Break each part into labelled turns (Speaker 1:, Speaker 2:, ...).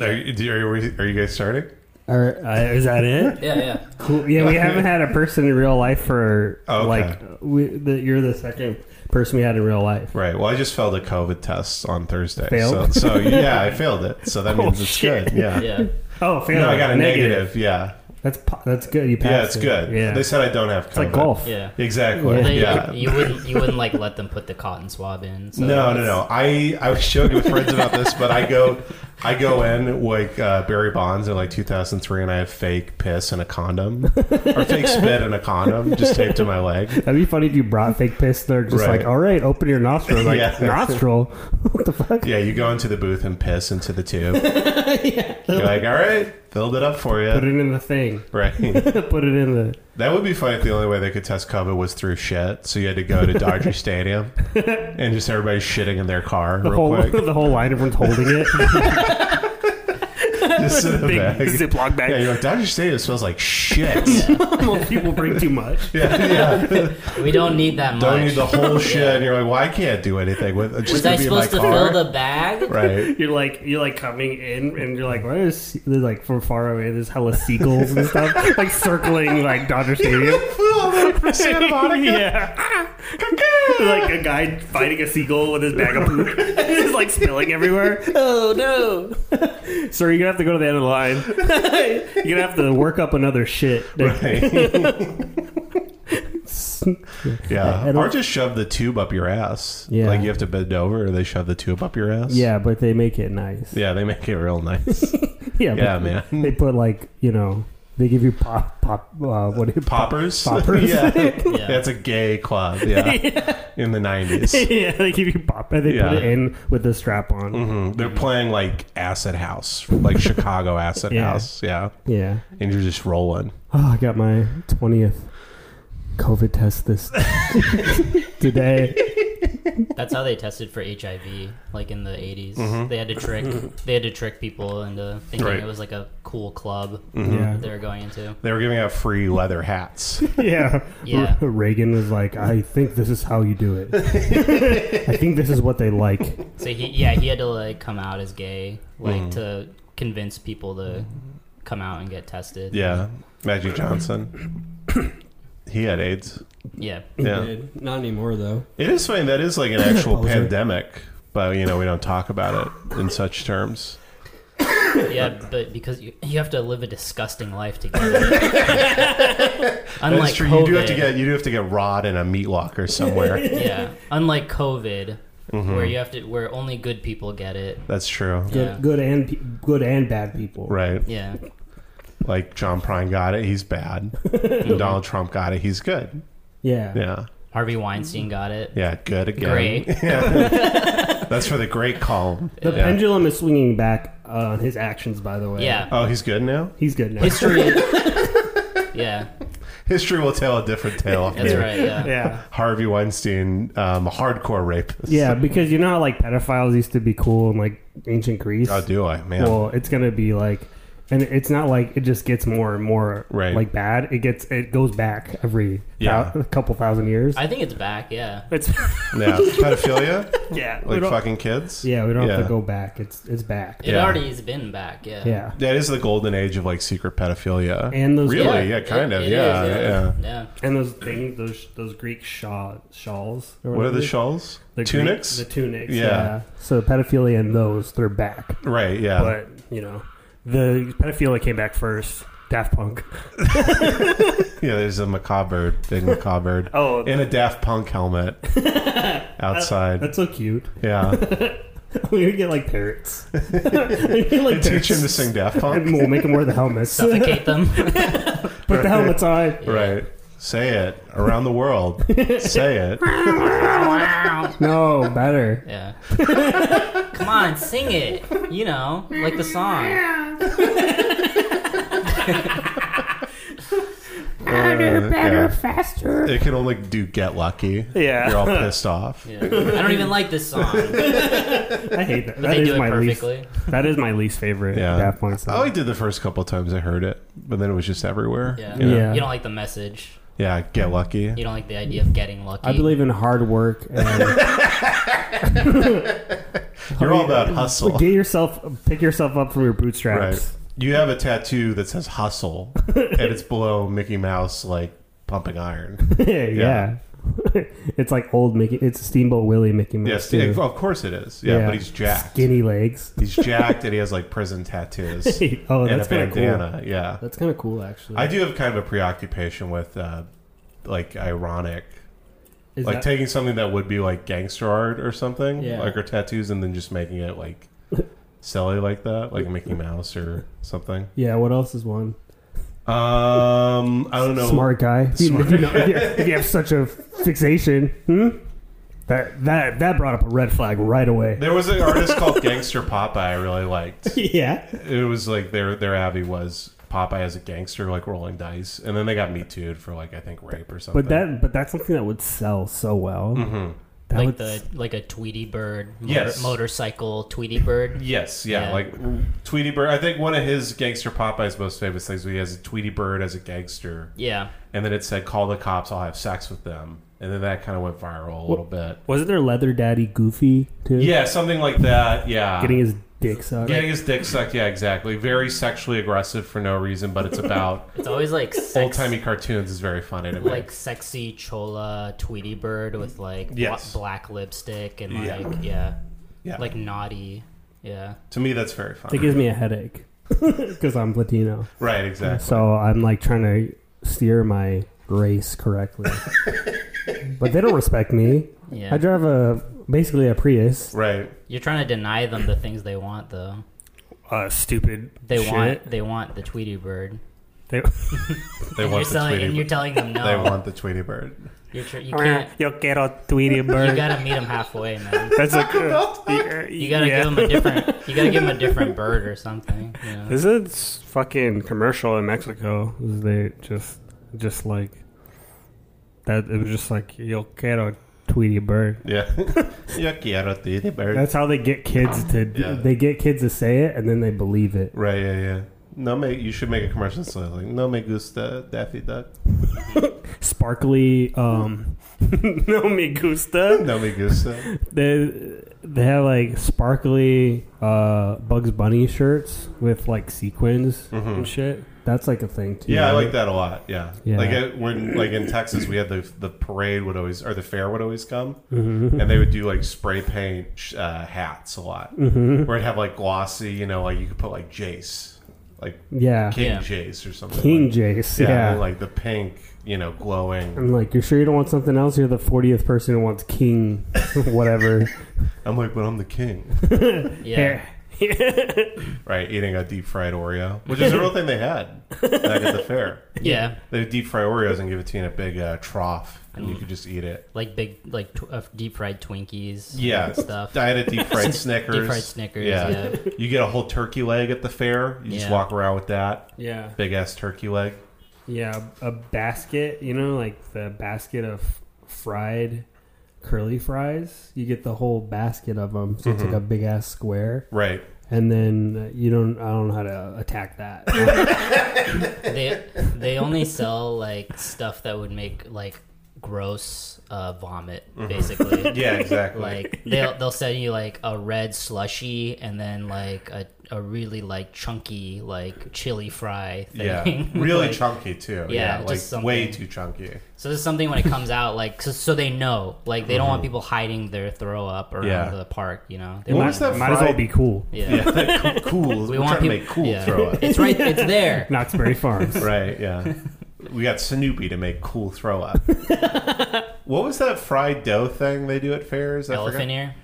Speaker 1: Are you, are you, are you guys starting?
Speaker 2: Or, uh, is that it?
Speaker 3: Yeah, yeah.
Speaker 2: cool. Yeah, we haven't had a person in real life for
Speaker 1: Oh, Okay.
Speaker 2: like we, the, you're the second person we had in real life.
Speaker 1: Right. Well, I just failed a COVID test on Thursday.
Speaker 2: Failed?
Speaker 1: So, so yeah, I failed it. So that means it's
Speaker 2: shit.
Speaker 1: good. Yeah.
Speaker 3: Yeah.
Speaker 2: Oh, failed.
Speaker 1: No, I got a negative. Yeah.
Speaker 2: That's po- that's good. You passed.
Speaker 1: Yeah, it's
Speaker 2: it.
Speaker 1: good.
Speaker 2: Yeah,
Speaker 1: They
Speaker 2: it's
Speaker 1: said I don't have COVID.
Speaker 2: like golf.
Speaker 3: Yeah.
Speaker 1: Exactly.
Speaker 2: Yeah.
Speaker 1: Yeah.
Speaker 3: They- You wouldn't you wouldn't like let them put the cotton swab in. So
Speaker 1: No, no, no. I I was joking with friends about this, but I go I go in like uh, Barry Bonds in like 2003, and I have fake piss in a condom or fake spit in a condom, just taped to my leg.
Speaker 2: That'd be funny if you brought fake piss. They're just
Speaker 1: Right.
Speaker 2: like, all right, open your nostril. Like
Speaker 1: Yeah.
Speaker 2: nostril. what the fuck?
Speaker 1: Yeah, you go into the booth and piss into the tube. You're like, all right, filled it up for
Speaker 2: Put
Speaker 1: you,
Speaker 2: it in the thing.
Speaker 1: right?
Speaker 2: Put it in the.
Speaker 1: That would be funny if the only way they could test COVID was through shit. So you had to go to Dodger Stadium and just everybody's shitting in their car
Speaker 2: The
Speaker 1: real
Speaker 2: whole,
Speaker 1: quick.
Speaker 2: the whole line, everyone's holding it.
Speaker 1: Just in a
Speaker 2: Big
Speaker 1: bag.
Speaker 2: Ziploc bag.
Speaker 1: Yeah, you're like, Dodger Stadium smells like shit.
Speaker 2: Most people bring too much.
Speaker 1: yeah, yeah.
Speaker 3: we don't need that much.
Speaker 1: Don't need the whole shit. And you're like, well, I can't do anything with it. It's Just
Speaker 3: Was
Speaker 1: gonna
Speaker 3: I
Speaker 1: be in my
Speaker 3: supposed to
Speaker 1: car.
Speaker 3: fill the bag?
Speaker 1: Right.
Speaker 2: You're like you're like coming in, and you're like, where is there's like from far away? There's hella seagulls and stuff, like circling like Dodger Stadium.
Speaker 1: Santa Monica.
Speaker 2: yeah,
Speaker 1: ah,
Speaker 2: like a guy fighting a seagull with his bag of poop, it's like spilling everywhere. Oh no, sir! You're gonna have to go to the end of the line. you're gonna have to work up another shit.
Speaker 1: Right. yeah. Or just shove the tube up your ass.
Speaker 2: Yeah.
Speaker 1: Like you have to bend over or they shove the tube up your ass.
Speaker 2: Yeah, but they make it nice.
Speaker 1: Yeah, they make it real nice.
Speaker 2: Yeah,
Speaker 1: Yeah,
Speaker 2: but
Speaker 1: man.
Speaker 2: They put like you know they give you pop pop uh, what do you
Speaker 1: Poppers.
Speaker 2: Poppers.
Speaker 1: yeah. That's a gay club. Yeah. In the 90s.
Speaker 2: yeah, they give you pop and they
Speaker 1: Yeah.
Speaker 2: put it in with the strap on.
Speaker 1: Mhm. They're playing like Acid House, like Chicago Acid
Speaker 2: Yeah.
Speaker 1: House. Yeah.
Speaker 2: Yeah.
Speaker 1: And you're just rolling.
Speaker 2: Oh, I got my twentieth COVID test this today.
Speaker 3: That's how they tested for HIV, like in the 80s. They had to trick they had to trick people into thinking
Speaker 1: Mm-hmm. Right. Mm-hmm.
Speaker 3: it was like a cool club that they were going into.
Speaker 1: They were giving out free leather hats.
Speaker 2: Yeah. Yeah.
Speaker 3: Yeah.
Speaker 2: Re- Reagan was like, I think this is how you do it. I think this is what they like.
Speaker 3: So he yeah he had to like come out as gay, like
Speaker 1: Mm-hmm.
Speaker 3: to convince people to come out and get tested.
Speaker 1: Yeah. Magic Johnson. He had AIDS.
Speaker 3: yeah.
Speaker 1: Yeah.
Speaker 4: Did. Not anymore though.
Speaker 1: It is funny. That is like an actual pandemic, but you know we don't talk about it in such terms.
Speaker 3: Yeah, but because you, you have to live a disgusting life to get it. unlike
Speaker 1: That's true.
Speaker 3: COVID,
Speaker 1: You do have to get you do have to get rod in a meat locker somewhere.
Speaker 3: yeah. Unlike COVID,
Speaker 1: Mm-hmm.
Speaker 3: where you have to where only good people get it.
Speaker 1: That's true.
Speaker 2: Good,
Speaker 3: Yeah.
Speaker 2: good and pe- good and bad people.
Speaker 1: Right.
Speaker 3: Yeah,
Speaker 1: Like John Prine got it, he's bad. And Donald Trump got it, he's good.
Speaker 2: Yeah.
Speaker 1: Yeah.
Speaker 3: Harvey Weinstein got it.
Speaker 1: Yeah, good again.
Speaker 3: Great.
Speaker 1: Yeah. That's for the great column.
Speaker 2: The
Speaker 1: Yeah.
Speaker 2: pendulum is swinging back on his actions. By the way.
Speaker 3: Yeah,
Speaker 1: Oh, he's good now?
Speaker 2: He's good now.
Speaker 3: history. yeah,
Speaker 1: History will tell a different tale.
Speaker 3: that's right. Yeah.
Speaker 2: yeah.
Speaker 1: Harvey Weinstein, um, hardcore rapist.
Speaker 2: Yeah, because you know how like pedophiles used to be cool in like ancient Greece.
Speaker 1: Oh, do I? Man.
Speaker 2: well it's gonna be like and it's not like it just gets more and more
Speaker 1: Right.
Speaker 2: like bad it gets it goes back every
Speaker 1: Yeah.
Speaker 2: thou- couple thousand years
Speaker 3: I think it's back. Yeah,
Speaker 2: it's
Speaker 1: yeah. Pedophilia?
Speaker 2: yeah we
Speaker 1: Like
Speaker 2: don't,
Speaker 1: fucking kids?
Speaker 2: yeah we don't have
Speaker 1: Yeah.
Speaker 2: to go back it's it's back
Speaker 3: it
Speaker 1: Yeah.
Speaker 3: already has been back. Yeah,
Speaker 2: yeah
Speaker 1: That is the golden age of like secret pedophilia.
Speaker 2: And those-
Speaker 1: really, Oh, yeah,
Speaker 3: it-
Speaker 1: kind of,
Speaker 3: it is,
Speaker 1: yeah, yeah.
Speaker 3: yeah.
Speaker 2: and those things those those greek shaw, shawls or
Speaker 1: What are the
Speaker 2: whatever,
Speaker 1: shawls?
Speaker 2: the Greek-
Speaker 1: Tunics?
Speaker 2: the tunics
Speaker 1: Yeah.
Speaker 2: yeah. so pedophilia and those they're back
Speaker 1: right, yeah.
Speaker 2: but you know the pedophilia came back first daft punk
Speaker 1: Yeah, there's a macabre big macabre
Speaker 2: oh
Speaker 1: in a Daft Punk helmet outside.
Speaker 2: that's so cute
Speaker 1: Yeah.
Speaker 2: we would get like parrots We get, like,
Speaker 1: Teach him to
Speaker 2: parrots.
Speaker 1: sing Daft
Speaker 2: And
Speaker 1: Punk.
Speaker 2: we'll make them wear the helmets. Put
Speaker 3: Suffocate them.
Speaker 2: the helmets on.
Speaker 1: Right. Say it around the world. Say it.
Speaker 2: No, better.
Speaker 3: Yeah. Come on, sing it. You know, like the song.
Speaker 1: Harder, better, faster. It Uh, can only do get lucky.
Speaker 2: Yeah.
Speaker 1: You're all pissed off.
Speaker 3: Yeah. I don't even like this song, but
Speaker 2: I hate that. that
Speaker 3: they
Speaker 2: is
Speaker 3: do it
Speaker 2: my least.
Speaker 3: perfectly.
Speaker 2: That is my least favorite
Speaker 1: Yeah. Oh,
Speaker 2: Daft Punk
Speaker 1: I
Speaker 2: song.
Speaker 1: only did the first couple times I heard it, but then it was just everywhere.
Speaker 3: Yeah.
Speaker 1: you know?
Speaker 2: Yeah.
Speaker 3: You don't like the message.
Speaker 1: Yeah, get lucky.
Speaker 3: You don't like the idea of getting lucky.
Speaker 2: I believe in hard work and
Speaker 1: You're all about hustle.
Speaker 2: get yourself pick yourself up from your bootstraps.
Speaker 1: Right. You have a tattoo that says hustle, and it's below Mickey Mouse, like pumping iron.
Speaker 2: yeah. it's like old Mickey. It's Steamboat Willie Mickey Mouse.
Speaker 1: Yes,
Speaker 2: too.
Speaker 1: of course it is. Yeah, but he's jacked.
Speaker 2: Skinny legs.
Speaker 1: He's jacked, and he has like prison tattoos
Speaker 2: oh,
Speaker 1: and
Speaker 2: that's
Speaker 1: a
Speaker 2: kind of cool.
Speaker 1: bandana. Yeah,
Speaker 2: That's kind of cool, actually.
Speaker 1: I do have kind of a preoccupation with uh, like ironic,
Speaker 2: Is
Speaker 1: like
Speaker 2: that-
Speaker 1: taking something that would be like gangster art or something,
Speaker 3: Yeah.
Speaker 1: like or tattoos, and then just making it like silly like that, like Mickey Mouse or something.
Speaker 2: yeah. What else is one?
Speaker 1: Um, I don't know.
Speaker 2: Smart guy. If you-
Speaker 1: Smart
Speaker 2: If, you know- if you, if you have such a fixation, hmm? that that that brought up a red flag right away.
Speaker 1: There was an artist called Gangster Popeye I really liked.
Speaker 2: yeah.
Speaker 1: It was like their their Abbey was Popeye as a gangster, like rolling dice, and then they got me too for like I think rape or something.
Speaker 2: But that but that's something that would sell so well. That
Speaker 3: Mm-hmm. like
Speaker 2: would-
Speaker 3: the like a Tweety Bird, motor,
Speaker 1: Yes.
Speaker 3: motorcycle Tweety Bird.
Speaker 1: Yes, yeah,
Speaker 3: Yeah.
Speaker 1: like Tweety Bird. I think one of his gangster Popeye's most famous things was he has a Tweety Bird as a gangster,
Speaker 3: Yeah,
Speaker 1: and then it said, "Call the cops, I'll have sex with them," and then that kind of went viral a little bit.
Speaker 2: wasn't there Leather Daddy Goofy too?
Speaker 1: Yeah, something like that. Yeah,
Speaker 2: Getting his dick sucked.
Speaker 1: Getting his dick sucked. Yeah, exactly. Very sexually aggressive for no reason, but it's about
Speaker 3: it's always like sex,
Speaker 1: old timey cartoons. is very funny to me.
Speaker 3: like sexy chola Tweety Bird with like bla-
Speaker 1: Yes.
Speaker 3: black lipstick and
Speaker 1: Yeah.
Speaker 3: like yeah.
Speaker 1: Yeah.
Speaker 3: like naughty. Yeah,
Speaker 1: to me, that's very
Speaker 2: It
Speaker 1: funny.
Speaker 2: gives me a headache because I'm Latino.
Speaker 1: Right? Exactly.
Speaker 2: So I'm like trying to steer my race correctly. but they don't respect me.
Speaker 3: yeah.
Speaker 2: I drive a basically a Prius.
Speaker 1: Right.
Speaker 3: You're trying to deny them the things they want, though.
Speaker 2: Uh, stupid.
Speaker 3: They want they want the Tweety Bird.
Speaker 2: They,
Speaker 1: They
Speaker 3: And you're,
Speaker 1: want the
Speaker 3: selling,
Speaker 1: Tweety
Speaker 3: and you're
Speaker 1: Bird.
Speaker 3: telling them no.
Speaker 1: They want the Tweety Bird.
Speaker 3: You're tr- you can't.
Speaker 2: Yo quiero Tweety
Speaker 3: You
Speaker 2: bird.
Speaker 3: gotta meet them halfway, man.
Speaker 5: That's like uh, the- uh,
Speaker 3: You gotta give 'em give them a different. You gotta give them a different bird or something. You know?
Speaker 5: This is fucking commercial in Mexico.
Speaker 2: Is They just, just like that. It was just like yo quiero Tweety bird.
Speaker 1: Yeah. Yo quiero Tweety Bird.
Speaker 2: That's how they get kids to.
Speaker 1: Yeah.
Speaker 2: They get kids to say it, and then they believe it.
Speaker 1: Right, yeah, yeah. No, me, you should make a commercial so it's like no me gusta Daffy Duck,
Speaker 2: Sparkly. Um,
Speaker 5: no me gusta.
Speaker 1: no me gusta.
Speaker 2: they they have like sparkly uh, Bugs Bunny shirts with like sequins and shit. That's like a thing too.
Speaker 1: Mm-hmm. Yeah, I
Speaker 2: right?
Speaker 1: like that a lot. Yeah,
Speaker 2: Yeah.
Speaker 1: like uh, when like in Texas we had the the parade would always or the fair would always come,
Speaker 2: Mm-hmm.
Speaker 1: and they would do like spray paint sh- uh, hats a lot,
Speaker 2: Mm-hmm.
Speaker 1: where it'd have like glossy, you know, like you could put like Jace, like
Speaker 2: Yeah,
Speaker 1: King
Speaker 3: Yeah.
Speaker 1: Jace or something.
Speaker 2: King
Speaker 1: like,
Speaker 2: Jace.
Speaker 1: yeah,
Speaker 2: Yeah,
Speaker 1: and, like the pink, you know, glowing.
Speaker 2: I'm like, you're sure you don't want something else? You're the 40th person who wants King, whatever.
Speaker 1: I'm like, but I'm the king,
Speaker 3: Yeah,
Speaker 1: right? Eating a deep fried Oreo, which is a real thing they had back at the fair.
Speaker 3: yeah.
Speaker 1: They would deep fry Oreos and give it to you in a big uh, trough, and you could just eat it.
Speaker 3: Like big, like tw- uh, deep fried Twinkies.
Speaker 1: Yeah,
Speaker 3: and stuff.
Speaker 1: I had a deep fried Snickers.
Speaker 3: Deep fried Snickers. Yeah.
Speaker 1: you get a whole turkey leg at the fair. You just
Speaker 3: Yeah.
Speaker 1: walk around with that
Speaker 2: yeah,
Speaker 1: big ass turkey leg.
Speaker 2: yeah. A basket, you know, like the basket of fried curly fries. You get the whole basket of them, so it's like a big ass square.
Speaker 1: Right.
Speaker 2: and then uh, you don't. I don't know how to attack that.
Speaker 3: They they only sell like stuff that would make like gross uh, vomit,
Speaker 1: Mm-hmm.
Speaker 3: basically.
Speaker 1: Yeah, exactly.
Speaker 3: Like they'll they'll send you like a red slushy and then like a, a really like chunky like chili fry thing.
Speaker 1: yeah, really
Speaker 3: Like,
Speaker 1: chunky too. Yeah,
Speaker 3: yeah,
Speaker 1: like
Speaker 3: just
Speaker 1: way
Speaker 3: something.
Speaker 1: too chunky.
Speaker 3: So this is something when it comes out, like so, so they know, like they don't want people hiding their throw up around
Speaker 1: Yeah.
Speaker 3: the park, you know. They
Speaker 1: What
Speaker 3: want-
Speaker 1: was that?
Speaker 2: Might as well
Speaker 1: fried-
Speaker 2: be cool.
Speaker 3: Yeah.
Speaker 1: Yeah, that cool. cool.
Speaker 3: We
Speaker 1: We're
Speaker 3: want
Speaker 1: trying to
Speaker 3: people
Speaker 1: make cool
Speaker 3: yeah.
Speaker 1: throw up.
Speaker 3: It's right. It's there.
Speaker 2: Knoxbury Farms.
Speaker 1: Right. Yeah. We got Snoopy to make cool throw up. what was that fried dough thing they do at fairs? I
Speaker 3: Elephant ear.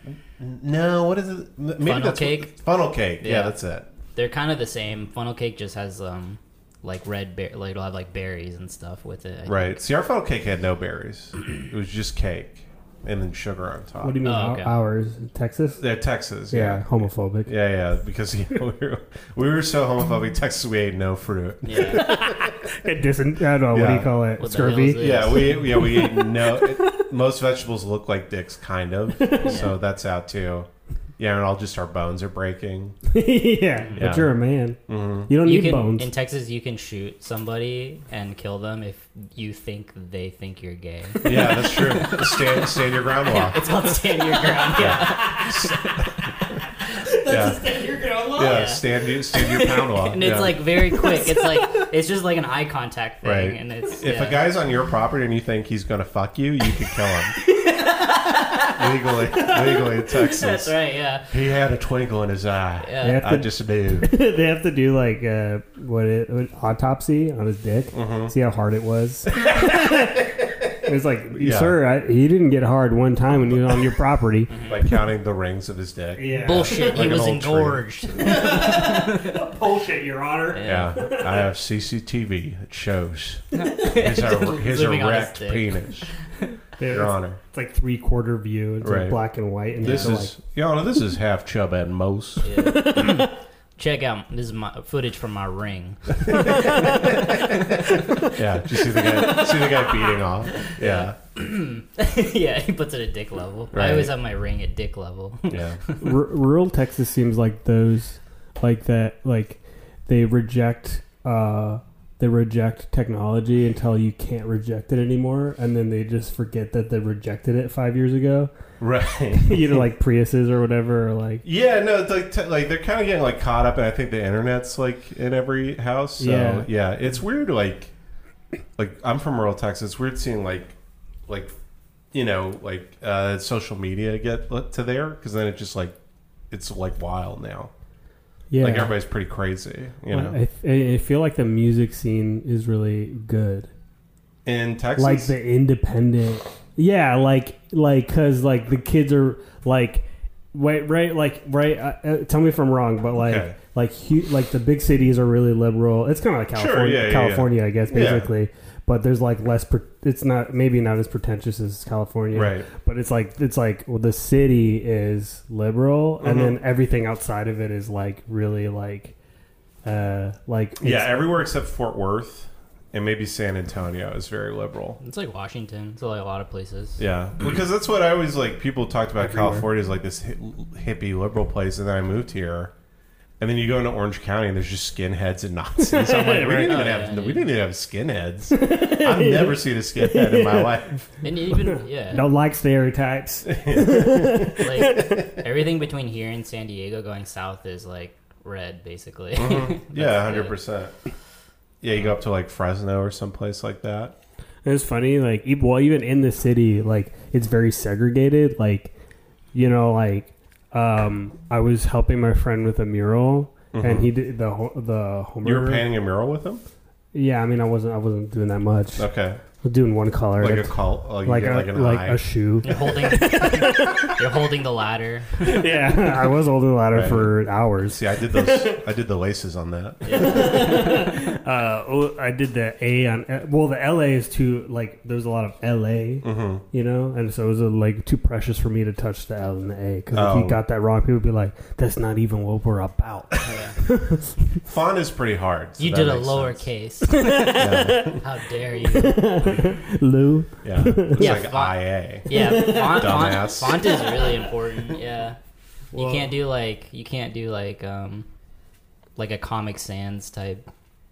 Speaker 1: No, what is it? M- Maybe
Speaker 3: Funnel
Speaker 1: that's what-
Speaker 3: cake?
Speaker 1: funnel cake. Yeah.
Speaker 3: Yeah.
Speaker 1: that's it.
Speaker 3: They're kind of the same. Funnel cake just has um like red bear, like it'll have like berries and stuff with it. I think.
Speaker 1: Right. See, our funnel cake had no berries. It was just cake and then sugar on top.
Speaker 2: What do you mean
Speaker 3: Oh,
Speaker 2: ou-
Speaker 3: okay.
Speaker 2: ours? Texas?
Speaker 1: They're Texas.
Speaker 2: Yeah,
Speaker 1: Yeah.
Speaker 2: homophobic.
Speaker 1: Yeah, yeah, because you know, we, were, we were so homophobic. Texas, we ate no fruit.
Speaker 3: Yeah.
Speaker 2: It doesn't. I don't know. What do
Speaker 1: Yeah.
Speaker 2: you call it?
Speaker 3: What the hell is
Speaker 2: Scurvy.
Speaker 3: it?
Speaker 1: Yeah, we yeah we ate no. Most vegetables look like dicks, kind of. So that's out too. You Yeah, and all just our bones are breaking.
Speaker 2: yeah,
Speaker 1: Yeah. Mm-hmm.
Speaker 2: but you're a man. You don't
Speaker 3: You
Speaker 2: need
Speaker 3: can
Speaker 2: bones.
Speaker 3: in Texas. You can shoot somebody and kill them if you think they think you're gay.
Speaker 1: Yeah, that's true. stand, stand your ground law.
Speaker 3: It's called stand your ground. Yeah,
Speaker 1: Yeah.
Speaker 3: stand your ground law.
Speaker 1: Yeah, stand your stand your pound law.
Speaker 3: And it's
Speaker 1: Yeah.
Speaker 3: like very quick. It's like it's just like an eye contact thing,
Speaker 1: Right.
Speaker 3: and it's
Speaker 1: if
Speaker 3: yeah.
Speaker 1: a guy's on your property and you think he's gonna fuck you, you can kill him. legally, legally in Texas.
Speaker 3: That's right. Yeah.
Speaker 1: He had a twinkle in his eye.
Speaker 3: Yeah.
Speaker 2: they, have
Speaker 1: uh, I
Speaker 2: to,
Speaker 1: just knew.
Speaker 2: they have to do like uh, what, it, what autopsy on his dick.
Speaker 1: Mm-hmm.
Speaker 2: See how hard it was. it's like,
Speaker 1: Yeah.
Speaker 2: sir, I, he didn't get hard one time when he was on your property.
Speaker 1: Like counting the rings of his dick.
Speaker 2: yeah,
Speaker 3: Mm-hmm. Bullshit.
Speaker 1: Like
Speaker 3: he
Speaker 1: an
Speaker 3: was
Speaker 1: old tree.
Speaker 3: engorged.
Speaker 2: bullshit, Your Honor.
Speaker 1: Yeah, I have CCTV that shows his, er- his
Speaker 3: Living on his
Speaker 1: erect
Speaker 3: dick.
Speaker 1: penis, Your
Speaker 2: It's,
Speaker 1: Honor.
Speaker 2: it's like three quarter view. It's
Speaker 1: Right.
Speaker 2: like black and white. And
Speaker 1: This
Speaker 2: they're
Speaker 1: is, Your Honor, this is half chub at most.
Speaker 3: Check out this is my footage from my ring.
Speaker 1: Yeah, just see the guy, see the guy beating off. Yeah,
Speaker 3: yeah, he puts it at dick level.
Speaker 1: Right.
Speaker 3: I always have my ring at dick level.
Speaker 1: yeah.
Speaker 2: like, r- rural Texas seems like those, like that, like they reject. uh they reject technology until you can't reject it anymore, and then they just forget that they rejected it five years ago.
Speaker 1: Right.
Speaker 2: you know, like Priuses or whatever. Or like,
Speaker 1: Yeah, no, it's like t- like they're kind of getting like caught up, and I think the internet's like in every house. So, yeah,
Speaker 2: Yeah.
Speaker 1: it's weird. Like, like I'm from rural Texas. It's weird seeing like, like, you know, like uh, social media get let to there because then it just like it's like wild now.
Speaker 2: yeah,
Speaker 1: Like everybody's pretty crazy, you know.
Speaker 2: I, I- I feel like the music scene is really good.
Speaker 1: in Texas,
Speaker 2: like the independent yeah like like because like the kids are like wait right like right uh, uh, tell me if i'm wrong but like
Speaker 1: Okay.
Speaker 2: like hu- like the big cities are really liberal it's kind of like
Speaker 1: Sure,
Speaker 2: california
Speaker 1: yeah, yeah,
Speaker 2: california i guess
Speaker 1: Yeah.
Speaker 2: basically but there's like less pre- it's not maybe not as pretentious as california
Speaker 1: Right.
Speaker 2: but it's like it's like well the city is liberal
Speaker 1: Mm-hmm.
Speaker 2: and then everything outside of it is like really like uh like
Speaker 1: yeah, everywhere except Fort Worth and maybe San Antonio is very liberal.
Speaker 3: It's like Washington. It's like a lot of places.
Speaker 1: Yeah, because that's what I always like. People talked about California as like this hi- hippie liberal place, and then I moved here, and then you go into Orange County, and there's just skinheads and Nazis. I'm like, we didn't even have we didn't even have skinheads. I've never seen a skinhead in my life.
Speaker 3: And even yeah,
Speaker 2: don't like stereotypes
Speaker 3: like everything between here and San Diego going south is like red basically.
Speaker 1: Mm-hmm. Yeah,
Speaker 3: That's
Speaker 1: hundred
Speaker 3: it.
Speaker 1: percent. Yeah, you go up to like Fresno or someplace like that.
Speaker 2: It's funny, like e- well, even in the city, like it's very segregated. Like, you know, like um, I was helping my friend with a mural, and he did the ho- the homework.
Speaker 1: Mm-hmm. You were painting a mural with them.
Speaker 2: Yeah, I mean, I wasn't I wasn't doing that much. I
Speaker 1: Okay,
Speaker 2: was doing one color,
Speaker 1: like a
Speaker 2: That's-
Speaker 1: cult, like,
Speaker 2: like
Speaker 1: you get,
Speaker 2: a,
Speaker 1: like an
Speaker 2: like
Speaker 1: eye.
Speaker 2: a shoe.
Speaker 3: You're holding You're holding the ladder.
Speaker 2: yeah, I was holding the ladder
Speaker 1: Right.
Speaker 2: for hours.
Speaker 1: See, I did those. I did the laces on that.
Speaker 2: Uh, oh, I did the A on uh, well, the LA is too like there's a lot of LA,
Speaker 1: Mm-hmm.
Speaker 2: you know, and so it was uh like too precious for me to touch the L and the A because if
Speaker 1: Oh.
Speaker 2: he got that wrong, people would be like, "That's not even what we're about."
Speaker 1: Font is pretty hard. so
Speaker 3: You
Speaker 1: that
Speaker 3: did a
Speaker 1: makes sense.
Speaker 3: lowercase. How dare you?
Speaker 2: Lou,
Speaker 1: Yeah, it's
Speaker 3: Yeah,
Speaker 1: like
Speaker 3: font-
Speaker 1: IA.
Speaker 3: Yeah, font, font,
Speaker 1: Dumbass.
Speaker 3: font is really important. Yeah,
Speaker 2: Well-
Speaker 3: you can't do like you can't do like um like a Comic Sans type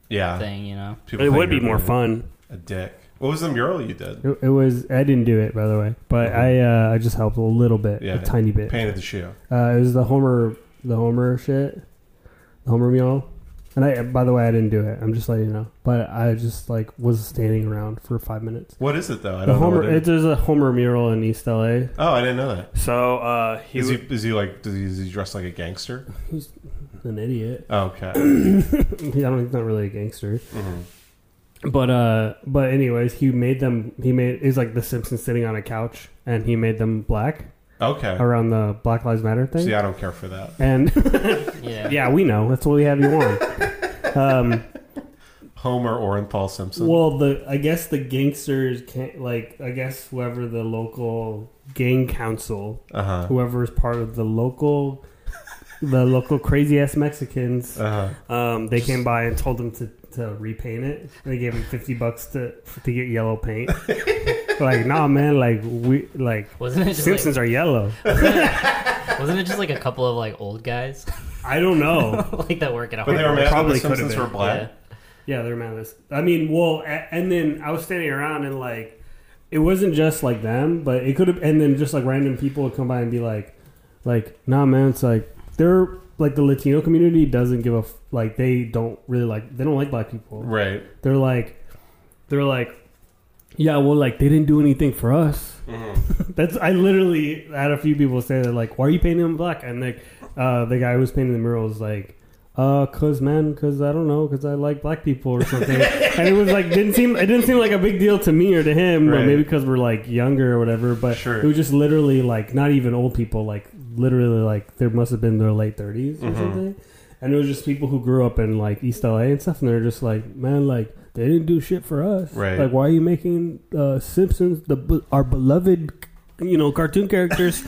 Speaker 1: Yeah.
Speaker 3: thing. You know,
Speaker 1: People
Speaker 6: It
Speaker 1: think
Speaker 6: would be
Speaker 1: you're
Speaker 6: more
Speaker 1: being
Speaker 6: fun.
Speaker 1: A dick. What was the mural you did?
Speaker 2: it, it was I didn't do it by the way, but I uh, I just helped a little bit,
Speaker 1: Uh-huh. Yeah.
Speaker 2: a tiny bit.
Speaker 1: Painted the shoe.
Speaker 2: Uh, it was the Homer, the Homer shit, the Homer meal. And I, by the way, I didn't do it. I'm just letting you know. But I just like was standing around for five minutes.
Speaker 1: What is it though? I
Speaker 2: The
Speaker 1: don't know.
Speaker 2: Homer,
Speaker 1: what it
Speaker 2: it,
Speaker 1: is.
Speaker 2: there's a Homer mural in East LA.
Speaker 1: oh, I didn't know that.
Speaker 6: So uh, he
Speaker 1: Is
Speaker 6: was
Speaker 1: he is he like does he, is he dressed like a gangster?
Speaker 2: an idiot.
Speaker 1: Oh, okay. Mm-hmm.
Speaker 2: I don't, he's not really a gangster. But uh, but anyways, he made them. He made it's like the Simpsons sitting on a couch, and he made them black
Speaker 1: Okay.
Speaker 2: around the Black Lives Matter thing.
Speaker 1: See, I don't care for that.
Speaker 2: And
Speaker 3: yeah,
Speaker 2: yeah, we know that's what we have you on. Um,
Speaker 1: Homer or in Paul Simpson.
Speaker 2: well, the I guess the gangsters can't like I guess whoever the local gang council,
Speaker 1: Uh huh.
Speaker 2: whoever is part of the local, the local crazy ass Mexicans.
Speaker 1: Uh huh.
Speaker 2: Um, they came by and told him to, to repaint it. And they gave him fifty bucks to to get yellow paint. Like, nah, man. Like, we like
Speaker 3: Wasn't it just
Speaker 2: Simpsons are yellow.
Speaker 3: like wasn't it just like a couple of like old guys
Speaker 2: I don't know.
Speaker 3: like that work at a
Speaker 1: But they were
Speaker 3: hardware
Speaker 1: mad that
Speaker 2: Probably
Speaker 1: the
Speaker 2: could've
Speaker 1: Simpsons were
Speaker 2: been.
Speaker 1: black.
Speaker 2: Yeah, they're mad at us. I mean, well, a- and then I was standing around and like, it wasn't just like them, but it could have, and then just like random people would come by and be like, like, nah, man, it's like they're like the Latino community doesn't give a f- like they don't really like they don't like black people.
Speaker 1: Right.
Speaker 2: They're like, they're like, yeah, well, like they didn't do anything for us.
Speaker 1: Mm-hmm.
Speaker 2: That's I literally had a few people say that like, why are you painting them black? And like, uh, the guy who was painting the murals like, uh, cause man, cause I don't know, cause I like black people or something. and it was like didn't seem it didn't seem like a big deal to me or to him, but
Speaker 1: Right.
Speaker 2: maybe because we're like younger or whatever. But
Speaker 1: Sure.
Speaker 2: it was just literally like not even old people, like literally like there must have been their late 30s
Speaker 1: Mm-hmm.
Speaker 2: or something. And it was just people who grew up in like East LA and stuff, and they're just like, man, like they didn't do shit for us.
Speaker 1: Right.
Speaker 2: Like, why are you making uh, Simpsons the be- our beloved, you know, cartoon characters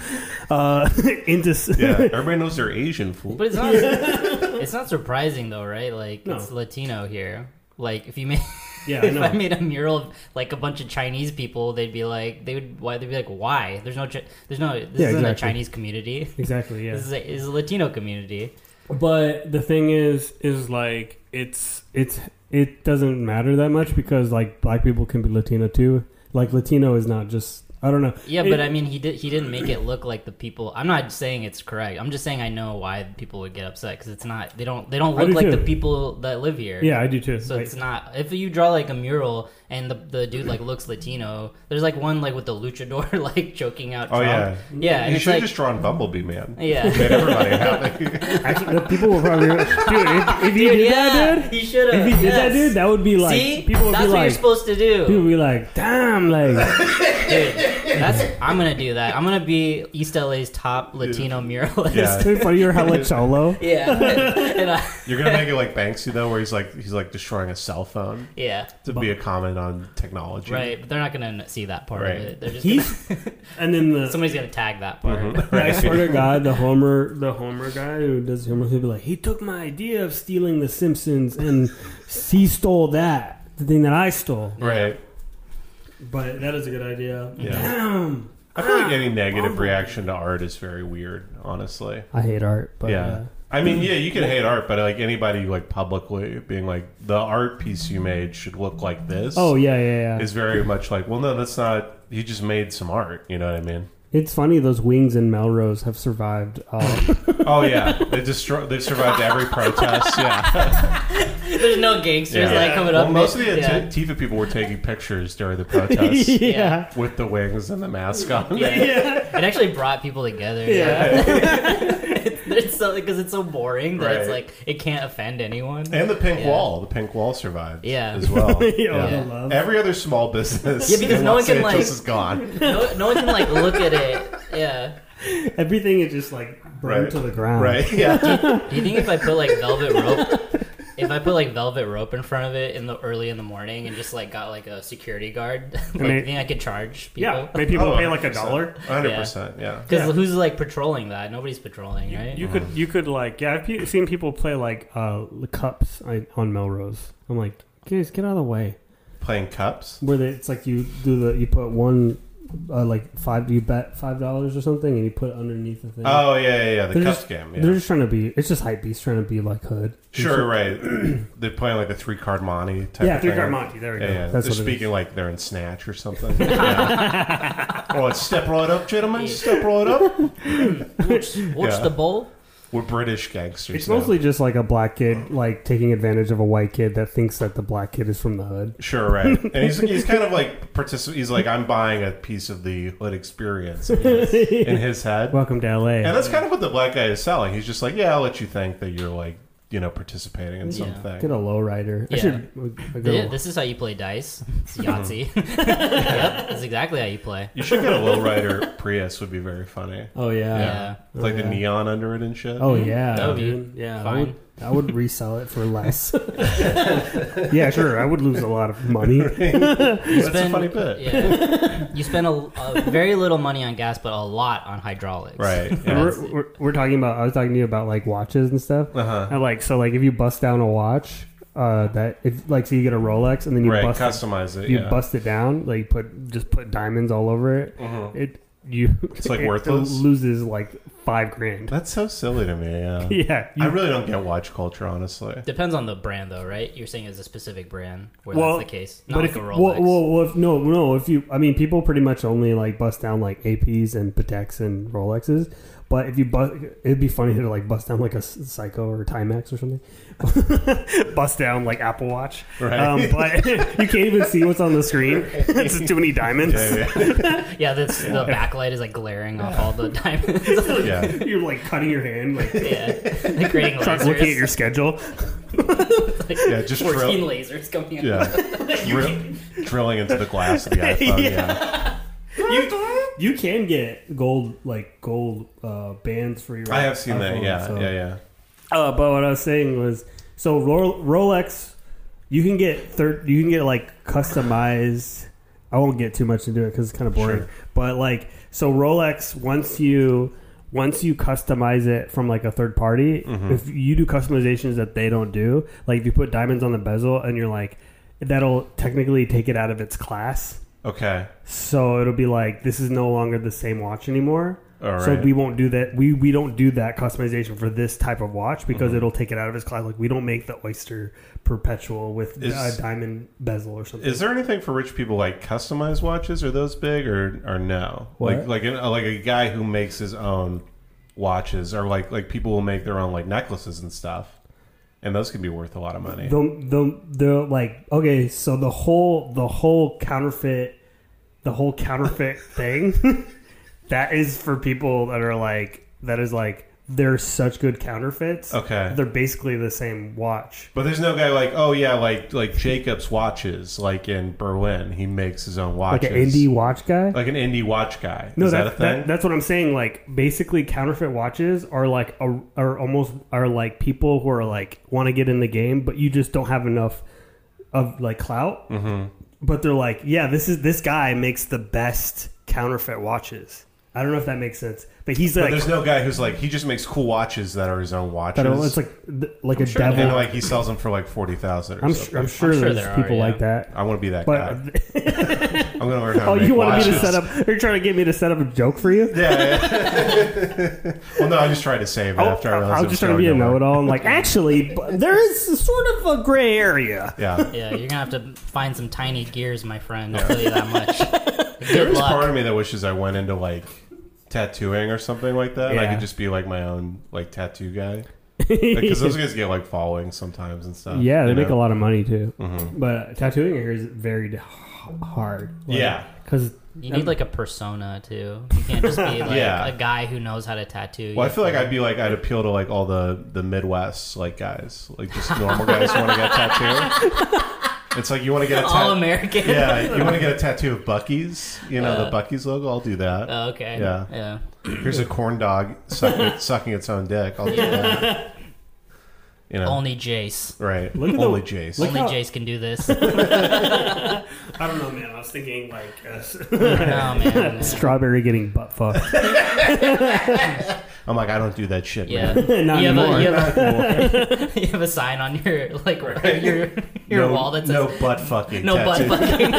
Speaker 2: uh, into? s-
Speaker 1: Yeah. Everybody knows they're Asian fool.
Speaker 3: But it's not. it's not surprising though, right? Like
Speaker 2: No.
Speaker 3: it's Latino here. Like if you made,
Speaker 2: yeah, I
Speaker 3: if I
Speaker 2: know.
Speaker 3: made a mural of like a bunch of Chinese people, they'd be like, they would why they'd be like, why? There's no, Chi- there's no, this
Speaker 2: Yeah,
Speaker 3: isn't a
Speaker 2: exactly.
Speaker 3: Chinese community.
Speaker 2: Exactly. Yeah.
Speaker 3: This is a, is a Latino community.
Speaker 2: But the thing is, is like it's it's it doesn't matter that much because like black people can be Latino too. Like Latino is not just I don't know.
Speaker 3: Yeah,
Speaker 2: It-
Speaker 3: but I mean, he did. He didn't make it look like the people. I'm not saying it's correct. I'm just saying I know why people would get upset because it's not. They don't. They don't
Speaker 2: I
Speaker 3: look
Speaker 2: do
Speaker 3: like
Speaker 2: too.
Speaker 3: the people that live here.
Speaker 2: Yeah, I do too.
Speaker 3: So
Speaker 2: Like,
Speaker 3: it's not if you draw like a mural and the, the dude like looks Latino. There's like one like with the luchador like choking out.
Speaker 1: Oh,
Speaker 3: Trump. yeah, yeah. And
Speaker 1: you
Speaker 3: it's
Speaker 1: should have
Speaker 3: like
Speaker 1: just drawn Bumblebee Man.
Speaker 3: yeah,
Speaker 1: Made everybody happy.
Speaker 2: actually, the people will probably dude. If, if you did that, dude.
Speaker 3: yeah. He should
Speaker 2: If
Speaker 3: have.
Speaker 2: he did that, dude, that would be like
Speaker 3: See,
Speaker 2: people would
Speaker 3: that's
Speaker 2: be
Speaker 3: what you're
Speaker 2: like
Speaker 3: supposed to do.
Speaker 2: people would be like, damn, like
Speaker 3: Dude, that's I'm gonna do that. I'm gonna be East LA's top Latino muralist.
Speaker 1: Yeah.
Speaker 2: it's funny you're hella cholo.
Speaker 3: Yeah, and I,
Speaker 1: You're gonna make it like Banksy though, where he's like he's like destroying a cell phone
Speaker 3: yeah,
Speaker 1: to be a comment on technology.
Speaker 3: right. But they're not gonna see that part
Speaker 1: Right.
Speaker 3: of it. They're just
Speaker 2: He's Mm-hmm. and then the
Speaker 3: somebody's gonna tag that part.
Speaker 2: I swear to God, the Homer, the Homer guy who does Homer, he'll be like, he took my idea of stealing the Simpsons and he stole that, the thing that I stole.
Speaker 1: Right.
Speaker 2: But that is a good idea.
Speaker 1: Yeah.
Speaker 2: Damn.
Speaker 1: I feel like any negative reaction to art is very weird, honestly.
Speaker 2: I hate art, but
Speaker 1: yeah.
Speaker 2: uh,
Speaker 1: I mean, yeah, you can hate art, but like anybody like publicly being like the art piece you made should look like this.
Speaker 2: oh yeah, yeah, yeah.
Speaker 1: Is very much like, well, no, that's not. You just made some art. You know what I mean?
Speaker 2: It's funny those wings in Melrose have survived. Uh,
Speaker 1: Oh yeah, they destroy. They survived every protest. Yeah.
Speaker 3: There's no gangsters
Speaker 1: Yeah.
Speaker 3: like coming
Speaker 1: Well,
Speaker 3: up.
Speaker 1: most of the
Speaker 3: yeah.
Speaker 1: Antifa people were taking pictures during the protests
Speaker 2: yeah,
Speaker 1: with the wings and the mask on.
Speaker 2: yeah,
Speaker 3: It actually brought people together.
Speaker 2: Yeah.
Speaker 3: it's so because it's so boring that it's
Speaker 1: Right.
Speaker 3: like it can't offend anyone.
Speaker 1: And the pink
Speaker 3: Yeah.
Speaker 1: wall. The pink wall survived.
Speaker 3: Yeah.
Speaker 1: As well.
Speaker 2: yeah.
Speaker 3: Yeah.
Speaker 2: love.
Speaker 1: Every other small business.
Speaker 3: Yeah, because
Speaker 1: in
Speaker 3: no
Speaker 1: Los
Speaker 3: one can,
Speaker 1: Angeles
Speaker 3: like-
Speaker 1: is gone.
Speaker 3: No, no one can like look at it. Yeah.
Speaker 2: Everything is just like burned
Speaker 1: Right.
Speaker 2: to the ground.
Speaker 1: Right. Yeah.
Speaker 3: Do you think if I put like velvet rope, if I put like velvet rope in front of it in the early in the morning and just like got like a security guard, like
Speaker 2: mean-
Speaker 3: you think I could charge
Speaker 2: Yeah,
Speaker 3: people?
Speaker 2: made people
Speaker 1: Oh,
Speaker 2: pay like a
Speaker 1: 100%.
Speaker 2: dollar.
Speaker 1: Hundred percent. Yeah.
Speaker 3: Because who's like patrolling that? Nobody's patrolling, right?
Speaker 2: You could, you could like, yeah. I've pe- seen people play like uh, cups I- on Melrose. I'm like, guys, get out of the way.
Speaker 1: Playing cups.
Speaker 2: Where they, it's like you do the, you put one, uh, like five, you bet five dollars or something, and you put it underneath the thing.
Speaker 1: Oh yeah, yeah, yeah. The
Speaker 2: They're
Speaker 1: cups
Speaker 2: just-
Speaker 1: game.
Speaker 2: They're
Speaker 1: Yeah.
Speaker 2: just trying to be. It's just hype beast trying to be like hood.
Speaker 1: Sure. Right. They're playing like a three card Monty type.
Speaker 2: Yeah,
Speaker 1: of
Speaker 2: three
Speaker 1: thing.
Speaker 2: card Monty. There we
Speaker 1: Yeah,
Speaker 2: go.
Speaker 1: yeah.
Speaker 2: That's
Speaker 1: They're
Speaker 2: what it is.
Speaker 1: speaking like they're in Snatch or something. yeah. Well, let's step right up, gentlemen. Step right up.
Speaker 3: Watch, watch
Speaker 1: Yeah.
Speaker 3: the bowl.
Speaker 1: We're British gangsters.
Speaker 2: It's
Speaker 1: now.
Speaker 2: mostly just like a black kid like taking advantage of a white kid that thinks that the black kid is from the hood.
Speaker 1: Sure, right. And he's, he's kind of like particip- He's like, I'm buying a piece of the hood experience in his, in his head.
Speaker 2: Welcome to L.A.
Speaker 1: And that's kind of what the black guy is selling. He's just like, yeah, I'll let you think that you're like, you know, participating in
Speaker 3: Yeah.
Speaker 1: something.
Speaker 2: Get a lowrider. I
Speaker 3: Yeah.
Speaker 2: should. I go-
Speaker 3: Yeah, this is how you play dice. It's Yahtzee. yep, that's exactly how you play.
Speaker 1: You should get a lowrider Prius. Would be very funny.
Speaker 2: oh yeah.
Speaker 3: Yeah.
Speaker 1: With, like
Speaker 2: yeah.
Speaker 1: the neon under it and shit.
Speaker 2: Oh yeah,
Speaker 3: That would be
Speaker 2: dude. Yeah, I
Speaker 3: fine.
Speaker 2: would, I would resell it for less. yeah, sure. I would lose a lot of money.
Speaker 1: that's a
Speaker 3: spend-
Speaker 1: funny bit.
Speaker 3: Yeah. you spend a, a very little money on gas, but a lot on hydraulics.
Speaker 1: Right.
Speaker 2: And
Speaker 1: Yeah.
Speaker 2: we're, we're, we're talking about. I was talking to you about like watches and stuff.
Speaker 1: Uh huh.
Speaker 2: And like so, like if you bust down a watch, uh, that if like so you get a Rolex and then you
Speaker 1: right,
Speaker 2: bust it,
Speaker 1: customize it.
Speaker 2: you
Speaker 1: yeah.
Speaker 2: bust it down, like put just put diamonds all over it.
Speaker 1: Mhm.
Speaker 2: It you
Speaker 1: It's, like,
Speaker 2: it
Speaker 1: worthless?
Speaker 2: loses like five grand.
Speaker 1: That's so silly to me. Yeah.
Speaker 2: Yeah, you-
Speaker 1: I really don't get watch culture, honestly.
Speaker 3: Depends on the brand, though, right? You're saying it's a specific brand where
Speaker 2: Well,
Speaker 3: that's the case, not
Speaker 2: if
Speaker 3: like a Rolex.
Speaker 2: Well, well, well, if, no, no. If you, I mean, people pretty much only like bust down like APs and Pateks and Rolexes. But if you bust, it'd be funny to like bust down like a S- Psycho or Timex or something. bust down like Apple Watch.
Speaker 1: Right.
Speaker 2: Um, but you can't even see what's on the screen. it's just too many diamonds.
Speaker 1: Yeah,
Speaker 3: yeah, that's the backlight is like glaring off all the diamonds.
Speaker 1: yeah. yeah.
Speaker 2: You're like cutting your hand, like
Speaker 3: yeah, like creating
Speaker 2: start
Speaker 3: lasers.
Speaker 2: looking at your schedule.
Speaker 3: like,
Speaker 1: Yeah, just
Speaker 3: fourteen
Speaker 1: drill-
Speaker 3: lasers coming out.
Speaker 1: Yeah. Drill- drilling into the glass of the iPhone.
Speaker 2: Yeah.
Speaker 1: Yeah.
Speaker 2: You, you can get gold like gold uh, bands for your.
Speaker 1: I have seen that.
Speaker 2: iPhone,
Speaker 1: Yeah.
Speaker 2: so-
Speaker 1: Yeah. Yeah.
Speaker 2: Uh, but what I was saying was, so Ro- Rolex, you can get third, you can get like customized. I won't get too much into it because it's kind of boring.
Speaker 1: Sure.
Speaker 2: But like, so Rolex, once you once you customize it from like a third party, if you do customizations that they don't do, like if you put diamonds on the bezel and you're like, that'll technically take it out of its class.
Speaker 1: Okay.
Speaker 2: So it'll be like this is no longer the same watch anymore.
Speaker 1: All
Speaker 2: So
Speaker 1: right.
Speaker 2: we won't do that. We we don't do that customization for this type of watch because
Speaker 1: Mm-hmm.
Speaker 2: it'll take it out of its class. Like we don't make the oyster perpetual with
Speaker 1: Is-
Speaker 2: a diamond bezel or something.
Speaker 1: Is there anything for rich people like customized watches? Are those big or or no?
Speaker 2: What?
Speaker 1: Like like an, uh, like a guy who makes his own watches, or like like people will make their own like necklaces and stuff, and those can be worth a lot of money.
Speaker 2: the the the like okay, so the whole the whole counterfeit the whole counterfeit thing that is for people that are like that is like they're such good counterfeits.
Speaker 1: Okay.
Speaker 2: They're basically the same watch.
Speaker 1: But there's no guy like oh yeah like like Jacob's watches like in Berlin he makes his own
Speaker 2: Like
Speaker 1: watches
Speaker 2: an indie watch guy.
Speaker 1: like an indie watch guy.
Speaker 2: No,
Speaker 1: Is that,
Speaker 2: that,
Speaker 1: a
Speaker 2: that-
Speaker 1: thing?
Speaker 2: that's what I'm saying. Like, basically, counterfeit watches are like a, are almost are like people who are like want to get in the game, but you just don't have enough of like clout. Mm-hmm. But they're like, yeah, this is this guy makes the best counterfeit watches. I don't know if that makes sense, but he's
Speaker 1: but
Speaker 2: like,
Speaker 1: there's no guy who's like he just makes cool watches that are his own watches.
Speaker 2: I don't know, it's like th- like a devil.
Speaker 1: and like he sells them for like forty thousand.
Speaker 2: I'm,
Speaker 1: something.
Speaker 2: sure, I'm sure
Speaker 3: I'm sure
Speaker 2: there's
Speaker 3: there are,
Speaker 2: people
Speaker 3: yeah.
Speaker 2: like that.
Speaker 1: I want to be that guy.
Speaker 2: But
Speaker 1: I'm gonna learn how.
Speaker 2: oh,
Speaker 1: to make
Speaker 2: you want me to
Speaker 1: watches.
Speaker 2: set up? You're trying to get me to set up a joke for you?
Speaker 1: Well, no, I just tried to save it
Speaker 2: Oh,
Speaker 1: after I realized
Speaker 2: I
Speaker 1: it
Speaker 2: was
Speaker 1: was
Speaker 2: just trying to be a
Speaker 1: going nowhere.
Speaker 2: know-it-all. I'm like, actually, but there is sort of a gray area.
Speaker 1: Yeah.
Speaker 3: Yeah, you're gonna have to find some tiny gears, my friend. I'll tell you that much.
Speaker 1: There
Speaker 3: Good
Speaker 1: is part
Speaker 3: luck.
Speaker 1: of me that wishes I went into like tattooing or something like that. And I
Speaker 2: Yeah.
Speaker 1: could just be like my own like tattoo guy. Because those guys get like following sometimes and stuff.
Speaker 2: yeah, they
Speaker 1: you
Speaker 2: make a
Speaker 1: know?
Speaker 2: lot of money too.
Speaker 1: Mm-hmm.
Speaker 2: But tattooing here is very d- h- hard.
Speaker 1: Yeah.
Speaker 2: because
Speaker 3: You need like a persona too. You can't just be like
Speaker 1: Yeah.
Speaker 3: a guy who knows how to tattoo.
Speaker 1: Well, I feel like I'd be like I'd appeal to like all the the Midwest like guys, like just normal guys who want to get tattooed. It's like you want to get a
Speaker 3: all
Speaker 1: tattoo.
Speaker 3: American.
Speaker 1: Yeah, you want to get a tattoo of Bucky's, you know,
Speaker 3: Yeah.
Speaker 1: the Bucky's logo. I'll do that.
Speaker 3: Oh, okay.
Speaker 1: Yeah.
Speaker 3: Yeah.
Speaker 1: Here's a corn dog sucking, it, sucking its own dick. I'll do that. You know,
Speaker 3: Only Jace.
Speaker 1: right?
Speaker 2: Look at the-
Speaker 1: Only Jace.
Speaker 2: look-
Speaker 3: Only
Speaker 2: how-
Speaker 3: Jace can do this. Oh,
Speaker 2: I don't know, man. I was thinking like uh,
Speaker 3: Oh man.
Speaker 2: strawberry getting butt fucked.
Speaker 1: I'm like, I don't do that shit.
Speaker 3: Yeah.
Speaker 1: Man.
Speaker 2: Not
Speaker 3: you, have
Speaker 2: anymore.
Speaker 3: a, you, have
Speaker 1: no
Speaker 3: a, you have a sign on your like your your wall that says
Speaker 1: no
Speaker 3: no,
Speaker 1: butt fucking.
Speaker 3: butt
Speaker 1: tattoo.
Speaker 3: fucking.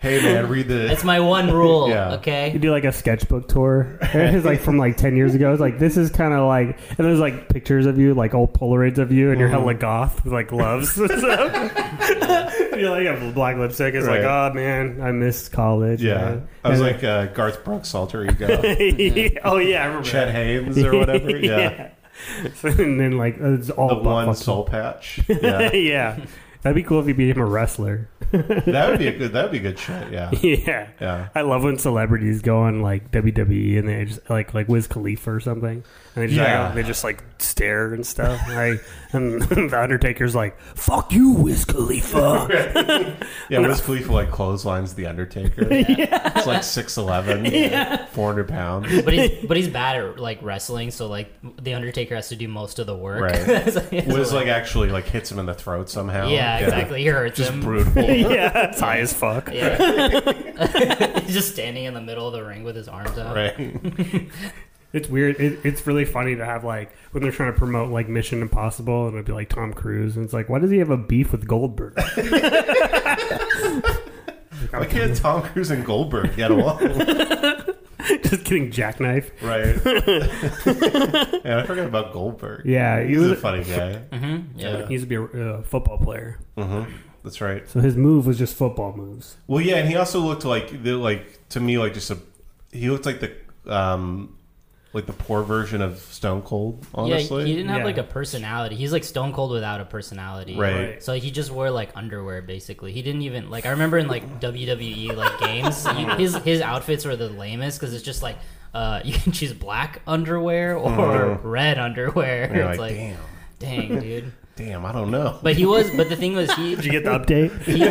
Speaker 1: Hey man, read
Speaker 3: That's
Speaker 1: the.
Speaker 3: my one rule.
Speaker 1: Yeah.
Speaker 2: You
Speaker 3: Okay.
Speaker 2: do like a sketchbook tour. It's like from like ten years ago. It's like this is kind of like, and there's like pictures of you, like old Polaroids of you, and you're hella
Speaker 1: Mm-hmm.
Speaker 2: goth with like gloves. and stuff. you like have black lipstick. It's
Speaker 1: Right.
Speaker 2: like, oh man, I miss college.
Speaker 1: Yeah,
Speaker 2: man."
Speaker 1: I was
Speaker 2: And-
Speaker 1: like uh, Garth Brooks alter ego,
Speaker 2: oh yeah, I remember.
Speaker 1: Chet Haynes or whatever. Yeah,
Speaker 2: and then like uh, it's all
Speaker 1: the
Speaker 2: butt
Speaker 1: one
Speaker 2: fucking-
Speaker 1: soul patch. Yeah,
Speaker 2: yeah, that'd be cool if you became a wrestler.
Speaker 1: that would be a good. That would be good shit. Yeah,
Speaker 2: yeah.
Speaker 1: yeah.
Speaker 2: I love when celebrities go on like WWE and they just like like Wiz Khalifa or something, and they just,
Speaker 1: Yeah.
Speaker 2: like, they just like stare and stuff. right? And the Undertaker's like, "Fuck you, Wiz Khalifa."
Speaker 1: Yeah, Wiz Khalifa like clotheslines the Undertaker. Yeah. It's like six eleven, yeah. four hundred pounds.
Speaker 3: But he's but he's bad at like wrestling, so like the Undertaker has to do most of the work.
Speaker 1: Right.
Speaker 3: It's like- it's
Speaker 1: Wiz like actually like hits him in the throat somehow.
Speaker 3: like- yeah, exactly. He hurts
Speaker 1: Just
Speaker 3: him.
Speaker 1: brutal.
Speaker 2: yeah, it's high as fuck.
Speaker 3: Yeah. he's just standing in the middle of the ring with his arms out.
Speaker 1: Right.
Speaker 6: It's weird. It, it's really funny to have like when they're trying to promote like Mission Impossible, and it'd be like Tom Cruise, and it's like, why does he have a beef with Goldberg?
Speaker 1: Why can't Tom Cruise and Goldberg get along?
Speaker 6: Just kidding, Jackknife.
Speaker 1: right. yeah, I forgot about Goldberg.
Speaker 6: Yeah, he
Speaker 1: He's
Speaker 6: was.
Speaker 1: a funny guy.
Speaker 3: Mm-hmm. Yeah.
Speaker 6: He used to be a uh, football player,
Speaker 1: Mm-hmm. That's right.
Speaker 6: so his move was just football moves.
Speaker 1: Well, yeah, and he also looked like the like to me like just a he looked like the um like the poor version of Stone Cold. Honestly,
Speaker 3: Yeah, he didn't have
Speaker 6: Yeah.
Speaker 3: like a personality. He's like Stone Cold without a personality.
Speaker 1: Right.
Speaker 3: So he just wore like underwear basically. He didn't even like. I remember in like WWE like games, you- his his outfits were the lamest because it's just like uh, you can choose black underwear or
Speaker 1: Mhm.
Speaker 3: red underwear.
Speaker 1: And you're
Speaker 3: it's
Speaker 1: like,
Speaker 3: like,
Speaker 1: damn,
Speaker 3: dang. dude.
Speaker 1: damn, I don't know.
Speaker 3: But he was. But the thing was, he
Speaker 6: Did you get the update?
Speaker 3: he,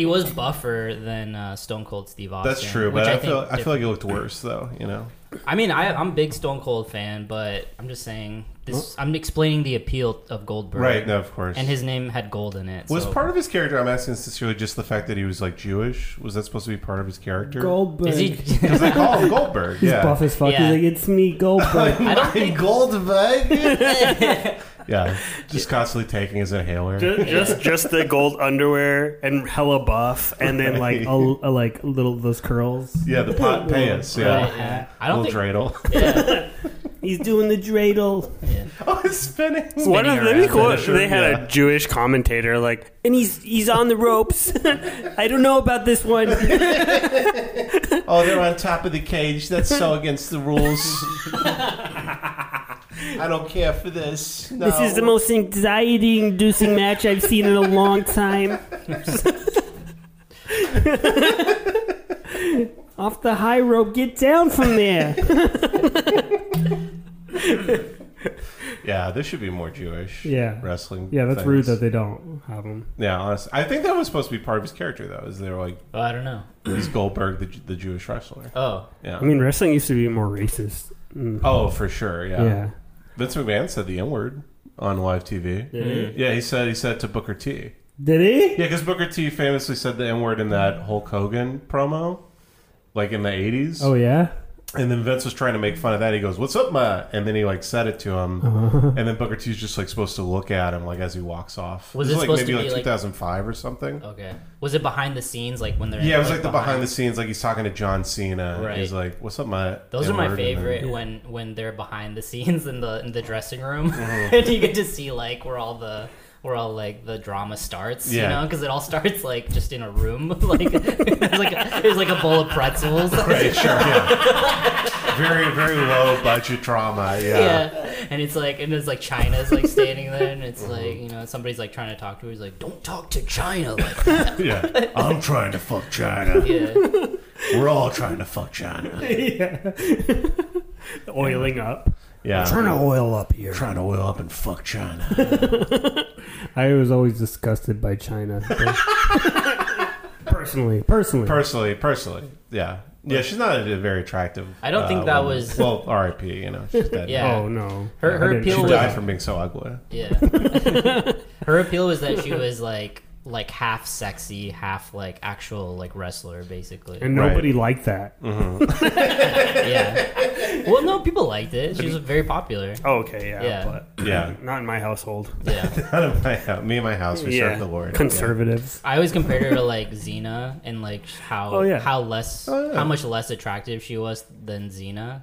Speaker 3: he was buffer than uh, Stone Cold Steve Austin.
Speaker 1: That's true,
Speaker 3: which
Speaker 1: but I,
Speaker 3: think
Speaker 1: feel I
Speaker 3: dif-
Speaker 1: feel like it looked worse though. You know,
Speaker 3: I mean, I, I'm a big Stone Cold fan, but I'm just saying this. I'm explaining the appeal of Goldberg,
Speaker 1: right? No, of course.
Speaker 3: And his name had gold in it.
Speaker 1: was
Speaker 3: so-
Speaker 1: part of his character. I'm asking sincerely, just the fact that he was like Jewish. Was that supposed to be part of his character?
Speaker 2: Goldberg.
Speaker 3: Is he?
Speaker 1: Because they call him Goldberg.
Speaker 2: He's
Speaker 1: yeah.
Speaker 2: buff as fuck.
Speaker 3: Yeah.
Speaker 2: He's like, it's me, Goldberg.
Speaker 3: I don't think.
Speaker 1: Goldberg. yeah, just constantly taking his inhaler.
Speaker 6: just, just just the gold underwear and hella buff, and then like a, a, like little those curls.
Speaker 1: yeah, the pot pants. Yeah,
Speaker 3: Right, yeah. I don't
Speaker 1: little
Speaker 3: think.
Speaker 1: dreidel.
Speaker 3: Yeah,
Speaker 2: He's doing the dreidel.
Speaker 3: yeah.
Speaker 1: oh, it's spinning.
Speaker 6: What if that'd be
Speaker 3: around.
Speaker 6: cool
Speaker 1: Yeah,
Speaker 6: if
Speaker 1: sure,
Speaker 6: they had
Speaker 1: yeah.
Speaker 6: a Jewish commentator like
Speaker 2: And he's he's on the ropes. I don't know about this one.
Speaker 1: Oh, they're on top of the cage. That's so against the rules. I don't care for this. No.
Speaker 2: This is the most anxiety-inducing match I've seen in a long time. Off the high rope, get down from there.
Speaker 1: Yeah, there should be more Jewish.
Speaker 2: Yeah.
Speaker 1: wrestling.
Speaker 2: Yeah, that's
Speaker 1: things.
Speaker 2: rude that they don't have him.
Speaker 1: Yeah, honestly, I think that was supposed to be part of his character though. Is they were like,
Speaker 3: Oh, I don't know.
Speaker 1: he's Goldberg, the, the Jewish wrestler.
Speaker 3: Oh,
Speaker 1: Yeah.
Speaker 6: I mean wrestling used to be more racist. Mm.
Speaker 1: oh, for sure. Yeah.
Speaker 2: Yeah.
Speaker 1: Vince McMahon said the N word on live TV. Yeah, he said he said it to Booker T.
Speaker 2: Did he?
Speaker 1: Yeah, because Booker T famously said the N word in that Hulk Hogan promo, like in the eighties.
Speaker 2: Oh yeah.
Speaker 1: And then Vince was trying to make fun of that. He goes, "What's up, ma?" And then he like said it to him.
Speaker 2: Uh-huh.
Speaker 1: And then Booker T's just like supposed to look at him like as he walks off.
Speaker 3: Was
Speaker 1: this
Speaker 3: it
Speaker 1: is, like
Speaker 3: supposed
Speaker 1: maybe
Speaker 3: to
Speaker 1: like
Speaker 3: be, like-
Speaker 1: 2005 or something?
Speaker 3: okay. Was it behind the scenes, like when they're?
Speaker 1: yeah, it was like, the behind the scenes. Like he's talking to John Cena.
Speaker 3: Right.
Speaker 1: He's like, "What's up, ma?"
Speaker 3: Those are
Speaker 1: N-word,"
Speaker 3: my
Speaker 1: and
Speaker 3: favorite
Speaker 1: then-
Speaker 3: when when they're behind the scenes in the in the dressing room,
Speaker 1: Mm-hmm.
Speaker 3: and you get to see like where all the where all like the drama starts, you
Speaker 1: Yeah.
Speaker 3: know, because it all starts like just in a room, like there's like a, there's like a bowl of pretzels,
Speaker 1: Right, sure. Yeah. very very low budget drama. Yeah. Mm-hmm.
Speaker 3: yeah, and it's like and it's like China's like standing there, and it's like you know somebody's like trying to talk to her, he's like, don't talk to China, like that.
Speaker 1: Yeah. I'm trying to fuck China.
Speaker 3: yeah.
Speaker 1: We're all trying to fuck China.
Speaker 2: Yeah.
Speaker 6: Oiling up.
Speaker 1: Yeah.
Speaker 2: oil up here.
Speaker 1: trying to oil up and fuck China.
Speaker 2: I was always disgusted by China. personally, personally.
Speaker 1: Personally, personally, yeah, yeah. She's not a very attractive.
Speaker 3: I don't think
Speaker 1: uh,
Speaker 3: that
Speaker 1: woman.
Speaker 3: was-
Speaker 1: well, R.I.P. You know, she's dead.
Speaker 3: Yeah.
Speaker 2: oh no.
Speaker 3: Her- her
Speaker 2: I didn't-
Speaker 1: She
Speaker 3: appeal was-
Speaker 1: died from being so ugly.
Speaker 3: Yeah. Her appeal was that she was like like half sexy, half like actual like wrestler basically.
Speaker 2: and
Speaker 1: Right.
Speaker 2: nobody liked that.
Speaker 3: Mm. yeah. Well, no, people liked it. She was very popular.
Speaker 6: Oh, okay, yeah,
Speaker 3: Yeah.
Speaker 6: but
Speaker 1: Yeah,
Speaker 6: not in my household.
Speaker 3: Yeah.
Speaker 1: out of my house. Me and my house, we
Speaker 6: yeah,
Speaker 1: serve the Lord.
Speaker 6: conservatives.
Speaker 3: I always compared her to like Xena and like how
Speaker 6: Oh, yeah.
Speaker 3: how less
Speaker 1: Oh, yeah.
Speaker 3: how much less attractive she was than Xena.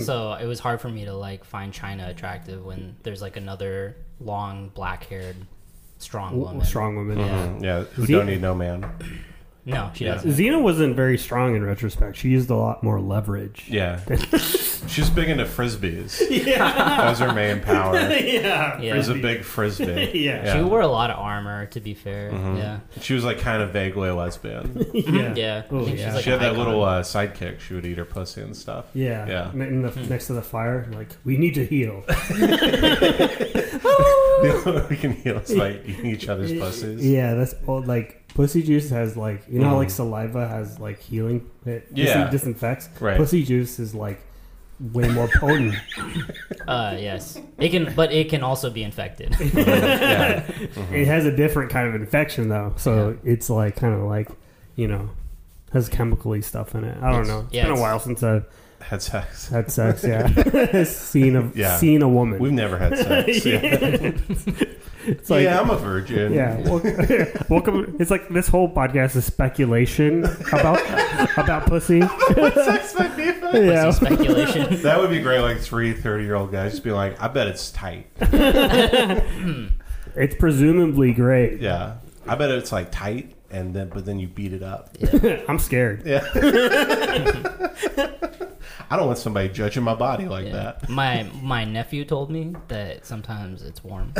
Speaker 3: so it was hard for me to like find China attractive when there's like another long black haired strong woman.
Speaker 2: Strong women.
Speaker 1: Yeah, Mm, yeah who
Speaker 2: Ze-
Speaker 1: don't need no man.
Speaker 3: No, she
Speaker 1: Yeah.
Speaker 3: doesn't.
Speaker 2: Xena wasn't very strong in retrospect. She used a lot more leverage.
Speaker 1: Yeah, she's big into frisbees. Yeah, that was her main power.
Speaker 2: yeah.
Speaker 1: She was a
Speaker 3: Yeah.
Speaker 1: big frisbee.
Speaker 2: Yeah.
Speaker 3: She wore a lot of armor to be fair. Yeah.
Speaker 1: She was like kind of vaguely lesbian.
Speaker 2: Yeah.
Speaker 3: Yeah.
Speaker 2: Oh,
Speaker 3: I think
Speaker 2: yeah.
Speaker 3: she's like
Speaker 1: she had
Speaker 3: an
Speaker 1: that
Speaker 3: icon.
Speaker 1: little uh, sidekick. She would eat her pussy and stuff.
Speaker 2: Yeah.
Speaker 1: Yeah.
Speaker 2: And In the,
Speaker 3: Hmm.
Speaker 2: next to the fire, like, we need to heal.
Speaker 1: we can heal us by eating each other's pussies.
Speaker 2: yeah, that's all. Like, pussy juice has, like, you know how, like, saliva has, like, healing? It dis-
Speaker 1: Mm-hmm. Yeah.
Speaker 2: disinfects?
Speaker 1: Right.
Speaker 2: Pussy juice is, like, way more potent.
Speaker 3: Uh, yes, it can, but it can also be infected.
Speaker 1: yeah. Mm-hmm.
Speaker 2: It has a different kind of infection, though. So it's, like, kind of like, you know, has chemically stuff in it. I don't
Speaker 3: It's-
Speaker 2: know. It's
Speaker 3: yeah,
Speaker 2: been a
Speaker 3: it's-
Speaker 2: while since I've
Speaker 1: Had sex.
Speaker 2: had sex. Yeah, seen a
Speaker 1: Yeah.
Speaker 2: seen a woman.
Speaker 1: We've never had sex. Yeah,
Speaker 2: It's like
Speaker 1: yeah
Speaker 2: yeah.
Speaker 1: I'm a virgin.
Speaker 2: wel- welcome. It's like this whole podcast is speculation about about pussy.
Speaker 1: sex might be fun.
Speaker 2: Yeah,
Speaker 3: Pussy speculation.
Speaker 1: That would be great, like three 30 year old guys just be like, I bet it's tight.
Speaker 2: it's presumably great.
Speaker 1: Yeah. I bet it's like tight and then but then you beat it up.
Speaker 2: I'm scared.
Speaker 1: I don't want somebody judging my body like
Speaker 3: Yeah.
Speaker 1: that.
Speaker 3: My my nephew told me that sometimes it's warm.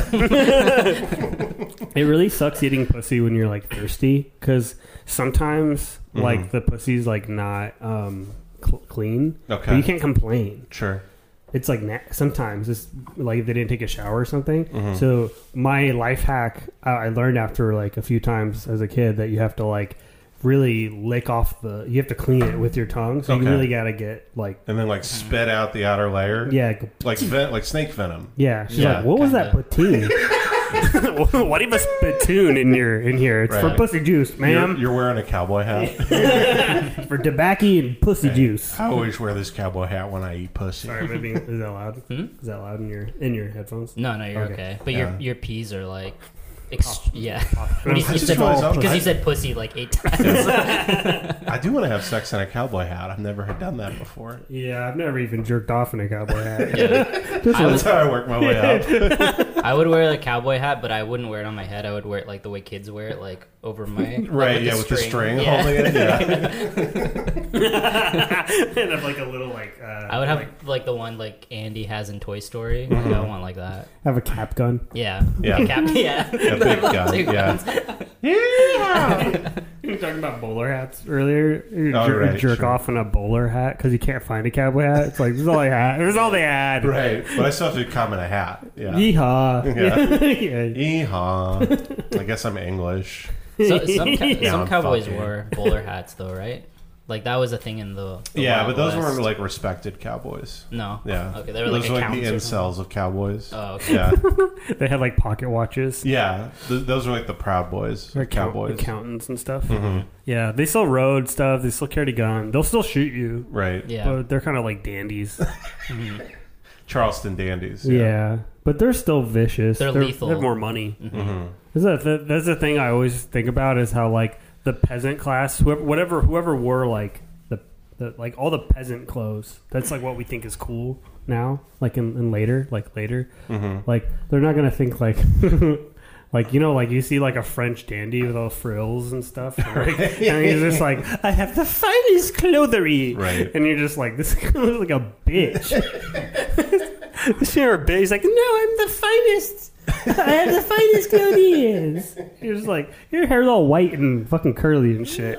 Speaker 2: It really sucks eating pussy when you're like thirsty because sometimes
Speaker 1: Mm-hmm.
Speaker 2: like the pussy's like not um cl- clean.
Speaker 1: Okay.
Speaker 2: but you can't complain.
Speaker 1: Sure.
Speaker 2: It's like na- sometimes it's like they didn't take a shower or something.
Speaker 1: Mm-hmm.
Speaker 2: So my life hack uh, I learned after like a few times as a kid that you have to like really lick off the you have to clean it with your tongue. So you
Speaker 1: Okay.
Speaker 2: really got to get like
Speaker 1: And then like spit out the outer layer.
Speaker 2: yeah g-
Speaker 1: Like ven- like snake venom.
Speaker 2: yeah. She's
Speaker 1: Yeah,
Speaker 2: like, what was that
Speaker 3: kinda.
Speaker 2: platoon? Why do you have a spittoon in your in here? It's for
Speaker 1: Right.
Speaker 2: pussy juice, ma'am.
Speaker 1: You're, you're wearing a cowboy hat.
Speaker 2: for tobacco and pussy juice.
Speaker 1: I always wear this cowboy hat when I eat pussy.
Speaker 2: Sorry, am I being, is that loud?
Speaker 3: Hmm?
Speaker 2: Is that loud in your in your headphones?
Speaker 3: No, no, you're okay.
Speaker 2: Okay.
Speaker 3: But
Speaker 1: Yeah. Oh.
Speaker 3: your your peas are like, ex- yeah.
Speaker 2: I
Speaker 3: When you, you
Speaker 1: just
Speaker 3: said,
Speaker 1: realized I was
Speaker 3: because you
Speaker 1: right.
Speaker 3: said pussy like eight times.
Speaker 1: I do want to have sex in a cowboy hat. I've never had done that before.
Speaker 2: Yeah, I've never even jerked off in a cowboy hat.
Speaker 3: Yeah. I,
Speaker 1: That's
Speaker 3: would,
Speaker 1: how I work my way up.
Speaker 3: I would wear the cowboy hat, but I wouldn't wear it on my head. I would wear it like the way kids wear it, like over my like,
Speaker 1: Right, yeah, with the string holding it. Yeah.
Speaker 2: and I'm like a little like uh,
Speaker 3: I would have like the one like Andy has in Toy Story. Like, I want like that.
Speaker 2: have a cap gun.
Speaker 3: Yeah.
Speaker 1: Mm-hmm. Yeah.
Speaker 3: A cap- yeah.
Speaker 1: A big gun.
Speaker 3: Two guns.
Speaker 1: Yeah.
Speaker 2: You were talking about bowler hats earlier. You
Speaker 1: Oh,
Speaker 2: jer-
Speaker 1: right,
Speaker 2: jerk
Speaker 1: sure.
Speaker 2: off in a bowler hat because you can't find a cowboy hat. It's like this is all I had. This is all they had.
Speaker 1: Right. But I still have to come in a hat. Yeah.
Speaker 2: Yeehaw.
Speaker 1: Yeah.
Speaker 2: yeah.
Speaker 1: Yeehaw. I guess I'm English.
Speaker 3: So, some ca-
Speaker 1: Yeah,
Speaker 3: some
Speaker 1: I'm
Speaker 3: cowboys
Speaker 1: fucking-
Speaker 3: wore bowler hats though, right? Like that was a thing in the, the
Speaker 1: yeah,
Speaker 3: Wild
Speaker 1: but those
Speaker 3: West.
Speaker 1: weren't like respected cowboys.
Speaker 3: no.
Speaker 1: Yeah.
Speaker 3: Okay, they were
Speaker 1: those
Speaker 3: like,
Speaker 1: were like the
Speaker 3: accounts or something.
Speaker 1: incels of cowboys.
Speaker 3: Oh, okay.
Speaker 1: Yeah.
Speaker 2: They had like pocket watches.
Speaker 1: yeah. Th- those were like the proud boys.
Speaker 2: Or account-
Speaker 1: cowboys. Hmm. Mm-hmm.
Speaker 2: accountants and stuff. Yeah, they still rode stuff. They still carried a gun. They'll still shoot you.
Speaker 1: Right.
Speaker 3: Yeah.
Speaker 2: But they're kind of like dandies.
Speaker 1: Charleston dandies.
Speaker 2: Yeah. But they're still vicious. Mm-hmm.
Speaker 3: They're lethal. Mm-hmm.
Speaker 2: They have more money. That's, the, th- that's the thing I always think about is how like the peasant class, whoever, whatever, whoever wore like the, the like all the peasant clothes. That's like what we think is cool now. Like in, in later, like later, like they're not gonna think like. Like you know, like you see like a French dandy with all frills and stuff, and, like, and he's just like, "I have the finest clothery,"
Speaker 1: Right.
Speaker 2: And you're just like, "This looks like a bitch." Sure, but he's like, no, I'm the finest. I have the finest clothes. You're just like, your hair's all white and fucking curly and shit.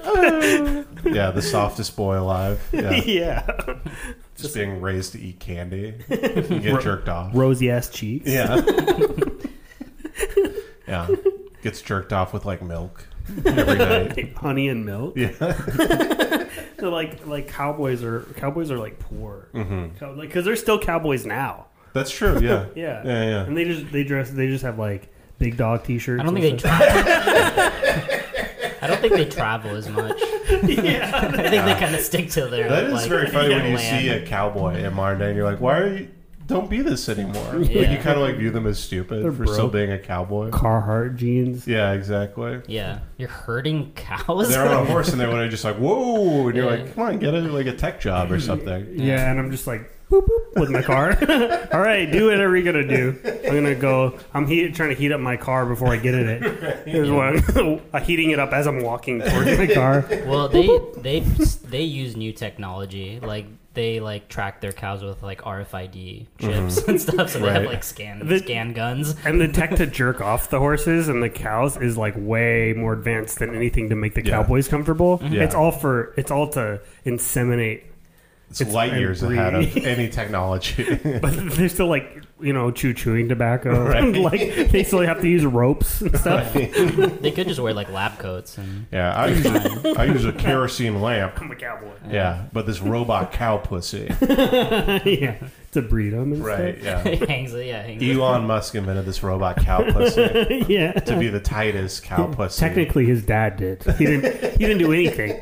Speaker 1: Yeah, the softest boy alive. Yeah.
Speaker 2: yeah.
Speaker 1: Just being raised to eat candy. and get jerked off.
Speaker 2: Rosy ass cheeks.
Speaker 1: Yeah. yeah. Gets jerked off with like milk every night.
Speaker 2: Honey and milk.
Speaker 1: Yeah.
Speaker 2: So like, like cowboys are cowboys are like poor, mm-hmm. Cow- like because they're still cowboys now.
Speaker 1: That's true. Yeah.
Speaker 2: Yeah,
Speaker 1: Yeah. Yeah.
Speaker 2: And they just they dress they just have like big dog t-shirts.
Speaker 3: I don't
Speaker 1: mm-hmm.
Speaker 2: and
Speaker 3: think they
Speaker 2: stuff.
Speaker 3: travel. I don't think they travel as much. I think they kind of stick to their.
Speaker 1: That is
Speaker 3: uh, like,
Speaker 1: very funny when you
Speaker 3: land.
Speaker 1: see a cowboy in modern day and you're like, why are you, don't be this anymore. Like,
Speaker 3: Yeah.
Speaker 1: you kind of like view them as stupid for
Speaker 2: broke.
Speaker 1: still being a cowboy.
Speaker 2: Carhartt jeans.
Speaker 1: Yeah, exactly.
Speaker 3: Yeah, you're herding cows.
Speaker 1: They're on a horse and they would have just like, whoa. And you're
Speaker 3: Yeah.
Speaker 1: like, come on, get a, like a tech job or something.
Speaker 2: Yeah, and I'm just like boop, boop with my car. All right, do whatever you're gonna do. I'm gonna go. I'm heat, trying to heat up my car before I get in it. Here's what I'm, I'm heating it up as I'm walking towards my car.
Speaker 3: well, they they they use new technology. Like they like track their cows with like RFID
Speaker 1: Mm-hmm.
Speaker 3: chips and stuff, so they have
Speaker 1: Right.
Speaker 3: like scan
Speaker 2: The-
Speaker 3: scan guns.
Speaker 2: And the tech to jerk off the horses and the cows is like way more advanced than anything to make the
Speaker 1: Yeah.
Speaker 2: cowboys comfortable.
Speaker 1: Yeah.
Speaker 2: It's all for it's all to inseminate.
Speaker 1: It's, light
Speaker 2: and
Speaker 1: years
Speaker 2: breed.
Speaker 1: ahead of any technology.
Speaker 2: But they're still like you know chew chewing tobacco.
Speaker 1: Right.
Speaker 2: like they still have to use ropes and stuff.
Speaker 3: They could just wear like lab coats and
Speaker 1: yeah, I use, a, I use a kerosene lamp.
Speaker 2: I'm a cowboy.
Speaker 1: Yeah, but this robot cow pussy.
Speaker 2: yeah, to breed them. And
Speaker 1: Right, yeah.
Speaker 3: hangs. Yeah, hangs.
Speaker 1: Elon Musk invented this robot cow pussy
Speaker 2: Stuff. yeah.
Speaker 1: to be the tightest cow pussy.
Speaker 2: Technically, his dad did. He didn't. He didn't do anything.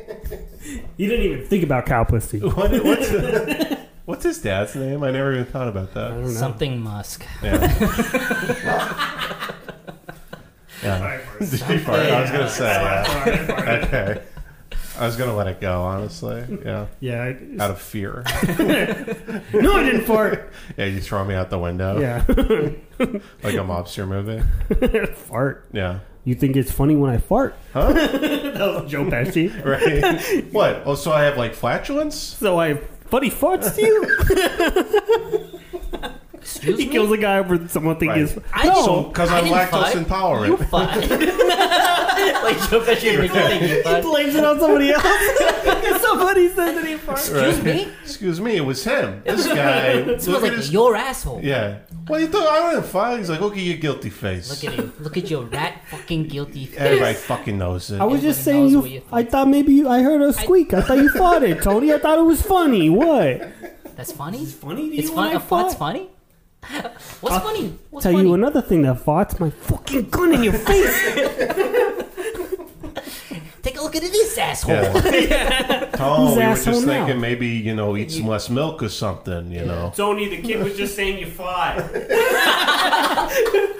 Speaker 2: You didn't even think about cow pussy. I
Speaker 1: What, what's, what's his dad's name? I never even thought about that.
Speaker 2: don't know.
Speaker 3: Something Musk.
Speaker 1: Yeah. yeah.
Speaker 6: Sorry,
Speaker 1: Did you fart? I was gonna say. Yeah.
Speaker 6: sorry, sorry.
Speaker 1: Okay. I was gonna let it go, honestly. Yeah.
Speaker 2: Yeah.
Speaker 1: Out of fear.
Speaker 2: I, no, I didn't fart.
Speaker 1: Yeah, you throw me out the window
Speaker 2: Yeah.
Speaker 1: like a mobster movie.
Speaker 2: fart.
Speaker 1: Yeah.
Speaker 2: You think it's funny when I fart?
Speaker 1: Huh?
Speaker 2: that was Joe Pesci.
Speaker 1: Right. what? Oh, so I have like flatulence?
Speaker 2: So I funny farts to you.
Speaker 3: Excuse
Speaker 2: he
Speaker 3: me?
Speaker 2: kills a guy over someone thinking
Speaker 1: Right.
Speaker 2: he's.
Speaker 3: I
Speaker 1: So because
Speaker 3: I
Speaker 1: I'm
Speaker 3: didn't
Speaker 1: lactose
Speaker 3: fart. You
Speaker 1: intolerant.
Speaker 3: fuck. like Joe Pesci makes you think you fuck.
Speaker 2: blames it on somebody else. somebody says that he farts.
Speaker 1: Right.
Speaker 3: Excuse me?
Speaker 1: Excuse me. It was him. This guy.
Speaker 3: It
Speaker 1: look
Speaker 3: smells like
Speaker 1: at his.
Speaker 3: your asshole.
Speaker 1: Yeah. Well, you thought I wouldn't file. He's like, look at your guilty face.
Speaker 3: Look at you. Look at your rat fucking guilty face.
Speaker 1: Everybody fucking knows it.
Speaker 2: I was
Speaker 3: Everybody
Speaker 2: just saying
Speaker 3: knows
Speaker 2: you,
Speaker 3: what you
Speaker 2: I thought maybe you, I heard a squeak. I, thought you farted, Tony. I thought it was funny. What?
Speaker 3: That's funny?
Speaker 2: Funny?
Speaker 3: It's funny. What's funny? What's funny? What's
Speaker 2: Tell
Speaker 3: funny?
Speaker 2: you another thing that farts my fucking gun in your face.
Speaker 3: Take a look at this asshole.
Speaker 1: Yeah. Tom,
Speaker 2: Who's
Speaker 1: we were
Speaker 2: asshole
Speaker 1: just
Speaker 2: now?
Speaker 1: thinking maybe you know eat some less milk or something. You know.
Speaker 6: Tony, the kid was just saying you fought.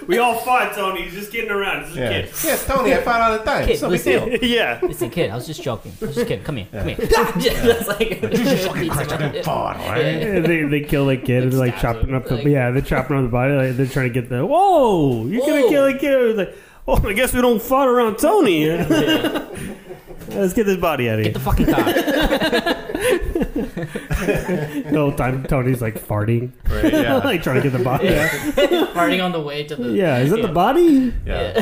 Speaker 6: we all fought, Tony. He's just kidding around. It's just
Speaker 1: Yeah. Yeah, Tony, I found out of time.
Speaker 3: Kid,
Speaker 1: It's no big
Speaker 3: listen.
Speaker 1: deal.
Speaker 6: Yeah.
Speaker 3: Listen, kid, I was just joking. I was just kidding. Come here. Come here. That's like.
Speaker 1: Jesus fucking Christ, I didn't fart, all right?
Speaker 3: Yeah.
Speaker 2: they, they kill the kid and like
Speaker 3: Stab
Speaker 2: chopping
Speaker 3: him,
Speaker 2: up the
Speaker 3: like-
Speaker 2: yeah they're chopping up the body. Like, they're trying to get the whoa you're gonna
Speaker 3: Whoa.
Speaker 2: kill a kid. It's Like, oh I guess we don't fart around Tony. Let's get this body out of here.
Speaker 3: Get the fucking car.
Speaker 2: The whole time Tony's like farting,
Speaker 1: Right, yeah.
Speaker 2: like trying to get the body. out.
Speaker 3: Farting on the way to the.
Speaker 2: Yeah, is that the body?
Speaker 1: Yeah.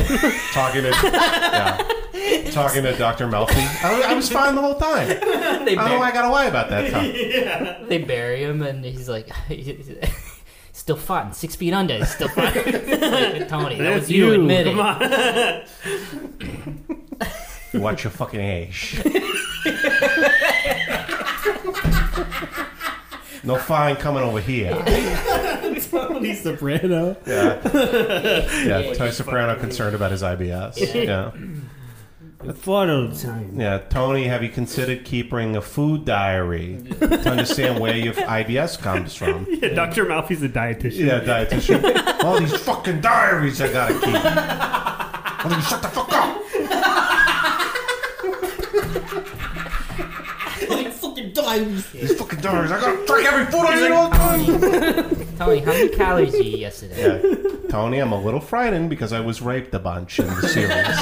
Speaker 1: Talking to yeah. talking to Dr. Melfi. I, was- I was fine the whole time. I don't
Speaker 3: They,
Speaker 1: know why
Speaker 3: bur-
Speaker 1: I gotta lie about that time.
Speaker 3: they bury him, and he's like, he's- still fighting. Six feet under, he's still fighting. like, Tony, that was you, admit it.
Speaker 2: Come on.
Speaker 1: Watch your fucking age. no fine coming over here.
Speaker 2: Tony Soprano.
Speaker 1: Yeah. Yeah. Tony Soprano concerned about his IBS. Yeah.
Speaker 2: Fart all the time.
Speaker 1: Yeah. Tony, have you considered keeping a food diary to understand where your IBS comes from?
Speaker 2: Yeah, Dr. Malfi's a dietitian.
Speaker 1: Yeah, dietitian. All these fucking diaries I gotta keep. Why don't you shut the fuck up?
Speaker 3: fucking dimes.
Speaker 1: These fucking diaries. I gotta track every food I eat all the time.
Speaker 3: Tony, how many calories did you eat yesterday?
Speaker 1: Yeah. Tony, I'm a little frightened because I was raped a bunch in the series.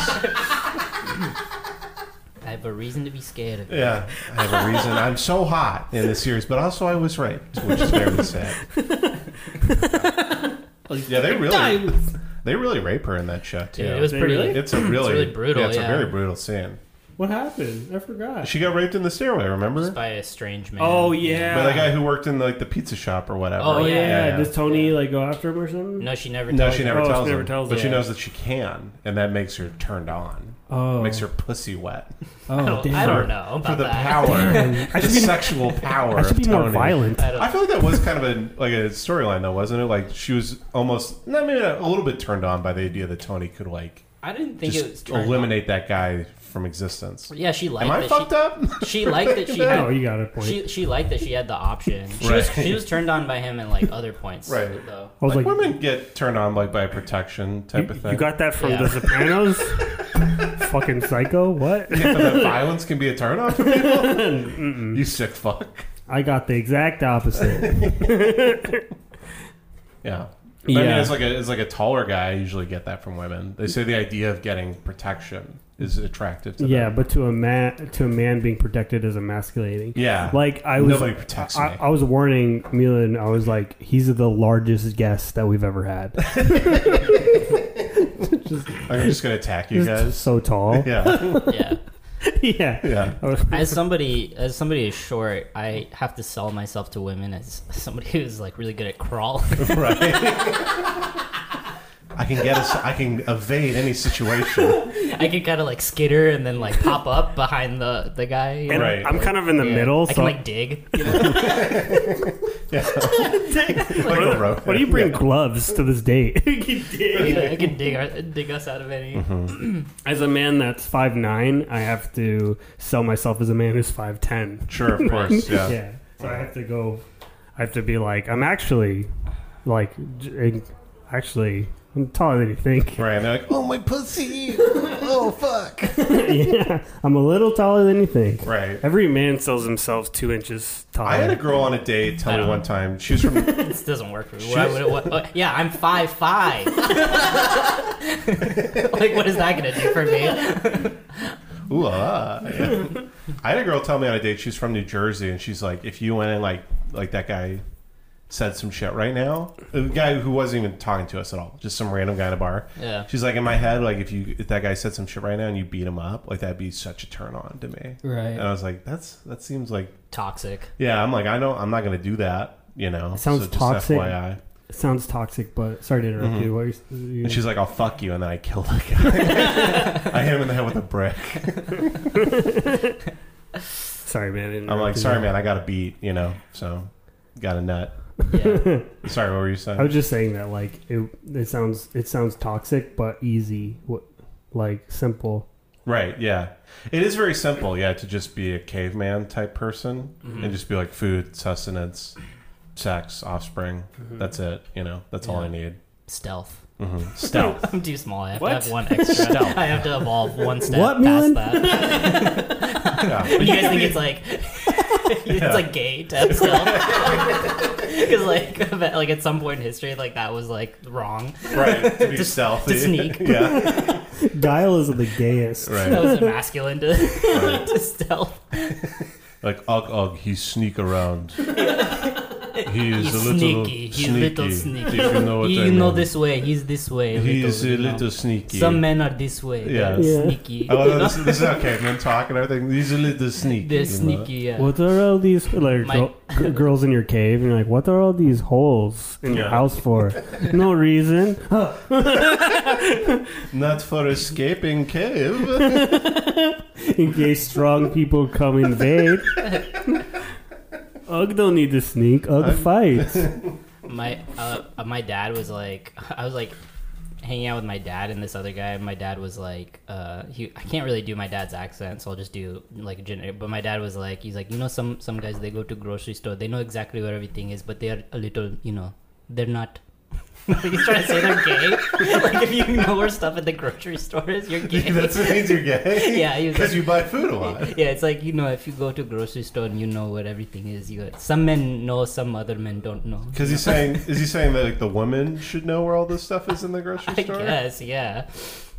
Speaker 3: I have a reason to be scared of you.
Speaker 1: Yeah, I have a reason. I'm so hot in the series, but also I was raped, which is very sad. Yeah, they really, they really rape her in that show too.
Speaker 3: Dude, it was
Speaker 2: They
Speaker 3: pretty.
Speaker 2: really-
Speaker 1: It's a really,
Speaker 3: really brutal,
Speaker 1: Yeah, it's
Speaker 3: yeah.
Speaker 1: a very brutal scene.
Speaker 2: What happened? I forgot.
Speaker 1: She got raped in the stairway. Remember?
Speaker 3: by a strange man.
Speaker 2: Oh, yeah.
Speaker 1: By the guy who worked in like the pizza shop or whatever.
Speaker 3: Oh,
Speaker 2: Oh, yeah.
Speaker 3: yeah,
Speaker 1: yeah.
Speaker 2: Does Tony, like, go after him or something?
Speaker 3: No, she never.
Speaker 1: No,
Speaker 3: told
Speaker 1: she
Speaker 3: you.
Speaker 1: never
Speaker 2: Oh, she
Speaker 1: tells
Speaker 2: never
Speaker 1: him,
Speaker 2: tells
Speaker 1: but
Speaker 2: him.
Speaker 1: she knows that she can, and that makes her turned on.
Speaker 2: Oh.
Speaker 1: Makes her pussy wet
Speaker 2: Oh, damn.
Speaker 3: I
Speaker 1: For-
Speaker 3: don't know about
Speaker 1: for the
Speaker 3: that.
Speaker 1: power, the
Speaker 2: should be-
Speaker 1: sexual power.
Speaker 2: I should
Speaker 1: of
Speaker 2: be more
Speaker 1: Tony.
Speaker 2: violent.
Speaker 3: I don't.
Speaker 1: I feel like that was kind of a like a storyline though, wasn't it? Like she was almost not maybe not, a little bit turned on by the idea that Tony could like
Speaker 3: I didn't think it was.
Speaker 1: just
Speaker 3: turned
Speaker 1: eliminate that guy from existence.
Speaker 3: on. Yeah, she liked.
Speaker 1: Am I
Speaker 3: that
Speaker 1: fucked
Speaker 3: she,
Speaker 1: up?
Speaker 3: She liked that she
Speaker 2: Oh,
Speaker 3: had.
Speaker 2: you got a point.
Speaker 3: She, she liked that she had the option. She, was,
Speaker 1: Right.
Speaker 3: she was turned on by him at like other points.
Speaker 1: Right.
Speaker 3: Though.
Speaker 2: I was
Speaker 1: like,
Speaker 2: like,
Speaker 1: women get turned on like by protection type of
Speaker 2: you,
Speaker 1: thing.
Speaker 2: you got that from
Speaker 3: Yeah.
Speaker 2: The Sopranos? Fucking psycho? What?
Speaker 1: Yeah, but that violence can be a turn on for people. you sick fuck.
Speaker 2: I got the exact opposite.
Speaker 1: Yeah. But I mean,
Speaker 2: Yeah.
Speaker 1: as like a as like a taller guy, I usually get that from women. They say the idea of getting protection is attractive to
Speaker 2: yeah,
Speaker 1: them.
Speaker 2: but to a man, to a man being protected is emasculating.
Speaker 1: Yeah.
Speaker 2: Like I was,
Speaker 1: Nobody protects
Speaker 2: I,
Speaker 1: me.
Speaker 2: I was warning Milan. I was like, he's the largest guest that we've ever had.
Speaker 1: I'm just gonna attack you
Speaker 2: He's
Speaker 1: guys.
Speaker 2: so tall.
Speaker 1: Yeah.
Speaker 3: Yeah.
Speaker 2: yeah.
Speaker 1: Yeah.
Speaker 2: I was-
Speaker 3: As somebody as somebody who's short, I have to sell myself to women as somebody who's like really good at crawling.
Speaker 1: Right. I can get us. I can evade any situation.
Speaker 3: I can kind of like skitter and then like pop up behind the the guy. you
Speaker 2: And
Speaker 3: know?
Speaker 1: Right.
Speaker 2: I'm kind of in the
Speaker 3: Yeah.
Speaker 2: middle,
Speaker 3: I
Speaker 2: so
Speaker 3: can like dig.
Speaker 1: Like a road.
Speaker 6: Why do you bring gloves to this date?
Speaker 3: Yeah, I can Mm-hmm. dig, our, dig us out of any.
Speaker 2: As a man that's five nine, I have to sell myself as a man who's five ten.
Speaker 1: Sure, of course. Yeah.
Speaker 2: Yeah, so I have to go. I have to be like, I'm actually, like, j- eh, actually, I'm taller than you think.
Speaker 1: Right. And they're like, oh, my pussy. oh, fuck.
Speaker 2: yeah, I'm a little taller than you think.
Speaker 1: Right.
Speaker 2: Every man sells themselves two inches taller.
Speaker 1: I had a girl on a date tell me one time. She was from
Speaker 3: This doesn't work for me. Why would it- what- oh, yeah, I'm five five. like, what is that gonna do for me?
Speaker 1: Ooh, ah, yeah. I had a girl tell me on a date she's from New Jersey, and she's like, if you went in like like that guy said some shit right now, the guy who wasn't even talking to us at all, just some random guy in a bar.
Speaker 3: Yeah.
Speaker 1: She's like, in my head, like if you if that guy said some shit right now and you beat him up, like that'd be such a turn on to me. And I
Speaker 3: Right.
Speaker 1: was like, that's that seems like
Speaker 3: Toxic.
Speaker 1: yeah. I'm like, I know I'm not gonna do that. You know,
Speaker 2: sounds
Speaker 1: just
Speaker 2: toxic.
Speaker 1: FYI.
Speaker 2: Sounds toxic, but sorry to interrupt you. What are you, you
Speaker 1: Mm-hmm. And she's like, I'll fuck you, and then I kill the guy. I hit him in the head with a brick.
Speaker 2: sorry, man. I didn't
Speaker 1: I'm like,
Speaker 2: interrupt you
Speaker 1: sorry,
Speaker 2: there.
Speaker 1: man, I got a beat, you know, so got a nut.
Speaker 3: Yeah.
Speaker 1: Sorry, what were you
Speaker 2: I
Speaker 1: saying?
Speaker 2: was just saying that, like, it it sounds it sounds toxic, but easy, what like simple.
Speaker 1: Right, yeah. It is very simple, yeah, to just be a caveman type person
Speaker 3: Mm-hmm.
Speaker 1: and just be like food, sustenance, sex, offspring. That's it, you know, that's all
Speaker 3: Mm-hmm. Yeah.
Speaker 1: I need.
Speaker 3: Stealth.
Speaker 1: Mm-hmm. Stealth.
Speaker 3: I'm too small. I have
Speaker 6: What?
Speaker 3: to have one extra.
Speaker 1: Stealth.
Speaker 3: I have to evolve one step
Speaker 2: What,
Speaker 3: past
Speaker 2: Milan?
Speaker 3: that.
Speaker 1: yeah. But
Speaker 3: You guys
Speaker 1: can
Speaker 3: think
Speaker 1: be-
Speaker 3: it's like it's like gay to have stealth? Because like like at some point in history, like that was like wrong.
Speaker 1: right, to be
Speaker 3: to-
Speaker 1: stealthy.
Speaker 3: to sneak.
Speaker 1: yeah,
Speaker 2: Guile is the gayest.
Speaker 1: right.
Speaker 3: That was emasculine to,
Speaker 1: Right.
Speaker 3: to stealth.
Speaker 1: Like, ugh, ugh, he sneak around. He is
Speaker 3: He's
Speaker 1: a little
Speaker 3: sneaky. He's a little sneaky.
Speaker 1: If you know what
Speaker 3: you
Speaker 1: I
Speaker 3: know
Speaker 1: mean.
Speaker 3: this way. He's this way.
Speaker 1: He is a
Speaker 3: you know.
Speaker 1: little sneaky.
Speaker 3: Some men are this way. They're
Speaker 1: Yeah.
Speaker 2: Yeah.
Speaker 3: sneaky.
Speaker 1: I love
Speaker 3: you
Speaker 1: how
Speaker 3: know?
Speaker 1: this, this is how cavemen talk and everything. These are little sneaky.
Speaker 3: They're
Speaker 1: you know?
Speaker 3: sneaky. Yeah.
Speaker 2: What are all these like
Speaker 3: My-
Speaker 2: girl- g- girls in your cave? And you're like, what are all these holes in your
Speaker 1: Yeah.
Speaker 2: house for? no reason.
Speaker 1: Not for escaping cave.
Speaker 2: In case strong people come invade. Ugg don't need to sneak. Ugg fights.
Speaker 3: my uh, uh, my dad was like I was like hanging out with my dad and this other guy and my dad was like uh he I can't really do my dad's accent so I'll just do like a generic but my dad was like he's like you know some some guys they go to grocery store they know exactly where everything is but they are a little you know they're not he's trying to say they're gay like if you know where stuff at the grocery store is you're gay
Speaker 1: That's what means you're gay.
Speaker 3: Yeah, he was
Speaker 1: because
Speaker 3: like-
Speaker 1: you buy food a lot.
Speaker 3: yeah, it's like you know, if you go to grocery store and you know where everything is, you some men know, some other men don't know.
Speaker 1: Because he's saying, is he saying that like the women should know where all this stuff is in the grocery
Speaker 3: I
Speaker 1: store?
Speaker 3: guess, yeah.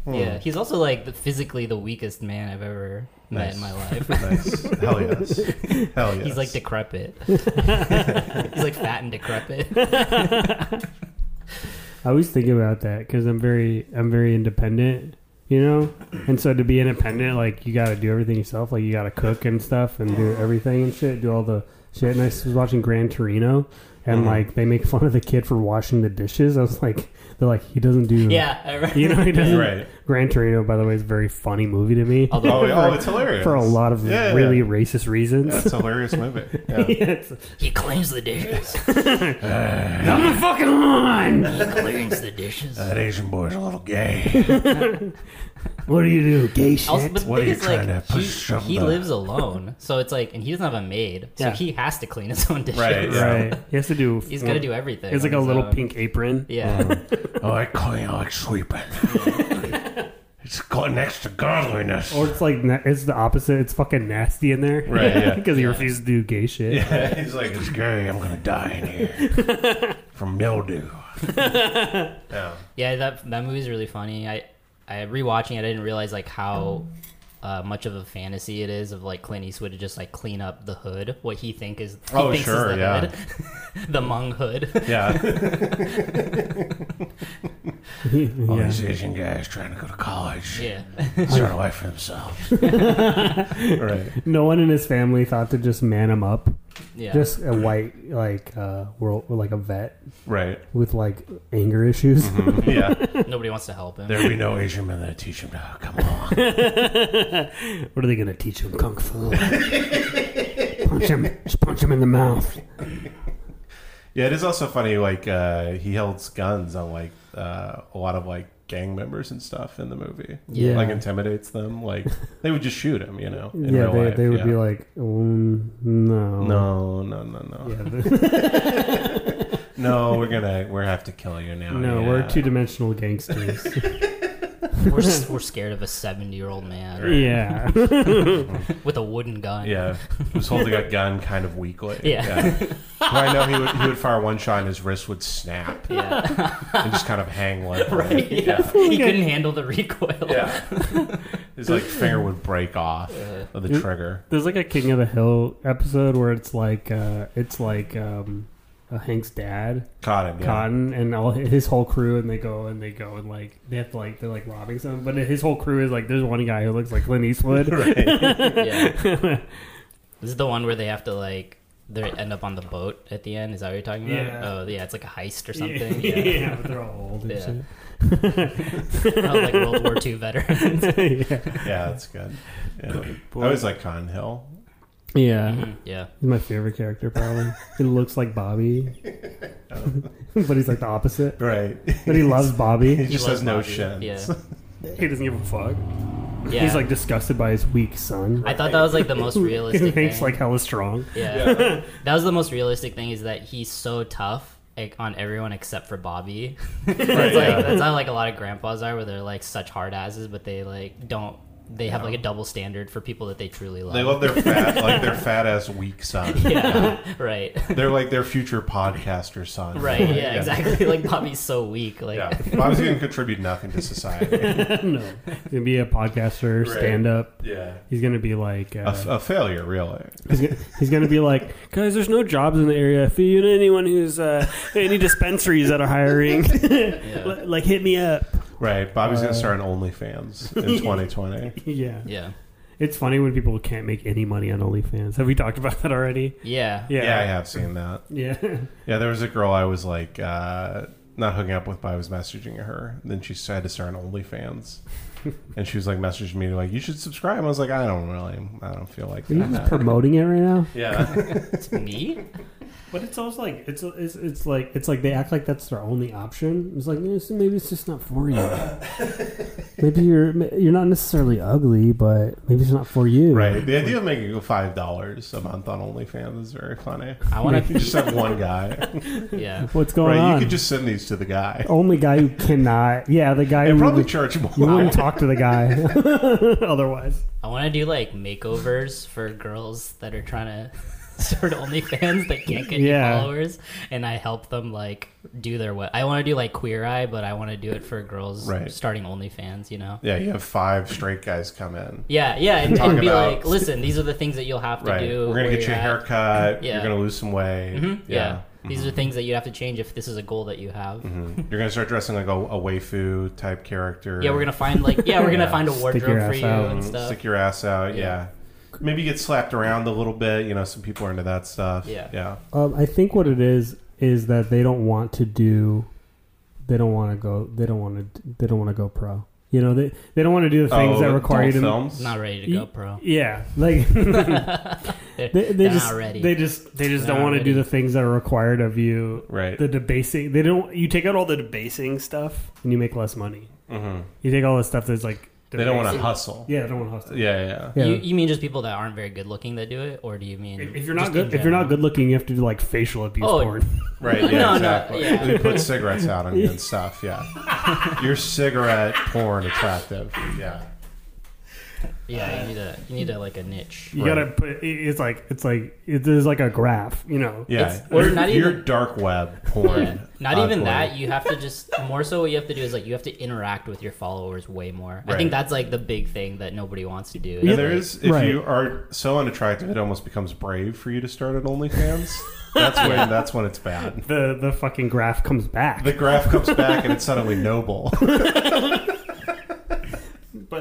Speaker 1: Hmm.
Speaker 3: Yeah, he's also like the, physically the weakest man I've ever met in my
Speaker 1: Nice.
Speaker 3: life.
Speaker 1: Nice. Hell yes. Hell yes.
Speaker 3: He's like decrepit. he's like fat and decrepit.
Speaker 1: Hmm.
Speaker 2: I always think about that because I'm very, I'm very independent, you know. And so to be independent, like you got to do everything yourself. Like you got to cook and stuff, and do everything and shit. Do all the shit. And I was watching Gran Torino, and
Speaker 1: Mhm.
Speaker 2: like they make fun of the kid for washing the dishes. I was like, they're like, he doesn't do.
Speaker 3: Yeah, I re-
Speaker 2: You know, he doesn't.
Speaker 1: right.
Speaker 2: Gran Torino, by the way, is a very funny movie to me
Speaker 3: Although
Speaker 1: Oh, oh, it's hilarious
Speaker 2: for a lot of
Speaker 1: Yeah, yeah.
Speaker 2: really racist reasons.
Speaker 1: That's a hilarious movie. Yeah.
Speaker 2: Yes.
Speaker 3: he cleans the dishes.
Speaker 2: I'm the fucking line.
Speaker 3: He cleans the dishes.
Speaker 1: That Asian boy's a little gay.
Speaker 2: What do you do, gay shit?
Speaker 3: Also, but the
Speaker 1: What are
Speaker 3: thing
Speaker 1: you
Speaker 3: is, like,
Speaker 1: trying to
Speaker 3: he,
Speaker 1: push some
Speaker 3: he
Speaker 1: the-
Speaker 3: lives alone, so it's like, and he doesn't have a maid, so
Speaker 2: Yeah.
Speaker 3: he has to clean his own dishes.
Speaker 1: Right, yeah.
Speaker 2: right. He has to do.
Speaker 3: He's got to do everything.
Speaker 2: It's like
Speaker 3: on
Speaker 2: a
Speaker 3: his
Speaker 2: little
Speaker 3: own.
Speaker 2: pink apron.
Speaker 3: Yeah.
Speaker 1: oh, I call you like sweeping. it's got next to godliness.
Speaker 2: Or it's like na- it's the opposite. It's fucking nasty in there,
Speaker 1: Right, yeah.
Speaker 2: Because he refused to do gay shit.
Speaker 1: Yeah, he's like, it's gay. I'm gonna die in here from mildew. yeah,
Speaker 3: Yeah, that that movie's really funny. I I rewatching it, I didn't realize like how uh, much of a fantasy it is of like Clint Eastwood to just like clean up the hood, what he think is he
Speaker 1: Oh,
Speaker 3: thinks
Speaker 1: sure,
Speaker 3: is the
Speaker 1: yeah.
Speaker 3: hood, the Hmong hood.
Speaker 1: yeah. All
Speaker 2: Yeah.
Speaker 1: these Asian guys trying to go to college,
Speaker 3: yeah,
Speaker 1: start a life for themselves. right.
Speaker 2: No one in his family thought to just man him up.
Speaker 3: yeah.
Speaker 2: Just a white like uh world like a vet
Speaker 1: Right.
Speaker 2: with like anger issues.
Speaker 1: Mm-hmm. Yeah.
Speaker 3: Nobody wants to help him.
Speaker 1: There'd be no Asian men that teach him to come along.
Speaker 2: what are they gonna teach him kung fu? punch him! Just punch him in the mouth.
Speaker 1: Yeah, it is also funny. Like uh, he held guns on like uh, a lot of like gang members and stuff in the movie.
Speaker 3: Yeah.
Speaker 1: like intimidates them. Like they would just shoot him. You know. in
Speaker 2: yeah,
Speaker 1: real
Speaker 2: they,
Speaker 1: life,
Speaker 2: they would
Speaker 1: yeah.
Speaker 2: be like, mm, no,
Speaker 1: No, no, no, no,
Speaker 2: yeah, the-
Speaker 1: no. We're gonna, we have to kill you now.
Speaker 2: no,
Speaker 1: yeah.
Speaker 2: we're two dimensional gangsters.
Speaker 3: We're, s- we're scared of a 70 year old man
Speaker 2: yeah,
Speaker 3: with a wooden gun.
Speaker 1: Yeah, he was holding a gun kind of weakly.
Speaker 3: Yeah.
Speaker 1: Well, I know he would, he would fire one shot and his wrist would snap
Speaker 3: Yeah.
Speaker 1: and just kind of hang limp.
Speaker 3: Right.
Speaker 1: Yeah.
Speaker 3: He couldn't handle the recoil.
Speaker 1: Yeah. His like finger would break off
Speaker 3: Uh,
Speaker 1: of the trigger.
Speaker 2: there's like a King of the Hill episode where it's like, uh, it's like um, uh, Hank's dad,
Speaker 1: Caught him. Yeah.
Speaker 2: Cotton, and all his whole crew, and they go and they go and like they have to like they're like robbing something, but his whole crew is like there's one guy who looks like Clint Eastwood.
Speaker 3: yeah. This is the one where they have to like they end up on the boat at the end. Is that what you're talking about?
Speaker 2: Yeah.
Speaker 3: Oh yeah, it's like a heist or
Speaker 2: Yeah,
Speaker 3: something.
Speaker 2: yeah, but they're all old and
Speaker 3: Yeah.
Speaker 2: shit.
Speaker 3: Oh, like World War II veterans.
Speaker 1: Yeah, that's good. Yeah. I always like Con Hill.
Speaker 2: Yeah,
Speaker 3: Mhm, yeah.
Speaker 2: he's my favorite character probably. he looks like Bobby, but he's like the opposite.
Speaker 1: Right.
Speaker 2: But he loves Bobby.
Speaker 1: He just
Speaker 3: loves
Speaker 1: has no
Speaker 3: Bobby.
Speaker 1: shins.
Speaker 3: Yeah.
Speaker 2: He doesn't give a fuck.
Speaker 3: yeah.
Speaker 2: He's like disgusted by his weak son.
Speaker 3: I thought that was like the most
Speaker 2: and
Speaker 3: realistic
Speaker 2: Hank's
Speaker 3: thing.
Speaker 2: like hella strong.
Speaker 3: yeah. That was the most realistic thing is that he's so tough like, on everyone except for Bobby. that's,
Speaker 1: yeah.
Speaker 3: like, that's how like a lot of grandpas are, where they're like such hard asses, but they like don't. They have like a double standard for people that they truly love.
Speaker 1: They love their fat, like their fat ass weak son.
Speaker 3: yeah, right,
Speaker 1: They're like their future podcaster son.
Speaker 3: right. Yeah, exactly. Like Bobby's so weak. Like
Speaker 1: Yeah. Bob's going to contribute nothing to society.
Speaker 2: no, he's gonna be a podcaster,
Speaker 1: Right.
Speaker 2: stand up.
Speaker 1: Yeah.
Speaker 2: He's gonna be like uh,
Speaker 1: A, f- a failure, really.
Speaker 2: He's gonna, he's gonna be like, guys, there's no jobs in the area. If you know anyone who's uh, any dispensaries that are hiring, li- like hit me up.
Speaker 1: Right. Uh, Bobby's going to start an OnlyFans in 2020.
Speaker 2: Yeah.
Speaker 3: yeah,
Speaker 2: it's funny when people can't make any money on OnlyFans. Have we talked about that already?
Speaker 3: yeah,
Speaker 1: Yeah. I have seen that.
Speaker 2: yeah.
Speaker 1: Yeah, there was a girl I was like uh, not hooking up with, but I was messaging her. Then she had to start on OnlyFans, and she was like messaging me like, "You should subscribe." I was like, "I don't really, I don't feel like
Speaker 2: Are you just
Speaker 1: that."
Speaker 2: promoting it right now?
Speaker 1: yeah,
Speaker 3: It's me.
Speaker 2: But it's almost like it's, it's it's like it's like they act like that's their only option. It's like eh, so maybe it's just not for you. maybe you're you're not necessarily ugly, but maybe it's not for you.
Speaker 1: right. The idea of making five dollars a month on OnlyFans is very funny.
Speaker 3: I want
Speaker 1: You just have one guy,
Speaker 3: to. Yeah,
Speaker 2: What's going
Speaker 1: right?
Speaker 2: on?
Speaker 1: You could just send these to the guy
Speaker 2: only guy who cannot. Yeah, the guy who
Speaker 1: and probably charge
Speaker 2: You
Speaker 1: more.
Speaker 2: wouldn't talk to the guy otherwise.
Speaker 3: I want to do like makeovers for girls that are trying to start OnlyFans that can't get any
Speaker 2: Yeah.
Speaker 3: followers, and I help them like do their what I want to do like Queer Eye, but I want to do it for girls
Speaker 1: Right.
Speaker 3: starting OnlyFans. You know?
Speaker 1: Yeah, you have five straight guys come in.
Speaker 3: Yeah, yeah, and,
Speaker 1: Talk
Speaker 3: and be
Speaker 1: about-
Speaker 3: like, listen, these are the things that you'll have to
Speaker 1: Right.
Speaker 3: do.
Speaker 1: We're gonna
Speaker 3: where
Speaker 1: get you a
Speaker 3: you're at."
Speaker 1: haircut. Mm-hmm.
Speaker 3: Yeah.
Speaker 1: You're gonna lose some weight.
Speaker 3: Mhm, Yeah. These are things that you have to change if this is a goal that you have.
Speaker 1: Mm-hmm. You're gonna start dressing like a, a waifu type character.
Speaker 3: Yeah, we're gonna find like yeah, we're gonna
Speaker 1: Yeah.
Speaker 3: find a
Speaker 2: Stick
Speaker 3: wardrobe
Speaker 2: your
Speaker 3: for
Speaker 2: ass
Speaker 3: you
Speaker 2: out.
Speaker 3: Oh, and
Speaker 1: Mm,
Speaker 3: stuff.
Speaker 1: Stick your ass out, yeah.
Speaker 3: Yeah.
Speaker 1: Maybe get slapped around a little bit. You know, some people are into that stuff.
Speaker 3: Yeah.
Speaker 1: yeah.
Speaker 2: Um, I think what it is is that they don't want to do. They don't want to go. They don't want to. They don't want to go pro. You know, they they don't want to do the things
Speaker 1: Oh,
Speaker 2: that require you to.
Speaker 1: adult films.
Speaker 3: Not ready to
Speaker 2: You-
Speaker 3: go pro.
Speaker 2: Yeah, like
Speaker 3: They're,
Speaker 2: they, they
Speaker 3: they're
Speaker 2: just
Speaker 3: not ready.
Speaker 2: they just they just
Speaker 3: They're
Speaker 2: don't
Speaker 3: not
Speaker 2: want to do the
Speaker 3: ready.
Speaker 2: things that are required of you.
Speaker 1: right.
Speaker 2: The debasing. They don't. You take out all the debasing stuff, and you make less money.
Speaker 1: hmm
Speaker 2: You take all the stuff that's like.
Speaker 1: They don't want to
Speaker 2: debasing.
Speaker 1: hustle.
Speaker 2: Yeah, they don't want to hustle.
Speaker 1: yeah, yeah.
Speaker 2: Yeah.
Speaker 3: You, you mean just people that aren't very good looking that do it, or do you mean
Speaker 2: If if you're
Speaker 3: just
Speaker 2: not
Speaker 3: in
Speaker 2: good, if you're not
Speaker 3: general?
Speaker 2: good looking, you have to do like facial abuse
Speaker 3: Oh,
Speaker 2: porn.
Speaker 1: Right. Yeah,
Speaker 3: No, no,
Speaker 1: exactly.
Speaker 3: yeah.
Speaker 1: They put cigarettes out on you and stuff. Yeah. Your cigarette porn attractive. Yeah.
Speaker 3: Yeah, you need a you need a like a niche.
Speaker 2: You
Speaker 1: Right.
Speaker 2: gotta put. it- It's like it's like it, there's like a graph, you know.
Speaker 1: Yeah.
Speaker 3: It's- or not
Speaker 1: Your
Speaker 3: even-
Speaker 1: dark web porn.
Speaker 3: Yeah. Not
Speaker 1: Uh,
Speaker 3: even
Speaker 1: porn.
Speaker 3: that. You have to just more so. What you have to do is like you have to interact with your followers way more. I
Speaker 1: Right.
Speaker 3: think that's like the big thing that nobody wants to do. is,
Speaker 1: And
Speaker 3: like-
Speaker 1: there is, if
Speaker 2: Right.
Speaker 1: you are so unattractive, it almost becomes brave for you to start an OnlyFans. that's when that's when it's bad.
Speaker 2: The the fucking graph comes back.
Speaker 1: The graph comes back and it's suddenly noble.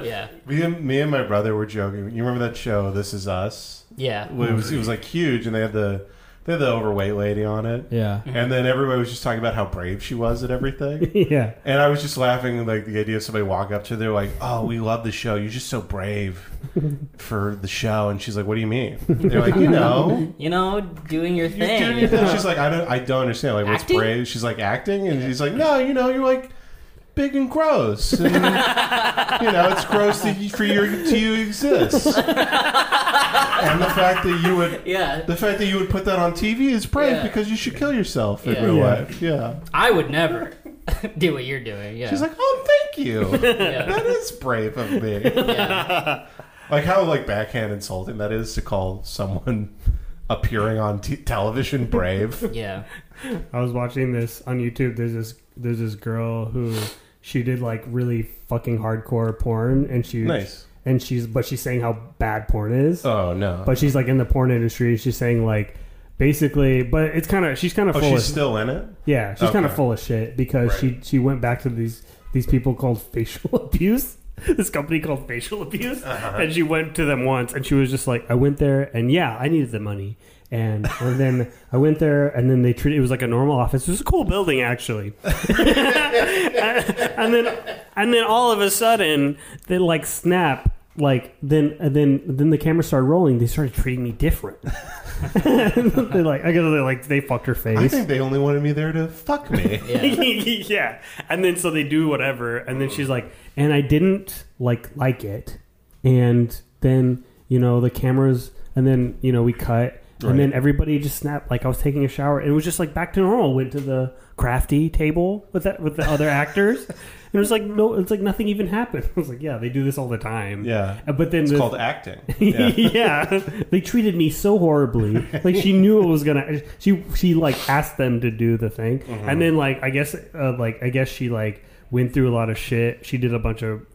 Speaker 3: yeah,
Speaker 1: Me and, me and my brother were joking. You remember that show, This Is Us?
Speaker 3: yeah.
Speaker 1: Well, It was, it was like huge, and they had the They had the overweight lady on it.
Speaker 7: Yeah.
Speaker 1: And then everybody was just talking about how brave she was at everything.
Speaker 2: yeah.
Speaker 1: And I was just laughing like the idea of somebody walk up to her, they're like, "Oh, we love the show. You're just so brave for the show." And she's like, "What do you mean?" They're like, "You know,
Speaker 3: You know, doing your
Speaker 1: you're
Speaker 3: thing.
Speaker 1: doing your thing." She's like, "I don't, I don't understand. Like, what's
Speaker 3: Acting?
Speaker 1: brave?" She's like, "Acting," and she's like, "No, you know, you're like." Big and gross, and, you know. It's gross that you, for your to you exist, and the fact that you would,
Speaker 3: yeah,
Speaker 1: the fact that you would put that on TV is brave
Speaker 3: Yeah.
Speaker 1: because you should kill yourself in
Speaker 3: Yeah.
Speaker 1: real
Speaker 2: Yeah.
Speaker 1: life. Yeah.
Speaker 3: I would never do what you're doing. Yeah,
Speaker 1: She's like, "Oh, thank you.
Speaker 3: yeah,
Speaker 1: that is brave of me."
Speaker 3: yeah.
Speaker 1: Like how like backhand insulting that is to call someone appearing on t- television brave.
Speaker 3: yeah.
Speaker 2: I was watching this on YouTube. There's this there's this girl who she did like really fucking hardcore porn, and she
Speaker 1: Nice.
Speaker 2: and she's but she's saying how bad porn is.
Speaker 1: Oh no.
Speaker 2: But she's like in the porn industry. She's saying like basically, but it's kind of she's kind of
Speaker 1: oh,
Speaker 2: full.
Speaker 1: she's
Speaker 2: of,
Speaker 1: still in it.
Speaker 2: yeah, she's kind of
Speaker 1: Okay.
Speaker 2: full of shit because she she went back to these these people called facial abuse. This company called Facial Abuse,
Speaker 1: Uh-huh.
Speaker 2: and she went to them once, and she was just like, "I went there, and yeah, I needed the money." And, and then I went there, and then they treated it was like a normal office. It was a cool building, actually. and then and then all of a sudden they like snap like then and then then the camera started rolling they started treating me different they like i guess they like they fucked her
Speaker 1: I
Speaker 2: face
Speaker 1: think they only wanted me there to fuck me.
Speaker 3: Yeah.
Speaker 2: yeah and then so they do whatever and then she's like and i didn't like like it and then you know the cameras and then you know we cut
Speaker 1: Right.
Speaker 2: and then everybody just snapped like i was taking a shower and it was just like back to normal went to the crafty table with that with the other actors and it was like no it's like nothing even happened i was like yeah they do this all the time
Speaker 1: Yeah.
Speaker 2: Uh, but then
Speaker 1: It's
Speaker 2: the,
Speaker 1: called acting.
Speaker 2: yeah.
Speaker 1: Yeah.
Speaker 2: they treated me so horribly. Like she knew it was gonna. She she like asked them to do the thing, and then like I guess uh, like I guess she like went through a lot of shit. She did a bunch of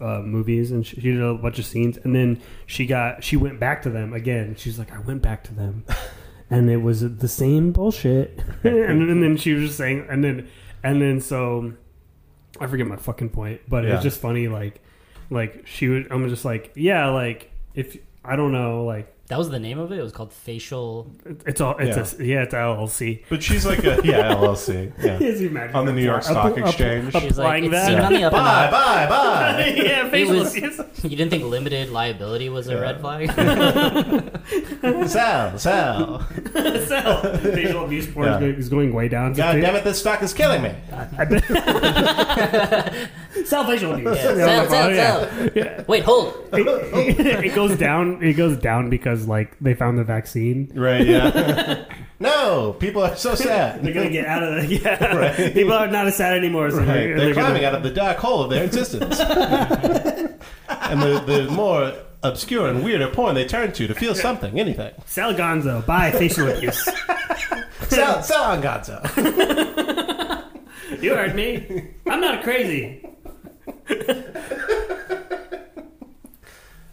Speaker 2: uh, movies and she, she did a bunch of scenes, and then she got she went back to them again. She's like, I went back to them, and it was the same bullshit. and, and then she was just saying, and then and then so I forget my fucking point, but it
Speaker 1: Yeah.
Speaker 2: was just funny. Like like she was. I'm just like yeah, like if I don't know, like
Speaker 3: That was the name of it. It was called facial.
Speaker 2: it's all it's a yeah, it's LLC.
Speaker 1: But she's like a yeah LLC. Yeah.
Speaker 2: Is he mad?
Speaker 1: On the New York Stock Exchange.
Speaker 2: up-
Speaker 3: She was like,
Speaker 2: Applying
Speaker 3: it
Speaker 2: that.
Speaker 3: seemed on the up and
Speaker 1: Bye
Speaker 3: up.
Speaker 1: bye bye.
Speaker 2: yeah,
Speaker 3: It
Speaker 2: facial
Speaker 3: was-
Speaker 2: abuse.
Speaker 3: You didn't think limited liability was a
Speaker 1: Yeah.
Speaker 3: red flag?
Speaker 1: Sell sell.
Speaker 2: So, facial abuse porn
Speaker 1: Yeah.
Speaker 2: is, going, is going way down.
Speaker 1: God damn it! This stock is killing me.
Speaker 2: I bet. Sell facial abuse.
Speaker 3: Yeah,
Speaker 2: Yeah,
Speaker 3: sell,
Speaker 2: like,
Speaker 3: sell,
Speaker 2: oh, yeah.
Speaker 3: sell. Wait, hold.
Speaker 2: It, it goes down. It goes down because like they found the vaccine.
Speaker 1: Right. Yeah. no, people are so sad.
Speaker 2: They're gonna get out of the yeah.
Speaker 1: Right.
Speaker 2: People are not as sad anymore. So
Speaker 1: Right.
Speaker 2: they're,
Speaker 1: They're,
Speaker 2: they're gonna-
Speaker 1: climbing out of the dark hole of their existence. and the, the more obscure and weirder porn they turn to to feel something, anything.
Speaker 2: Sell Gonzo. Buy facial abuse.
Speaker 1: Sell, sell on Gonzo.
Speaker 2: You heard me. I'm not crazy.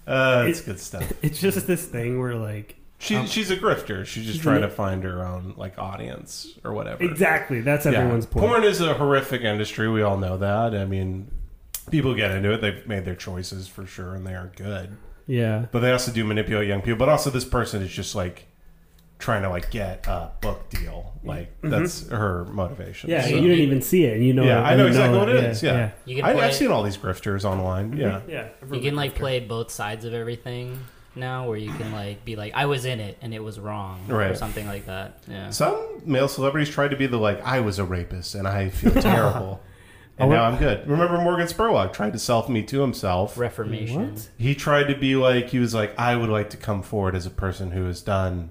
Speaker 1: Uh, it's good stuff.
Speaker 2: It's just this thing where like
Speaker 1: She, she's a grifter. She's just trying to find her own like audience or whatever.
Speaker 2: exactly that's
Speaker 1: Yeah.
Speaker 2: everyone's point.
Speaker 1: Porn is a horrific industry. We all know that. I mean, people get into it. They've made their choices for sure, and they are good.
Speaker 2: Yeah.
Speaker 1: But they also do manipulate young people. But also, this person is just like trying to like get a book deal. Like that's her motivation.
Speaker 2: Mm-hmm. Yeah,
Speaker 1: So-
Speaker 2: you didn't even see it, and you know.
Speaker 1: yeah,
Speaker 2: it,
Speaker 1: I
Speaker 2: you
Speaker 1: know exactly what it
Speaker 2: yeah,
Speaker 1: is. Yeah,
Speaker 3: You can
Speaker 1: I,
Speaker 3: play
Speaker 1: I've
Speaker 3: it.
Speaker 1: seen all these grifters online. Yeah,
Speaker 2: yeah.
Speaker 3: You can like play both sides of everything now, where you can like be like, I was in it and it was wrong, or
Speaker 1: Right.
Speaker 3: something like that. Yeah.
Speaker 1: some male celebrities tried to be the like, I was a rapist and I feel terrible, and
Speaker 2: I
Speaker 1: now
Speaker 2: wa-
Speaker 1: I'm good. Remember Morgan Spurlock tried to self me to himself.
Speaker 3: Reformation.
Speaker 2: What?
Speaker 1: He tried to be like, he was like, I would like to come forward as a person who has done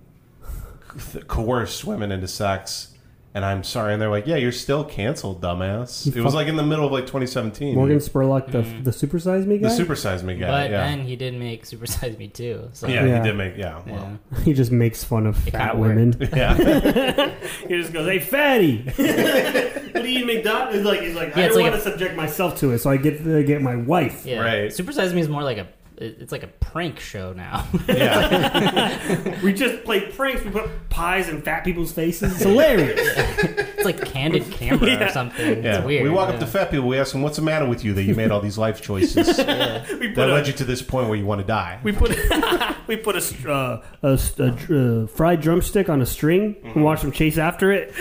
Speaker 1: th- coerced women into sex. And I'm sorry, and they're like, "Yeah, you're still canceled, dumbass." It was
Speaker 2: fuck-
Speaker 1: like in the middle of like 2017.
Speaker 2: Morgan Spurlock, the
Speaker 3: Mm.
Speaker 2: the supersize me
Speaker 1: the
Speaker 2: guy.
Speaker 1: supersize me guy.
Speaker 3: but
Speaker 1: yeah.
Speaker 3: then he did make Super Size Me too. So
Speaker 1: yeah,
Speaker 2: Yeah.
Speaker 1: he did make. Yeah, well,
Speaker 3: yeah.
Speaker 2: he just makes fun of fat
Speaker 3: kinda
Speaker 2: women.
Speaker 1: yeah.
Speaker 2: he just goes, "Hey, fatty." what do you McDonald's? He's like, he's like,
Speaker 3: Yeah,
Speaker 2: I
Speaker 3: it's
Speaker 2: don't
Speaker 3: like
Speaker 2: want
Speaker 3: a-
Speaker 2: to subject myself to it, so I get to get my wife.
Speaker 3: Yeah.
Speaker 1: Right.
Speaker 3: Super Size Me is more like a it- it's like a prank show now.
Speaker 1: Yeah.
Speaker 6: We just play pranks. We put pies in fat people's faces.
Speaker 2: It's hilarious.
Speaker 3: it's like candid camera or something.
Speaker 1: yeah.
Speaker 3: It's weird.
Speaker 1: We walk
Speaker 3: yeah.
Speaker 1: up to fat people, we ask them, what's the matter with you that you made all these life choices that
Speaker 6: We put
Speaker 1: led
Speaker 6: a,
Speaker 1: you to this point where you want to die?
Speaker 6: we put we put a str- uh,
Speaker 2: a, s- a dr- uh, fried drumstick on a string and watch them chase after it.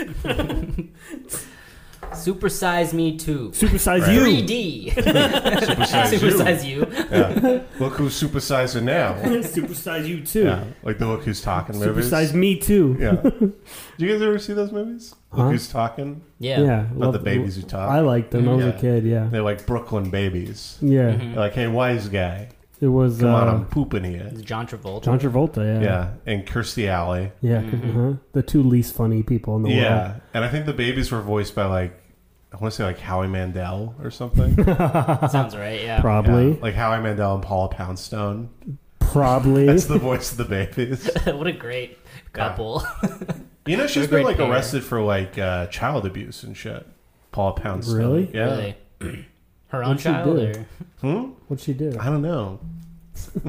Speaker 3: Super Size Me Too.
Speaker 2: Supersize
Speaker 1: Right.
Speaker 2: you.
Speaker 3: 3D.
Speaker 1: Supersize
Speaker 3: Super
Speaker 1: you.
Speaker 3: Size You.
Speaker 1: Yeah. Look who's supersizing now.
Speaker 2: Supersize you too.
Speaker 1: Yeah. Like the Look Who's Talking movies.
Speaker 2: Supersize me too.
Speaker 1: Yeah. Do you guys ever see those movies?
Speaker 2: Huh?
Speaker 1: Look Who's Talking?
Speaker 3: Yeah.
Speaker 2: Yeah,
Speaker 1: About the
Speaker 2: love-
Speaker 1: babies who talk.
Speaker 2: I liked them. I was
Speaker 1: Yeah.
Speaker 2: a kid. Yeah,
Speaker 1: They're like Brooklyn babies.
Speaker 2: yeah.
Speaker 1: They're like, hey, wise guy,
Speaker 2: It was
Speaker 1: come on,
Speaker 2: uh,
Speaker 1: I'm pooping here.
Speaker 3: It's John Travolta.
Speaker 2: John Travolta. Yeah,
Speaker 1: Yeah, and Kirstie Alley.
Speaker 2: yeah. uh-huh. The two least funny people in the
Speaker 1: yeah,
Speaker 2: world.
Speaker 1: and I think the babies were voiced by like I want to say like Howie Mandel or something.
Speaker 3: Sounds right. Yeah.
Speaker 2: Probably,
Speaker 1: Yeah, like Howie Mandel and Paula Poundstone.
Speaker 2: probably.
Speaker 1: That's the voice of the babies.
Speaker 3: what a great couple.
Speaker 1: You know, she's
Speaker 3: They're
Speaker 1: been
Speaker 3: great
Speaker 1: like
Speaker 3: pair.
Speaker 1: arrested for like uh, child abuse and shit. Paula Poundstone.
Speaker 2: Really?
Speaker 1: Yeah.
Speaker 3: Really. Her own
Speaker 2: What'd she
Speaker 3: child.
Speaker 2: do?
Speaker 3: Or...
Speaker 1: Hmm?
Speaker 2: What'd she do?
Speaker 1: I don't know.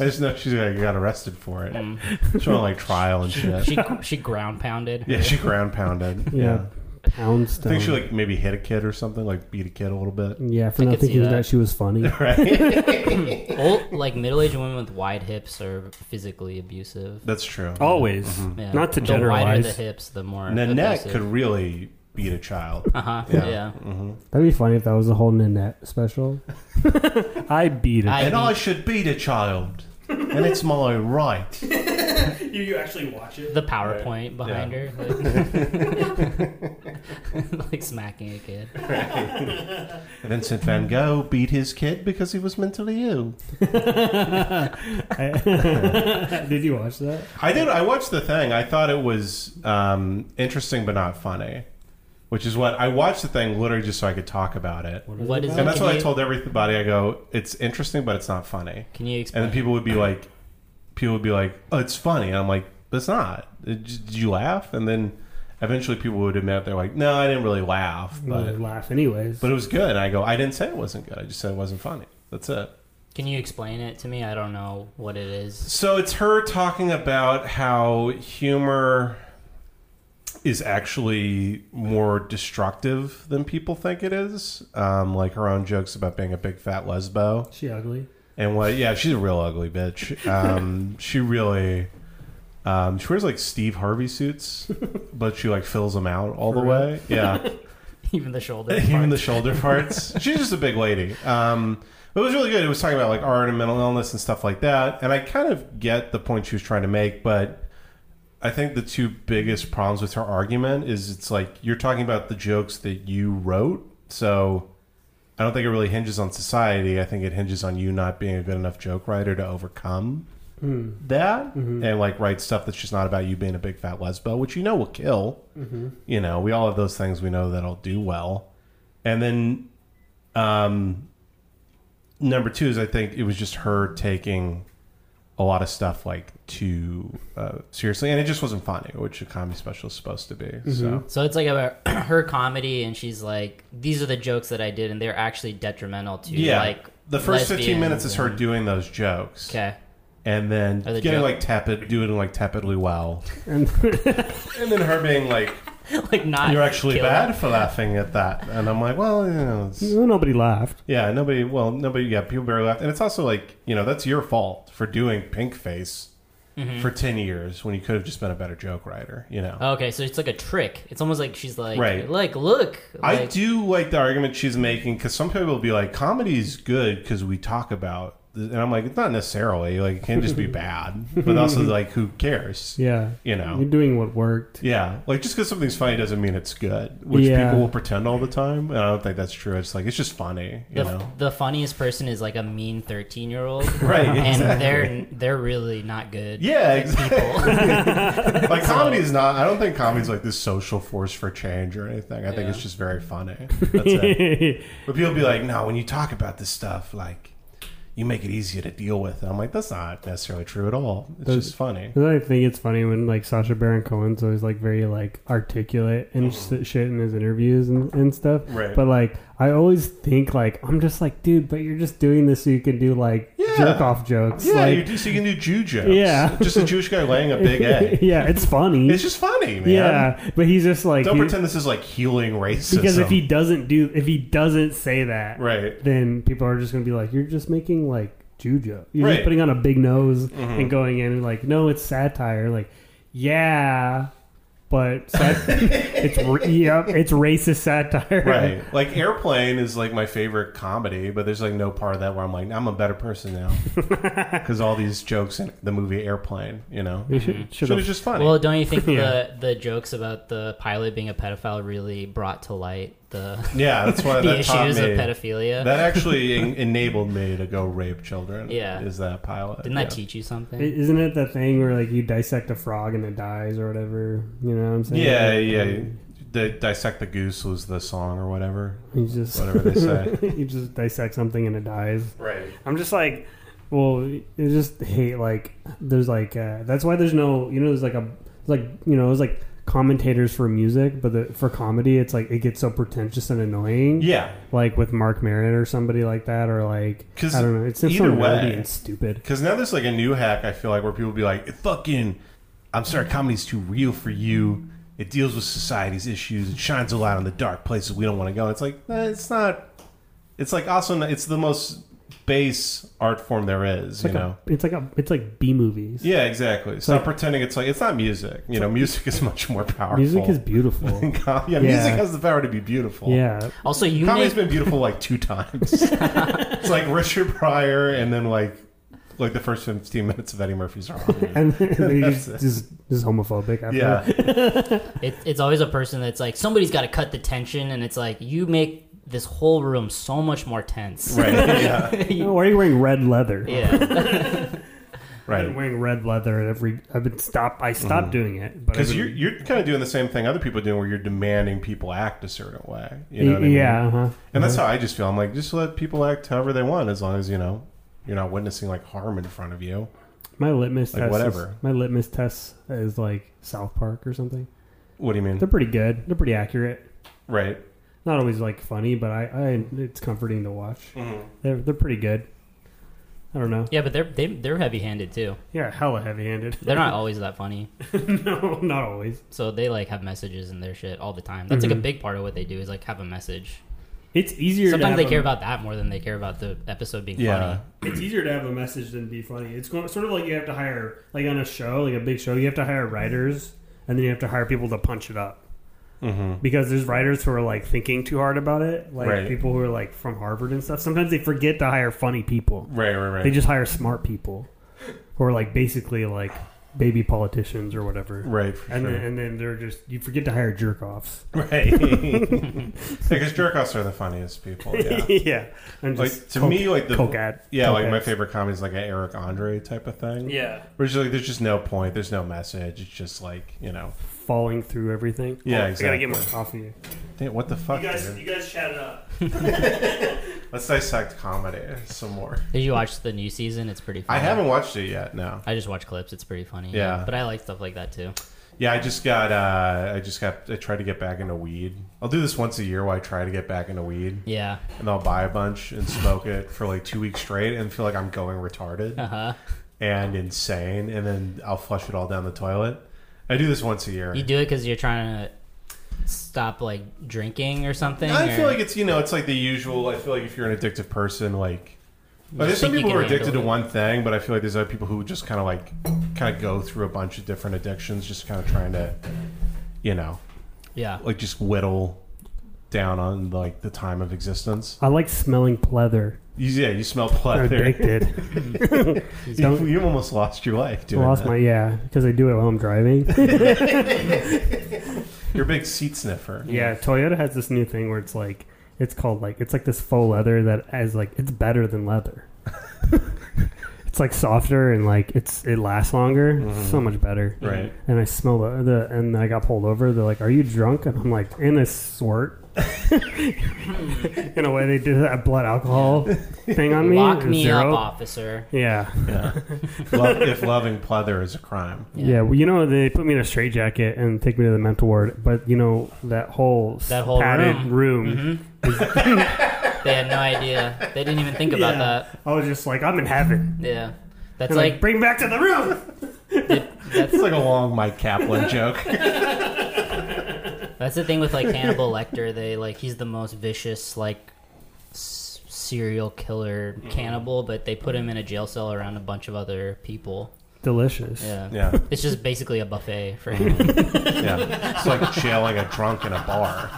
Speaker 1: I just know she like, got arrested for it. She went on like trial and shit.
Speaker 3: hmm. Mm. She she ground pounded.
Speaker 1: yeah, she ground pounded.
Speaker 2: Yeah,
Speaker 1: yeah. I
Speaker 2: Poundstone.
Speaker 1: think she like maybe hit a kid or something, like beat a kid a little bit.
Speaker 2: yeah, for
Speaker 3: I
Speaker 2: not
Speaker 3: could see
Speaker 2: thinking that.
Speaker 3: that.
Speaker 2: she was funny.
Speaker 1: Right?
Speaker 3: Old, like middle-aged women with wide hips are physically abusive.
Speaker 1: That's true.
Speaker 3: Oh,
Speaker 6: always.
Speaker 1: Mm-hmm.
Speaker 3: Yeah.
Speaker 6: Not to
Speaker 3: the wider the
Speaker 6: generalize.
Speaker 3: hips, the more
Speaker 1: Nanette could really beat a child.
Speaker 3: Uh huh.
Speaker 1: Yeah.
Speaker 3: Yeah.
Speaker 2: That'd be funny if that was a whole Nanette special. I beat it.
Speaker 3: I
Speaker 1: and
Speaker 3: beat-
Speaker 1: I should beat a child. and it's my right.
Speaker 6: You, you actually watch it?
Speaker 3: the PowerPoint behind
Speaker 1: Yeah.
Speaker 3: her, like, like smacking a kid.
Speaker 1: Vincent van Gogh beat his kid because he was mentally ill.
Speaker 2: Did you watch that?
Speaker 1: I did. I watched the thing. I thought it was um, interesting but not funny, which is what I watched the thing literally just so I could talk about it.
Speaker 3: What is it?
Speaker 1: And that's
Speaker 3: Can
Speaker 1: what I
Speaker 3: you-
Speaker 1: told everybody. I go, it's interesting, but it's not funny.
Speaker 3: Can you
Speaker 1: And
Speaker 3: explain?
Speaker 1: then people would be like, people would be like, oh, it's funny. And I'm like, it's not. It j- Did you laugh? And then eventually people would admit they're like, no, I didn't really laugh, but
Speaker 3: Mm.
Speaker 2: laugh anyways.
Speaker 1: but it was good. And I go, I didn't say it wasn't good. I just said it wasn't funny. That's it.
Speaker 3: Can you explain it to me? I don't know what it is.
Speaker 1: So it's her talking about how humor is actually more destructive than people think it is. Um, like her own jokes about being a big fat lesbo.
Speaker 2: she ugly.
Speaker 1: And what? Yeah, she's a real ugly bitch. Um, she really, um, she wears like Steve Harvey suits, but she like fills them out all the way. Yeah,
Speaker 3: Even the shoulder.
Speaker 1: even
Speaker 3: part.
Speaker 1: the shoulder parts. She's just a big lady. Um, but it was really good. It was talking about like art and mental illness and stuff like that. And I kind of get the point she was trying to make, but I think the two biggest problems with her argument is it's like you're talking about the jokes that you wrote, so. I don't think it really hinges on society. I think it hinges on you not being a good enough joke writer to overcome that and like write stuff that's just not about you being a big fat lesbo, which you know will kill. You know, we all have those things we know that'll do well. And then um number 2 is I think it was just her taking a lot of stuff like too uh, seriously and it just wasn't funny, which a comedy special is supposed to be. So
Speaker 3: So it's like about her comedy, and she's like, "These are the jokes that I did, and they're actually detrimental to
Speaker 1: yeah,
Speaker 3: like
Speaker 1: the first fifteen
Speaker 3: lesbians
Speaker 1: minutes is her
Speaker 3: and-
Speaker 1: doing those jokes.
Speaker 3: Okay,
Speaker 1: and then
Speaker 3: Or the
Speaker 1: getting
Speaker 3: joke.
Speaker 1: like tepid, doing like tepidly well,
Speaker 2: And
Speaker 1: and then her being like,
Speaker 3: like not
Speaker 1: "You're actually
Speaker 3: kill-
Speaker 1: bad for laughing at that," and I'm like, "Well, you know, it's,
Speaker 2: nobody laughed.
Speaker 1: yeah, nobody, well, nobody, yeah, people barely laughed, and it's also like, you know, that's your fault for doing pink face
Speaker 3: Mm-hmm.
Speaker 1: for ten years when you could have just been a better joke writer, you know."
Speaker 3: Okay, so it's like a trick. It's almost like she's like,
Speaker 1: Right.
Speaker 3: like look,
Speaker 1: I
Speaker 3: like-
Speaker 1: do like the argument she's making because some people will be like, comedy's good because we talk about, th-" and I'm like, it's not necessarily like it can just be bad, but also like, who cares?
Speaker 2: Yeah,
Speaker 1: You know,
Speaker 2: you're doing what worked.
Speaker 1: Yeah, like just because something's funny doesn't mean it's good, which
Speaker 2: Yeah.
Speaker 1: people will pretend all the time, and I don't think that's true. It's like it's just funny, you
Speaker 3: The,
Speaker 1: know?
Speaker 3: the funniest person is like a mean thirteen year old,
Speaker 1: Right?
Speaker 3: and
Speaker 1: Exactly.
Speaker 3: they're they're really not good.
Speaker 1: yeah,
Speaker 3: people.
Speaker 1: exactly. like comedy is not. I don't think comedy's like this social force for change or anything. I think
Speaker 3: Yeah.
Speaker 1: it's just very funny. That's it. But people be like, no, when you talk about this stuff, like you make it easier to deal with. And I'm like, that's not necessarily true at all. It's
Speaker 2: Those-
Speaker 1: just funny.
Speaker 2: I think it's funny when like Sasha Baron Cohen's always like very like articulate and sh- shit in his interviews and, and stuff.
Speaker 1: Mm-hmm. Right.
Speaker 2: But like I always think like I'm just like dude, but you're just doing this so you can do like jerk off jokes.
Speaker 1: Yeah,
Speaker 2: like,
Speaker 1: you, do, so you can do Jew jokes.
Speaker 2: Yeah.
Speaker 1: just a Jewish guy laying a big egg.
Speaker 2: yeah, it's funny.
Speaker 1: It's just funny, man.
Speaker 2: yeah, but he's just like
Speaker 1: Don't
Speaker 2: he-
Speaker 1: pretend this is like healing racism.
Speaker 2: because if he doesn't do if he doesn't say that,
Speaker 1: right,
Speaker 2: then people are just going to be like, you're just making like juju. You're
Speaker 1: Right. Mm-hmm.
Speaker 2: just putting on a big nose and going in and like, no, it's satire. Like, yeah, but sat- it's ra- yep, it's racist satire.
Speaker 1: right, like Airplane is like my favorite comedy, but there's like no part of that where I'm like, I'm a better person now because all these jokes in the movie Airplane, you know,
Speaker 2: We should, should
Speaker 1: so it's
Speaker 2: have,
Speaker 1: just funny.
Speaker 3: Well, don't you think
Speaker 2: Yeah.
Speaker 3: the the jokes about the pilot being a pedophile really brought to light the
Speaker 1: yeah, that's why
Speaker 3: the
Speaker 1: that taught
Speaker 3: issues of
Speaker 1: me-
Speaker 3: pedophilia?
Speaker 1: That actually en- enabled me to go rape children.
Speaker 3: Yeah.
Speaker 1: is that pilot?
Speaker 3: Didn't
Speaker 1: yeah.
Speaker 3: that teach you something?
Speaker 2: isn't it that thing where like you dissect a frog and it dies or whatever? You know what I'm saying?
Speaker 1: Yeah,
Speaker 2: Like,
Speaker 1: yeah.
Speaker 3: Mm.
Speaker 2: um,
Speaker 1: The dissect the goose was the song or whatever.
Speaker 2: You just
Speaker 1: Whatever they say.
Speaker 2: you just dissect something and it dies.
Speaker 1: Right.
Speaker 2: I'm just like, well, I just hate like there's like uh, that's why there's no you know there's like a like you know it's like commentators for music, but the, for comedy it's like it gets so pretentious and annoying.
Speaker 1: Yeah,
Speaker 2: Like with Mark Maron or somebody like that, or like
Speaker 1: 'Cause
Speaker 2: I don't know, it's just so
Speaker 1: either way-
Speaker 2: nerdy and stupid.
Speaker 1: because now there's like a new hack. I feel like where people be like, "Fucking, I'm sorry, comedy's too real for you. It deals with society's issues. It shines a light on the dark places we don't want to go." It's like eh, it's not. It's like also not- it's the most base art form there is. You
Speaker 2: Like a-
Speaker 1: know.
Speaker 2: it's like a it's like B movies.
Speaker 1: Yeah, exactly. Stop
Speaker 2: like-
Speaker 1: pretending it's like it's not music. You know, music is much more powerful.
Speaker 2: Music is beautiful.
Speaker 1: than comedy. Yeah,
Speaker 2: Yeah.
Speaker 1: music has the power to be beautiful.
Speaker 2: yeah,
Speaker 3: also, you
Speaker 1: Comedy's
Speaker 3: make,
Speaker 1: been beautiful like two times. it's like Richard Pryor and then like like the first fifteen minutes of Eddie Murphy's Raw.
Speaker 2: and they
Speaker 1: That's
Speaker 2: just, just just homophobic. After
Speaker 1: yeah,
Speaker 3: it, it's always a person that's like somebody's got to cut the tension, and it's like you make this whole room so much more tense.
Speaker 1: right. Yeah,
Speaker 2: Oh, why are you wearing red leather?
Speaker 3: Yeah,
Speaker 2: I've been
Speaker 1: right.
Speaker 2: wearing red leather at every. I've been stop. I stopped doing it, but I've
Speaker 1: Because
Speaker 2: been-
Speaker 1: you're you're kind of doing the same thing other people are doing, where you're demanding people act a certain way. You know what I mean?
Speaker 2: yeah, uh-huh.
Speaker 1: And that's how I just feel. I'm like, just let people act however they want, as long as you know you're not witnessing like harm in front of you.
Speaker 2: My litmus
Speaker 1: Like,
Speaker 2: test.
Speaker 1: whatever.
Speaker 2: Is, my litmus test is like South Park or something.
Speaker 1: What do you mean?
Speaker 2: They're pretty good. They're pretty accurate.
Speaker 1: Right.
Speaker 2: Not always like funny, but I, I it's comforting to watch. They're they're pretty good. I don't know.
Speaker 3: yeah, but they're they, they're heavy-handed too.
Speaker 2: Yeah, hella heavy-handed.
Speaker 3: They're not always that funny,
Speaker 2: no, not always.
Speaker 3: so they like have messages in their shit all the time. That's
Speaker 1: Mm-hmm.
Speaker 3: like a big part of what they do is like have a message.
Speaker 2: It's easier. to
Speaker 3: Sometimes
Speaker 2: have
Speaker 3: they
Speaker 2: a-
Speaker 3: care about that more than they care about the episode being
Speaker 1: Yeah.
Speaker 2: It's easier to have a message than be funny. It's go- sort of like you have to hire like on a show, like a big show, you have to hire writers, and then you have to hire people to punch it up.
Speaker 1: Mm-hmm.
Speaker 2: because there's writers who are like thinking too hard about it, like
Speaker 1: Right.
Speaker 2: people who are like from Harvard and stuff. Sometimes they forget to hire funny people;
Speaker 1: Right. Right. Right.
Speaker 2: they just hire smart people, who are like basically like baby politicians or whatever.
Speaker 1: right. For
Speaker 2: And
Speaker 1: sure.
Speaker 2: then, and then they're just you forget to hire jerk offs.
Speaker 1: Right. because jerk offs are the funniest people. Yeah.
Speaker 2: yeah, and just
Speaker 1: Like to
Speaker 2: coke-
Speaker 1: me, like the
Speaker 2: coke ad,
Speaker 1: yeah,
Speaker 2: coke
Speaker 1: like my
Speaker 2: ads.
Speaker 1: favorite comedy is like an Eric Andre type of thing.
Speaker 2: Yeah,
Speaker 1: Where it's just like there's just no point, there's no message. It's just like you know,
Speaker 2: falling through everything.
Speaker 1: Yeah,
Speaker 2: Oh, I gotta
Speaker 1: exactly.
Speaker 2: get more coffee.
Speaker 1: damn, what the fuck, dude?
Speaker 2: guys chat it up.
Speaker 1: Let's dissect comedy some more.
Speaker 3: funny. Did you watch the new season? It's pretty.
Speaker 1: I
Speaker 3: funny.
Speaker 1: haven't watched it yet. No.
Speaker 3: I just watch clips. It's pretty funny.
Speaker 1: Yeah.
Speaker 3: but I like stuff like that too.
Speaker 1: Yeah, I just got. uh I just got. I tried to get back into weed. I'll do this once a year where I try to get back into weed,
Speaker 3: Yeah.
Speaker 1: and I'll buy a bunch and smoke it for like two weeks straight, and feel like I'm going retarded.
Speaker 3: Uh huh.
Speaker 1: and insane, and then I'll flush it all down the toilet. I do this once a year.
Speaker 3: You do it because you're trying to stop like drinking or something.
Speaker 1: I feel
Speaker 3: or-
Speaker 1: like it's you know it's like the usual. I feel like if you're an addictive person, like
Speaker 3: You
Speaker 1: like, there's
Speaker 3: just
Speaker 1: some
Speaker 3: think you
Speaker 1: people who are
Speaker 3: can
Speaker 1: addicted to
Speaker 3: handle it.
Speaker 1: one thing, but I feel like there's other people who just kind of like kind of go through a bunch of different addictions, just kind of trying to you know
Speaker 3: Yeah.
Speaker 1: like just whittle down on like the time of existence.
Speaker 2: I like smelling pleather.
Speaker 1: You, yeah, you smell
Speaker 2: I'm
Speaker 1: pleather.
Speaker 2: addicted.
Speaker 1: You, you almost lost your life doing
Speaker 2: Lost
Speaker 1: that.
Speaker 2: my yeah because I do it while I'm driving.
Speaker 1: You're a big seat sniffer.
Speaker 2: Yeah, Toyota has this new thing where it's like it's called like it's like this faux leather that is like it's better than leather. it's like softer and like it's it lasts longer. It's so much better.
Speaker 1: Right.
Speaker 2: And I smell the, the and I got pulled over. They're like, "Are you drunk?" And I'm like, "In a sort." In a way, they did that blood alcohol thing on me.
Speaker 3: Lock me
Speaker 2: Zero.
Speaker 3: up, officer.
Speaker 2: Yeah.
Speaker 1: Yeah. Love, if loving pleather is a crime.
Speaker 2: yeah, Well, you know, they put me in a straitjacket and take me to the mental ward. But you know that whole
Speaker 3: That whole
Speaker 2: padded
Speaker 3: room.
Speaker 2: room
Speaker 3: Mhm. They had no idea. They didn't even think about
Speaker 6: Yeah.
Speaker 3: that.
Speaker 6: I was just like, I'm in heaven.
Speaker 3: Yeah, that's
Speaker 6: It's like,
Speaker 3: like
Speaker 6: bring back to the room.
Speaker 3: that's
Speaker 1: It's like a long Mike Kaplan joke.
Speaker 3: That's the thing with like Hannibal Lecter. They like he's the most vicious like s- serial killer cannibal, but they put him in a jail cell around a bunch of other people.
Speaker 2: Delicious.
Speaker 3: Yeah,
Speaker 1: Yeah,
Speaker 3: it's just basically a buffet for him,
Speaker 1: yeah. It's like jailing a drunk in a bar.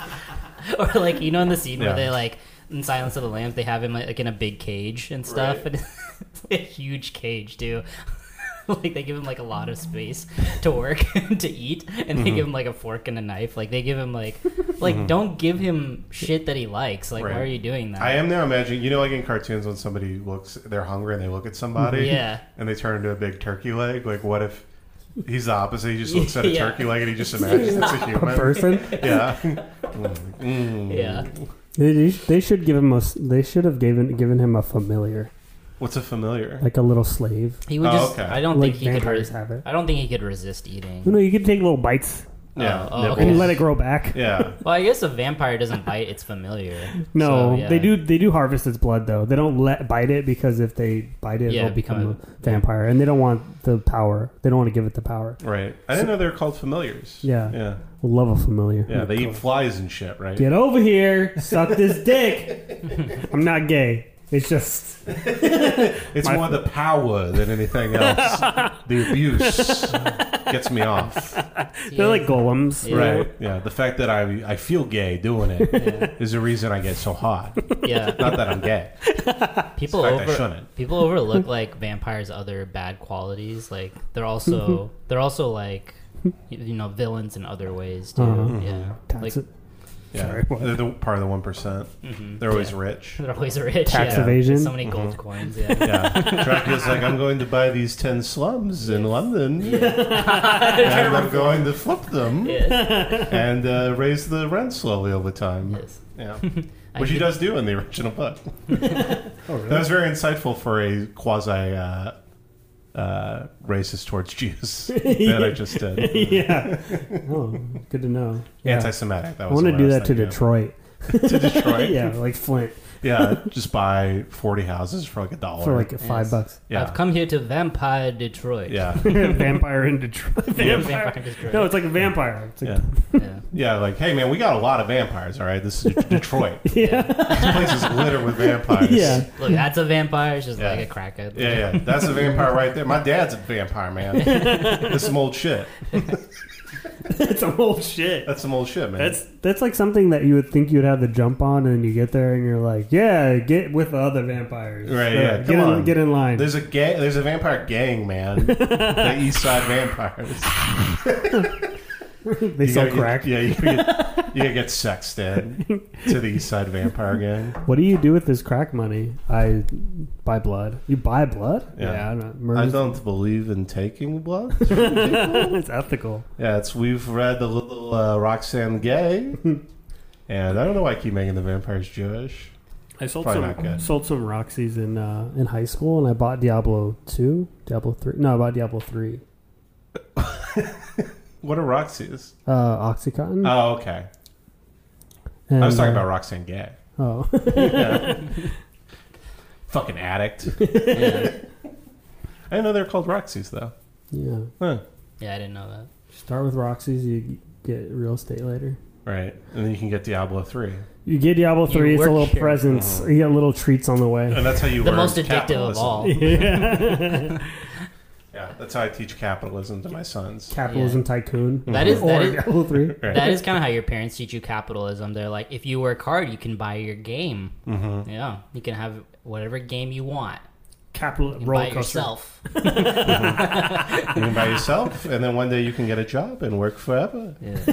Speaker 3: or like you know in the scene
Speaker 1: Yeah.
Speaker 3: where they like in Silence of the Lambs they have him like in a big cage and stuff,
Speaker 1: Right.
Speaker 3: and it's a huge cage too. like they give him like a lot of space to work and to eat, and
Speaker 1: Mm-hmm.
Speaker 3: they give him like a fork and a knife. Like they give him like like don't give him shit that he likes. Like why
Speaker 1: Right.
Speaker 3: are you doing that?
Speaker 1: I am now imagining, you know, like in cartoons when somebody looks, they're hungry and they look at somebody,
Speaker 3: Yeah.
Speaker 1: and they turn into a big turkey leg. Like, what if he's the opposite? He just looks at a
Speaker 3: Yeah.
Speaker 1: turkey leg and he just imagines it's a human.
Speaker 2: Person,
Speaker 1: Yeah. Mm.
Speaker 3: Yeah.
Speaker 2: they, they should give him a. s- They should have given given him a familiar,
Speaker 1: What's a familiar?
Speaker 2: like a little slave.
Speaker 3: He would
Speaker 1: Oh,
Speaker 3: just.
Speaker 1: okay.
Speaker 3: I don't
Speaker 2: like
Speaker 3: think he could.
Speaker 2: vampires
Speaker 3: Res-
Speaker 2: have it.
Speaker 3: I don't think he could resist
Speaker 2: No,
Speaker 3: eating.
Speaker 2: you can take little bites
Speaker 1: yeah.
Speaker 3: oh,
Speaker 1: nipples.
Speaker 3: okay.
Speaker 2: and let it grow back.
Speaker 1: Yeah.
Speaker 3: Well, I guess a vampire doesn't bite; it's familiar.
Speaker 2: No,
Speaker 3: So, yeah.
Speaker 2: they do. They do harvest its blood though. They don't let bite it because if they bite it,
Speaker 3: Yeah,
Speaker 2: it'll become
Speaker 3: uh,
Speaker 2: a vampire, and they don't want the power. They don't want to give it the power.
Speaker 1: Right. I didn't know they were called familiars.
Speaker 2: Yeah.
Speaker 1: Yeah.
Speaker 2: Love a familiar.
Speaker 1: Yeah. They eat flies and shit, right?
Speaker 2: Get over here, suck this dick. I'm not gay. It's just
Speaker 1: It's more the power than anything else. the abuse gets me off.
Speaker 2: they're like golems,
Speaker 3: Yeah.
Speaker 1: Right. Yeah. The fact that I I feel gay doing it is the reason I get so hot.
Speaker 3: Yeah,
Speaker 1: Not that I'm gay.
Speaker 3: people
Speaker 1: In fact, I
Speaker 3: over
Speaker 1: shouldn't.
Speaker 3: people overlook like vampires' other bad qualities. Like they're also they're also like you- you know villains in other ways too.
Speaker 2: Uh-huh.
Speaker 3: Yeah,
Speaker 1: Mm-hmm.
Speaker 3: like
Speaker 2: Tax-
Speaker 1: Yeah.
Speaker 2: Sorry, what?
Speaker 1: They're the, part of the one percent. They're always rich.
Speaker 3: they're always rich.
Speaker 2: Tax
Speaker 3: yeah.
Speaker 2: evasion?
Speaker 3: So many gold coins. Yeah,
Speaker 1: Mm-hmm. Yeah. Dracula's like, I'm going to buy these ten slums in London, and I'm going to flip them
Speaker 3: Yes.
Speaker 1: and uh, raise the rent slowly over time.
Speaker 3: Yes.
Speaker 1: Yeah.
Speaker 3: I
Speaker 1: Which he
Speaker 3: could-
Speaker 1: does do in the original book. That was very insightful for a quasi uh, uh, racist towards Jews that I just did.
Speaker 2: yeah. Oh, good to know. Yeah.
Speaker 1: Anti-Semitic. That
Speaker 2: I
Speaker 1: was
Speaker 2: want to
Speaker 1: what
Speaker 2: do
Speaker 1: was
Speaker 2: that to
Speaker 1: thinking of.
Speaker 2: Detroit.
Speaker 1: to Detroit.
Speaker 2: Yeah, like Flint
Speaker 1: Yeah, just buy forty houses for like a dollar.
Speaker 2: for like five
Speaker 3: Yes.
Speaker 2: bucks.
Speaker 1: yeah,
Speaker 3: I've come here to Vampire Detroit.
Speaker 1: yeah,
Speaker 2: vampire in Detroit.
Speaker 3: Yeah,
Speaker 2: Vampire.
Speaker 3: Vampire Detroit.
Speaker 2: No, it's like a vampire. It's like,
Speaker 1: yeah,
Speaker 3: Yeah.
Speaker 1: yeah. Like, hey man, we got a lot of vampires. All right, this is Detroit.
Speaker 2: yeah.
Speaker 1: this place is littered with vampires.
Speaker 2: Yeah.
Speaker 3: Look, that's a vampire. It's just
Speaker 1: Yeah.
Speaker 3: like a crackhead.
Speaker 1: Yeah, yeah, that's a vampire right there. My dad's a vampire, man. That's some old shit.
Speaker 2: It's some old shit.
Speaker 1: That's some old shit, man.
Speaker 2: That's that's like something that you would think you'd have the jump on, and you get there and you're like, yeah, get with the other vampires.
Speaker 1: Right, yeah,
Speaker 2: Get
Speaker 1: come
Speaker 2: in,
Speaker 1: on.
Speaker 2: get in line.
Speaker 1: There's a gang. There's a vampire gang, man. the East Side Vampires.
Speaker 2: they sell
Speaker 1: gotta get-
Speaker 2: crack.
Speaker 1: yeah, you gotta get, you gotta get sexed in to the East Side Vampire gang.
Speaker 2: What do you do with this crack money? I buy blood. You buy blood?
Speaker 1: Yeah.
Speaker 2: I don't
Speaker 1: I
Speaker 2: know.
Speaker 1: don't believe in taking blood.
Speaker 2: it's ethical.
Speaker 1: Yeah, it's we've read the little uh, Roxanne Gay, and I don't know why I keep making the vampires Jewish.
Speaker 2: I sold
Speaker 1: Probably not good.
Speaker 2: sold some Roxy's in uh, in high school, and I bought Diablo two, Diablo three. No, I bought Diablo three.
Speaker 1: What are Roxy's?
Speaker 2: Uh, OxyContin.
Speaker 1: Oh, okay.
Speaker 2: and,
Speaker 1: I was talking
Speaker 2: uh,
Speaker 1: about Roxanne Gay.
Speaker 2: Oh,
Speaker 1: Yeah. Fucking addict. I
Speaker 3: yeah.
Speaker 1: didn't know they're called Roxy's though.
Speaker 2: yeah.
Speaker 1: Huh.
Speaker 3: Yeah, I didn't know that.
Speaker 2: Start with Roxy's. You get real estate later.
Speaker 1: Right, and then you can get Diablo three,
Speaker 2: You get Diablo
Speaker 3: You
Speaker 2: three. It's a
Speaker 3: work
Speaker 2: little
Speaker 3: here.
Speaker 2: presents.
Speaker 1: Oh.
Speaker 2: You get little treats on the way.
Speaker 1: and that's how you
Speaker 3: The
Speaker 1: learn
Speaker 3: most addictive of
Speaker 1: capitalism.
Speaker 3: all.
Speaker 1: Yeah, that's how I teach capitalism to my sons.
Speaker 2: Capitalism
Speaker 3: Yeah.
Speaker 2: tycoon.
Speaker 3: That is-
Speaker 2: or
Speaker 3: that is-
Speaker 2: Diablo three.
Speaker 1: Right.
Speaker 3: That is kind of how your parents teach you capitalism. They're like, if you work hard, you can buy your game. Mm-hmm. Yeah, you can have whatever game you want.
Speaker 2: Capital
Speaker 3: You can buy it yourself.
Speaker 1: You can by yourself, and then one day you can get a job and work forever until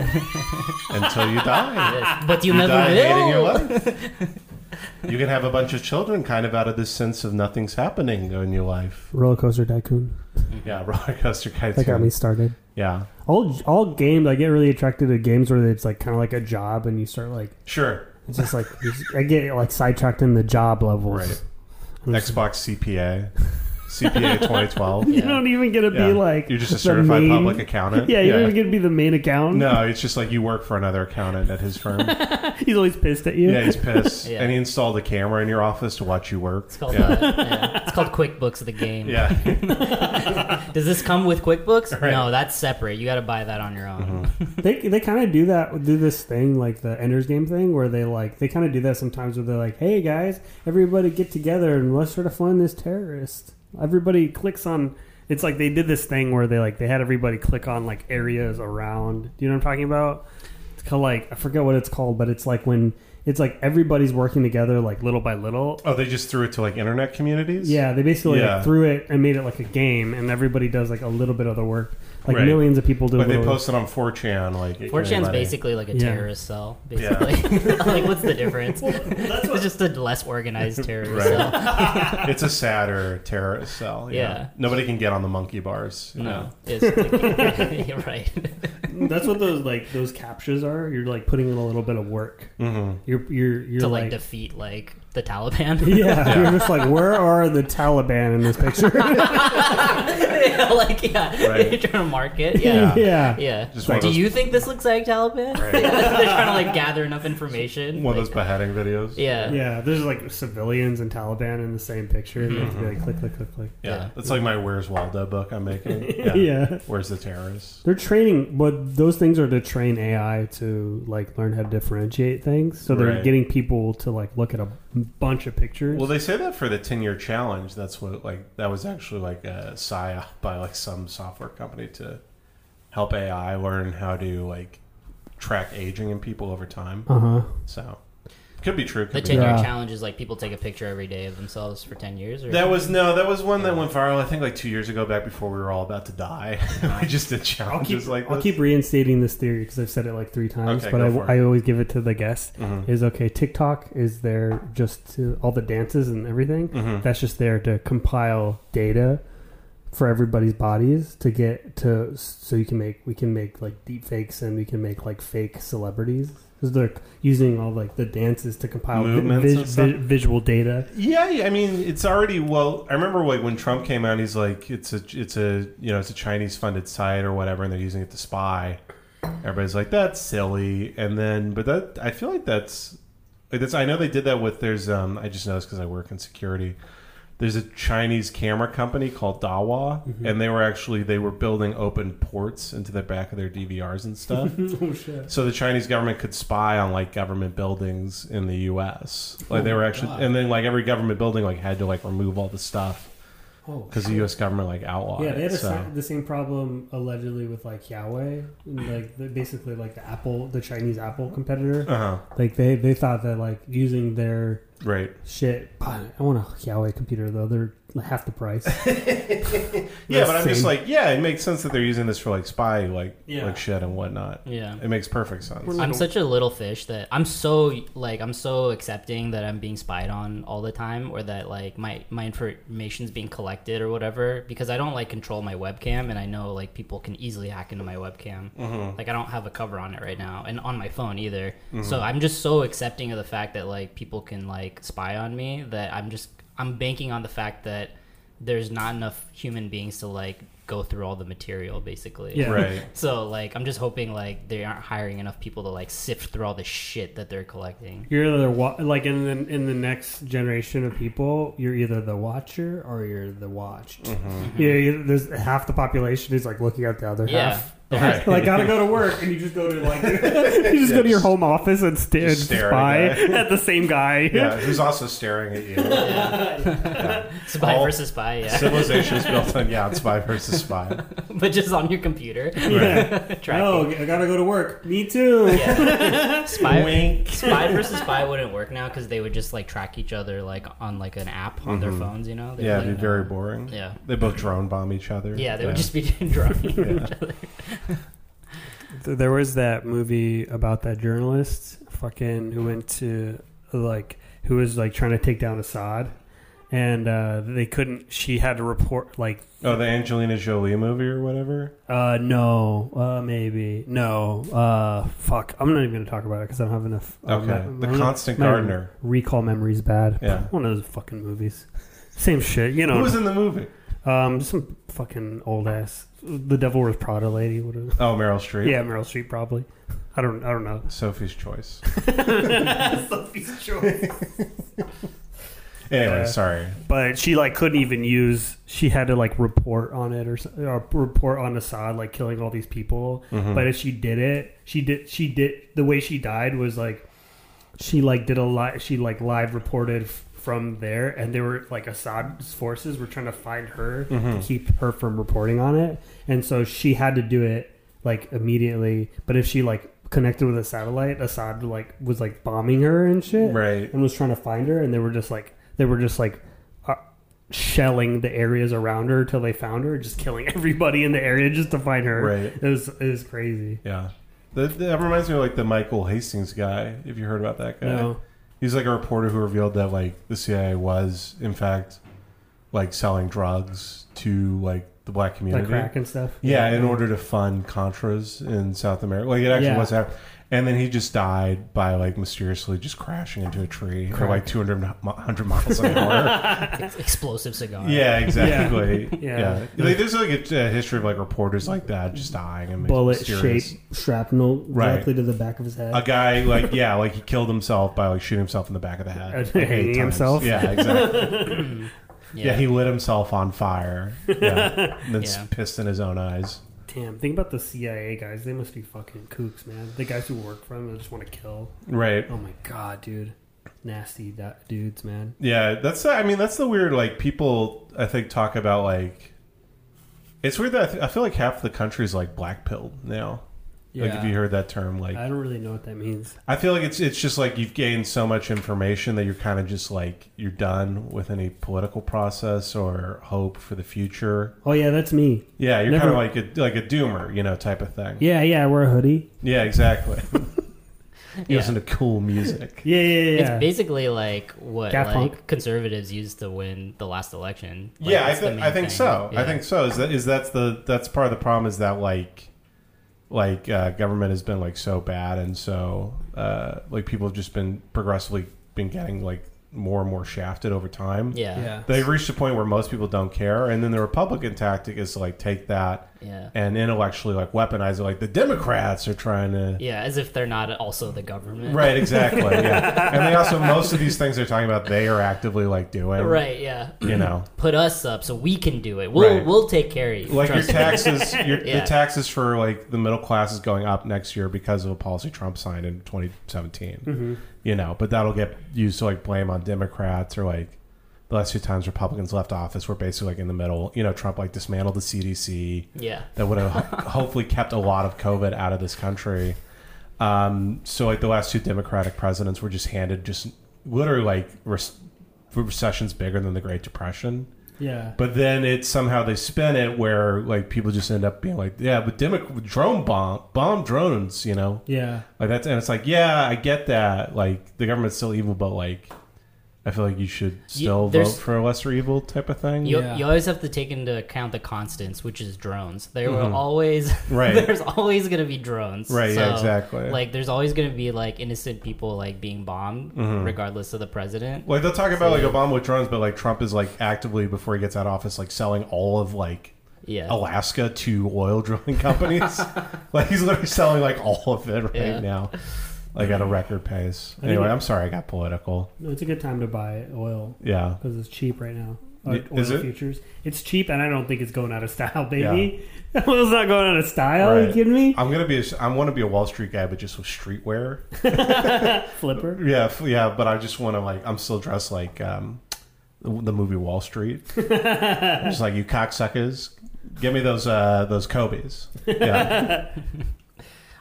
Speaker 1: you die.
Speaker 3: Yes. But you,
Speaker 1: You
Speaker 3: never
Speaker 1: die hating your
Speaker 3: will.
Speaker 1: life. you can have a bunch of children kind of out of this sense of nothing's happening in your life.
Speaker 2: Roller coaster tycoon.
Speaker 3: Mm-hmm.
Speaker 1: Yeah, roller coaster guy
Speaker 2: That got me
Speaker 1: too.
Speaker 2: started.
Speaker 1: Yeah,
Speaker 2: All all games, I get really attracted to games where it's like kind of like a job, and you start like
Speaker 1: sure.
Speaker 2: it's just like I get like sidetracked in the job levels.
Speaker 1: Right.
Speaker 2: I'm just-
Speaker 1: Xbox CPA. CPA 2012.
Speaker 2: You don't even get to
Speaker 1: Yeah.
Speaker 2: be like
Speaker 1: you're just a
Speaker 2: the
Speaker 1: certified
Speaker 2: main-
Speaker 1: public accountant.
Speaker 2: Yeah, you don't even get to be the main account.
Speaker 1: no, it's just like you work for another accountant at his firm.
Speaker 2: He's always pissed at you.
Speaker 1: yeah, he's pissed,
Speaker 3: Yeah.
Speaker 1: and he installed a camera in your office to watch you work.
Speaker 3: It's called
Speaker 1: yeah.
Speaker 3: uh, yeah. it's called QuickBooks the game.
Speaker 1: yeah,
Speaker 3: Does this come with QuickBooks? No, that's separate. You got to buy that on your own.
Speaker 1: Mm-hmm.
Speaker 2: They they kind of do that do this thing like the Ender's Game thing where they like they kind of do that sometimes where they're like, hey guys, everybody get together and let's try to find this terrorist. Everybody clicks on. It's like they did this thing where they like they had everybody click on like areas around. Do you know what I'm talking about? It's kind of like I forget what it's called, but it's like when it's like everybody's working together like little by little.
Speaker 1: Oh, they just threw it to like internet communities.
Speaker 2: Yeah, they basically
Speaker 1: Yeah.
Speaker 2: like, threw it and made it like a game, and everybody does like a little bit of the work. Like
Speaker 1: Right.
Speaker 2: millions of people do.
Speaker 1: but
Speaker 2: a
Speaker 1: they
Speaker 2: little-
Speaker 1: posted on 4chan. Like
Speaker 3: 4chan's
Speaker 1: anybody.
Speaker 3: basically like a
Speaker 2: Yeah.
Speaker 3: terrorist cell,
Speaker 1: Yeah.
Speaker 3: basically. like, what's the difference? it's just a less organized terrorist
Speaker 1: Right.
Speaker 3: cell.
Speaker 1: It's a sadder terrorist cell. Yeah.
Speaker 3: Yeah.
Speaker 1: nobody can get on the monkey bars. you know?
Speaker 3: No, it's like, you're right.
Speaker 2: That's what those like those captures are. You're like putting in a little bit of work. Mm-hmm. You're you're you're
Speaker 3: to like,
Speaker 2: like,
Speaker 3: defeat like the Taliban.
Speaker 2: yeah, You're just like, where are the Taliban in this picture?
Speaker 3: Yeah, like yeah,
Speaker 1: Right.
Speaker 3: you're trying to market. Yeah,
Speaker 2: yeah.
Speaker 3: yeah.
Speaker 1: Just one of
Speaker 3: Do
Speaker 1: those-
Speaker 3: you think this looks like Taliban? They're trying to like gather enough information.
Speaker 1: One of
Speaker 3: like-
Speaker 1: those beheading videos.
Speaker 3: yeah,
Speaker 2: Yeah, there's like civilians and Taliban in the same picture. and You have to be like, click, click, click, click.
Speaker 1: Yeah.
Speaker 3: Yeah.
Speaker 1: That's like my Where's Waldo book I'm making.
Speaker 2: Yeah.
Speaker 1: Where's the terrorist?
Speaker 2: They're training, but those things are to train AI to like learn how to differentiate things. So they're
Speaker 1: Right.
Speaker 2: getting people to like look at a bunch of pictures.
Speaker 1: Well, they say that for the 10 year challenge. That's what, like, that was actually like a psyop by like some software company to help AI learn how to like track aging in people over time.
Speaker 2: uh huh.
Speaker 1: So could be true. Could
Speaker 3: The
Speaker 1: be
Speaker 3: ten year
Speaker 2: Yeah.
Speaker 3: challenge is like people take a picture every day of themselves for ten years. Or
Speaker 1: That was no, that was one that went viral. I think like two years ago, back before we were all about to die. we just did
Speaker 2: I'll
Speaker 1: challenges
Speaker 2: keep,
Speaker 1: like this.
Speaker 2: I'll keep reinstating this theory because I've said it like three times,
Speaker 1: Okay,
Speaker 2: but
Speaker 1: go
Speaker 2: I,
Speaker 1: for it.
Speaker 2: I always give it to the guest.
Speaker 1: Mhm.
Speaker 2: Is okay. TikTok is there just to all the dances and everything.
Speaker 1: Mm-hmm.
Speaker 2: That's just there to compile data for everybody's bodies to get to so you can make we can make like deep fakes and we can make like fake celebrities because they're using all like the dances to compile vi-
Speaker 1: Movements
Speaker 2: vis-
Speaker 1: and stuff?
Speaker 2: vi- visual data.
Speaker 1: Yeah, yeah, I mean, it's already well. I remember like when Trump came out, he's like, "It's a, it's a, you know, it's a Chinese funded site or whatever, and they're using it to spy." Everybody's like, "That's silly," and then, but that I feel like that's, like that's. I know they did that with. There's, um, I just noticed because I work in security. There's a Chinese camera company called Dawa, and they were actually they were building open ports into the back of their DVRs and stuff.
Speaker 2: Oh shit!
Speaker 1: So the Chinese government could spy on like government buildings in the U.S. Like
Speaker 3: Oh
Speaker 1: they were actually, and then like every government building like had to like remove all the stuff
Speaker 2: Oh,
Speaker 1: because the U.S. government like outlawed
Speaker 2: Yeah, they had
Speaker 1: it.
Speaker 2: a,
Speaker 1: So.
Speaker 2: si- the same problem allegedly with like Huawei, and, like the, basically like the Apple, the Chinese Apple competitor.
Speaker 1: Uh huh.
Speaker 2: Like they they thought that like using their
Speaker 1: Right.
Speaker 2: shit. I want a Huawei computer though; they're half the price.
Speaker 1: Yeah, but I'm
Speaker 2: same.
Speaker 1: just like, yeah, it makes sense that they're using this for like spy like
Speaker 2: Yeah.
Speaker 1: like shit and whatnot.
Speaker 3: yeah.
Speaker 1: It makes perfect sense.
Speaker 3: I'm such a little fish that I'm so like I'm so accepting that I'm being spied on all the time, or that like my my information's being collected or whatever. Because I don't like control my webcam, and I know like people can easily hack into my webcam. Like I don't have a cover on it right now, and on my phone either. So I'm just so accepting of the fact that like people can like spy on me that I'm just I'm banking on the fact that there's not enough human beings to like go through all the material basically.
Speaker 2: Yeah.
Speaker 1: Right.
Speaker 3: So like I'm just hoping like they aren't hiring enough people to like sift through all the shit that they're collecting.
Speaker 2: You're either wa- like in the in the next generation of people, you're either the watcher or you're the watched.
Speaker 1: Mm-hmm.
Speaker 2: Yeah, you- there's half the population is like looking at the other
Speaker 3: Yeah.
Speaker 2: half.
Speaker 1: Right.
Speaker 2: like gotta go to work, and you just go to like you just go to your
Speaker 1: just-
Speaker 2: home office and, st- and
Speaker 1: just stare
Speaker 2: spy
Speaker 1: at a
Speaker 2: at, the same guy.
Speaker 1: Yeah, who's also staring at you?
Speaker 3: Spy
Speaker 1: All-
Speaker 3: versus spy, yeah.
Speaker 1: Civilization's built on yeah, on spy versus spy.
Speaker 3: but just on your computer.
Speaker 2: Yeah.
Speaker 3: Tracking.
Speaker 2: Oh, I gotta go to work. Me too.
Speaker 3: Spy
Speaker 1: Wink.
Speaker 3: Spy versus spy wouldn't work now because they would just like track each other like on like an app on their phones, you know?
Speaker 1: Mm-hmm.
Speaker 3: They'd
Speaker 1: Yeah,
Speaker 3: like,
Speaker 1: it'd be very boring.
Speaker 3: Yeah.
Speaker 1: They both drone bomb each other.
Speaker 3: Yeah, they would just be drawing each other.
Speaker 2: Th- there was that movie about that journalist fucking who went to like who was like trying to take down Assad and uh, they couldn't she had to report like
Speaker 1: Oh, the Angelina Jolie movie or whatever.
Speaker 2: uh no uh maybe no uh fuck I'm not even gonna talk about it because I don't have enough uh,
Speaker 1: Okay.
Speaker 2: me-
Speaker 1: The
Speaker 2: my-
Speaker 1: Constant
Speaker 2: my
Speaker 1: Gardener.
Speaker 2: recall memory's bad
Speaker 1: Yeah.
Speaker 2: one of those fucking movies same shit you know
Speaker 1: Who was in the movie?
Speaker 2: Um, just some fucking old ass. The Devil Wears Prada lady. Whatever.
Speaker 1: Oh, Meryl Streep.
Speaker 2: Yeah, Meryl Streep probably. I don't. I don't know.
Speaker 1: Sophie's Choice.
Speaker 6: Sophie's choice.
Speaker 1: Anyway,
Speaker 2: Uh,
Speaker 1: sorry.
Speaker 2: But she like couldn't even use. She had to like report on it or, so- or report on Assad like killing all these people. But if she did it, she did. She did the way she died was like she like did a live. She like live reported f- from there, and they were like Assad's forces were trying to find her to keep her from reporting on it, and so she had to do it like immediately. But if she like connected with a satellite, Assad like was like bombing her and shit
Speaker 1: Right.
Speaker 2: and was trying to find her and they were just like they were just like uh, shelling the areas around her till they found her just killing everybody in the area just to find her
Speaker 1: Right.
Speaker 2: it was it was crazy
Speaker 1: Yeah. That, that reminds me of like the Michael Hastings guy. If you heard about that guy,
Speaker 2: No.
Speaker 1: he's like a reporter who revealed that like the CIA was in fact like selling drugs to like the black
Speaker 2: like
Speaker 1: community.
Speaker 2: crack and stuff
Speaker 1: Yeah, in order to fund Contras in South America. Like it actually
Speaker 2: Yeah.
Speaker 1: was that. And then he just died by like mysteriously just crashing into a tree at like 200 mi- 100 miles an hour.
Speaker 3: Explosive cigar.
Speaker 1: yeah, exactly.
Speaker 2: Yeah.
Speaker 1: Yeah. Like, there's like a, a history of like reporters like that just dying and
Speaker 2: bullet
Speaker 1: mysterious-
Speaker 2: shaped shrapnel
Speaker 1: Right. Uh,
Speaker 2: directly to the back of his head
Speaker 1: A guy like yeah, like he killed himself by like shooting himself in the back of the head,
Speaker 2: Uh,
Speaker 1: like, eight
Speaker 2: hanging
Speaker 1: times.
Speaker 2: himself?
Speaker 1: Yeah, exactly.
Speaker 3: Yeah.
Speaker 1: yeah. he lit himself on fire. Yeah, and then
Speaker 3: Yeah.
Speaker 1: pissed in his own eyes.
Speaker 2: damn think about the cia guys they must be fucking kooks man the guys who work for them they just want to kill
Speaker 1: Right.
Speaker 2: oh my god dude nasty du- dudes man
Speaker 1: Yeah, that's the- I mean that's the weird like people I think talk about like it's weird that I, th- I feel like half the country is like black pilled now. Like if you heard that term, like
Speaker 2: i don't really know what that means
Speaker 1: I feel like it's it's just like you've gained so much information that you're kind of just like you're done with any political process or hope for the future.
Speaker 2: oh yeah that's me
Speaker 1: Yeah, you're kind
Speaker 2: Never-
Speaker 1: of like a like a doomer, you know, type of thing.
Speaker 2: yeah yeah i wear a hoodie
Speaker 1: Yeah, exactly. you
Speaker 3: Yeah.
Speaker 1: listen to cool music.
Speaker 2: yeah yeah yeah,
Speaker 3: It's basically like what
Speaker 2: Daft
Speaker 3: like
Speaker 2: Punk.
Speaker 3: conservatives used to win the last election. Like,
Speaker 1: yeah, I,
Speaker 3: that's the
Speaker 1: th-
Speaker 3: main
Speaker 1: I think
Speaker 3: thing.
Speaker 1: so. I
Speaker 3: Yeah.
Speaker 1: think so. Is that is that's the that's part of the problem is that like like uh, government has been like so bad and so uh, like people have just been progressively been getting like more and more shafted over time.
Speaker 3: Yeah. Yeah.
Speaker 1: They've reached a point where most people don't care, and then the Republican tactic is to like take that
Speaker 3: Yeah.
Speaker 1: and intellectually like weaponize it. Like the Democrats are trying to
Speaker 3: as if they're not also the government.
Speaker 1: Right, exactly. Yeah. and they also most of these things they're talking about they are actively like doing.
Speaker 3: Right, yeah.
Speaker 1: You know.
Speaker 3: Put us up so we can do it. We'll
Speaker 1: Right.
Speaker 3: we'll take care of you.
Speaker 1: Like your
Speaker 3: trust me.
Speaker 1: taxes your
Speaker 3: Yeah.
Speaker 1: the taxes for like the middle class is going up next year because of a policy Trump signed in twenty
Speaker 3: Mm-hmm.
Speaker 1: You know, but that'll get used to like blame on Democrats or like the last few times Republicans left office were basically like in the middle. You know, Trump like dismantled the CDC.
Speaker 3: Yeah.
Speaker 1: that would have ho- hopefully kept a lot of COVID out of this country. Um, so like the last two Democratic presidents were just handed just literally like res- recessions bigger than the Great Depression.
Speaker 2: yeah
Speaker 1: But then it somehow they spin it where like people just end up being like, yeah, but Demo- drone bomb bomb drones, you know,
Speaker 2: yeah
Speaker 1: like that's and it's like yeah, I get that. Like the government's still evil, but like. I feel like you should still vote
Speaker 3: there's-
Speaker 1: for a lesser evil type of thing.
Speaker 3: You,
Speaker 2: Yeah.
Speaker 3: you always have to take into account the constants, which is drones. There will always
Speaker 1: Mm-hmm. Right.
Speaker 3: there's always gonna be drones.
Speaker 1: Right, yeah, exactly.
Speaker 3: Like there's always gonna be like innocent people like being bombed
Speaker 1: Mm-hmm.
Speaker 3: regardless of the president.
Speaker 1: Like they'll talk about like Obama with drones, but like Trump is like actively before he gets out of office, like selling all of like
Speaker 3: Yeah.
Speaker 1: Oh, Alaska to oil drilling companies. like he's literally selling like all of it right
Speaker 3: Yeah.
Speaker 1: now, like at a record pace. Anyway,
Speaker 2: it-
Speaker 1: I'm sorry I got political.
Speaker 2: No, it's a good time to buy oil
Speaker 1: Yeah,
Speaker 2: because it's cheap right now. Uh,
Speaker 1: Y-
Speaker 2: oil
Speaker 1: is it?
Speaker 2: futures. It's cheap, and I don't think it's going out of style, baby. Oil's not going out of style. Are Oh, you
Speaker 1: Right.
Speaker 2: kidding me?
Speaker 1: I'm gonna be. A, I want to be a Wall Street guy, but just with streetwear.
Speaker 2: Flipper.
Speaker 1: yeah, f- yeah. But I just want to like. I'm still dressed like um, the the movie Wall Street. just like you cocksuckers, give me those uh those Kobe's. Yeah.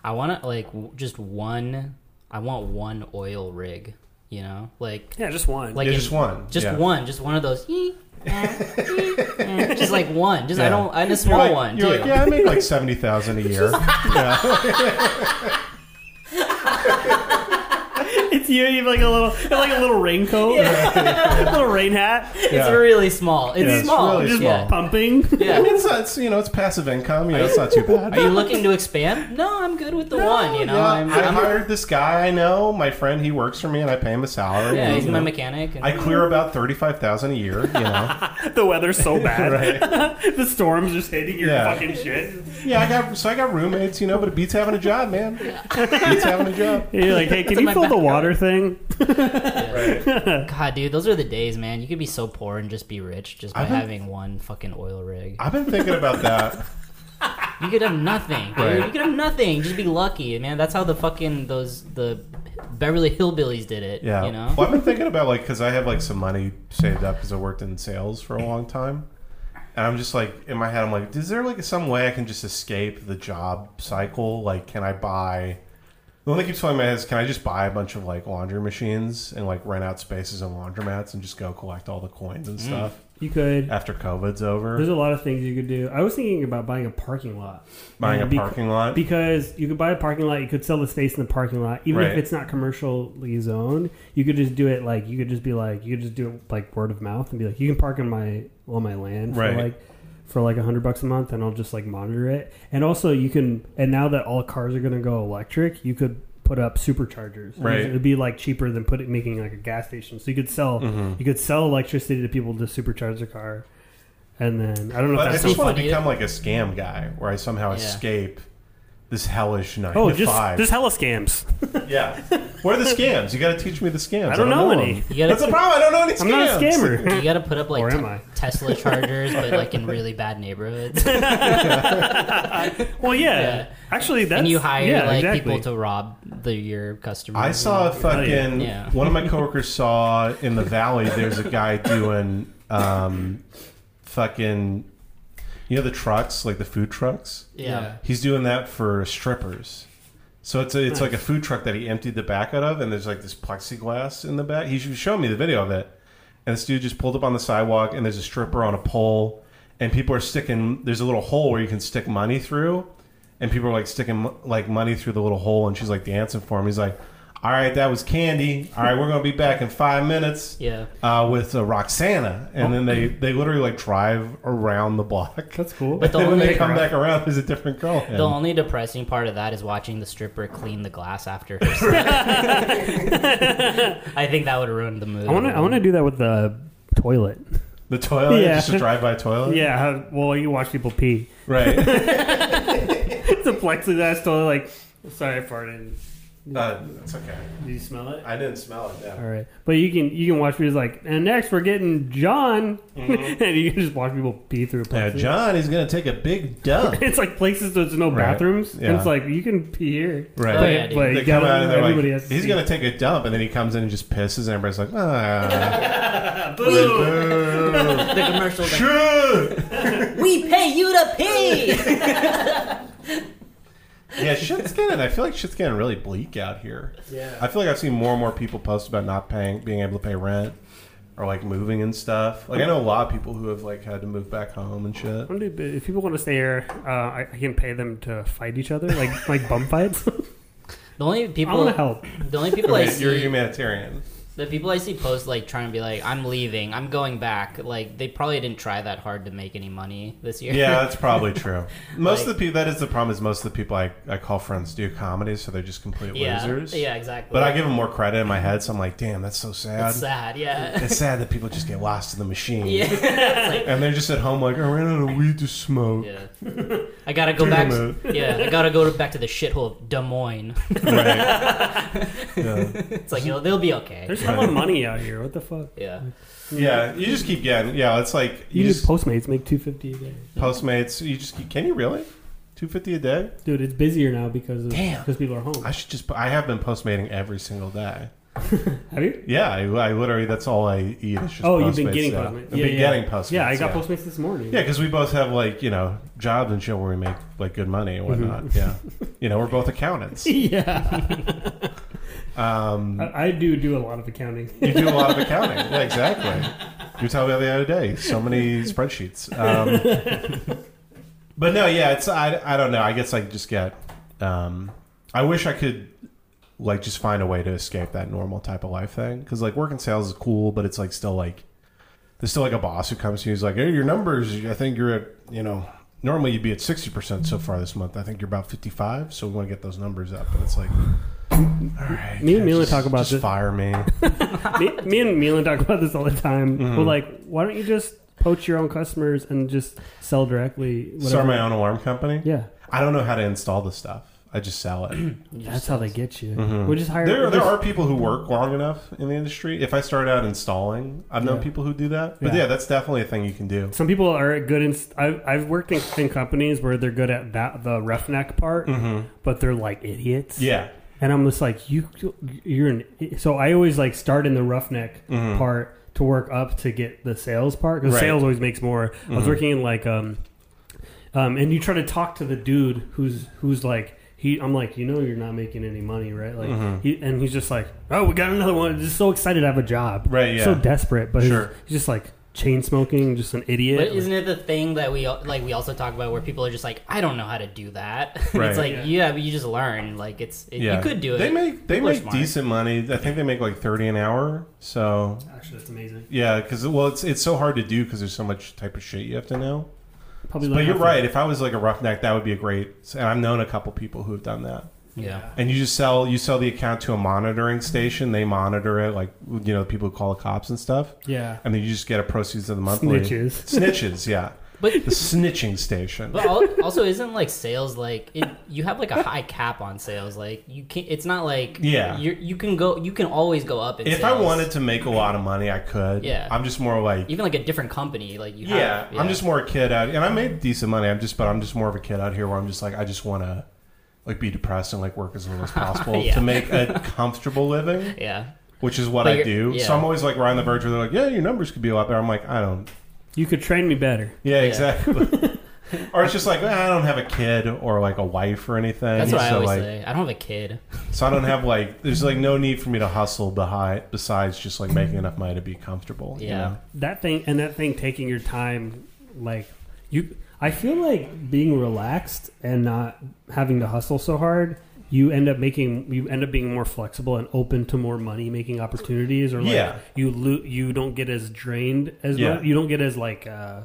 Speaker 3: I want to like w- just one. I want one oil rig. You know, like
Speaker 2: Yeah, just one.
Speaker 3: like
Speaker 1: Yeah,
Speaker 3: in-
Speaker 1: just one.
Speaker 3: just
Speaker 1: Yeah.
Speaker 3: one, just one of those. "Ee, eh, ee, eh," just like one. Just I
Speaker 1: Yeah.
Speaker 3: don't. And a
Speaker 1: You're
Speaker 3: small
Speaker 1: like-
Speaker 3: one too.
Speaker 1: You're like, yeah, I make like seventy thousand a year. yeah.
Speaker 2: it's
Speaker 6: it's you. You have like a little, you have like a little raincoat, a little rain hat.
Speaker 1: Yeah.
Speaker 3: It's really small. It's
Speaker 1: Yeah, it's
Speaker 3: small.
Speaker 1: really
Speaker 6: Just
Speaker 1: small.
Speaker 3: Yeah.
Speaker 6: pumping.
Speaker 1: I mean,
Speaker 3: yeah.
Speaker 1: it's, not, it's you know it's passive income. You know, it's not too bad.
Speaker 3: Are you looking to expand? No, I'm good with the one. You know,
Speaker 1: Yeah,
Speaker 3: I'm,
Speaker 1: I
Speaker 3: I'm-
Speaker 1: hired this guy I know, my friend. He works for me, and I pay him a salary.
Speaker 3: yeah,
Speaker 1: and,
Speaker 3: he's
Speaker 1: you
Speaker 3: my
Speaker 1: know,
Speaker 3: mechanic. And
Speaker 1: I clear about thirty five thousand a year. You know,
Speaker 6: The weather's so bad.
Speaker 1: Right.
Speaker 6: the storms just hitting your
Speaker 1: Yeah.
Speaker 6: fucking shit.
Speaker 1: yeah, I got so I got roommates. You know, but it beats having a job, man. Beats having a job.
Speaker 6: You're like, hey, can
Speaker 3: in
Speaker 6: you
Speaker 3: my
Speaker 6: fill the
Speaker 3: backyard.
Speaker 6: water thing?
Speaker 3: God, dude, those are the days, man. You could be so poor and just be rich just by
Speaker 1: I've been-
Speaker 3: having one fucking oil rig.
Speaker 1: I've been thinking about that.
Speaker 3: You could have nothing. dude.
Speaker 1: Right.
Speaker 3: You could have nothing. Just be lucky, man. That's how the fucking those the Beverly Hillbillies did it.
Speaker 1: Yeah.
Speaker 3: You know.
Speaker 1: Well, I've been thinking about like because I have like some money saved up because I worked in sales for a long time, and I'm just like in my head I'm like, is there like some way I can just escape the job cycle? Like, can I buy? The one that keeps falling in my head is, can I just buy a bunch of like laundry machines and like rent out spaces in laundromats and just go collect all the coins
Speaker 3: Mm.
Speaker 1: and stuff
Speaker 2: You could.
Speaker 1: after COVID's
Speaker 2: There's
Speaker 1: over?
Speaker 2: a lot of things you could do. I was thinking about buying a parking lot.
Speaker 1: Buying a
Speaker 2: Bec-
Speaker 1: parking lot.
Speaker 2: Because you could buy a parking lot, you could sell the space in the parking lot, even if
Speaker 1: Right.
Speaker 2: it's not commercially zoned. You could just do it like you could just be like you could just do it like word of mouth and be like you can park on my on my land
Speaker 1: Right.
Speaker 2: for like for like a hundred bucks a month, and I'll just like monitor it. And also you can and now that all cars are going to go electric, you could put up superchargers.
Speaker 1: Right.
Speaker 2: it'd be like cheaper than put it making like a gas station. So you could sell
Speaker 1: Mm-hmm.
Speaker 2: you could sell electricity to people to supercharge their car. And then I don't know
Speaker 1: But
Speaker 2: if
Speaker 1: I
Speaker 2: that's
Speaker 1: just
Speaker 2: so
Speaker 1: want to
Speaker 3: funny.
Speaker 1: become like a scam guy where I somehow
Speaker 3: Yeah.
Speaker 1: escape this hellish nine
Speaker 6: Oh,
Speaker 1: to
Speaker 6: just
Speaker 1: five.
Speaker 6: there's hella scams.
Speaker 1: Yeah. What are the scams? You got to teach me the scams.
Speaker 6: I don't know any.
Speaker 1: 'em.
Speaker 3: You gotta-
Speaker 1: That's the problem. I don't know any scams.
Speaker 2: I'm not a scammer.
Speaker 3: You gotta put up like
Speaker 2: Or am
Speaker 3: te-
Speaker 2: I?
Speaker 3: Tesla chargers, but like in really bad neighborhoods,
Speaker 6: Well, yeah.
Speaker 3: Yeah.
Speaker 6: Actually, that's
Speaker 3: and you hire
Speaker 6: yeah,
Speaker 3: like
Speaker 6: exactly.
Speaker 3: people to rob the your customers.
Speaker 1: I
Speaker 3: you
Speaker 1: saw a
Speaker 3: know?
Speaker 1: fucking.
Speaker 3: Yeah.
Speaker 1: One of my coworkers saw in the valley. There's a guy doing, um, fucking, you know the trucks like the food trucks.
Speaker 3: yeah.
Speaker 1: He's doing that for strippers. So it's a, it's like a food truck that he emptied the back out of, and there's like this plexiglass in the back. He was showing me the video of it, and this dude just pulled up on the sidewalk, and there's a stripper on a pole, and people are sticking. There's a little hole where you can stick money through, and people are like sticking like money through the little hole, and she's like dancing for him. He's like, "All right, that was candy. All right, we're gonna be back in five minutes."
Speaker 3: Yeah.
Speaker 1: Uh, with uh, Roxana, and then they they literally like drive around the block.
Speaker 2: that's cool.
Speaker 3: But the
Speaker 1: and when they
Speaker 3: only
Speaker 1: come back around, there's a different girl.
Speaker 3: the only depressing part of that is watching the stripper clean the glass after her. set. I think that would ruin the mood.
Speaker 2: I want to I want to do that with the toilet.
Speaker 1: The toilet,
Speaker 2: Yeah.
Speaker 1: just a drive-by toilet.
Speaker 6: Yeah, how- well, you watch people pee.
Speaker 1: right. Uh,
Speaker 6: It's a plexiglass toilet. Like, sorry, I farted.
Speaker 1: Uh, it's okay.
Speaker 2: Do you smell it?
Speaker 1: I didn't smell it.
Speaker 2: All
Speaker 1: Yeah.
Speaker 2: right, but you can you can watch people like, and next we're getting John,
Speaker 3: Mm-hmm.
Speaker 2: and you can just watch people pee through.
Speaker 1: Yeah,
Speaker 2: Plexi.
Speaker 1: John is gonna take a big dump.
Speaker 2: It's like places there's no
Speaker 1: Right.
Speaker 2: bathrooms. And
Speaker 1: Yeah.
Speaker 2: it's like you can pee here,
Speaker 1: Right.
Speaker 3: Oh, yeah,
Speaker 2: But,
Speaker 3: dude.
Speaker 2: but
Speaker 1: They
Speaker 2: you
Speaker 1: come
Speaker 2: gotta-
Speaker 1: out and they're
Speaker 2: everybody
Speaker 1: like,
Speaker 2: has to
Speaker 1: he's
Speaker 2: see.
Speaker 1: gonna take a dump, and then he comes in and just pisses, and everybody's like, ah, boo,
Speaker 3: the commercial. like,
Speaker 1: shit.
Speaker 3: we pay you to pee.
Speaker 1: Yeah, shit's getting. I feel like shit's getting really bleak out here. Yeah. I feel like I've seen more and more people post about not paying, being able to pay rent, or like moving and stuff. Like I know a lot of people who have like had to move back home and shit.
Speaker 2: I wonder If if people want to stay here, uh, I, I can pay them to fight each other, like like bum fights.
Speaker 3: the only
Speaker 2: I
Speaker 3: people.
Speaker 2: want to help.
Speaker 3: The only people I see.
Speaker 1: You're a humanitarian.
Speaker 3: The people I see post like trying to be like, I'm leaving, I'm going back. Like they probably didn't try that hard to make any money this year.
Speaker 1: Yeah, that's probably true. Most of the people that is the problem is most of the people I, I call friends do comedy, so they're just complete
Speaker 3: yeah,
Speaker 1: losers.
Speaker 3: yeah, exactly.
Speaker 1: But I give them more credit in my head, so I'm like, damn, that's so sad.
Speaker 3: it's sad. Yeah,
Speaker 1: It's sad that people just get lost in the machine.
Speaker 3: yeah. It's like,
Speaker 1: And they're just at home like, "Oh, I ran out of weed to smoke.
Speaker 3: yeah. I gotta go back. Yeah, I gotta go back to the shithole of Des Moines.
Speaker 1: Right. yeah.
Speaker 3: It's like you know, they'll be okay.
Speaker 2: There's hella money out here. What the fuck?
Speaker 3: Yeah,
Speaker 1: yeah, you just keep getting. Yeah, it's like you,
Speaker 2: You, just
Speaker 1: just
Speaker 2: Postmates make two fifty a day,
Speaker 1: Postmates. You just keep, can you really two fifty a day?
Speaker 2: dude. It's busier now because of,
Speaker 1: Damn.
Speaker 2: because people are home.
Speaker 1: I should just. I have been postmating every single day.
Speaker 2: Have you?
Speaker 1: Yeah, I, I literally that's all I eat. Is just
Speaker 2: Oh, you've been
Speaker 1: Postmates
Speaker 2: getting
Speaker 1: now.
Speaker 2: Postmates.
Speaker 1: I've
Speaker 2: Yeah,
Speaker 1: been
Speaker 2: yeah.
Speaker 1: getting Postmates.
Speaker 2: Yeah, I got Postmates this morning.
Speaker 1: Yeah, because we both have like you know jobs and shit where we make like good money and whatnot.
Speaker 2: Mm-hmm.
Speaker 1: Yeah, you know we're both accountants.
Speaker 2: yeah.
Speaker 1: Um,
Speaker 2: I, I do do a lot of accounting.
Speaker 1: you do a lot of accounting. Yeah, exactly. You told me the other day so many spreadsheets. Um, but no, yeah, it's I, I don't know. I guess I just get. Um, I wish I could like just find a way to escape that normal type of life thing because like working sales is cool but it's like still like there's still like a boss who comes to you he's like hey your numbers i think you're at you know normally you'd be at 60% so far this month i think you're about 55 so we want to get those numbers up and it's like all right
Speaker 2: Me and Mila
Speaker 1: just-
Speaker 2: talk about
Speaker 1: just
Speaker 2: this.
Speaker 1: fire me
Speaker 2: me, me and Milan talk about this all the time.
Speaker 1: Mm-hmm.
Speaker 2: We're like, why don't you just poach your own customers and just sell directly? Whatever.
Speaker 1: start my own alarm company
Speaker 2: Yeah,
Speaker 1: i don't know how to install the stuff i just sell it
Speaker 2: that's how they get you. We just hire.
Speaker 1: Mm-hmm. There, there
Speaker 2: just-
Speaker 1: are people who work long enough in the industry. If I start out installing, I've known
Speaker 2: Yeah.
Speaker 1: people who do that. But
Speaker 2: Yeah.
Speaker 1: yeah. that's definitely a thing you can do.
Speaker 2: some people are good in. I've, I've worked in, in companies where they're good at that the roughneck part, but they're like idiots.
Speaker 1: Mm-hmm. Yeah,
Speaker 2: and I'm just like you. You're an. So I always like start in the roughneck part to work up to get the sales part
Speaker 1: Mm-hmm.
Speaker 2: because
Speaker 1: Right. Mm-hmm.
Speaker 2: sales always makes more. I was working in like um, um, and you try to talk to the dude who's who's like. He, I'm like, you know, you're not making any money, right? Like,
Speaker 1: Mm-hmm.
Speaker 2: he, and he's just like, oh, we got another one. Just so excited to have a job,
Speaker 1: Right, yeah.
Speaker 2: So desperate, but he's-
Speaker 1: Sure.
Speaker 2: he's, just like chain smoking, just an idiot.
Speaker 3: But isn't it the thing that we al- like we also talk about where people are just like, I don't know how to do that.
Speaker 1: Right.
Speaker 3: it's like
Speaker 2: Yeah.
Speaker 3: yeah. but you just learn. Like it's it,
Speaker 1: yeah.
Speaker 3: you could do it.
Speaker 1: They make they
Speaker 3: People are
Speaker 1: make
Speaker 3: smart.
Speaker 1: decent money. I think they make like thirty an hour. So
Speaker 2: Actually, that's amazing.
Speaker 1: yeah, because well, it's it's so hard to do because there's so much type of shit you have to know.
Speaker 2: Probably
Speaker 1: But
Speaker 2: like
Speaker 1: you're
Speaker 2: half the-
Speaker 1: right. If I was like a roughneck, that would be a great. And I've known a couple people who have done that.
Speaker 3: Yeah.
Speaker 1: And you just sell you sell the account to a monitoring station. They monitor it, like you know, people who call the cops and stuff.
Speaker 2: Yeah.
Speaker 1: And then you just get a proceeds of the monthly
Speaker 2: Snitches.
Speaker 1: Snitches, yeah.
Speaker 3: But
Speaker 1: The snitching station.
Speaker 3: but al- also isn't like sales like it, you have like a high cap on sales. Like you can't. It's not like
Speaker 1: Yeah.
Speaker 3: You're, you can go. You can always go up. In
Speaker 1: If I
Speaker 3: sales.
Speaker 1: wanted to make a lot of money, I could.
Speaker 3: Yeah.
Speaker 1: I'm just more like
Speaker 3: even like a different company, like you.
Speaker 1: yeah,
Speaker 3: Have,
Speaker 1: I'm just more a kid out, and I made decent money. I'm just, but I'm just more of a kid out here where I'm just like, I just want to, like, be depressed and like work as little as possible
Speaker 3: Yeah.
Speaker 1: to make a comfortable living,
Speaker 3: Yeah.
Speaker 1: which is what
Speaker 3: But
Speaker 1: I do.
Speaker 3: you're- yeah.
Speaker 1: So I'm always like right on the verge where they're like, yeah, your numbers could be a lot better. I'm like, I don't.
Speaker 2: You could train me better.
Speaker 1: Yeah, exactly. or it's just like "Ah, I don't have a kid or like a wife or anything.
Speaker 3: That's what I
Speaker 1: so,
Speaker 3: always
Speaker 1: like,
Speaker 3: say. I don't have a kid.
Speaker 1: So I don't have like there's like no need for me to hustle behind besides just like making enough money to be comfortable. you
Speaker 3: Yeah.
Speaker 1: know?
Speaker 2: that thing and that thing taking your time like you i feel like being relaxed and not having to hustle so hard you end up making you end up being more flexible and open to more money making opportunities or like
Speaker 1: Yeah.
Speaker 2: you lo- you don't get as drained as
Speaker 1: Yeah.
Speaker 2: much you don't get as like uh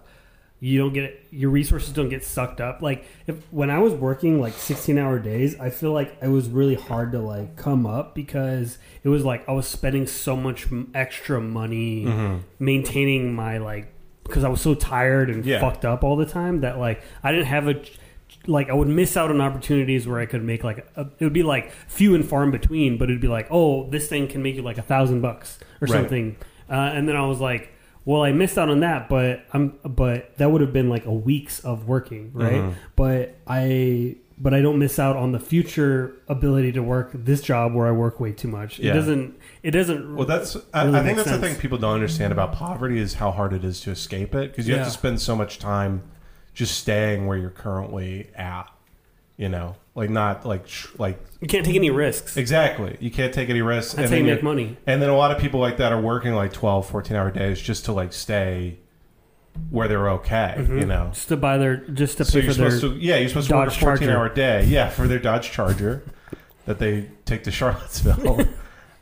Speaker 2: you don't get your resources don't get sucked up like if, when i was working like 16 hour days i feel like it was really hard to like come up because it was like i was spending so much m- extra money maintaining my like because i was so tired and
Speaker 1: Yeah.
Speaker 2: fucked up all the time that like i didn't have a ch- like I would miss out on opportunities where I could make like a, it would be like few and far in between, but it'd be like oh this thing can make you like a thousand bucks or
Speaker 1: Right.
Speaker 2: something, uh, and then I was like, well I missed out on that, but I'm but that would have been like a weeks of working right,
Speaker 1: Uh-huh.
Speaker 2: but I but I don't miss out on the future ability to work this job where I work way too much. It
Speaker 1: Yeah.
Speaker 2: doesn't it doesn't
Speaker 1: Well, that's I,
Speaker 2: Really
Speaker 1: I think
Speaker 2: makes
Speaker 1: that's the
Speaker 2: sense.
Speaker 1: thing people don't understand about poverty is how hard it is to escape it because you have
Speaker 2: Yeah.
Speaker 1: to spend so much time just staying where you're currently at. You know, like not like sh- like
Speaker 2: you can't take any risks.
Speaker 1: exactly. You can't take any risks. and
Speaker 2: That's how you
Speaker 1: then
Speaker 2: make
Speaker 1: you're-
Speaker 2: money.
Speaker 1: And then a lot of people like that are working like 12, 14 hour days just to like stay where they're okay. You know,
Speaker 2: Mm-hmm. Just to buy their just to
Speaker 1: So
Speaker 2: pay
Speaker 1: you're
Speaker 2: for their
Speaker 1: supposed to, yeah, you're supposed to
Speaker 2: Dodge
Speaker 1: work a 14
Speaker 2: Charger.
Speaker 1: hour day, yeah, for their Dodge Charger that they take to Charlottesville.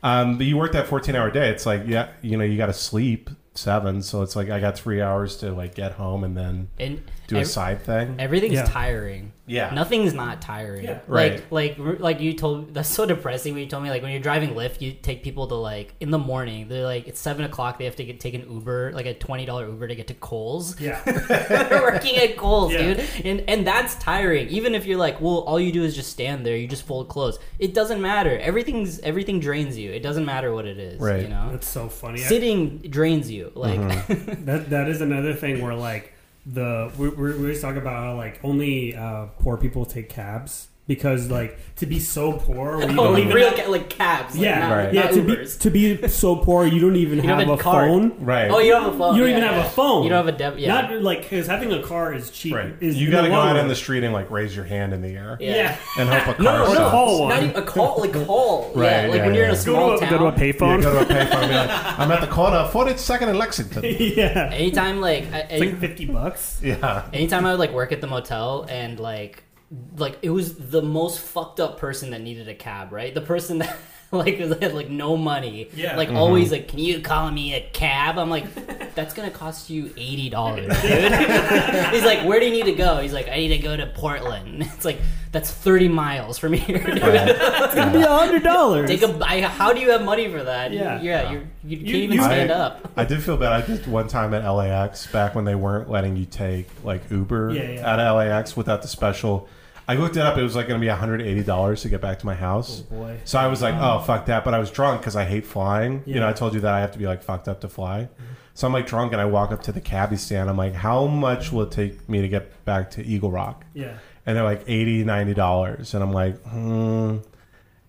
Speaker 1: um, but you work that 14 hour day. It's like, yeah, you know, you got to sleep seven, so it's like I got three hours to like get home and then
Speaker 3: And
Speaker 1: do a
Speaker 3: ev-
Speaker 1: side thing.
Speaker 3: everything's
Speaker 2: Yeah.
Speaker 3: tiring.
Speaker 1: Yeah.
Speaker 3: Nothing's not tiring.
Speaker 2: Yeah.
Speaker 1: Right.
Speaker 3: Like like like you told that's so depressing when you told me like when you're driving Lyft you take people to like in the morning they're like it's seven o'clock they have to get take an Uber like a twenty dollar Uber to get to Coles.
Speaker 2: yeah
Speaker 3: They're working at Coles,
Speaker 2: Yeah.
Speaker 3: dude, and and that's tiring. Even if you're like, well, all you do is just stand there, you just fold clothes. It doesn't matter. Everything's everything drains you. It doesn't matter what it is.
Speaker 1: Right. Mm-hmm.
Speaker 3: You know,
Speaker 2: that's so funny. I-
Speaker 3: sitting drains you. Like oh,
Speaker 2: that that is another thing where like the we we we always talk about how like only uh, poor people take cabs because like to be so poor where you
Speaker 3: Oh,
Speaker 2: don't
Speaker 3: like
Speaker 2: even
Speaker 3: real ca- like cabs. Like
Speaker 2: yeah
Speaker 3: not,
Speaker 1: Right.
Speaker 2: yeah
Speaker 3: not
Speaker 2: to be,
Speaker 3: Ubers.
Speaker 2: to be so poor you don't even
Speaker 3: You don't
Speaker 2: have,
Speaker 3: have
Speaker 2: a
Speaker 3: a car.
Speaker 2: phone
Speaker 1: Right.
Speaker 3: Oh, you don't have a phone.
Speaker 2: you don't even
Speaker 3: Yeah,
Speaker 2: have
Speaker 3: yeah.
Speaker 2: a phone
Speaker 3: You don't have a deb. Yeah.
Speaker 2: not like because having a car is cheap
Speaker 1: Right.
Speaker 2: is
Speaker 1: You
Speaker 2: in
Speaker 1: got to
Speaker 2: the
Speaker 1: go
Speaker 2: long
Speaker 1: out
Speaker 2: run.
Speaker 1: on the street and like raise your hand in the air
Speaker 2: yeah,
Speaker 3: Yeah.
Speaker 1: and hope a
Speaker 3: No,
Speaker 1: car
Speaker 3: no,
Speaker 1: stops.
Speaker 2: call one.
Speaker 3: Not even a call, like call. yeah,
Speaker 1: Right,
Speaker 3: like
Speaker 1: yeah,
Speaker 3: when you're in a
Speaker 1: yeah.
Speaker 3: small town.
Speaker 1: Yeah,
Speaker 2: payphone
Speaker 1: go to a payphone and be like, I'm at the corner of 42nd and Lexington.
Speaker 2: yeah
Speaker 3: Anytime, like, I,
Speaker 2: it's like
Speaker 3: any,
Speaker 2: fifty bucks
Speaker 1: Yeah.
Speaker 3: anytime I would like work at the motel and like like it was the most fucked up person that needed a cab, right? The person that like had like no money,
Speaker 6: Yeah.
Speaker 3: like always like, can you call me a cab? I'm like, that's gonna cost you eighty dollars, dude. He's like, where do you need to go? He's like, I need to go to Portland. It's like that's thirty miles from here. dude.
Speaker 2: It'd be a hundred dollars.
Speaker 3: Take a, I, how do you have money for that?
Speaker 2: Yeah.
Speaker 3: yeah, you're, you can't
Speaker 6: You-
Speaker 3: even
Speaker 6: you-
Speaker 3: stand
Speaker 1: I,
Speaker 3: up.
Speaker 1: I did feel bad. I did one time at LAX back when they weren't letting you take like Uber
Speaker 2: Yeah, yeah.
Speaker 1: at LAX without the special. I looked it up. It was like going to be $180 to get back to my house.
Speaker 2: boy.
Speaker 1: So I was like, oh, fuck that. But I was drunk because I hate flying. You
Speaker 2: Yeah. Mm-hmm.
Speaker 1: know, I told you that I have to be like fucked up to fly. So I'm like drunk and I walk up to the cabbie stand. I'm like, how much will it take me to get back to Eagle Rock?
Speaker 2: Yeah.
Speaker 1: and they're like 80 90 dollars and i'm like hmm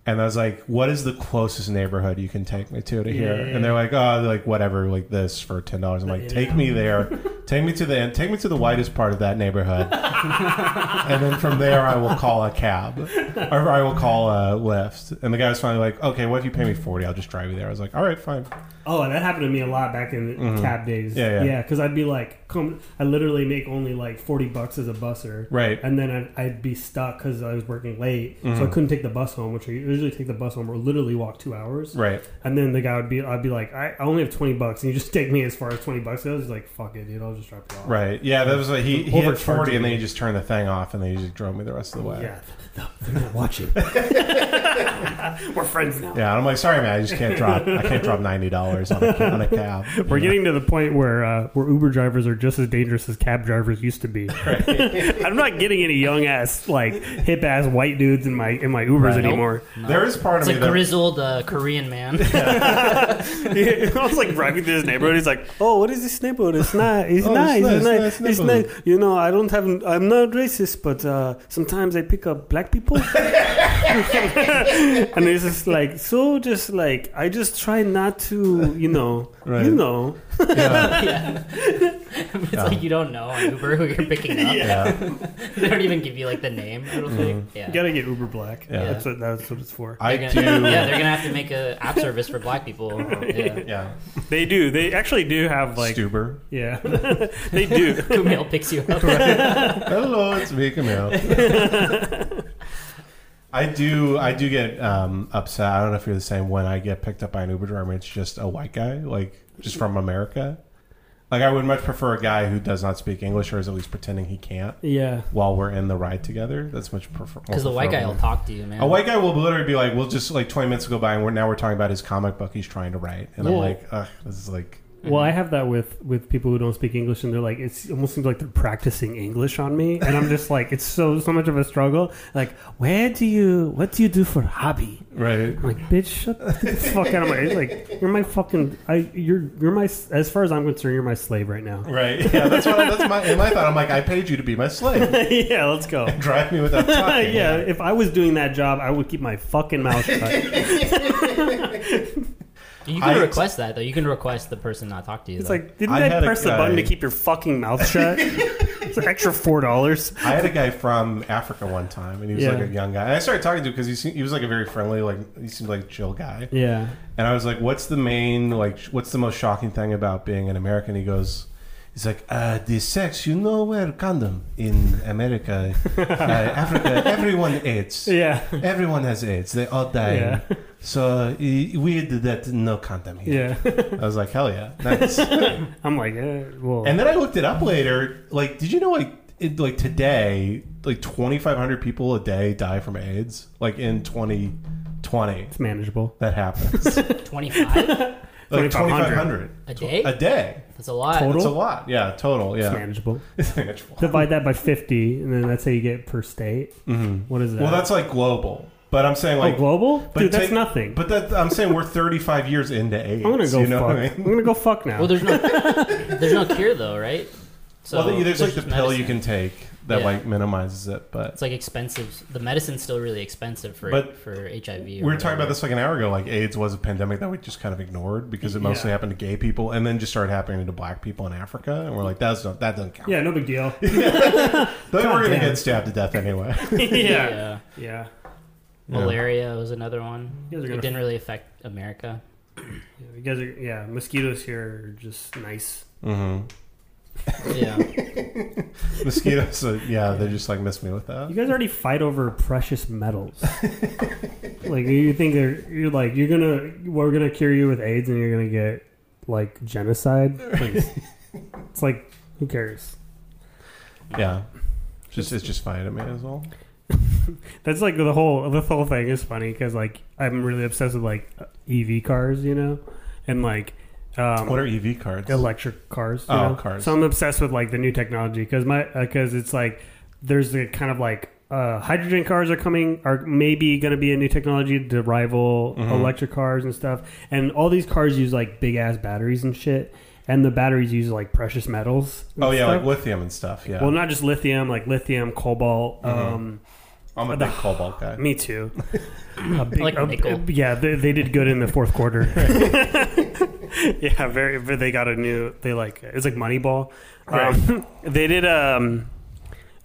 Speaker 1: and i was like what is the closest neighborhood you can take me to to here
Speaker 2: Yeah.
Speaker 1: and they're like oh they're like whatever like this for 10 dollars i'm like
Speaker 2: Yeah.
Speaker 1: take me there take me to the end take me to the whitest part of that neighborhood and then from there i will call a cab or i will call a lyft and the guy was finally like okay what if you pay me 40 i'll just drive you there i was like all right fine
Speaker 2: Oh, and that happened to me a lot back in the cab days.
Speaker 1: Mm-hmm. Yeah, yeah.
Speaker 2: Because I'd be like, come, I literally make only like forty bucks as a busser,
Speaker 1: right Mm-hmm.
Speaker 2: and then I'd, I'd be stuck because I was working late, so I couldn't take the bus home, which I usually take the bus home or literally walk two hours.
Speaker 1: right
Speaker 2: And then the guy would be, I'd be like, I, I only have twenty bucks, and you just take me as far as twenty bucks goes. He's like, fuck it, dude, I'll just drop you off.
Speaker 1: right yeah that was like he, he had
Speaker 2: Overcharging
Speaker 1: 40 and then
Speaker 2: me.
Speaker 1: he just turned the thing off and then he just drove me the rest of the way
Speaker 2: Yeah, they're not watching.
Speaker 6: We're friends now.
Speaker 1: Yeah, and I'm like, sorry, man, I just can't drop. I can't drop ninety dollars on, a- on a cab.
Speaker 2: We're getting to the point where uh, where Uber drivers are just as dangerous as cab drivers used to be. I'm not getting any young ass like hip ass white dudes in my in my Ubers
Speaker 1: Right.
Speaker 2: anymore.
Speaker 1: There is part
Speaker 3: It's
Speaker 1: of me
Speaker 3: a
Speaker 1: that
Speaker 3: grizzled uh, Korean man.
Speaker 6: I was like driving through this neighborhood. He's like,
Speaker 2: Oh, what is this neighborhood? It's nice. It's
Speaker 1: Oh, it's
Speaker 2: nice. It's
Speaker 1: nice,
Speaker 2: nice.
Speaker 1: nice
Speaker 2: It's
Speaker 1: neighborhood.
Speaker 2: nice. You know, I don't have. I'm not racist, but uh, sometimes I pick up black people. and it's just like so. Just like I just try not to. You know.
Speaker 1: Right.
Speaker 2: You know.
Speaker 1: yeah,
Speaker 3: it's
Speaker 1: Yeah.
Speaker 3: like you don't know on Uber who you're picking up.
Speaker 1: yeah. Mm-hmm.
Speaker 3: They don't even give you like the name. I don't think. Yeah.
Speaker 2: gotta get Uber black.
Speaker 1: Yeah.
Speaker 2: That's what that's what it's for.
Speaker 1: I
Speaker 3: They're
Speaker 1: do.
Speaker 3: gonna- Yeah,
Speaker 1: Yeah,
Speaker 3: they're gonna have to make a app service for black people. Yeah.
Speaker 6: they do. They actually do have like.
Speaker 1: Stuber.
Speaker 2: Yeah.
Speaker 6: They do.
Speaker 3: Kumail picks you up.
Speaker 1: Hello, it's me, Camille. I do. I do get um, upset. I don't know if you're the same. When I get picked up by an Uber driver, it's just a white guy, like just from America. Like I would much prefer a guy who does not speak English or is at least pretending he can't
Speaker 2: yeah.
Speaker 1: while we're in the ride together. That's much prefer. more
Speaker 3: Because the white guy
Speaker 1: preferable.
Speaker 3: will talk to you, man.
Speaker 1: A white guy will literally be like, "We'll just like twenty minutes go by, and we're now we're talking about his comic book he's trying to write," and I'm
Speaker 2: Yeah.
Speaker 1: like, Ugh, "This is like,
Speaker 2: Well,
Speaker 6: Mm-hmm.
Speaker 2: I have that with with people who don't speak English, and they're like, it's almost seems like they're practicing English on me, and I'm just like, it's so so much of a struggle. Like, where do you what do you do for hobby?
Speaker 1: right?
Speaker 2: I'm like, bitch, shut the fuck out of my like, you're my fucking, I you're you're my as far as I'm concerned, you're my slave right now.
Speaker 1: Right? Yeah, that's what that's my in my thought. I'm like, I paid you to be my slave,
Speaker 2: yeah, let's go.
Speaker 1: drive me without talking.
Speaker 2: yeah, if I was doing that job, I would keep my fucking mouth shut.
Speaker 3: you
Speaker 1: I-
Speaker 3: can request that though. You can request the person not talk to you.
Speaker 2: It's
Speaker 3: though.
Speaker 2: like, didn't
Speaker 1: I
Speaker 2: I,
Speaker 1: had a
Speaker 2: press the button
Speaker 1: guy-
Speaker 2: to keep your fucking mouth shut? it's an extra four dollars.
Speaker 1: I had a guy from Africa one time, and he was
Speaker 2: Yeah.
Speaker 1: like a young guy. And I started talking to him because he seemed, he was like a very friendly, like he seemed like a chill guy.
Speaker 2: Yeah.
Speaker 1: And I was like, "What's the main like? sh- What's the most shocking thing about being an American?" He goes, "He's like, uh, the sex. You know, wear condom in America, uh, Africa. Everyone hates.
Speaker 2: Yeah.
Speaker 1: Everyone has AIDS. They all dying.
Speaker 2: Yeah.
Speaker 1: So i- weird that no condom here.
Speaker 2: Yeah.
Speaker 1: I was like, hell yeah, nice.
Speaker 2: I'm like, eh, well.
Speaker 1: and then I looked it up later. Like, did you know like it, like today, like 2,500 people a day die from AIDS. Like in 2020,
Speaker 2: It's manageable.
Speaker 1: that happens.
Speaker 3: twenty five
Speaker 1: like
Speaker 2: 2,500.
Speaker 1: 2,500
Speaker 3: a day.
Speaker 1: a day.
Speaker 3: That's a lot.
Speaker 2: Total?
Speaker 1: Uh, It's a lot. Yeah, total.
Speaker 2: It's
Speaker 1: Yeah.
Speaker 2: manageable.
Speaker 1: well,
Speaker 2: Divide that by 50, and then that's how you get per state. Mm-hmm. is that?
Speaker 1: that's like global, but I'm saying
Speaker 2: oh,
Speaker 1: like.
Speaker 2: global?
Speaker 1: but
Speaker 2: Dude, that's
Speaker 1: take-
Speaker 2: nothing.
Speaker 1: But that, I'm saying we're 35 years into AIDS.
Speaker 2: I'm gonna go
Speaker 1: you know
Speaker 2: fuck.
Speaker 1: What I mean?
Speaker 2: I'm gonna go fuck now.
Speaker 3: Well, there's no there's no cure though, right? So
Speaker 1: well, there's, like the
Speaker 3: just
Speaker 1: pill you
Speaker 3: medicine.
Speaker 1: can take that
Speaker 3: Yeah.
Speaker 1: like minimizes it, but
Speaker 3: It's like expensive. The medicine's still really expensive for
Speaker 1: But
Speaker 3: for HIV. or
Speaker 1: we were talking
Speaker 3: whatever.
Speaker 1: about this like an hour ago. Like AIDS was a pandemic that we just kind of ignored because it mostly
Speaker 2: Yeah.
Speaker 1: happened to gay people, and then just started happening to black people in Africa, and we're like, that's not that doesn't count.
Speaker 2: yeah, no big deal.
Speaker 1: then we're gonna
Speaker 2: Goddamn.
Speaker 1: get stabbed to death anyway.
Speaker 2: yeah.
Speaker 3: yeah.
Speaker 2: Yeah.
Speaker 1: Yeah.
Speaker 3: Malaria was another one.
Speaker 2: You
Speaker 3: It
Speaker 2: guys are gonna-
Speaker 3: didn't really affect America.
Speaker 2: You guys are, yeah, mosquitoes here are just nice.
Speaker 1: mm-hmm.
Speaker 3: Yeah.
Speaker 1: Mosquitoes, uh, yeah, they just like miss me with that.
Speaker 2: You guys already fight over precious metals. like you think they're, you're like you're gonna we're gonna cure you with AIDS and you're gonna get like genocide. Please. it's like who cares?
Speaker 1: Yeah. Just it's just fine at me as well.
Speaker 2: That's like the whole the whole thing is funny because like I'm really obsessed with like EV cars, you know, and like um,
Speaker 1: What are EV cards?
Speaker 2: electric cars. you
Speaker 1: Oh,
Speaker 2: know?
Speaker 1: cars.
Speaker 2: So I'm obsessed with like the new technology because my because it's like there's a kind of like uh, hydrogen cars are coming are maybe going to be a new technology to rival
Speaker 1: Mm-hmm.
Speaker 2: electric cars and stuff. And all these cars use like big ass batteries and shit. And the batteries use like precious metals. and
Speaker 1: oh yeah,
Speaker 2: stuff.
Speaker 1: like lithium and stuff. Yeah. Mm-hmm.
Speaker 2: well, not just lithium, like lithium, cobalt. Um,
Speaker 1: I'm a
Speaker 2: the-
Speaker 1: big cobalt guy.
Speaker 2: me too. A big-
Speaker 3: Like
Speaker 2: a-
Speaker 3: nickel.
Speaker 2: yeah, they, they did good in the fourth quarter. yeah, very. very- They got a new. They like it's like Moneyball. Um, they did um,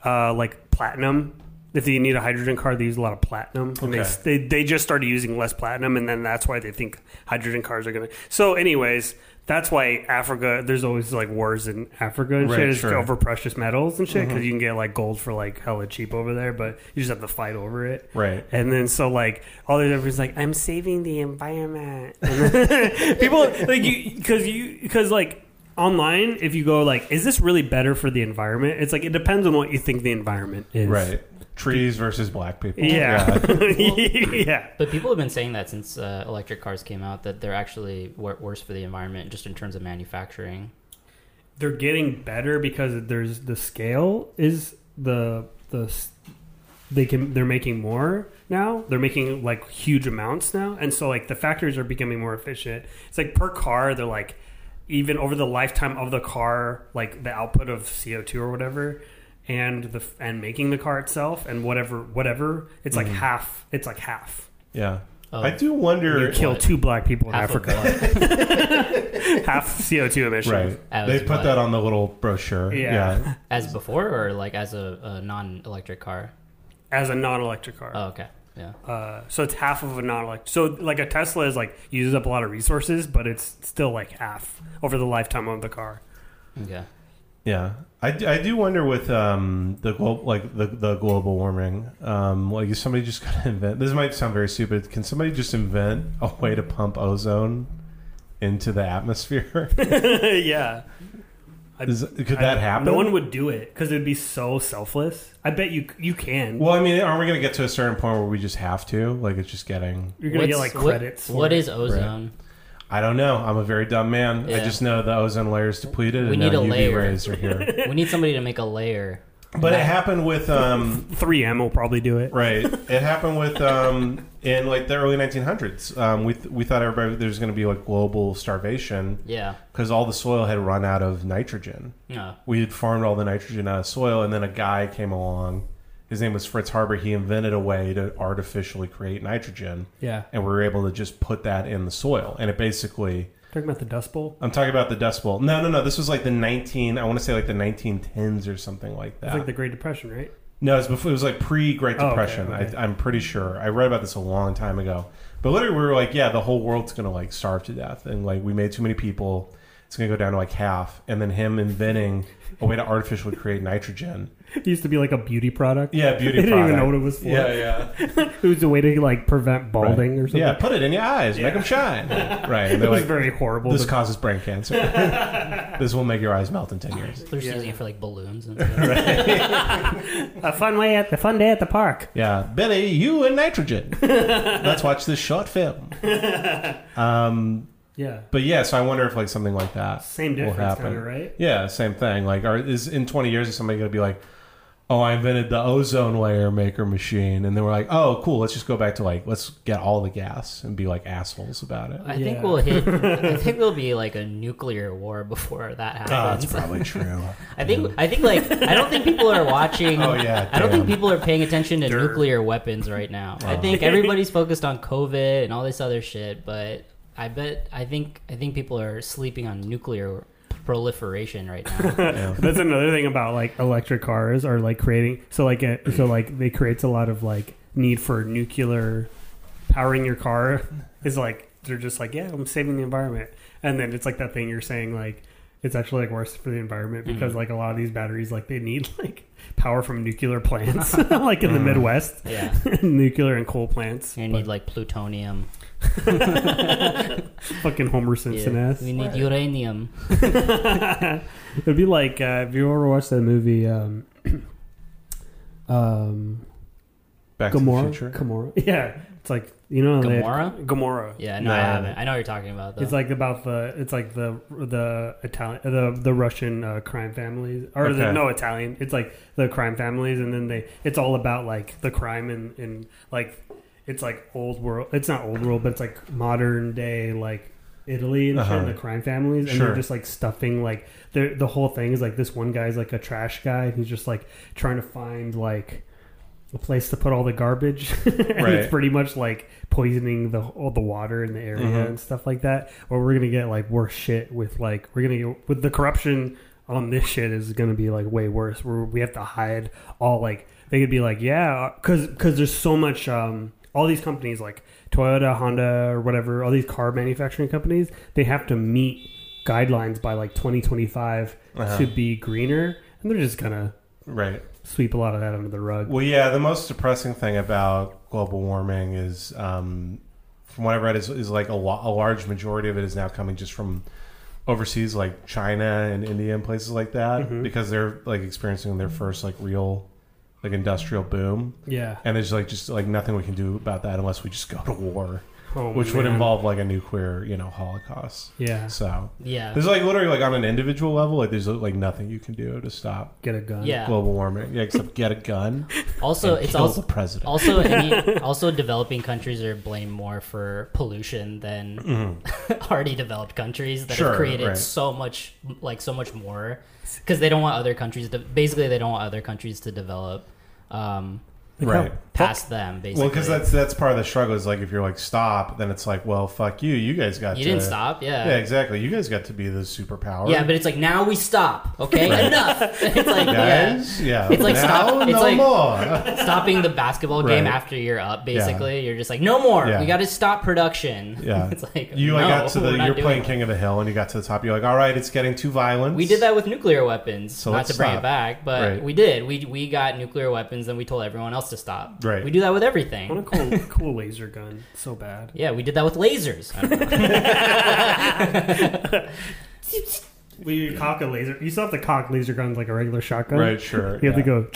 Speaker 2: uh, like platinum. If you need a hydrogen car, they use a lot of platinum. And they,
Speaker 1: Okay.
Speaker 2: they they just started using less platinum, and then that's why they think hydrogen cars are gonna. So, anyways, that's why Africa. There's always like wars in Africa and
Speaker 1: Right,
Speaker 2: shit. It's
Speaker 1: sure. Mm-hmm.
Speaker 2: over precious metals and shit because you can get like gold for like hella cheap over there, but you just have to fight over it.
Speaker 1: Right.
Speaker 2: And then so like all these everyone's like, I'm saving the environment. And then- people like you because you because like online if you go like, is this really better for the environment? It's like it depends on what you think the environment is.
Speaker 1: Right. Trees versus black people.
Speaker 2: Yeah. yeah.
Speaker 3: But people have been saying that since uh, electric cars came out that they're actually wor- worse for the environment just in terms of manufacturing.
Speaker 2: They're getting better because there's the scale is the the s- they can they're making more now they're making like huge amounts now and so like the factories are becoming more efficient it's like per car they're like even over the lifetime of the car like the output of co2 or whatever and the and making the car itself and whatever whatever it's like half it's like half
Speaker 1: Yeah.
Speaker 3: Oh.
Speaker 1: I do wonder.
Speaker 2: you kill
Speaker 3: What?
Speaker 2: two black people in
Speaker 3: Half of
Speaker 2: africa
Speaker 3: what?
Speaker 2: half co2 emissions
Speaker 1: Right.
Speaker 3: As
Speaker 1: They put
Speaker 3: what?
Speaker 1: that on the little brochure.
Speaker 2: Yeah.
Speaker 1: yeah.
Speaker 3: as before or like as a, a non-electric car.
Speaker 2: as a non-electric car
Speaker 3: Oh, okay. Yeah.
Speaker 2: Uh, so it's half of a non like so like a Tesla is like uses up a lot of resources, but it's still like half over the lifetime of the car.
Speaker 3: Okay.
Speaker 1: Yeah, I, do- I do wonder with um, the glo- like the, the global warming, um, like is somebody just gonna invent? This might sound very stupid. Can somebody just invent a way to pump ozone into the atmosphere?
Speaker 2: yeah,
Speaker 1: Is, could that
Speaker 2: I-
Speaker 1: happen?
Speaker 2: No one would do it because it'd be so selfless. I bet you you can.
Speaker 1: Well, I mean, aren't we gonna get to a certain point where we just have to? Like, it's just getting.
Speaker 2: You're gonna get
Speaker 3: What's-
Speaker 2: like credits.
Speaker 3: What,
Speaker 2: for
Speaker 3: what
Speaker 2: it.
Speaker 3: is ozone?
Speaker 1: I don't know. I'm a very dumb man. I
Speaker 3: Yeah.
Speaker 1: just know the ozone layer is depleted, and
Speaker 3: need
Speaker 1: now
Speaker 3: a
Speaker 1: UV
Speaker 3: layer.
Speaker 1: rays are here.
Speaker 3: we need somebody to make a layer.
Speaker 1: but it happened with um,
Speaker 2: 3M will probably do it.
Speaker 1: Right. It happened with um, in like the early 1900s. Um, we th- we thought everybody there was going to be like global starvation
Speaker 3: Yeah.
Speaker 1: because all the soil had run out of nitrogen.
Speaker 3: No.
Speaker 1: We had farmed all the nitrogen out of soil, and then a guy came along. His name was Fritz Haber. He invented a way to artificially create nitrogen,
Speaker 2: Yeah,
Speaker 1: and we were able to just put that in the soil, and it basically.
Speaker 2: talking about the Dust Bowl.
Speaker 1: I'm talking about the Dust Bowl. No, no, no. This was like the 19. I want to say like the 1910s or something like that.
Speaker 2: It's like the Great Depression, right?
Speaker 1: No, it was before. It was like pre Great
Speaker 2: Oh, okay,
Speaker 1: Depression.
Speaker 2: okay.
Speaker 1: I, I'm pretty sure. I read about this a long time ago. But literally, we were like, yeah, the whole world's gonna like starve to death, and like we made too many people. It's gonna go down to like half, and then him inventing a way to artificially create nitrogen.
Speaker 2: It used to be like a beauty product.
Speaker 1: Yeah, beauty.
Speaker 2: They didn't even
Speaker 1: product.
Speaker 2: know what it was for.
Speaker 1: Yeah, yeah.
Speaker 2: It was a way to like prevent balding
Speaker 1: Right.
Speaker 2: or something.
Speaker 1: Yeah, put it in your eyes, make 'em make them shine. right. And
Speaker 2: it
Speaker 1: they're
Speaker 2: was
Speaker 1: like,
Speaker 2: very horrible.
Speaker 1: this
Speaker 2: to-
Speaker 1: causes brain cancer. this will make your eyes melt in ten years.
Speaker 3: They're just using it for like balloons and stuff.
Speaker 2: a fun way at the fun day at the park.
Speaker 1: Yeah, Billy, you and nitrogen. Let's watch this short film. Um,
Speaker 2: Yeah,
Speaker 1: But yeah, so I wonder if like something like that
Speaker 2: same
Speaker 1: will
Speaker 2: difference,
Speaker 1: happen.
Speaker 2: kind of right.
Speaker 1: Yeah, same thing. Like, are, is in twenty years is somebody going to be like, "Oh, I invented the ozone layer maker machine," and then we're like, "Oh, cool, let's just go back to like let's get all the gas and be like assholes about it."
Speaker 3: I think
Speaker 2: Yeah.
Speaker 3: we'll hit. I think there'll be like a nuclear war before that
Speaker 1: Oh, that's
Speaker 3: happens.
Speaker 1: probably true.
Speaker 3: I think. I think like I don't think people are watching.
Speaker 1: Oh, yeah,
Speaker 3: I don't
Speaker 1: damn.
Speaker 3: think people are paying attention to
Speaker 2: Dirt.
Speaker 3: nuclear weapons right now. I think everybody's focused on COVID and all this other shit. But I bet. I think. I think people are sleeping on nuclear proliferation right now.
Speaker 2: That's another thing about like electric cars are like creating so like it so like they creates a lot of like need for nuclear powering your car is like they're just like yeah I'm saving the environment and then it's like that thing you're saying like it's actually like worse for the environment
Speaker 3: Mm-hmm.
Speaker 2: because like a lot of these batteries like they need like power from nuclear plants like
Speaker 3: Mm.
Speaker 2: in the Midwest,
Speaker 3: Yeah.
Speaker 2: nuclear and coal plants.
Speaker 3: You need like plutonium.
Speaker 2: Fucking Homer Simpson
Speaker 3: Yeah.
Speaker 2: ass.
Speaker 3: We need uranium.
Speaker 2: It'd be like uh, if you ever watched that movie, um, um,
Speaker 1: Back to the
Speaker 2: Gamora.
Speaker 1: Future.
Speaker 2: Gamora. Yeah, it's like you know they had-
Speaker 3: Gamora?
Speaker 2: Gamora.
Speaker 3: Yeah, no, I
Speaker 1: No.
Speaker 3: haven't. I know what you're talking about though.
Speaker 2: It's like about the it's like the the Italian the the Russian uh, crime families or the,
Speaker 1: Okay.
Speaker 2: no Italian. It's like the crime families, and then they it's all about like the crime and and like it's like old world. It's not old world, but it's like modern day like. Italy and shit,
Speaker 1: Uh-huh.
Speaker 2: the crime families, and
Speaker 1: Sure.
Speaker 2: they're just like stuffing like the the whole thing is like this one guy's like a trash guy, and he's just like trying to find like a place to put all the garbage. and
Speaker 1: Right.
Speaker 2: It's pretty much like poisoning the all the water in the area
Speaker 1: Mhm.
Speaker 2: and stuff like that. Or we're gonna get like worse shit with like we're gonna get with the corruption on this shit is gonna be like way worse. Where we have to hide all like they could be like yeah because because there's so much um all these companies like Toyota Honda or whatever all these car manufacturing companies they have to meet guidelines by like 2025
Speaker 1: Uh-huh.
Speaker 2: to be greener and they're just gonna
Speaker 1: Right.
Speaker 2: sweep a lot of that under the rug.
Speaker 1: Well, yeah, the most depressing thing about global warming is, um, from what I read, is, is like a, lo- a large majority of it is now coming just from overseas, like China and India and places like that, because they're like experiencing their first like real like industrial boom,
Speaker 2: Yeah.
Speaker 1: and there's like just like nothing we can do about that unless we just go to war,
Speaker 2: Oh,
Speaker 1: which would
Speaker 2: man.
Speaker 1: involve like a nuclear, you know, holocaust.
Speaker 2: yeah
Speaker 1: So
Speaker 3: yeah.
Speaker 1: there's like literally like on an individual level, like there's like nothing you can do to stop
Speaker 2: get a gun.
Speaker 3: Yeah.
Speaker 1: global warming, yeah, except get a gun.
Speaker 3: Also,
Speaker 1: and
Speaker 3: it's
Speaker 1: kill
Speaker 3: also
Speaker 1: the president.
Speaker 3: also any, also developing countries are blamed more for pollution than already developed countries that
Speaker 1: Mm-hmm. Sure,
Speaker 3: have created
Speaker 1: right.
Speaker 3: so much like so much more because they don't want other countries to basically they don't want other countries to develop um,
Speaker 1: right.
Speaker 3: past them basically.
Speaker 1: Well, because that's that's part of the struggle is like if you're like stop, then it's like well fuck you, you guys got
Speaker 3: you
Speaker 1: to,
Speaker 3: didn't stop,
Speaker 1: Yeah, exactly. You guys got to be the superpower.
Speaker 3: Yeah, but it's like now we stop. Okay, enough. It's like yeah,
Speaker 1: guys, yeah,
Speaker 3: It's like
Speaker 1: now,
Speaker 3: stop- it's
Speaker 1: no
Speaker 3: like-
Speaker 1: more.
Speaker 3: stopping the basketball game
Speaker 1: Right.
Speaker 3: after you're up. Basically, you're just like no more.
Speaker 1: Yeah.
Speaker 3: We got to stop production.
Speaker 1: Yeah,
Speaker 3: it's like
Speaker 1: you like
Speaker 3: no,
Speaker 1: got to
Speaker 3: we're
Speaker 1: the
Speaker 3: not
Speaker 1: you're
Speaker 3: doing
Speaker 1: playing
Speaker 3: that.
Speaker 1: King of the Hill and you got to the top. You're like, all right, it's getting too violent.
Speaker 3: We did that with nuclear weapons,
Speaker 1: So
Speaker 3: not
Speaker 1: let's
Speaker 3: to bring
Speaker 1: stop.
Speaker 3: it back, but
Speaker 1: Right.
Speaker 3: we did. We we got nuclear weapons, and we told everyone else to stop.
Speaker 1: Right.
Speaker 3: We do that with
Speaker 2: I
Speaker 3: everything.
Speaker 2: want a cool, cool laser gun so bad.
Speaker 3: Yeah, we did that with lasers. I don't know.
Speaker 2: We cock a laser. You still have to cock laser guns like a regular shotgun.
Speaker 1: Right, sure.
Speaker 2: You have
Speaker 1: yeah.
Speaker 2: to go.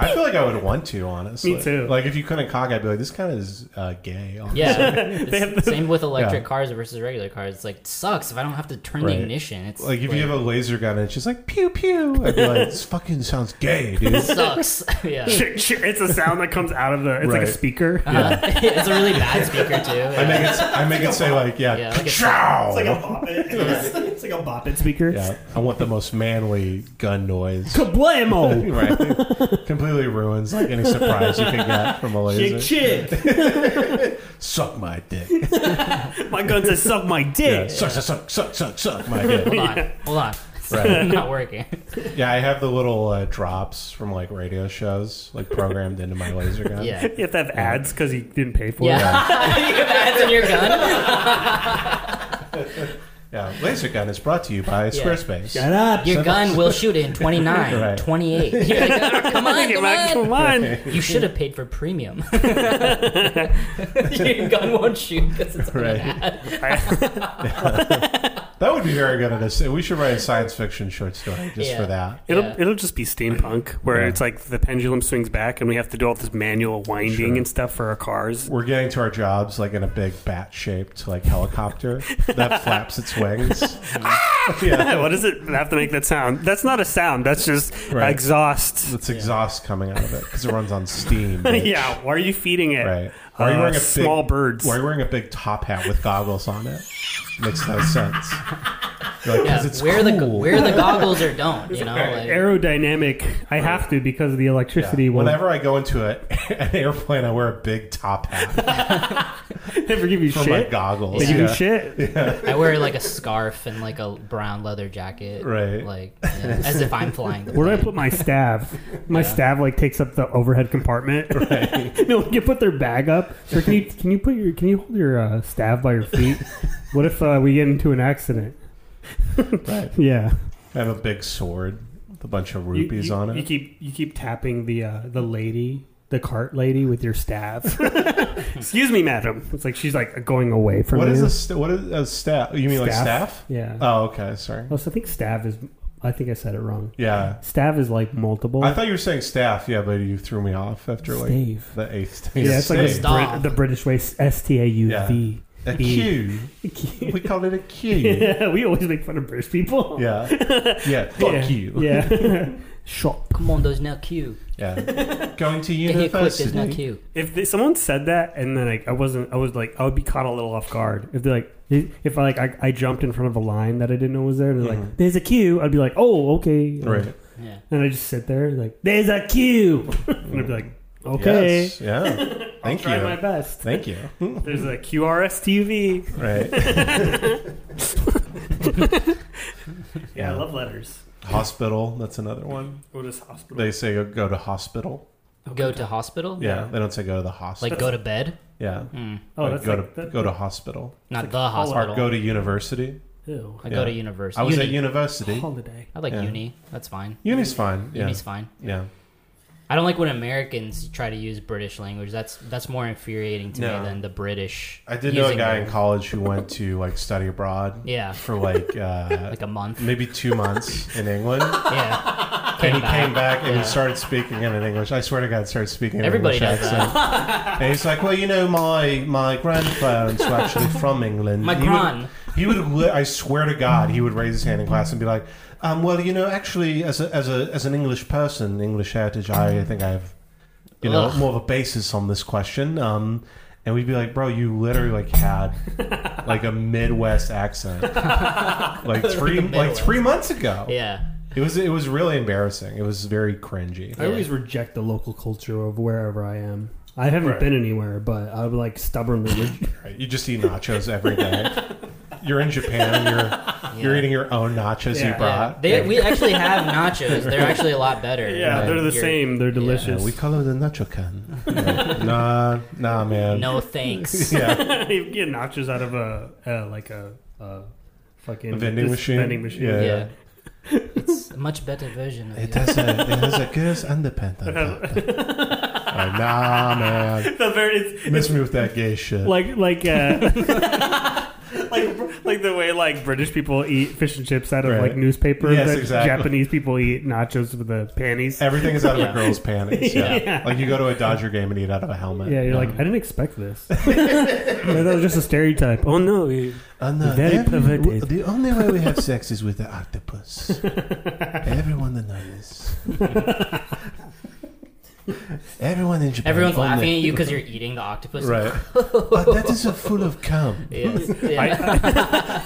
Speaker 1: I feel like I would want to, honestly.
Speaker 2: Me too.
Speaker 1: Like if you couldn't cock, I'd be like, this kind of is uh, gay. honestly.
Speaker 3: yeah. It's
Speaker 2: have
Speaker 3: same with electric
Speaker 1: Yeah.
Speaker 3: cars versus regular cars. It's like it sucks if I don't have to turn
Speaker 1: Right.
Speaker 3: the ignition. It's
Speaker 1: Like if you have a laser gun and it's just like pew pew, I'd be like, this fucking sounds gay, dude.
Speaker 3: it sucks. yeah.
Speaker 2: It's a sound that comes out of the. It's like
Speaker 1: Right.
Speaker 2: a speaker.
Speaker 3: Uh, it's a really bad speaker too.
Speaker 1: I
Speaker 3: Yeah.
Speaker 1: make it. I make it say like, yeah,
Speaker 3: Yeah, like it's-
Speaker 1: "Ka-chow!"
Speaker 2: bop it. It's like a bop it speaker.
Speaker 1: Yeah, I want the most manly gun noise.
Speaker 2: Kablamo!
Speaker 1: right, completely ruins like any surprise you can get from a laser.
Speaker 2: Chick chick!
Speaker 1: Suck my dick.
Speaker 2: My gun says suck my
Speaker 1: Yeah,
Speaker 2: dick!
Speaker 1: suck, suck, suck, suck, suck, suck my dick.
Speaker 3: Hold on. Hold on. It's
Speaker 1: Right.
Speaker 3: not working.
Speaker 1: Yeah, I have the little uh, drops from like radio shows like programmed into my laser gun.
Speaker 3: Yeah.
Speaker 2: You have to have ads because he didn't pay for it.
Speaker 3: Yeah. you have ads in your gun.
Speaker 1: Yeah, laser gun is brought to you by Squarespace.
Speaker 2: Shut up!
Speaker 3: Your gun will shoot in 29,
Speaker 1: Right.
Speaker 3: 28. You're like, "Oh, come on, come on.
Speaker 2: Come on!
Speaker 3: You should have paid for premium. Your gun won't shoot because it's on
Speaker 1: Right.
Speaker 3: an ad.
Speaker 1: That would be very good at us. We should write a science fiction short story just
Speaker 3: Yeah.
Speaker 1: for that.
Speaker 2: It'll,
Speaker 3: Yeah.
Speaker 2: it'll just be steampunk, where
Speaker 1: Yeah.
Speaker 2: it's like the pendulum swings back, and we have to do all this manual winding
Speaker 1: Sure.
Speaker 2: and stuff for our cars.
Speaker 1: We're getting to our jobs like in a big bat-shaped like helicopter that flaps its wings.
Speaker 3: Ah!
Speaker 1: yeah.
Speaker 2: what does it have to make that sound? That's not a sound. That's just
Speaker 1: Right.
Speaker 2: exhaust.
Speaker 1: It's exhaust coming out of it because it runs on steam. bitch.
Speaker 2: yeah. Why are you feeding it?
Speaker 1: Right.
Speaker 2: Why
Speaker 1: Why are you wearing a
Speaker 2: Uh, small
Speaker 1: big,
Speaker 2: birds?
Speaker 1: Why are you wearing a big top hat with goggles on it? Makes no sense. You're like, 'cause
Speaker 3: Yeah,
Speaker 1: it's
Speaker 3: wear the
Speaker 1: cool.
Speaker 3: wear the goggles or don't. You know, like,
Speaker 2: Aerodynamic. I have to because of the
Speaker 1: Yeah.
Speaker 2: electricity. will
Speaker 1: Whenever I go into a, an airplane, I wear a big top hat
Speaker 2: never give you
Speaker 1: for my
Speaker 2: shit.
Speaker 1: goggles.
Speaker 2: They give you
Speaker 1: Yeah.
Speaker 2: shit.
Speaker 3: I wear like a scarf and like a brown leather jacket,
Speaker 1: Right.
Speaker 3: Like yeah, as if I'm flying. The
Speaker 2: Where do I
Speaker 3: plane.
Speaker 2: put my staff? My staff like takes up the overhead compartment. no one can put their bag up. Sir, can you can you put your can you hold your uh, staff by your feet? what if uh, we get into an accident?
Speaker 1: Right.
Speaker 2: Yeah.
Speaker 1: I have a big sword with a bunch of
Speaker 2: You-
Speaker 1: rupees
Speaker 2: you-
Speaker 1: on
Speaker 2: You
Speaker 1: it.
Speaker 2: keep you keep tapping the uh, the lady, the cart lady, with your staff. Excuse me, madam. It's like she's like going away from
Speaker 1: What
Speaker 2: you.
Speaker 1: is a st- what is a staff? You mean like staff?
Speaker 2: Yeah.
Speaker 1: Oh, okay. Sorry.
Speaker 2: Oh, so I think staff is. I think I said it wrong.
Speaker 1: Yeah.
Speaker 2: Staff is like multiple.
Speaker 1: I thought you were saying staff. Yeah, but you threw me off after like
Speaker 2: Stave.
Speaker 1: the eighth.
Speaker 2: yeah, it's like
Speaker 1: Stave.
Speaker 2: the,
Speaker 3: Staff.
Speaker 2: Brit- the British way. S T A U V.
Speaker 1: a Q. We called it a Q.
Speaker 2: Yeah, we always make fun of British people.
Speaker 1: yeah. Yeah. Fuck
Speaker 2: Yeah.
Speaker 1: you.
Speaker 2: Yeah. Shop.
Speaker 3: Come on, there's no queue.
Speaker 1: Yeah. Going to
Speaker 3: Get here quick, there's no
Speaker 1: university.
Speaker 3: queue.
Speaker 2: If they, someone said that and then like I wasn't, I was like, I would be caught a little off guard. If they're like, if I like, I, I jumped in front of a line that I didn't know was there, and they're like, "There's a queue," I'd be like, "Oh, okay."
Speaker 1: Mm-hmm. Right.
Speaker 3: Yeah.
Speaker 2: And I just sit there like, "There's a queue," and I'd be like, "Okay,
Speaker 1: Yes. Yeah. Thank
Speaker 2: try
Speaker 1: you.
Speaker 2: my best."
Speaker 1: Thank you.
Speaker 2: There's a QRSTV.
Speaker 1: Right.
Speaker 2: Yeah, I love letters.
Speaker 1: Hospital. That's another one.
Speaker 2: What is hospital?
Speaker 1: They say go- go to hospital.
Speaker 3: Go to hospital?
Speaker 1: Yeah. They don't say go to the hospital.
Speaker 3: Like go to bed?
Speaker 1: yeah.
Speaker 3: Mm.
Speaker 2: oh,
Speaker 1: Like,
Speaker 2: that's
Speaker 1: go
Speaker 2: like,
Speaker 1: to
Speaker 2: that-
Speaker 1: go to hospital.
Speaker 3: Not the hospital.
Speaker 1: Or go to university.
Speaker 2: Ew.
Speaker 3: I go to
Speaker 1: yeah.
Speaker 3: university.
Speaker 1: I was
Speaker 3: uni.
Speaker 1: at university.
Speaker 2: holiday.
Speaker 3: I like
Speaker 1: yeah.
Speaker 3: uni. That's fine.
Speaker 1: Uni's fine. Yeah.
Speaker 3: Uni's fine.
Speaker 1: Yeah.
Speaker 3: I don't like when Americans try to use British language. That's that's more infuriating to
Speaker 1: No.
Speaker 3: me than the British.
Speaker 1: I did know a
Speaker 3: using
Speaker 1: guy
Speaker 3: it.
Speaker 1: in college who went to like study abroad.
Speaker 3: Yeah.
Speaker 1: For like uh,
Speaker 3: like a month.
Speaker 1: maybe two months in England,
Speaker 3: yeah,
Speaker 1: and he came back and
Speaker 3: Yeah.
Speaker 1: he started speaking in an English. I swear to God, started speaking. In an
Speaker 3: Everybody
Speaker 1: English
Speaker 3: does that.
Speaker 1: accent. And he's like, well, you know, my my grandparents were actually from England.
Speaker 3: My
Speaker 1: He would-
Speaker 3: gran.
Speaker 1: He would, li- I swear to God, he would raise his hand in class and be like, um, "Well, you know, actually, as a, as a as an English person, English heritage, I think I have, you know,
Speaker 3: Ugh.
Speaker 1: more of a basis on this question." Um, and we'd be like, "Bro, you literally like had like a Midwest accent, like three like
Speaker 3: Midwest.
Speaker 1: three months ago.
Speaker 3: yeah.
Speaker 1: It was it was really embarrassing. It was very cringy.
Speaker 2: I always reject the local culture of wherever I am. I haven't been anywhere, but I would like stubbornly. Re-
Speaker 1: Right. You just eat nachos every day. you're in Japan. You're you're eating your own nachos
Speaker 2: Yeah.
Speaker 1: you brought.
Speaker 3: They, we actually have nachos. They're actually a lot better.
Speaker 2: yeah,
Speaker 3: than
Speaker 2: they're the
Speaker 3: your-
Speaker 2: same. They're
Speaker 1: Yeah,
Speaker 2: delicious.
Speaker 1: we call them the nacho can. Yeah. nah, nah, man.
Speaker 3: No thanks.
Speaker 1: Yeah,
Speaker 2: you get nachos out of a uh, like a, a fucking
Speaker 1: A vending
Speaker 2: this
Speaker 1: machine?
Speaker 2: Vending machine.
Speaker 1: Yeah.
Speaker 3: Yeah. It's a much better version of
Speaker 1: it
Speaker 3: it.
Speaker 1: has a it has a girl's underpants. on top. Like, nah, man.
Speaker 2: The very it's
Speaker 1: Miss me with that gay shit.
Speaker 2: like like uh, like like the way like British people eat fish and chips out of
Speaker 1: Right.
Speaker 2: like newspaper.
Speaker 1: Yes,
Speaker 2: that
Speaker 1: exactly.
Speaker 2: Japanese people eat nachos with the panties.
Speaker 1: Everything is out of
Speaker 3: Yeah.
Speaker 1: a girl's panties. Yeah.
Speaker 2: Yeah.
Speaker 1: like you go to a Dodger game and eat out of a helmet.
Speaker 2: Yeah, you're like, I didn't expect this. that was just a stereotype. Oh no, you-
Speaker 1: Oh, no,
Speaker 2: Very
Speaker 1: every-
Speaker 2: perverted.
Speaker 1: w- The only way we have sex is with the octopus. Everyone that knows. Everyone in Japan.
Speaker 3: Everyone's
Speaker 1: only-
Speaker 3: laughing at you because you're eating the octopus.
Speaker 1: Right. but that is a full of cum.
Speaker 3: Yeah. yeah.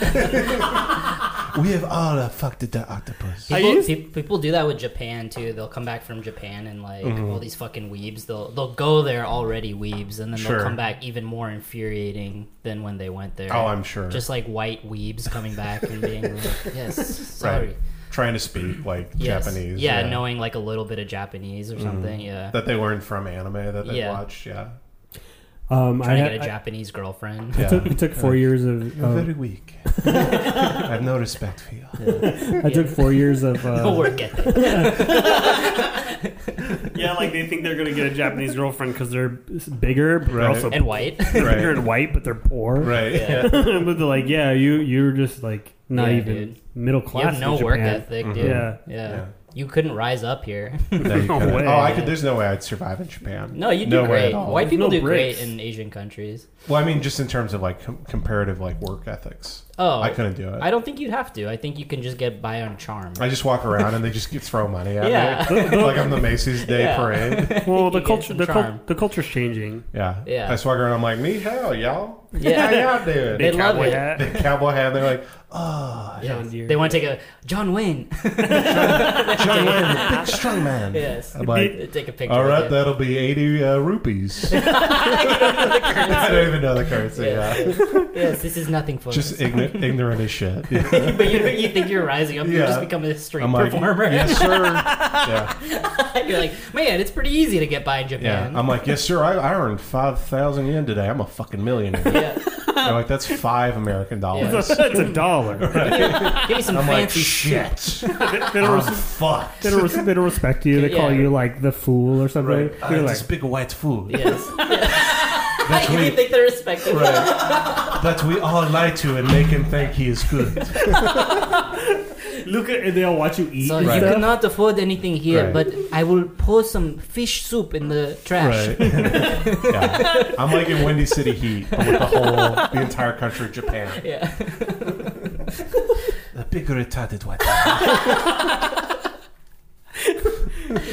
Speaker 1: We have all uh, fucked the octopus.
Speaker 2: I
Speaker 3: People,
Speaker 2: used-
Speaker 3: pe- people do that with Japan too. They'll come back from Japan and like
Speaker 1: Mm-hmm.
Speaker 3: all these fucking weebs. They'll they'll go there already weebs, and then
Speaker 1: Sure.
Speaker 3: they'll come back even more infuriating than when they went there.
Speaker 1: Oh, I'm sure.
Speaker 3: Just like white weebs coming back and being like, "Yes, sorry,
Speaker 1: Trying to speak like
Speaker 3: Yes.
Speaker 1: Japanese. Mm-hmm.
Speaker 3: yeah, knowing like a little bit of Japanese or something, yeah."
Speaker 1: That they learned from anime that they
Speaker 3: Yeah.
Speaker 1: watched. Yeah.
Speaker 2: um, I,
Speaker 3: Trying to
Speaker 2: had,
Speaker 3: get a
Speaker 2: I,
Speaker 3: Japanese girlfriend.
Speaker 1: Yeah.
Speaker 2: it took, it took four years of. uh,
Speaker 1: You're
Speaker 2: of-
Speaker 1: very weak. I have no respect for you.
Speaker 2: I took four years of. Uh,
Speaker 3: Don't work at that.
Speaker 2: Yeah, like they think they're gonna get a Japanese girlfriend because they're bigger, but
Speaker 1: Right.
Speaker 2: they're also
Speaker 3: And white.
Speaker 2: bigger and white, but they're poor.
Speaker 1: Right.
Speaker 3: Yeah.
Speaker 1: Yeah.
Speaker 2: but they're like, yeah, you you're just like not
Speaker 3: Yeah,
Speaker 2: even
Speaker 3: dude.
Speaker 2: middle
Speaker 3: You
Speaker 2: class.
Speaker 3: have no
Speaker 2: in
Speaker 3: work
Speaker 2: Japan.
Speaker 3: ethic, dude.
Speaker 2: Yeah.
Speaker 3: yeah.
Speaker 1: Mm-hmm. Yeah.
Speaker 3: You couldn't rise up here.
Speaker 1: No, you
Speaker 2: No
Speaker 1: couldn't.
Speaker 2: way.
Speaker 1: Oh, I could. There's no way I'd survive in Japan.
Speaker 3: No, you do
Speaker 1: No way
Speaker 3: great.
Speaker 1: at all.
Speaker 3: White
Speaker 2: There's
Speaker 3: people
Speaker 2: no
Speaker 3: do
Speaker 2: bricks.
Speaker 3: great in Asian countries.
Speaker 1: Well, I mean, just in terms of like com- comparative like work ethics.
Speaker 3: Oh,
Speaker 1: I couldn't do it.
Speaker 3: I
Speaker 1: I,
Speaker 3: don't think you'd have to. I think you can just get by on charm.
Speaker 1: just walk around and they just get, throw money at
Speaker 3: Yeah.
Speaker 1: me, like I'm the Macy's Day
Speaker 3: Yeah.
Speaker 1: Parade.
Speaker 2: Well, the
Speaker 3: You get
Speaker 2: culture
Speaker 3: some
Speaker 2: the, cul-
Speaker 3: charm.
Speaker 2: the culture's changing.
Speaker 1: Yeah.
Speaker 3: Yeah.
Speaker 1: I just walk around. I'm like, me hell, y'all.
Speaker 3: Yeah.
Speaker 1: How y'all doing?
Speaker 3: They love
Speaker 2: Cowboy
Speaker 3: it.
Speaker 2: hat.
Speaker 1: the cowboy hat. and They're like, oh,
Speaker 3: Yeah.
Speaker 2: John Deere.
Speaker 3: They want to take a John Wayne.
Speaker 1: John Wayne, the big strong man.
Speaker 3: yes.
Speaker 1: I'm like,
Speaker 3: take a picture.
Speaker 1: all right,
Speaker 3: with you.
Speaker 1: that'll be eighty uh, rupees. I don't even know the currency. Yeah,
Speaker 3: Yeah. Yes, this is nothing for
Speaker 1: just
Speaker 3: us.
Speaker 1: ignorant, ignorant as shit. Yeah.
Speaker 3: but you, you think you're rising up. You
Speaker 1: Yeah.
Speaker 3: just become a street
Speaker 1: I'm like,
Speaker 3: performer.
Speaker 1: yes, sir. Yeah,
Speaker 3: you're like, man, it's pretty easy to get by in
Speaker 1: yeah.
Speaker 3: Japan.
Speaker 1: I'm like, yes, sir. I, I earned five thousand yen today. I'm a fucking millionaire.
Speaker 3: Yeah.
Speaker 1: They're like, that's five American dollars.
Speaker 6: That's a dollar.
Speaker 3: Give me some
Speaker 1: I'm like,
Speaker 3: fancy
Speaker 1: shit.
Speaker 6: They don't,
Speaker 1: I'm
Speaker 6: res-
Speaker 1: fucked.
Speaker 6: they don't res- they don't respect you. They call
Speaker 3: Yeah.
Speaker 6: you like the fool or something.
Speaker 1: Right.
Speaker 6: You're
Speaker 1: I'm
Speaker 6: like,
Speaker 1: this big white fool.
Speaker 3: Yes. I
Speaker 1: That's
Speaker 3: even
Speaker 1: we,
Speaker 3: think they're respected.
Speaker 1: right. that we all lie to and make him think he is good.
Speaker 6: look at, and they all watch you eat.
Speaker 3: So
Speaker 6: and
Speaker 3: you
Speaker 1: Right.
Speaker 6: stuff.
Speaker 3: cannot afford anything here,
Speaker 1: Right.
Speaker 3: but I will pour some fish soup in the trash.
Speaker 1: Right. yeah. I'm like in Windy City Heat, but with the whole, the entire country of Japan.
Speaker 3: Yeah.
Speaker 1: The big retarded white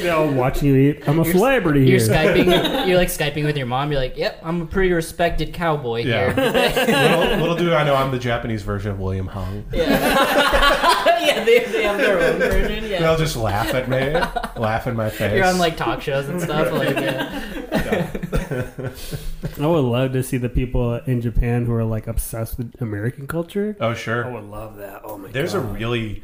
Speaker 6: They all watch you eat.
Speaker 2: I'm a
Speaker 3: You're-
Speaker 2: celebrity
Speaker 3: You're
Speaker 2: here.
Speaker 3: skyping. You're like skyping with your mom. You're like, "Yep, I'm a pretty respected cowboy
Speaker 1: Yeah.
Speaker 3: here."
Speaker 1: little, little do I know, I'm the Japanese version of William Hung.
Speaker 3: yeah, yeah they, they have their own version. Yeah,
Speaker 1: They'll just laugh at me, laugh in my face.
Speaker 3: you're on like talk shows and stuff. Like, yeah.
Speaker 2: I would love to see the people in Japan who are like obsessed with American culture.
Speaker 1: oh sure.
Speaker 2: would love that. Oh my
Speaker 1: There's a really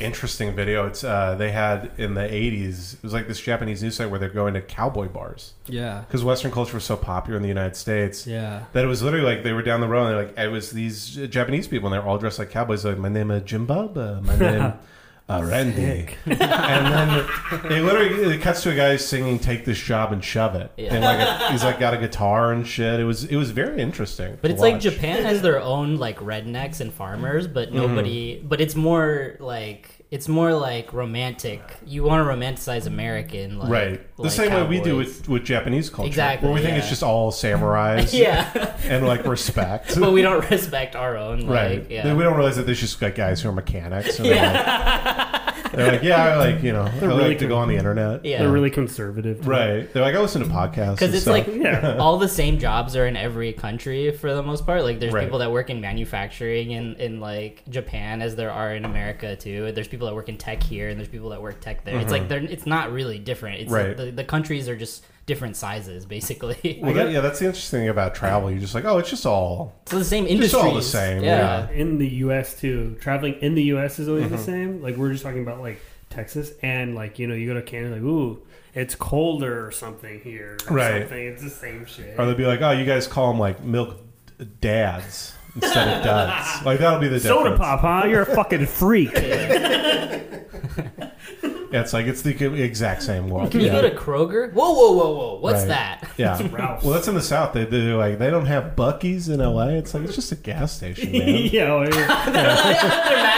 Speaker 1: interesting video. It's uh, they had in the '80s. It was like this Japanese news site where they're going to cowboy bars
Speaker 7: Yeah.
Speaker 1: because Western culture was so popular in the United States
Speaker 7: Yeah.
Speaker 1: that it was literally like they were down the road. and they're like it was these Japanese people, and they're all dressed like cowboys. Like my name is Jim Bob. Uh, my name. Uh, Randy, and then they literally it cuts to a guy singing "Take This Job and Shove It,"
Speaker 3: Yeah.
Speaker 1: and like a, he's like got a guitar and shit. It was it was very interesting.
Speaker 3: But
Speaker 1: to
Speaker 3: it's like
Speaker 1: watch.
Speaker 3: Japan has their own like rednecks and farmers, but
Speaker 1: Mm-hmm.
Speaker 3: nobody. But it's more like it's more like romantic. You want to romanticize American, like,
Speaker 1: right? the
Speaker 3: like
Speaker 1: same way we do
Speaker 3: cowboys.
Speaker 1: with, with Japanese culture,
Speaker 3: Exactly,
Speaker 1: where we think
Speaker 3: yeah.
Speaker 1: it's just all samurais,
Speaker 3: yeah,
Speaker 1: and like respect,
Speaker 3: but we don't respect our own. Like,
Speaker 1: right?
Speaker 3: Yeah.
Speaker 1: Then We don't realize that there's just like guys who are mechanics. And
Speaker 3: yeah.
Speaker 1: they're, like, they're like, yeah, I like you know, I
Speaker 2: really
Speaker 1: like to go on the internet,
Speaker 3: Yeah.
Speaker 2: They're really conservative.
Speaker 1: right? They're like, I listen to podcasts
Speaker 3: Because
Speaker 1: and
Speaker 3: it's
Speaker 1: stuff.
Speaker 3: like all the same jobs are in every country for the most part. Like there's
Speaker 1: Right.
Speaker 3: people that work in manufacturing in, in like Japan as there are in America too. There's people that work in tech here and there's people that work tech there. It's like they're it's not really different. It's
Speaker 1: Mm-hmm. Right.
Speaker 3: the, the countries are just different sizes basically.
Speaker 1: Well, that- yeah, that's the interesting thing about travel. You're just like, oh, it's just all
Speaker 3: so the same
Speaker 1: Just
Speaker 3: industry.
Speaker 1: all the same, yeah. Mm-hmm.
Speaker 2: In the U.S. too, traveling in the U.S. is always the same. Like we're just talking about like Texas and like you know you go to Canada, like ooh, it's colder or something here. Or
Speaker 1: Right.
Speaker 2: Something. It's the same shit.
Speaker 1: or they'll be like, oh, you guys call them like milk d- dads instead of duds. Like that'll be the
Speaker 2: Soda
Speaker 1: difference.
Speaker 2: pop, huh? You're a fucking freak.
Speaker 1: Yeah, it's like it's the e, exact same world.
Speaker 3: Can you
Speaker 1: Yeah.
Speaker 3: go to Kroger? Whoa, whoa, whoa, whoa! What's
Speaker 1: Right.
Speaker 3: that?
Speaker 1: Yeah.
Speaker 2: Ralph's.
Speaker 1: Well, that's in the South. They, they're like, they don't have Bucky's in LA. It's like, it's just a gas station, man.
Speaker 2: yeah. or-
Speaker 3: They're mad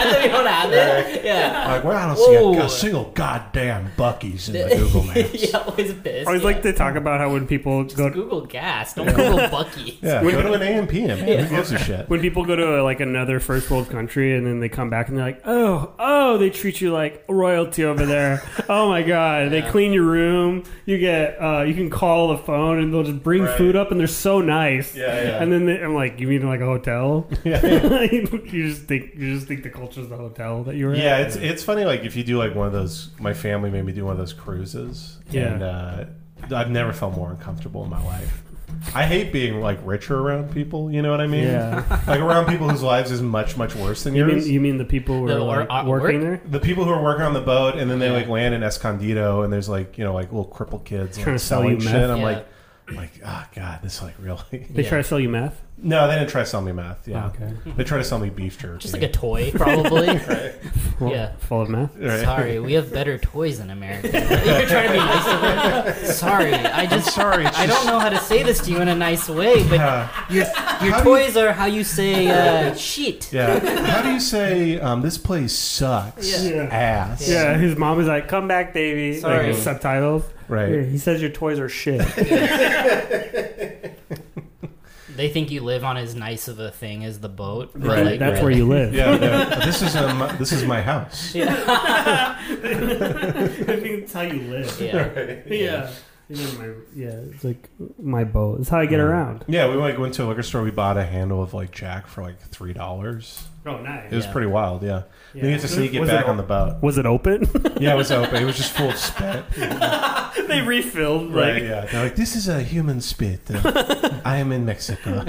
Speaker 3: that we don't have that. Yeah.
Speaker 1: Like, well, I don't see a,
Speaker 3: Whoa.
Speaker 1: a single goddamn Bucky's in the Google Maps.
Speaker 3: yeah, always pissed.
Speaker 2: I always
Speaker 3: yeah.
Speaker 2: like to talk about how when people go
Speaker 3: Google gas. Don't Google Bucky.
Speaker 1: Yeah, go to an AMP, man. Who gives a shit?
Speaker 2: when people go to like another first world country and then they come back and they're like, oh, oh, they treat you like royalty over there. oh my god, they clean your room. You get, uh, you can call the phone and they'll just bring
Speaker 1: Right.
Speaker 2: food up and they're so nice.
Speaker 1: Yeah, yeah.
Speaker 2: And then they, I'm like, you mean like a hotel?
Speaker 1: Yeah.
Speaker 2: you just think you just think the culture's the hotel that you're
Speaker 1: Yeah,
Speaker 2: at.
Speaker 1: it's it's funny. Like if you do like one of those, my family made me do one of those cruises,
Speaker 2: Yeah.
Speaker 1: and uh, I've never felt more uncomfortable in my life. I hate being like richer around people. You know what I mean?
Speaker 2: yeah.
Speaker 1: Like around people whose lives is much much worse than
Speaker 2: you
Speaker 1: yours.
Speaker 2: mean you mean the people who are
Speaker 3: The wor-
Speaker 2: like,
Speaker 3: uh,
Speaker 2: working
Speaker 3: work-
Speaker 2: there?
Speaker 1: the people who are working on the boat and then they like land in Escondido and there's like you know like little crippled kids
Speaker 2: Trying
Speaker 1: like,
Speaker 2: to sell
Speaker 1: selling
Speaker 2: you
Speaker 1: shit.
Speaker 2: meth.
Speaker 1: I'm
Speaker 3: Yeah.
Speaker 1: like, I'm like oh god, this like really.
Speaker 2: They
Speaker 3: Yeah.
Speaker 2: try to sell you meth.
Speaker 1: No, they didn't try to sell me meth. Yeah,
Speaker 2: Okay.
Speaker 1: they tried to sell me beef jerky.
Speaker 3: Just like a toy, probably.
Speaker 2: Well,
Speaker 3: Yeah.
Speaker 2: Full of meth.
Speaker 1: Right.
Speaker 3: Sorry, we have better toys in America. You're trying to be nice to me. Sorry, I just
Speaker 1: sorry, it's
Speaker 3: I don't know how to say this to you in a nice way, but
Speaker 1: Yeah.
Speaker 3: your your
Speaker 1: How do you-
Speaker 3: toys are how you say uh, shit.
Speaker 1: Yeah. How do you say um, this place sucks?
Speaker 3: Yeah.
Speaker 1: Ass.
Speaker 2: Yeah, his mom is like, "Come back, baby."
Speaker 3: Sorry.
Speaker 2: Like, subtitles. Yeah,
Speaker 1: Right.
Speaker 2: he says your toys are shit.
Speaker 3: They think you live on as nice of a thing as the boat. but,
Speaker 1: Right.
Speaker 3: like,
Speaker 2: That's
Speaker 3: really-
Speaker 2: where you live.
Speaker 1: Yeah. no, this is um, this is my house.
Speaker 2: That's how you live.
Speaker 3: Yeah.
Speaker 2: Yeah. My, yeah, it's like my boat. It's how I get around.
Speaker 1: Yeah, we like went to a liquor store. We bought a handle of like Jack for like three dollars.
Speaker 2: Oh, nice.
Speaker 1: It was
Speaker 3: Yeah.
Speaker 1: pretty wild. Yeah. Then you have to sneak it
Speaker 2: Was it
Speaker 1: back
Speaker 2: all-
Speaker 1: on the boat.
Speaker 2: Was it open?
Speaker 1: Yeah, it was open. It was just full of spit.
Speaker 2: they refilled.
Speaker 1: Right.
Speaker 2: Like,
Speaker 1: yeah. They're like, this is a human spit. Uh, I am in Mexico.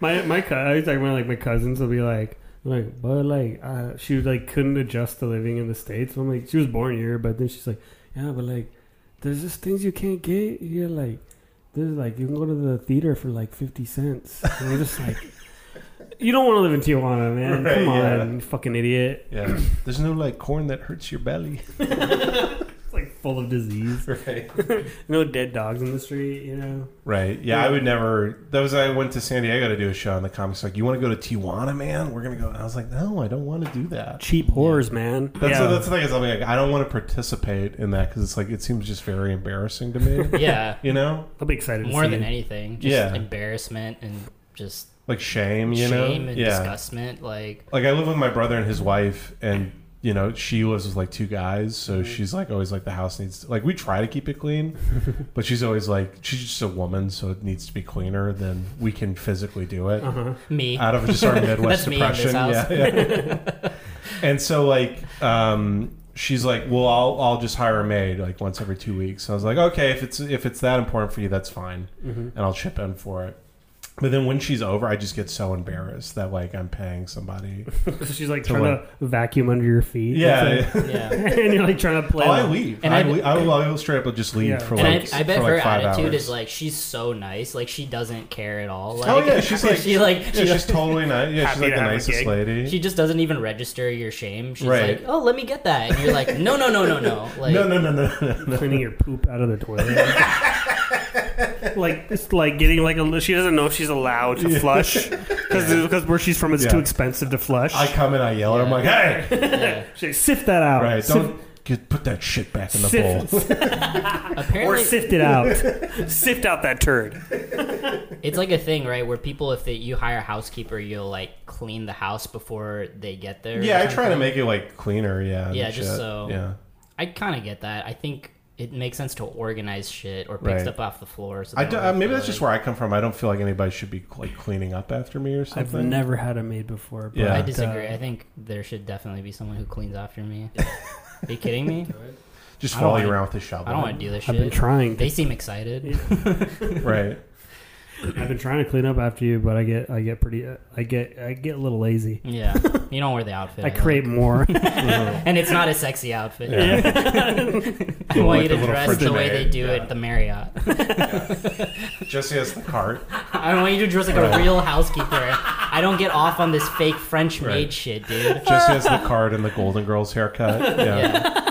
Speaker 2: my my cou- I was talking about like my cousins will be like. Like, but like, uh, she like couldn't adjust to living in the states. I'm like, she was born here, but then she's like, yeah, but like, there's just things you can't get here, like this is like you can go to the theater for like fifty cents. And I'm just like, you don't want to live in Tijuana, man.
Speaker 1: Right,
Speaker 2: Come on,
Speaker 1: yeah.
Speaker 2: you fucking idiot.
Speaker 1: Yeah. There's no like corn that hurts your belly.
Speaker 2: It's like full of disease.
Speaker 1: Right.
Speaker 2: No dead dogs in the street, you know.
Speaker 1: Right. Yeah, I would never. That was I went to San Diego to do a show, and the comics like, "You want to go to Tijuana, man? We're gonna go." And I was like, "No, I don't want to do that."
Speaker 2: Cheap whores, man.
Speaker 1: That's,
Speaker 6: Yeah.
Speaker 1: that's the thing is, I'm like, I don't want to participate in that because it's like it seems just very embarrassing to me.
Speaker 3: Yeah,
Speaker 1: you know,
Speaker 2: I'll be excited.
Speaker 3: more
Speaker 2: to see
Speaker 3: than
Speaker 2: it.
Speaker 3: anything, just
Speaker 1: Yeah.
Speaker 3: embarrassment and just
Speaker 1: like shame. You
Speaker 3: shame
Speaker 1: know,
Speaker 3: and
Speaker 1: yeah.
Speaker 3: disgustment. Like,
Speaker 1: Like I live with my brother and his wife, and you know she lives with like two guys, so she's like always like the house needs like we try to keep it clean, but she's always like she's just a woman, so it needs to be cleaner than we can physically do it.
Speaker 2: Uh-huh.
Speaker 3: me.
Speaker 1: out of just our Midwest
Speaker 3: That's me in this
Speaker 1: depression.
Speaker 3: house.
Speaker 1: Yeah, yeah. and so like um, she's like, well, I'll I'll just hire a maid like once every two weeks. I was like, okay, if it's if it's that important for you, that's fine,
Speaker 3: Mm-hmm.
Speaker 1: and I'll chip in for it. But then when she's over, I just get so embarrassed that like I'm paying somebody.
Speaker 2: She's like
Speaker 1: To
Speaker 2: trying to vacuum under your feet.
Speaker 1: Yeah.
Speaker 2: That's
Speaker 3: yeah.
Speaker 2: it. and you're like trying to
Speaker 1: Oh,
Speaker 2: play.
Speaker 1: I
Speaker 2: them.
Speaker 1: leave.
Speaker 3: And
Speaker 1: I,
Speaker 3: I-
Speaker 1: le- I, will, I will straight up just leave
Speaker 2: Yeah.
Speaker 1: for
Speaker 2: And
Speaker 1: like.
Speaker 3: and I, I bet
Speaker 1: for, like,
Speaker 3: her
Speaker 1: five
Speaker 3: attitude
Speaker 1: hours.
Speaker 3: is like she's so nice, like she doesn't care at all. Like,
Speaker 1: Oh yeah, she's like
Speaker 3: she like
Speaker 1: yeah,
Speaker 3: she,
Speaker 1: she's totally nice. Yeah,
Speaker 6: Happy
Speaker 1: she's like
Speaker 6: to
Speaker 1: the
Speaker 6: have a
Speaker 1: nicest
Speaker 6: gig.
Speaker 1: lady.
Speaker 3: she just doesn't even register your shame. She's
Speaker 1: Right.
Speaker 3: like, oh, let me get that, and you're like, no, no, no, no, no, like
Speaker 1: no, no, no, no, no, no.
Speaker 2: cleaning your poop out of the toilet.
Speaker 6: like it's like getting like a she doesn't know if she's allowed to flush because because where she's from it's
Speaker 1: Yeah.
Speaker 6: too expensive to flush.
Speaker 1: I come and I yell. at her, I'm like, hey,
Speaker 3: yeah.
Speaker 6: She's like,
Speaker 2: sift that out.
Speaker 1: Right.
Speaker 2: Sift-
Speaker 1: Don't get, put that shit back in the
Speaker 2: Sift-
Speaker 1: bowl.
Speaker 6: or
Speaker 3: Apparently,
Speaker 6: sift it out, sift out that turd.
Speaker 3: it's like a thing, right? Where people, if they, you hire a housekeeper, you'll like clean the house before they get there. or
Speaker 1: yeah, I try to
Speaker 3: something.
Speaker 1: make it like cleaner. Yeah. and
Speaker 3: Yeah, just
Speaker 1: shit.
Speaker 3: so-
Speaker 1: Yeah.
Speaker 3: I kind of get that. I think it makes sense to organize shit or pick
Speaker 1: Right.
Speaker 3: stuff off the floor. So
Speaker 1: I
Speaker 3: they
Speaker 1: do,
Speaker 3: don't
Speaker 1: uh,
Speaker 3: have
Speaker 1: maybe
Speaker 3: to,
Speaker 1: that's just
Speaker 3: like-
Speaker 1: where I come from. I don't feel like anybody should be like cleaning up after me or
Speaker 2: I've
Speaker 1: something.
Speaker 2: never had a maid before. But,
Speaker 1: Yeah.
Speaker 3: I disagree.
Speaker 2: uh,
Speaker 3: I think there should definitely be someone who cleans after me. Are you kidding me?
Speaker 1: just
Speaker 3: I don't
Speaker 1: follow you
Speaker 3: wanna-
Speaker 1: around with a shovel.
Speaker 3: I don't want to do this
Speaker 2: I've been
Speaker 3: shit.
Speaker 2: trying.
Speaker 3: They seem excited.
Speaker 1: Right.
Speaker 2: I've been trying to clean up after you, but I get I get pretty uh, I get I get a little lazy.
Speaker 3: Yeah, you don't wear the outfit.
Speaker 2: I
Speaker 3: like.
Speaker 2: create more.
Speaker 3: and it's not a sexy outfit.
Speaker 1: Yeah.
Speaker 3: I want
Speaker 1: Like
Speaker 3: you
Speaker 1: the
Speaker 3: to
Speaker 1: little
Speaker 3: dress the way they
Speaker 1: frigidate,
Speaker 3: do it
Speaker 1: yeah.
Speaker 3: at the Marriott.
Speaker 1: Jesse has the cart.
Speaker 3: I want you to dress like a real housekeeper. I don't get off on this fake French
Speaker 1: Right.
Speaker 3: maid shit, dude.
Speaker 1: Jesse has the cart and the Golden Girls haircut. Yeah.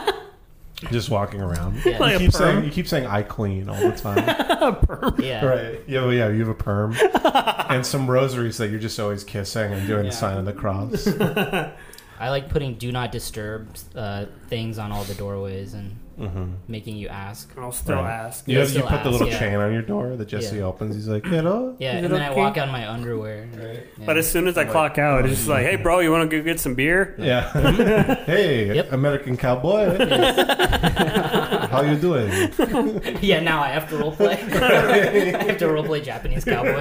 Speaker 3: Yeah.
Speaker 1: Just walking around.
Speaker 3: Yeah.
Speaker 1: You
Speaker 6: Like a
Speaker 1: keep
Speaker 6: perm.
Speaker 1: saying you keep saying I clean all the time.
Speaker 3: yeah.
Speaker 1: right. Yeah. Well, yeah. You have a perm and some rosaries that you're just always kissing and doing the sign of the cross.
Speaker 3: I like putting do not disturb uh, things on all the doorways and
Speaker 1: Mm-hmm.
Speaker 3: making you ask.
Speaker 6: I'll still
Speaker 1: Right.
Speaker 6: ask.
Speaker 1: You,
Speaker 3: Yeah,
Speaker 1: have, you
Speaker 3: still
Speaker 1: put the
Speaker 3: ask,
Speaker 1: little
Speaker 3: yeah.
Speaker 1: chain on your door that Jesse
Speaker 3: Yeah.
Speaker 1: opens. He's like, hello.
Speaker 3: Yeah,
Speaker 2: Is it
Speaker 3: and then I
Speaker 2: okay?
Speaker 3: walk out in my underwear. Yeah.
Speaker 6: But as soon as I clock out, it's just like, hey, bro, you want to go get some beer?
Speaker 1: Yeah. hey,
Speaker 3: Yep.
Speaker 1: American cowboy. How you doing?
Speaker 3: Yeah, now I have to roleplay. I have to roleplay Japanese cowboy.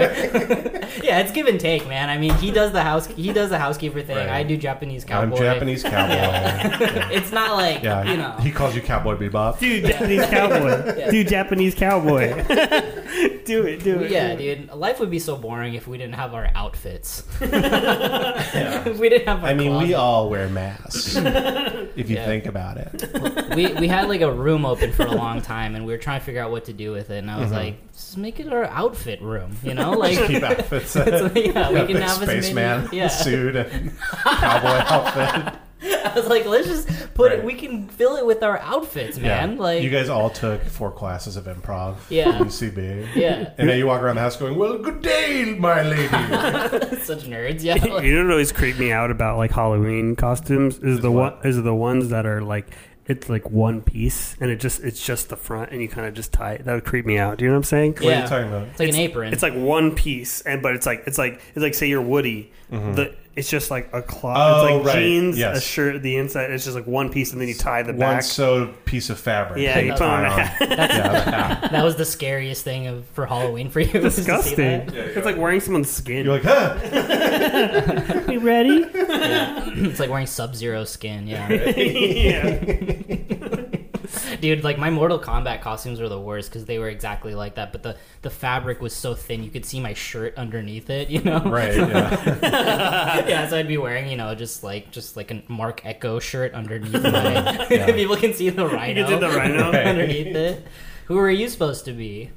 Speaker 3: yeah, it's give and take, man. I mean, he does the house, he does the housekeeper thing.
Speaker 1: Right.
Speaker 3: I do Japanese cowboy.
Speaker 1: I'm Japanese cowboy. Yeah.
Speaker 3: It's not like
Speaker 1: Yeah,
Speaker 3: you know.
Speaker 1: he calls you cowboy bebop.
Speaker 6: Dude, Japanese cowboy.
Speaker 3: Yeah.
Speaker 6: Dude, Japanese cowboy. do it, do it.
Speaker 3: Yeah, dude. Life would be so boring if we didn't have our outfits. If we didn't have. Our
Speaker 1: I mean, we
Speaker 3: closet.
Speaker 1: all wear masks if you
Speaker 3: oh Yeah.
Speaker 1: think about it.
Speaker 3: we we had like a room open for a long time, and we were trying to figure out what to do with it. And I was like, just make it our outfit room. You know, like.
Speaker 1: Mm-hmm. Keep outfits.
Speaker 3: so, yeah, we can
Speaker 1: Big
Speaker 3: have as many-
Speaker 1: spaceman
Speaker 3: Yeah,
Speaker 1: suit and cowboy outfit.
Speaker 3: I was like, let's just put
Speaker 1: Right.
Speaker 3: it. We can fill it with our outfits, man.
Speaker 1: yeah.
Speaker 3: Like,
Speaker 1: you guys all took four classes of improv.
Speaker 3: Yeah.
Speaker 1: UCB.
Speaker 3: Yeah.
Speaker 1: And now you walk around the house going, "Well, good day, my lady."
Speaker 3: such nerds. Yeah, like-
Speaker 6: You know what always creep me out about like Halloween costumes is the one
Speaker 1: what?
Speaker 6: is the ones that are like it's like one piece and it just it's just the front and you kind of just tie it. That would creep me out. Do you know what I'm saying?
Speaker 1: What are
Speaker 3: Yeah.
Speaker 1: you talking about?
Speaker 3: it's like an apron.
Speaker 6: It's like one piece and but it's like it's like it's like say you're Woody. The it's just like a cloth.
Speaker 1: Mm-hmm. Oh,
Speaker 6: it's like
Speaker 1: right.
Speaker 6: jeans, a
Speaker 1: Yes.
Speaker 6: shirt, the inside. It's just like one piece and then you tie the
Speaker 1: One
Speaker 6: back.
Speaker 1: sewed piece of fabric.
Speaker 6: Yeah,
Speaker 1: that
Speaker 6: you
Speaker 1: you
Speaker 6: put on
Speaker 1: tie
Speaker 6: a
Speaker 1: on.
Speaker 6: hat.
Speaker 1: Yeah, the hat.
Speaker 3: that was the scariest thing of, for Halloween for you. was to see
Speaker 6: Disgusting.
Speaker 3: that.
Speaker 6: it's like wearing someone's skin.
Speaker 1: You're like, huh?
Speaker 2: you ready?
Speaker 3: It's like wearing Sub Zero skin. Yeah.
Speaker 6: yeah.
Speaker 3: Dude, like my Mortal Kombat costumes were the worst because they were exactly like that, but the the fabric was so thin you could see my shirt underneath it, you know?
Speaker 1: Right. Yeah.
Speaker 3: yeah, so I'd be wearing, you know, just like just like a Mark Echo shirt underneath my
Speaker 1: Yeah.
Speaker 3: people can see the rhino
Speaker 6: You did the rhino.
Speaker 1: Right.
Speaker 3: underneath it. Who are you supposed to be?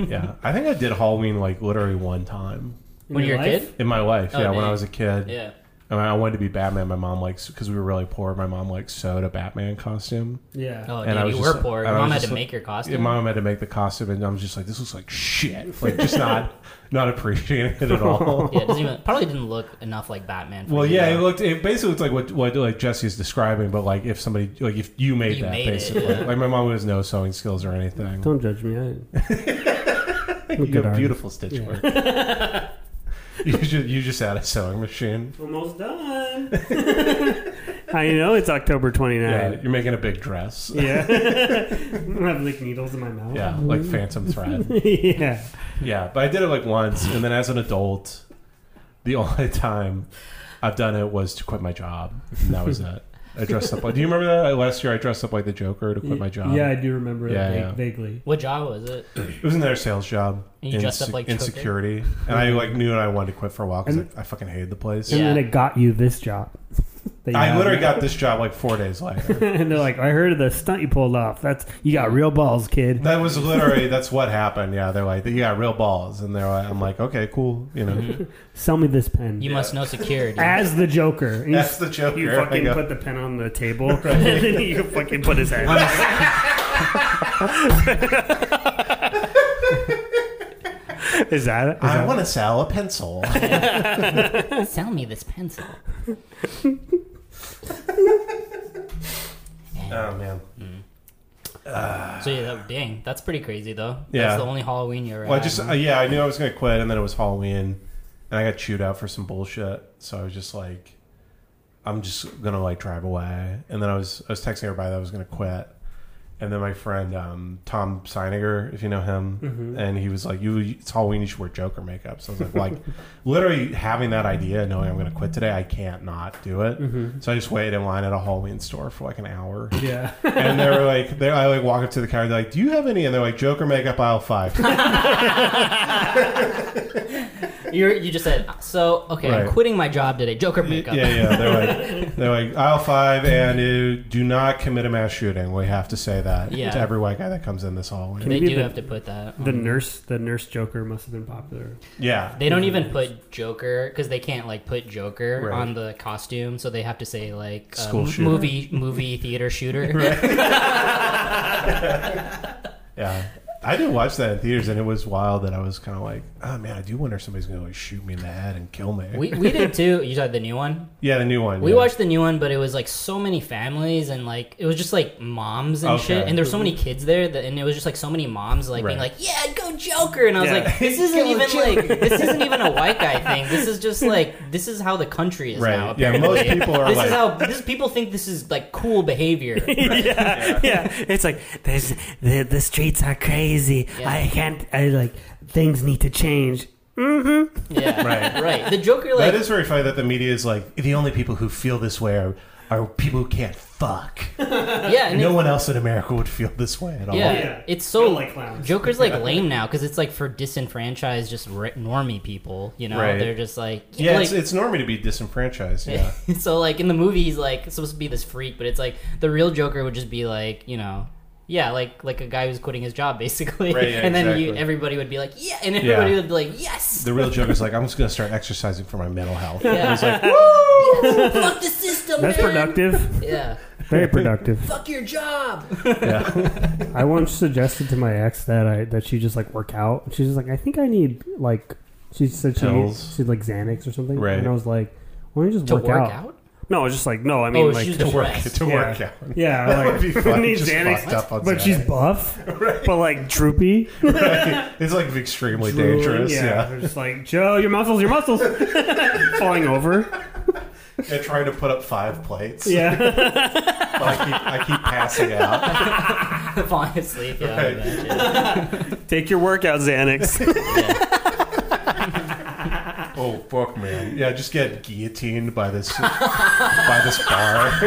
Speaker 1: yeah, I think I did Halloween like literally one time
Speaker 2: In
Speaker 3: when
Speaker 2: your
Speaker 3: you're a
Speaker 2: life?
Speaker 3: kid.
Speaker 1: in my life.
Speaker 3: Oh,
Speaker 1: yeah, when
Speaker 3: dang.
Speaker 1: I was a kid.
Speaker 3: Yeah.
Speaker 1: I, mean, I wanted to be Batman. My mom likes because we were really poor. My mom like sewed a Batman costume.
Speaker 2: Yeah.
Speaker 3: Oh,
Speaker 1: And I
Speaker 3: dude,
Speaker 1: was
Speaker 3: you
Speaker 1: just-
Speaker 3: were poor.
Speaker 1: and
Speaker 3: Your
Speaker 1: I was
Speaker 3: mom had
Speaker 1: just
Speaker 3: to
Speaker 1: like-
Speaker 3: make your costume.
Speaker 1: Yeah, my mom had to make the costume, and I was just like, "This looks like shit." Like, just not not appreciating it at all.
Speaker 3: yeah, it doesn't even probably didn't look enough like Batman. For
Speaker 1: Well,
Speaker 3: you,
Speaker 1: yeah, it
Speaker 3: though.
Speaker 1: looked. It basically looked like what what like Jesse's describing, but like if somebody like if you made
Speaker 3: You
Speaker 1: that
Speaker 3: made it,
Speaker 1: basically.
Speaker 3: yeah.
Speaker 1: Like my mom has no sewing skills or anything.
Speaker 2: Don't judge me. I,
Speaker 1: you
Speaker 2: good
Speaker 1: have
Speaker 2: artist.
Speaker 1: beautiful stitch work. you just you just had a sewing machine.
Speaker 2: Almost done.
Speaker 6: I know it's October 29th.
Speaker 1: Yeah, you're making a big dress.
Speaker 2: Yeah. I have like needles in my mouth.
Speaker 1: Yeah, like phantom thread.
Speaker 2: yeah.
Speaker 1: Yeah, but I did it like once, and then as an adult, the only time I've done it was to quit my job. And that was it. I dressed up. like Do you remember that last year? I dressed up like the Joker to quit my job.
Speaker 2: Yeah, I do remember
Speaker 1: Yeah,
Speaker 2: that
Speaker 1: yeah.
Speaker 2: va- vaguely.
Speaker 3: What job was it?
Speaker 1: it was another sales job.
Speaker 3: And you dressed up like
Speaker 1: in
Speaker 3: Joker?
Speaker 1: security, and I like knew I wanted to quit for a while because
Speaker 2: And-
Speaker 1: I, I fucking hated the place.
Speaker 3: Yeah.
Speaker 2: And then it got you this job. That you
Speaker 1: I
Speaker 2: have.
Speaker 1: literally got this job like four days later.
Speaker 2: and they're like, I heard of the stunt you pulled off. That's you got real balls, kid.
Speaker 1: That was literally that's what happened. Yeah, they're like, you got real balls, and they're like, I'm like, okay, cool. You know,
Speaker 2: Sell me this pen.
Speaker 3: You must know security.
Speaker 2: As the Joker. And you
Speaker 1: that's the Joker.
Speaker 6: You
Speaker 1: I
Speaker 6: fucking
Speaker 1: go-
Speaker 6: put the pen on the table, and then you fucking put his head. Is that it? Is
Speaker 1: I
Speaker 6: that
Speaker 1: want to sell a pencil.
Speaker 3: Sell me this pencil. And-
Speaker 1: oh man.
Speaker 3: so yeah, that, dang, that's pretty crazy though.
Speaker 1: Yeah.
Speaker 3: that's the only Halloween you ever
Speaker 1: Well, I
Speaker 3: had,
Speaker 1: just
Speaker 3: huh?
Speaker 1: uh, yeah, I knew I was gonna quit, and then it was Halloween, and I got chewed out for some bullshit. So I was just like, I'm just gonna like drive away. And then I was I was texting everybody that I was gonna quit, and then my friend um, Tom Seininger, if you know him, and he was like, "You, it's Halloween, you should wear Joker makeup." So I was like, like literally having that idea, knowing I'm gonna quit today, I can't not do it. So I just waited in line at a Halloween store for like an hour.
Speaker 2: yeah.
Speaker 1: And they were like, they, I like walk up to the counter. They're like, "Do you have any?" And they're like, "Joker makeup aisle five.
Speaker 3: you you just said so. Okay,
Speaker 1: Right.
Speaker 3: I'm quitting my job today. Joker makeup.
Speaker 1: Yeah, yeah. They're like, they're like aisle five, and you do not commit a mass shooting. We have to say that
Speaker 3: Yeah.
Speaker 1: to every white guy that comes in this hallway.
Speaker 3: They
Speaker 2: Maybe
Speaker 3: do
Speaker 2: the-
Speaker 3: have to put that.
Speaker 2: The
Speaker 3: on.
Speaker 2: nurse the nurse Joker must have been popular.
Speaker 1: yeah,
Speaker 3: They don't even put Joker because they can't like put Joker
Speaker 1: Right.
Speaker 3: on the costume, so they have to say like uh,
Speaker 1: School
Speaker 3: m-
Speaker 1: shooter.
Speaker 3: movie movie theater shooter.
Speaker 1: yeah. I did watch that in theaters, and it was wild. That I was kind of like, oh man, I do wonder if somebody's gonna like shoot me in the head and kill me.
Speaker 3: We, we did too. You saw the new one.
Speaker 1: yeah, the new one.
Speaker 3: We
Speaker 1: yeah.
Speaker 3: watched the new one, but it was like so many families and like it was just like moms and
Speaker 1: Okay.
Speaker 3: shit. And there's so many kids there, that, and it was just like so many moms like being
Speaker 1: Right.
Speaker 3: like, "Yeah, go Joker," and I was
Speaker 6: Yeah.
Speaker 3: like, "This isn't even like this isn't even a white guy thing. This is just like this is how the country is
Speaker 1: Right.
Speaker 3: now."
Speaker 1: Yeah, most
Speaker 3: apparently.
Speaker 1: people are
Speaker 3: This
Speaker 1: like-
Speaker 3: is how this people think this is like cool behavior.
Speaker 6: yeah, yeah. It's like
Speaker 7: There's the, the streets are crazy.
Speaker 3: Yeah.
Speaker 7: I can't. I like things need to change.
Speaker 3: Yeah,
Speaker 1: Right.
Speaker 3: right. The Joker like
Speaker 1: That is very funny that the media is like the only people who feel this way are, are people who can't fuck.
Speaker 3: yeah, and
Speaker 1: No
Speaker 3: it-
Speaker 1: one else in America would feel this way at all.
Speaker 3: yeah,
Speaker 2: Yeah.
Speaker 3: it's so
Speaker 2: Don't like clowns.
Speaker 3: Joker's like lame now because it's like for disenfranchised, just re- normie people. You know,
Speaker 1: Right.
Speaker 3: they're just like
Speaker 1: Yeah,
Speaker 3: like,
Speaker 1: it's, it's normal to be disenfranchised. Yeah,
Speaker 3: so like in the movie he's like supposed to be this freak but it's like the real joker would just be like you know yeah like like a guy who's quitting his job basically
Speaker 1: Right, yeah,
Speaker 3: and then you,
Speaker 1: exactly.
Speaker 3: everybody would be like yeah and everybody
Speaker 1: Yeah.
Speaker 3: would be like yes
Speaker 1: the real joke is like, I'm just gonna start exercising for my mental health.
Speaker 3: yeah.
Speaker 1: It's like,
Speaker 3: Yes, fuck the system
Speaker 2: That's
Speaker 3: man.
Speaker 2: productive.
Speaker 3: yeah
Speaker 2: Very productive.
Speaker 3: fuck your job
Speaker 1: yeah.
Speaker 2: I once suggested to my ex that I that she just like work out. She's just like, I think I need like she said she
Speaker 1: Pills.
Speaker 2: needs she like Xanax or something.
Speaker 1: Right.
Speaker 2: And I was like, why don't you just
Speaker 3: to
Speaker 2: work, out?
Speaker 6: no. It's just like no. I mean,
Speaker 3: oh
Speaker 6: like
Speaker 3: she's
Speaker 1: to
Speaker 3: just
Speaker 1: work
Speaker 3: rest.
Speaker 1: to
Speaker 2: Yeah.
Speaker 1: work out.
Speaker 2: Yeah,
Speaker 1: That would
Speaker 2: like,
Speaker 1: be fun.
Speaker 2: Need
Speaker 1: Just
Speaker 2: Xanax.
Speaker 1: fucked up on
Speaker 2: but she's
Speaker 1: Xanax.
Speaker 2: buff,
Speaker 6: but like
Speaker 2: droopy,
Speaker 1: it's like extremely
Speaker 2: drooling.
Speaker 1: dangerous.
Speaker 2: Yeah,
Speaker 1: Yeah.
Speaker 2: they're just like Joe, your muscles, your muscles, falling over.
Speaker 1: yeah, trying to put up five plates.
Speaker 2: Yeah,
Speaker 1: But I keep, I keep passing out.
Speaker 3: falling asleep yeah,
Speaker 1: Right.
Speaker 3: I bet, yeah.
Speaker 6: take your workout Xanax.
Speaker 1: Well, oh fuck, man. Yeah, just get guillotined by this by this bar.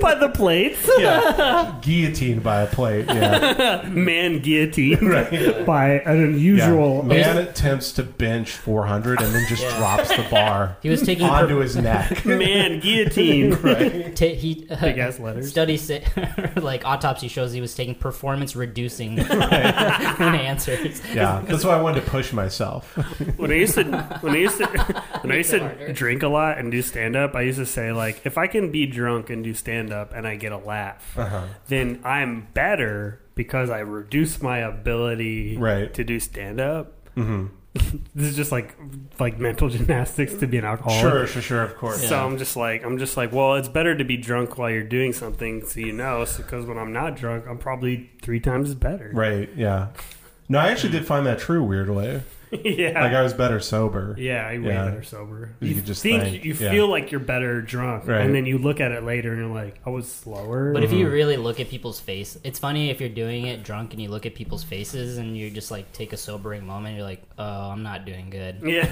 Speaker 2: by the plates.
Speaker 1: yeah, guillotined by a plate. Yeah,
Speaker 2: Man guillotine.
Speaker 8: by an
Speaker 1: yeah.
Speaker 8: unusual.
Speaker 1: Man attempts to bench 400 and then just drops the bar
Speaker 3: He was taking
Speaker 1: onto his neck.
Speaker 2: Man guillotine.
Speaker 1: Right.
Speaker 3: ta- he uh,
Speaker 2: Big ass letters.
Speaker 3: studies say, like autopsy shows he was taking performance reducing answers.
Speaker 1: Yeah, that's why I wanted to push myself.
Speaker 2: When I used to when I used to when I used to drink a lot and do stand up, I used to say like if I can be drunk and do stand up and I get a laugh,
Speaker 1: Uh-huh.
Speaker 2: then I'm better because I reduce my ability
Speaker 1: Right.
Speaker 2: to do stand up.
Speaker 1: Mm-hmm.
Speaker 2: this is just like like mental gymnastics to be an alcoholic.
Speaker 1: Sure, sure, sure. Of course.
Speaker 2: So I'm just like I'm just like well, it's better to be drunk while you're doing something so you know because when I'm not drunk, I'm probably three times better.
Speaker 1: Right. Yeah. No, I actually did find that true weirdly.
Speaker 2: yeah.
Speaker 1: Like I was better sober.
Speaker 2: Yeah, I way
Speaker 1: Yeah.
Speaker 2: better sober.
Speaker 1: You
Speaker 2: You,
Speaker 1: could just
Speaker 2: think,
Speaker 1: think,
Speaker 2: you
Speaker 1: yeah.
Speaker 2: feel like you're better drunk,
Speaker 1: Right.
Speaker 2: and then you look at it later and you're like, I was slower.
Speaker 3: But if
Speaker 1: Mm-hmm.
Speaker 3: you really look at people's face, it's funny if you're doing it drunk and you look at people's faces and you just like take a sobering moment. You're like, oh, I'm not doing good.
Speaker 2: yeah,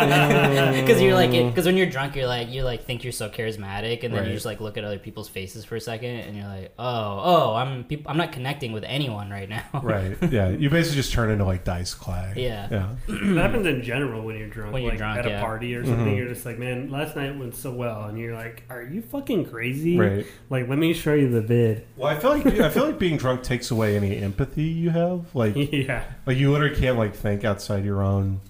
Speaker 3: Because you're like, because when you're drunk, you're like, you like think you're so charismatic, and then
Speaker 1: Right.
Speaker 3: you just like look at other people's faces for a second, and you're like, oh, oh, I'm peop I'm not connecting with anyone right now.
Speaker 1: Right. Yeah. You basically just turn into like dice clay.
Speaker 3: Yeah.
Speaker 1: Yeah.
Speaker 2: that happens in general when you're drunk.
Speaker 3: When you're
Speaker 2: like,
Speaker 3: drunk,
Speaker 2: at a
Speaker 3: yeah.
Speaker 2: party
Speaker 1: Mm-hmm.
Speaker 2: or something, you're just like, man, last night went so well, and you're like, are you fucking crazy?
Speaker 1: Right.
Speaker 2: Like, let me show you the vid.
Speaker 1: Well, I feel like I feel like being drunk takes away any empathy you have. Like,
Speaker 2: yeah,
Speaker 1: like you literally can't like think outside your own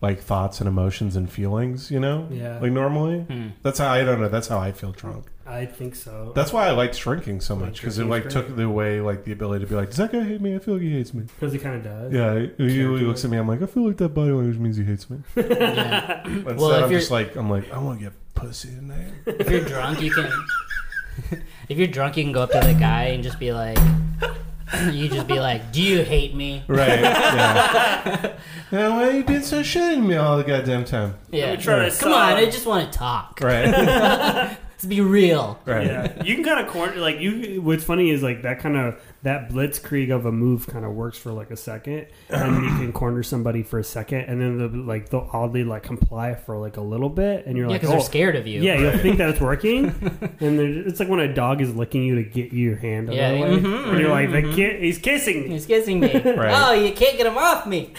Speaker 1: like thoughts and emotions and feelings. You know.
Speaker 2: Yeah.
Speaker 1: Like normally, that's how I don't know. That's how I feel drunk.
Speaker 2: I think so.
Speaker 1: That's why I liked shrinking so much because it like
Speaker 2: shrinking's
Speaker 1: took away like the ability to be like, does that guy hate me? I feel like he hates me.
Speaker 2: Because he kind of does.
Speaker 1: Yeah, he, he looks at me. I'm like, I feel like that body language means he hates me. Instead,
Speaker 3: Well, if
Speaker 1: I'm
Speaker 3: you're-
Speaker 1: just like, I'm like, I want to get pussy tonight.
Speaker 3: If you're drunk, you can. if you're drunk, you can go up to the guy and just be like, you just be like, do you hate me?
Speaker 1: Right. Yeah. now, why you been so shitty to me all the goddamn time?
Speaker 3: Yeah.
Speaker 2: try to
Speaker 3: Come
Speaker 2: solve-
Speaker 3: on, I just want to talk.
Speaker 1: Right.
Speaker 3: Let's be real.
Speaker 1: Right.
Speaker 2: Yeah, you can kind of corner like you. What's funny is like that kind of that blitzkrieg of a move kind of works for like a second, and you can corner somebody for a second, and then the, like they'll oddly like comply for like a little bit, and you're
Speaker 3: Yeah,
Speaker 2: like,
Speaker 3: because
Speaker 2: oh,
Speaker 3: they're scared of you.
Speaker 2: yeah, you'll think that it's working, and they're- it's like when a dog is licking you to get you your hand, out of
Speaker 3: Yeah,
Speaker 2: the way,
Speaker 3: mhm,
Speaker 2: and you're like, the kid, he's kissing me.
Speaker 3: He's kissing me. Oh, you can't get him off me.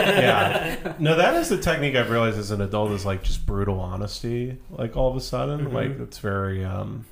Speaker 1: Yeah. No, that is the technique I've realized as an adult is like just brutal honesty. Like all of a sudden,
Speaker 3: Mm-hmm.
Speaker 1: like it's very. um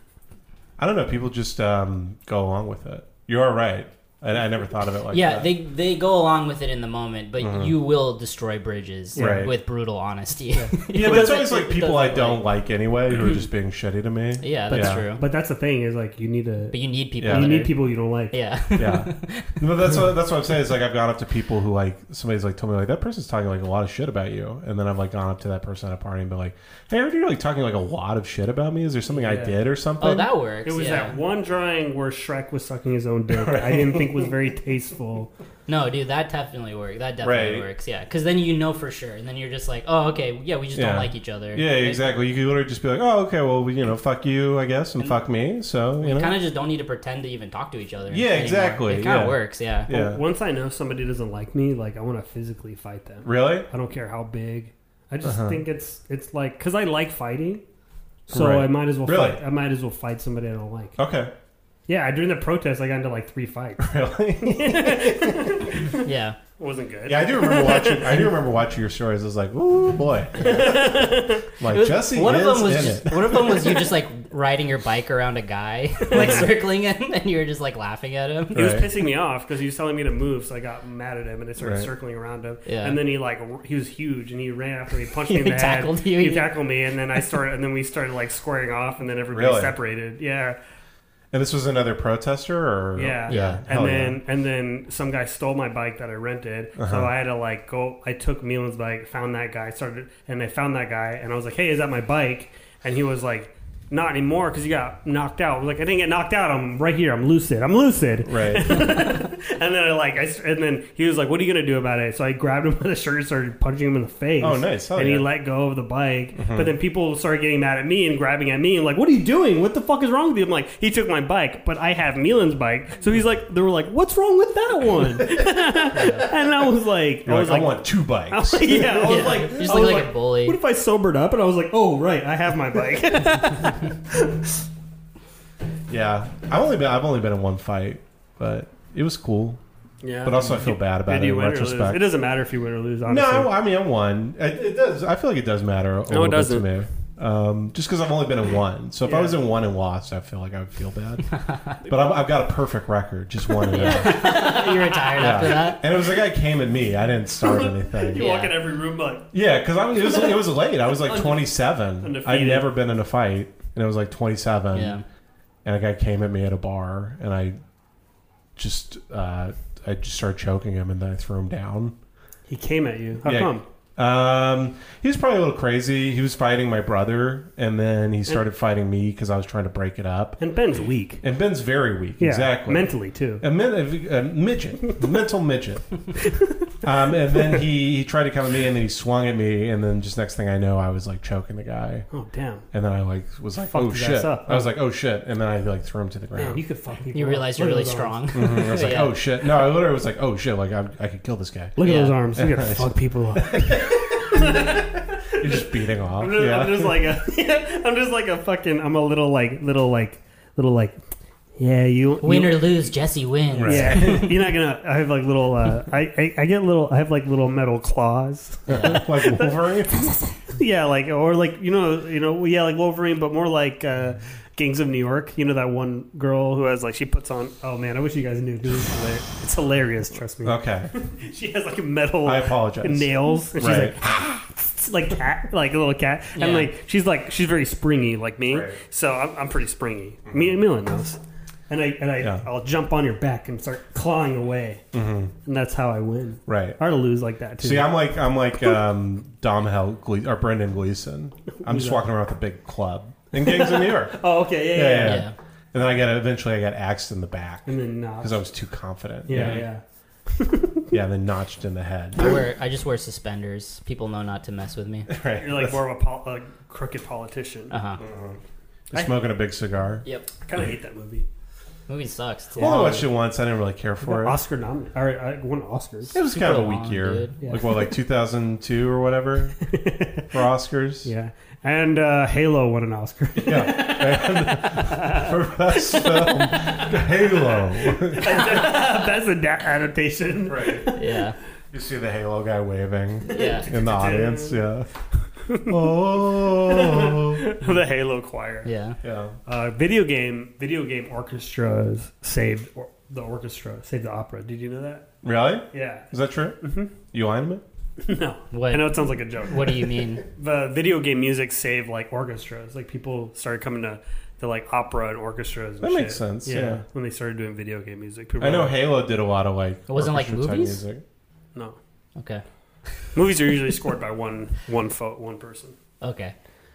Speaker 1: I don't know. People just um go along with it. You are right. I, I never thought of it like
Speaker 3: yeah,
Speaker 1: that. Uh-huh.
Speaker 3: they they go along with it in the moment, but you will destroy bridges
Speaker 1: Right.
Speaker 3: with brutal honesty.
Speaker 1: yeah, but it's always like people I
Speaker 3: doesn't Mm-hmm.
Speaker 1: don't like anyway who are just being shitty to me.
Speaker 3: yeah, that's true. But,
Speaker 2: But that's the thing is like you need to,
Speaker 3: you need people.
Speaker 1: Yeah.
Speaker 3: that
Speaker 2: you
Speaker 3: are-
Speaker 2: need people you don't like.
Speaker 3: Yeah.
Speaker 1: Yeah, no, that's what, that's what I'm saying. It's like I've gone up to people who like somebody's like told me like that person's talking like a lot of shit about you, and then I've like gone up to that person at a party and been like, "Hey, are you like talking like a lot of shit about me? Is there something I
Speaker 2: Yeah.
Speaker 1: did or something?"
Speaker 3: Oh, that works.
Speaker 2: It was
Speaker 3: yeah.
Speaker 2: that one drawing where Shrek was sucking his own dick. I didn't think was very tasteful.
Speaker 3: No, dude, that definitely works. That definitely
Speaker 1: Right.
Speaker 3: works. Yeah, because then you know for sure, and then you're just like, oh, okay, yeah, we just
Speaker 1: Yeah.
Speaker 3: don't like each other.
Speaker 1: yeah, exactly. You could literally just be like, "Oh, okay, well, you know, fuck you, I guess, and, fuck me." So you know,
Speaker 3: Kind of just don't need to pretend to even talk to each other.
Speaker 1: Yeah, exactly,
Speaker 3: It kind of
Speaker 1: yeah.
Speaker 3: works. Yeah.
Speaker 1: yeah,
Speaker 2: Once I know somebody doesn't like me, like I want to physically fight them.
Speaker 1: really,
Speaker 2: I don't care how big. I just
Speaker 1: Uh-huh.
Speaker 2: think it's it's like because I like fighting, so
Speaker 1: Right.
Speaker 2: I might as well
Speaker 1: Really? Oh.
Speaker 2: fight. I might as well fight somebody I don't like.
Speaker 1: okay,
Speaker 2: Yeah, during the protest, I got into like three fights.
Speaker 1: really.
Speaker 3: Yeah.
Speaker 2: wasn't good.
Speaker 1: yeah, I do remember watching. I do remember watching your stories. I was like, "Ooh, boy!" like
Speaker 3: It was-
Speaker 1: Jesse
Speaker 3: one of
Speaker 1: is
Speaker 3: them was
Speaker 1: in
Speaker 3: just,
Speaker 1: it.
Speaker 3: one of them was you just like riding your bike around a guy, like circling him, and you were just like laughing at him.
Speaker 2: He was
Speaker 1: Right.
Speaker 2: pissing me off because he was telling me to move, so I got mad at him and I started
Speaker 1: Right.
Speaker 2: circling around him.
Speaker 3: Yeah.
Speaker 2: And then he like r- he was huge and he ran after me, punched me in
Speaker 3: He
Speaker 2: the
Speaker 3: tackled
Speaker 2: head.
Speaker 3: you,
Speaker 2: He
Speaker 3: yeah.
Speaker 2: tackled me, and then I started, and then we started like squaring off, and then everybody
Speaker 1: Really?
Speaker 2: separated. Yeah.
Speaker 1: And this was another protester, or
Speaker 2: Yeah.
Speaker 1: yeah,
Speaker 2: And
Speaker 1: Hell yeah.
Speaker 2: then and then some guy stole my bike that I rented.
Speaker 1: Uh-huh.
Speaker 2: So I had to like go I took Milan's bike, found that guy, started and I found that guy and I was like, "Hey, is that my bike?" And he was like, "Not anymore cuz you got knocked out." I was like, "I didn't get knocked out. I'm right here. I'm lucid. I'm lucid."
Speaker 1: right.
Speaker 2: and then I like, I, s- and then he was like, "What are you gonna do about it?" So I grabbed him by the shirt and started punching him in the face.
Speaker 1: Oh, nice. Hell
Speaker 2: and he
Speaker 1: yeah. Mm-hmm.
Speaker 2: let go of the bike. But then people started getting mad at me and grabbing at me and like, "What are you doing? What the fuck is wrong with you?" I'm like, "He took my bike, but I have Milan's bike." So he's like, "They were like, what's wrong with that one?" and I was like,
Speaker 1: You're
Speaker 2: I
Speaker 1: like,
Speaker 2: was like,
Speaker 1: I want two bikes.
Speaker 2: yeah, I was
Speaker 3: Yeah,
Speaker 2: like,
Speaker 3: you just
Speaker 2: I was
Speaker 3: look like a bully.
Speaker 2: What if I sobered up and I was like, oh right, I have my bike.
Speaker 1: yeah, I've only been I've only been in one fight, but it was cool.
Speaker 2: yeah,
Speaker 1: But also, I feel bad about
Speaker 2: Did
Speaker 1: it
Speaker 2: you
Speaker 1: in
Speaker 2: win or lose?
Speaker 1: retrospect.
Speaker 2: It doesn't matter if you win or lose. Honestly.
Speaker 1: No, I mean I won. It, it does. I feel like it does matter. A little
Speaker 6: it
Speaker 1: bit
Speaker 6: doesn't.
Speaker 1: To me. Um, just because I've only been in one, so if I
Speaker 2: Yeah.
Speaker 1: was in one and lost, I feel like I would feel bad. but I'm, I've got a perfect record, just one. And yeah.
Speaker 3: you retired after that.
Speaker 1: And it was the guy came at me. I didn't start anything.
Speaker 2: you
Speaker 3: Yeah.
Speaker 2: walk in every room like
Speaker 1: Yeah, because I was, it was it was late. I was like 27.
Speaker 2: Undefeated.
Speaker 1: I'd never been in a fight, and I was like 27.
Speaker 3: Yeah.
Speaker 1: And a guy came at me at a bar, and I just uh, I just started choking him, and then I threw him down.
Speaker 2: he came at you. How
Speaker 1: Yeah.
Speaker 2: come?
Speaker 1: Um, he was probably a little crazy. He was fighting my brother, and then he started fighting me because I was trying to break it up.
Speaker 2: And Ben's weak.
Speaker 1: And Ben's very weak,
Speaker 2: Yeah,
Speaker 1: exactly.
Speaker 2: Mentally too.
Speaker 1: a, min- a midget, mental midget. Um, and then he, he tried to come at me, and then he swung at me, and then just next thing I know, I was like choking the guy.
Speaker 2: Oh damn.
Speaker 1: And then I like was like,
Speaker 2: Fucked
Speaker 1: oh
Speaker 2: his
Speaker 1: shit!
Speaker 2: ass up.
Speaker 1: I was like, oh shit! And then I like threw him to the
Speaker 2: Man,
Speaker 1: ground.
Speaker 2: you could fuck people.
Speaker 3: You
Speaker 2: up.
Speaker 3: realize
Speaker 2: Look
Speaker 3: you're
Speaker 2: at
Speaker 3: really
Speaker 2: those
Speaker 3: strong.
Speaker 2: arms.
Speaker 1: I was like,
Speaker 3: Yeah.
Speaker 1: oh shit! No, I literally was like, oh shit! Like I, I could kill this guy.
Speaker 2: Look at
Speaker 3: Yeah.
Speaker 2: those arms. You could fuck people up.
Speaker 1: You're just beating off.
Speaker 2: I'm just,
Speaker 1: yeah.
Speaker 2: I'm just like a, I'm just like a fucking. I'm a little like little like little like. Yeah, you
Speaker 3: Win
Speaker 2: you,
Speaker 3: or lose, Jesse wins.
Speaker 2: Yeah, you're not gonna. I have like little. Uh, I, I I get little. I have like little metal claws.
Speaker 1: like Wolverine.
Speaker 2: yeah, like or like you know you know yeah like Wolverine, but more like uh, Gangs of New York. You know that one girl who has like she puts on. Oh man, I wish you guys knew. 'cause It's hilarious. It's hilarious. Trust me.
Speaker 1: Okay,
Speaker 2: She has like metal
Speaker 1: Uh, I apologize.
Speaker 2: nails. And she's
Speaker 1: Right.
Speaker 2: like it's like cat, like a little cat,
Speaker 3: Yeah.
Speaker 2: and like she's like she's very springy, like me.
Speaker 1: Right.
Speaker 2: So I'm, I'm pretty springy. Me and Milan knows, and I and I
Speaker 1: Yeah.
Speaker 2: I'll jump on your back and start clawing away, and that's how I win.
Speaker 1: right.
Speaker 2: Hard to lose like that too.
Speaker 1: See, I'm like I'm like um, Dom Hell Gle- or Brendan Gleeson. I'm just walking around with a big club in Gangs of New York.
Speaker 2: oh, okay, yeah,
Speaker 1: Yeah,
Speaker 2: yeah.
Speaker 1: yeah.
Speaker 3: Yeah.
Speaker 1: And then I got eventually I got axed in the back
Speaker 2: And then nah,
Speaker 1: because I was too confident.
Speaker 2: yeah, yeah.
Speaker 1: yeah, Yeah, and then notched in the head.
Speaker 3: I wear I just wear suspenders. People know not to mess with me.
Speaker 1: Right.
Speaker 2: You're like more of a, pol- a crooked politician.
Speaker 1: Ah.
Speaker 3: Uh huh.
Speaker 1: Mm. Smoking a big cigar.
Speaker 3: Yep.
Speaker 2: I kind of hate that movie.
Speaker 3: Movie sucks. It's
Speaker 1: Well, I
Speaker 3: long.
Speaker 1: watched it once. I didn't really care for it.
Speaker 2: Oscar nominated. All right, I won Oscars.
Speaker 1: It was kind of a
Speaker 3: Super
Speaker 1: weak
Speaker 3: long,
Speaker 1: year,
Speaker 3: dude.
Speaker 2: Yeah.
Speaker 1: like what, like 2002 or whatever for Oscars.
Speaker 2: Yeah, and uh, Halo won an Oscar.
Speaker 1: Yeah. And for best film, Halo.
Speaker 2: That's a da- adaptation.
Speaker 1: Right.
Speaker 3: Yeah.
Speaker 1: You see the Halo guy waving
Speaker 3: Yeah.
Speaker 1: in the audience. Yeah. Oh.
Speaker 2: the Halo choir.
Speaker 3: Yeah.
Speaker 1: Yeah.
Speaker 2: Uh, video game, video game orchestras saved or, the orchestra, saved the opera. Did you know that?
Speaker 1: Really?
Speaker 2: Yeah.
Speaker 1: Is that true? Mm-hmm. You lying to me?
Speaker 2: no, I
Speaker 3: What
Speaker 2: know it sounds like a joke.
Speaker 3: What do you mean?
Speaker 2: The video game music saved like orchestras. Like people started coming to the like opera and orchestras. And
Speaker 1: That
Speaker 2: shit.
Speaker 1: makes sense, yeah.
Speaker 2: when they started doing video game music, people
Speaker 1: I know
Speaker 2: were like,
Speaker 1: Halo did a lot of like.
Speaker 3: It wasn't like
Speaker 1: orchestra-type
Speaker 3: movies?
Speaker 1: music.
Speaker 2: no.
Speaker 3: Okay.
Speaker 2: Movies are usually scored by one one fo- one person.
Speaker 3: Okay.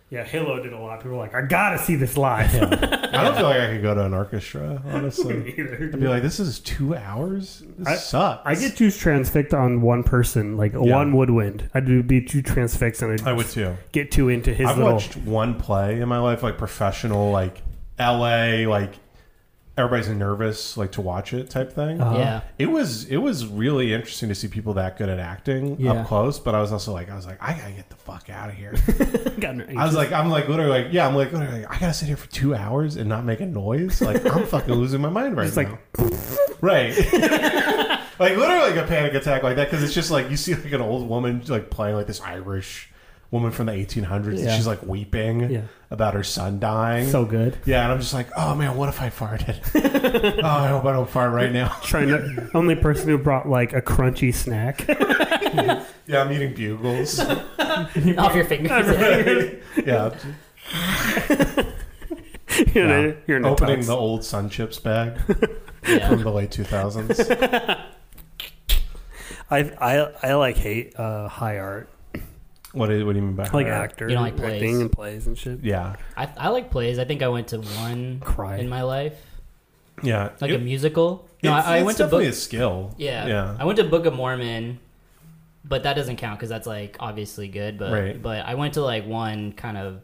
Speaker 2: Yeah, Halo did a lot. People were like, I gotta see this live.
Speaker 1: Yeah. I don't feel like I could go to an orchestra. Honestly,
Speaker 2: Either.
Speaker 1: I'd be like, "This is two hours. This
Speaker 2: I-
Speaker 1: sucks."
Speaker 2: I get too transfixed on one person, like one woodwind. I'd be too transfixed and I'd
Speaker 1: I would too.
Speaker 2: get too into his
Speaker 1: I've
Speaker 2: little.
Speaker 1: watched one play in my life, like professional, like L.A., like everybody's nervous, like to watch it type thing.
Speaker 3: Yeah.
Speaker 1: It was it was really interesting to see people that good at acting
Speaker 2: Yeah.
Speaker 1: up close, but I was also like, I was like, I gotta get the fuck out of here.
Speaker 2: Gotten-
Speaker 1: I was like, I'm like literally like, yeah, I'm like literally, like, I gotta sit here for two hours and not make a noise. Like I'm fucking losing my mind right
Speaker 2: Just like-
Speaker 1: now. right. like literally like a panic attack like that because it's just like you see like an old woman like playing like this Irish woman from the 1800s and
Speaker 2: Yeah.
Speaker 1: she's like weeping
Speaker 2: Yeah.
Speaker 1: about her son dying.
Speaker 2: so good.
Speaker 1: yeah, and I'm just like, oh man, what if I farted? oh, I hope I don't fart right now.
Speaker 2: Trying to only person who brought like a crunchy snack.
Speaker 1: yeah, I'm eating bugles.
Speaker 3: Off your fingers.
Speaker 1: yeah,
Speaker 2: you know,
Speaker 1: Yeah.
Speaker 2: you're in a
Speaker 1: opening
Speaker 2: tux.
Speaker 1: the old Sun Chips bag
Speaker 3: yeah.
Speaker 1: from the late 2000s.
Speaker 2: I, I I like hate uh, high art,
Speaker 1: What do, what do you mean by
Speaker 2: like
Speaker 1: hard?
Speaker 2: actor,
Speaker 3: You don't like plays.
Speaker 2: acting and plays and shit.
Speaker 1: Yeah,
Speaker 3: I, I like plays. I think I went to one
Speaker 2: Cry.
Speaker 3: in my life,
Speaker 1: yeah.
Speaker 3: like
Speaker 1: It-
Speaker 3: a musical. No,
Speaker 1: It's-
Speaker 3: I- I
Speaker 1: it's
Speaker 3: went to
Speaker 1: definitely
Speaker 3: book-
Speaker 1: a skill.
Speaker 3: Yeah. I
Speaker 1: yeah.
Speaker 3: went to Book of Mormon, but that doesn't count because that's like obviously good. But
Speaker 1: Right.
Speaker 3: but I went to like one kind of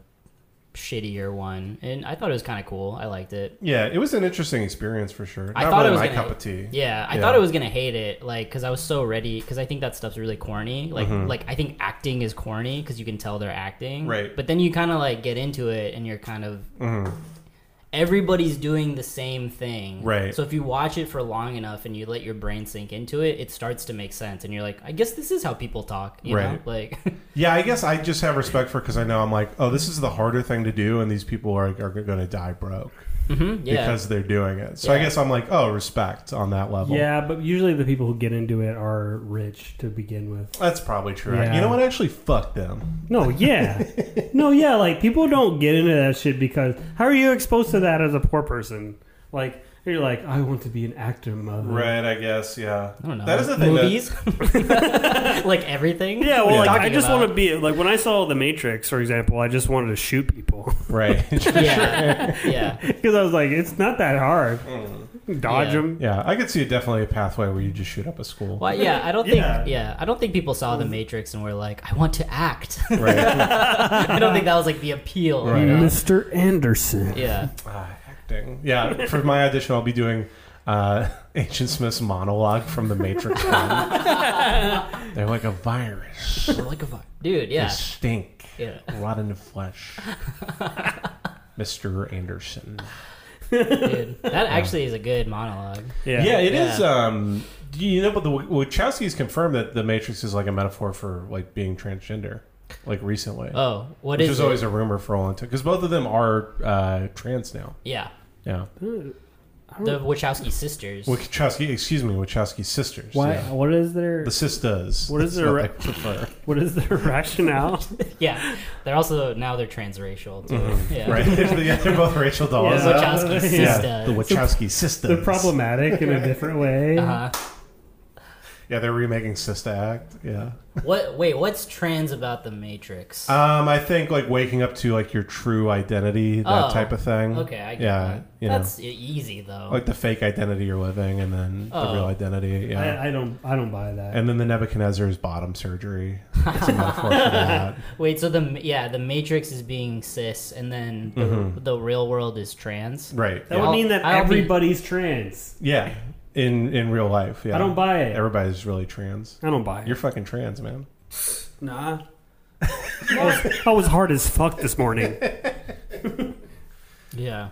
Speaker 3: shittier one, and I thought it was kind of cool. I liked it.
Speaker 1: Yeah, it was an interesting experience for sure. Not
Speaker 3: I thought
Speaker 1: really
Speaker 3: it was
Speaker 1: my
Speaker 3: gonna
Speaker 1: cup of tea.
Speaker 3: Yeah, I
Speaker 1: Yeah.
Speaker 3: thought I was gonna hate it, like, cause I was so ready, cause I think that stuff's really corny. Like,
Speaker 1: Mm-hmm.
Speaker 3: like I think acting is corny, cause you can tell they're acting.
Speaker 1: Right. Mm-hmm.
Speaker 3: But then you kind of like get into it, and you're kind of everybody's doing the same thing.
Speaker 1: Right.
Speaker 3: So if you watch it for long enough and you let your brain sink into it, it starts to make sense, and you're like, I guess this is how people talk. You Know?
Speaker 1: Right.
Speaker 3: Like,
Speaker 1: Yeah, I guess I just have respect for because I know I'm like, oh, this is the harder thing to do, and these people are are going to die broke
Speaker 3: mhm, yeah.
Speaker 1: because they're doing it. So I
Speaker 3: Yeah.
Speaker 1: guess I'm like, oh, respect on that level.
Speaker 2: Yeah, but usually the people who get into it are rich to begin with.
Speaker 1: that's probably true.
Speaker 2: Yeah.
Speaker 1: You know what? Actually, fuck them.
Speaker 2: No, yeah. no, yeah, like people don't get into that shit because how are you exposed to that as a poor person? Like you're like, I want to be an actor, mother.
Speaker 1: I guess. Yeah,
Speaker 3: I don't know.
Speaker 1: That is the thing. that-
Speaker 3: Movies, like everything.
Speaker 2: Yeah, well,
Speaker 1: Yeah.
Speaker 2: like, I
Speaker 3: Talking
Speaker 2: just
Speaker 3: about-
Speaker 2: want to be like when I saw The Matrix, for example, I just wanted to shoot people
Speaker 1: right?
Speaker 3: Yeah, yeah.
Speaker 2: because I was like, it's not that hard. Dodge
Speaker 3: Yeah.
Speaker 2: them.
Speaker 1: Mm. yeah, I could see definitely a pathway where you just shoot up a school.
Speaker 3: Well, yeah, I don't
Speaker 1: Yeah. Mm.
Speaker 3: think. Yeah, I don't think people saw The Matrix and were like, "I want to act."
Speaker 1: Right?
Speaker 3: I don't think that was like the appeal. you
Speaker 1: Right.
Speaker 3: know?
Speaker 2: Mr. Anderson.
Speaker 3: Yeah.
Speaker 1: Ah, acting. Yeah, for my audition, I'll be doing uh, Ancient Smith's monologue from The Matrix. one. They're like a virus.
Speaker 3: like a Dude,
Speaker 1: They
Speaker 3: yeah.
Speaker 1: stink.
Speaker 3: Yeah.
Speaker 1: Rotten flesh. Mr. Anderson.
Speaker 3: Dude, that actually is a good monologue.
Speaker 2: Yeah.
Speaker 1: Yeah, it is.
Speaker 3: Yeah.
Speaker 1: Um, do you know, but the Wachowskis confirmed that the Matrix is like a metaphor for like being transgender, like recently,
Speaker 3: Oh, what
Speaker 1: which
Speaker 3: is
Speaker 1: was
Speaker 3: it?
Speaker 1: always a rumor for a long time because both of them are uh, trans now.
Speaker 3: yeah.
Speaker 1: Yeah,
Speaker 3: The Wachowski sisters.
Speaker 1: Wachowski. Excuse me, Wachowski sisters.
Speaker 2: Why?
Speaker 1: yeah.
Speaker 2: What is their
Speaker 1: The sisters.
Speaker 2: What is
Speaker 1: That's
Speaker 2: their
Speaker 1: what
Speaker 2: ra-
Speaker 1: they prefer?
Speaker 2: What is their rationale?
Speaker 3: yeah. They're also now they're transracial too. Yeah.
Speaker 1: Mm-hmm. Right? yeah, they're both Rachel dolls.
Speaker 2: Yeah.
Speaker 3: Wachowski sisters.
Speaker 2: Yeah,
Speaker 1: The Wachowski sisters.
Speaker 2: They're problematic in a different way.
Speaker 3: Uh-huh.
Speaker 1: Yeah, they're remaking Sista Act. Yeah.
Speaker 3: What? Wait, what's trans about the Matrix?
Speaker 1: Um, I think like waking up to like your true identity, that
Speaker 3: Oh,
Speaker 1: type of thing.
Speaker 3: okay, I get
Speaker 1: yeah,
Speaker 3: that.
Speaker 1: you know,
Speaker 3: That's e- easy though.
Speaker 1: like the fake identity you're living, and then the
Speaker 3: Oh.
Speaker 1: real identity. Yeah,
Speaker 2: I, I don't. I don't buy that.
Speaker 1: and then the Nebuchadnezzar's bottom surgery. It's a metaphor for that.
Speaker 3: Wait, so the yeah the Matrix is being cis, and then the,
Speaker 1: Mm-hmm.
Speaker 3: the real world is trans.
Speaker 1: Right.
Speaker 2: that
Speaker 1: yeah.
Speaker 2: would mean that
Speaker 3: I'll be-
Speaker 2: everybody's trans.
Speaker 1: yeah. In in real life. Yeah.
Speaker 2: I don't buy it.
Speaker 1: Everybody's really trans.
Speaker 2: I don't buy it.
Speaker 1: You're fucking trans, man.
Speaker 2: nah. I was, I was hard as fuck this morning.
Speaker 3: Yeah,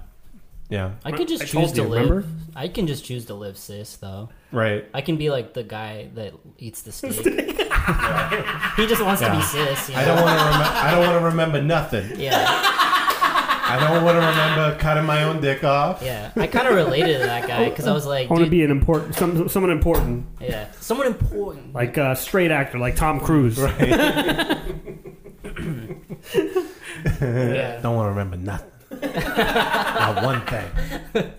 Speaker 1: Yeah.
Speaker 3: I could just
Speaker 2: I told
Speaker 3: choose to
Speaker 2: you,
Speaker 3: live.
Speaker 2: remember?
Speaker 3: I can just choose to live cis though.
Speaker 1: Right.
Speaker 3: I can be like the guy that eats the steak. he just wants to
Speaker 1: Yeah.
Speaker 3: be cis. You know?
Speaker 1: I don't want to. Rem- I don't want to remember nothing.
Speaker 3: Yeah,
Speaker 1: I don't want to remember cutting my own dick off.
Speaker 3: yeah. I kind of related to that guy because I was like,
Speaker 2: I want to
Speaker 3: dude,
Speaker 2: be an important, some, someone important,
Speaker 3: yeah, someone important.
Speaker 2: like a straight actor, like Tom Cruise.
Speaker 3: Yeah.
Speaker 1: Don't want to remember nothing. Not one thing.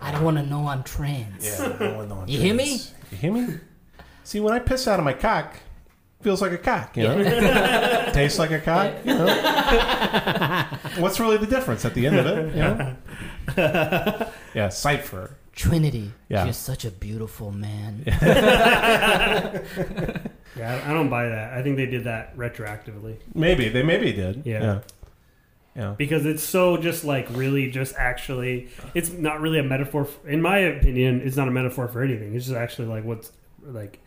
Speaker 3: I don't want to know I'm trans.
Speaker 1: Yeah, no one- no one
Speaker 3: You
Speaker 1: cares.
Speaker 3: hear me?
Speaker 1: You hear me? See, when I piss out of my cock, feels like a cock, you know? Tastes like a cock, you know? What's really the difference at the end of it, you know? Yeah, cipher.
Speaker 3: Trinity,
Speaker 1: Yeah.
Speaker 3: you're such a beautiful man.
Speaker 2: Yeah, I I don't buy that. I think they did that retroactively
Speaker 1: Maybe, they maybe did.
Speaker 2: Yeah.
Speaker 1: Yeah. Yeah.
Speaker 2: because it's so just like really just actually, it's not really a metaphor. For, in my opinion, it's not a metaphor for anything. It's just actually like what's like,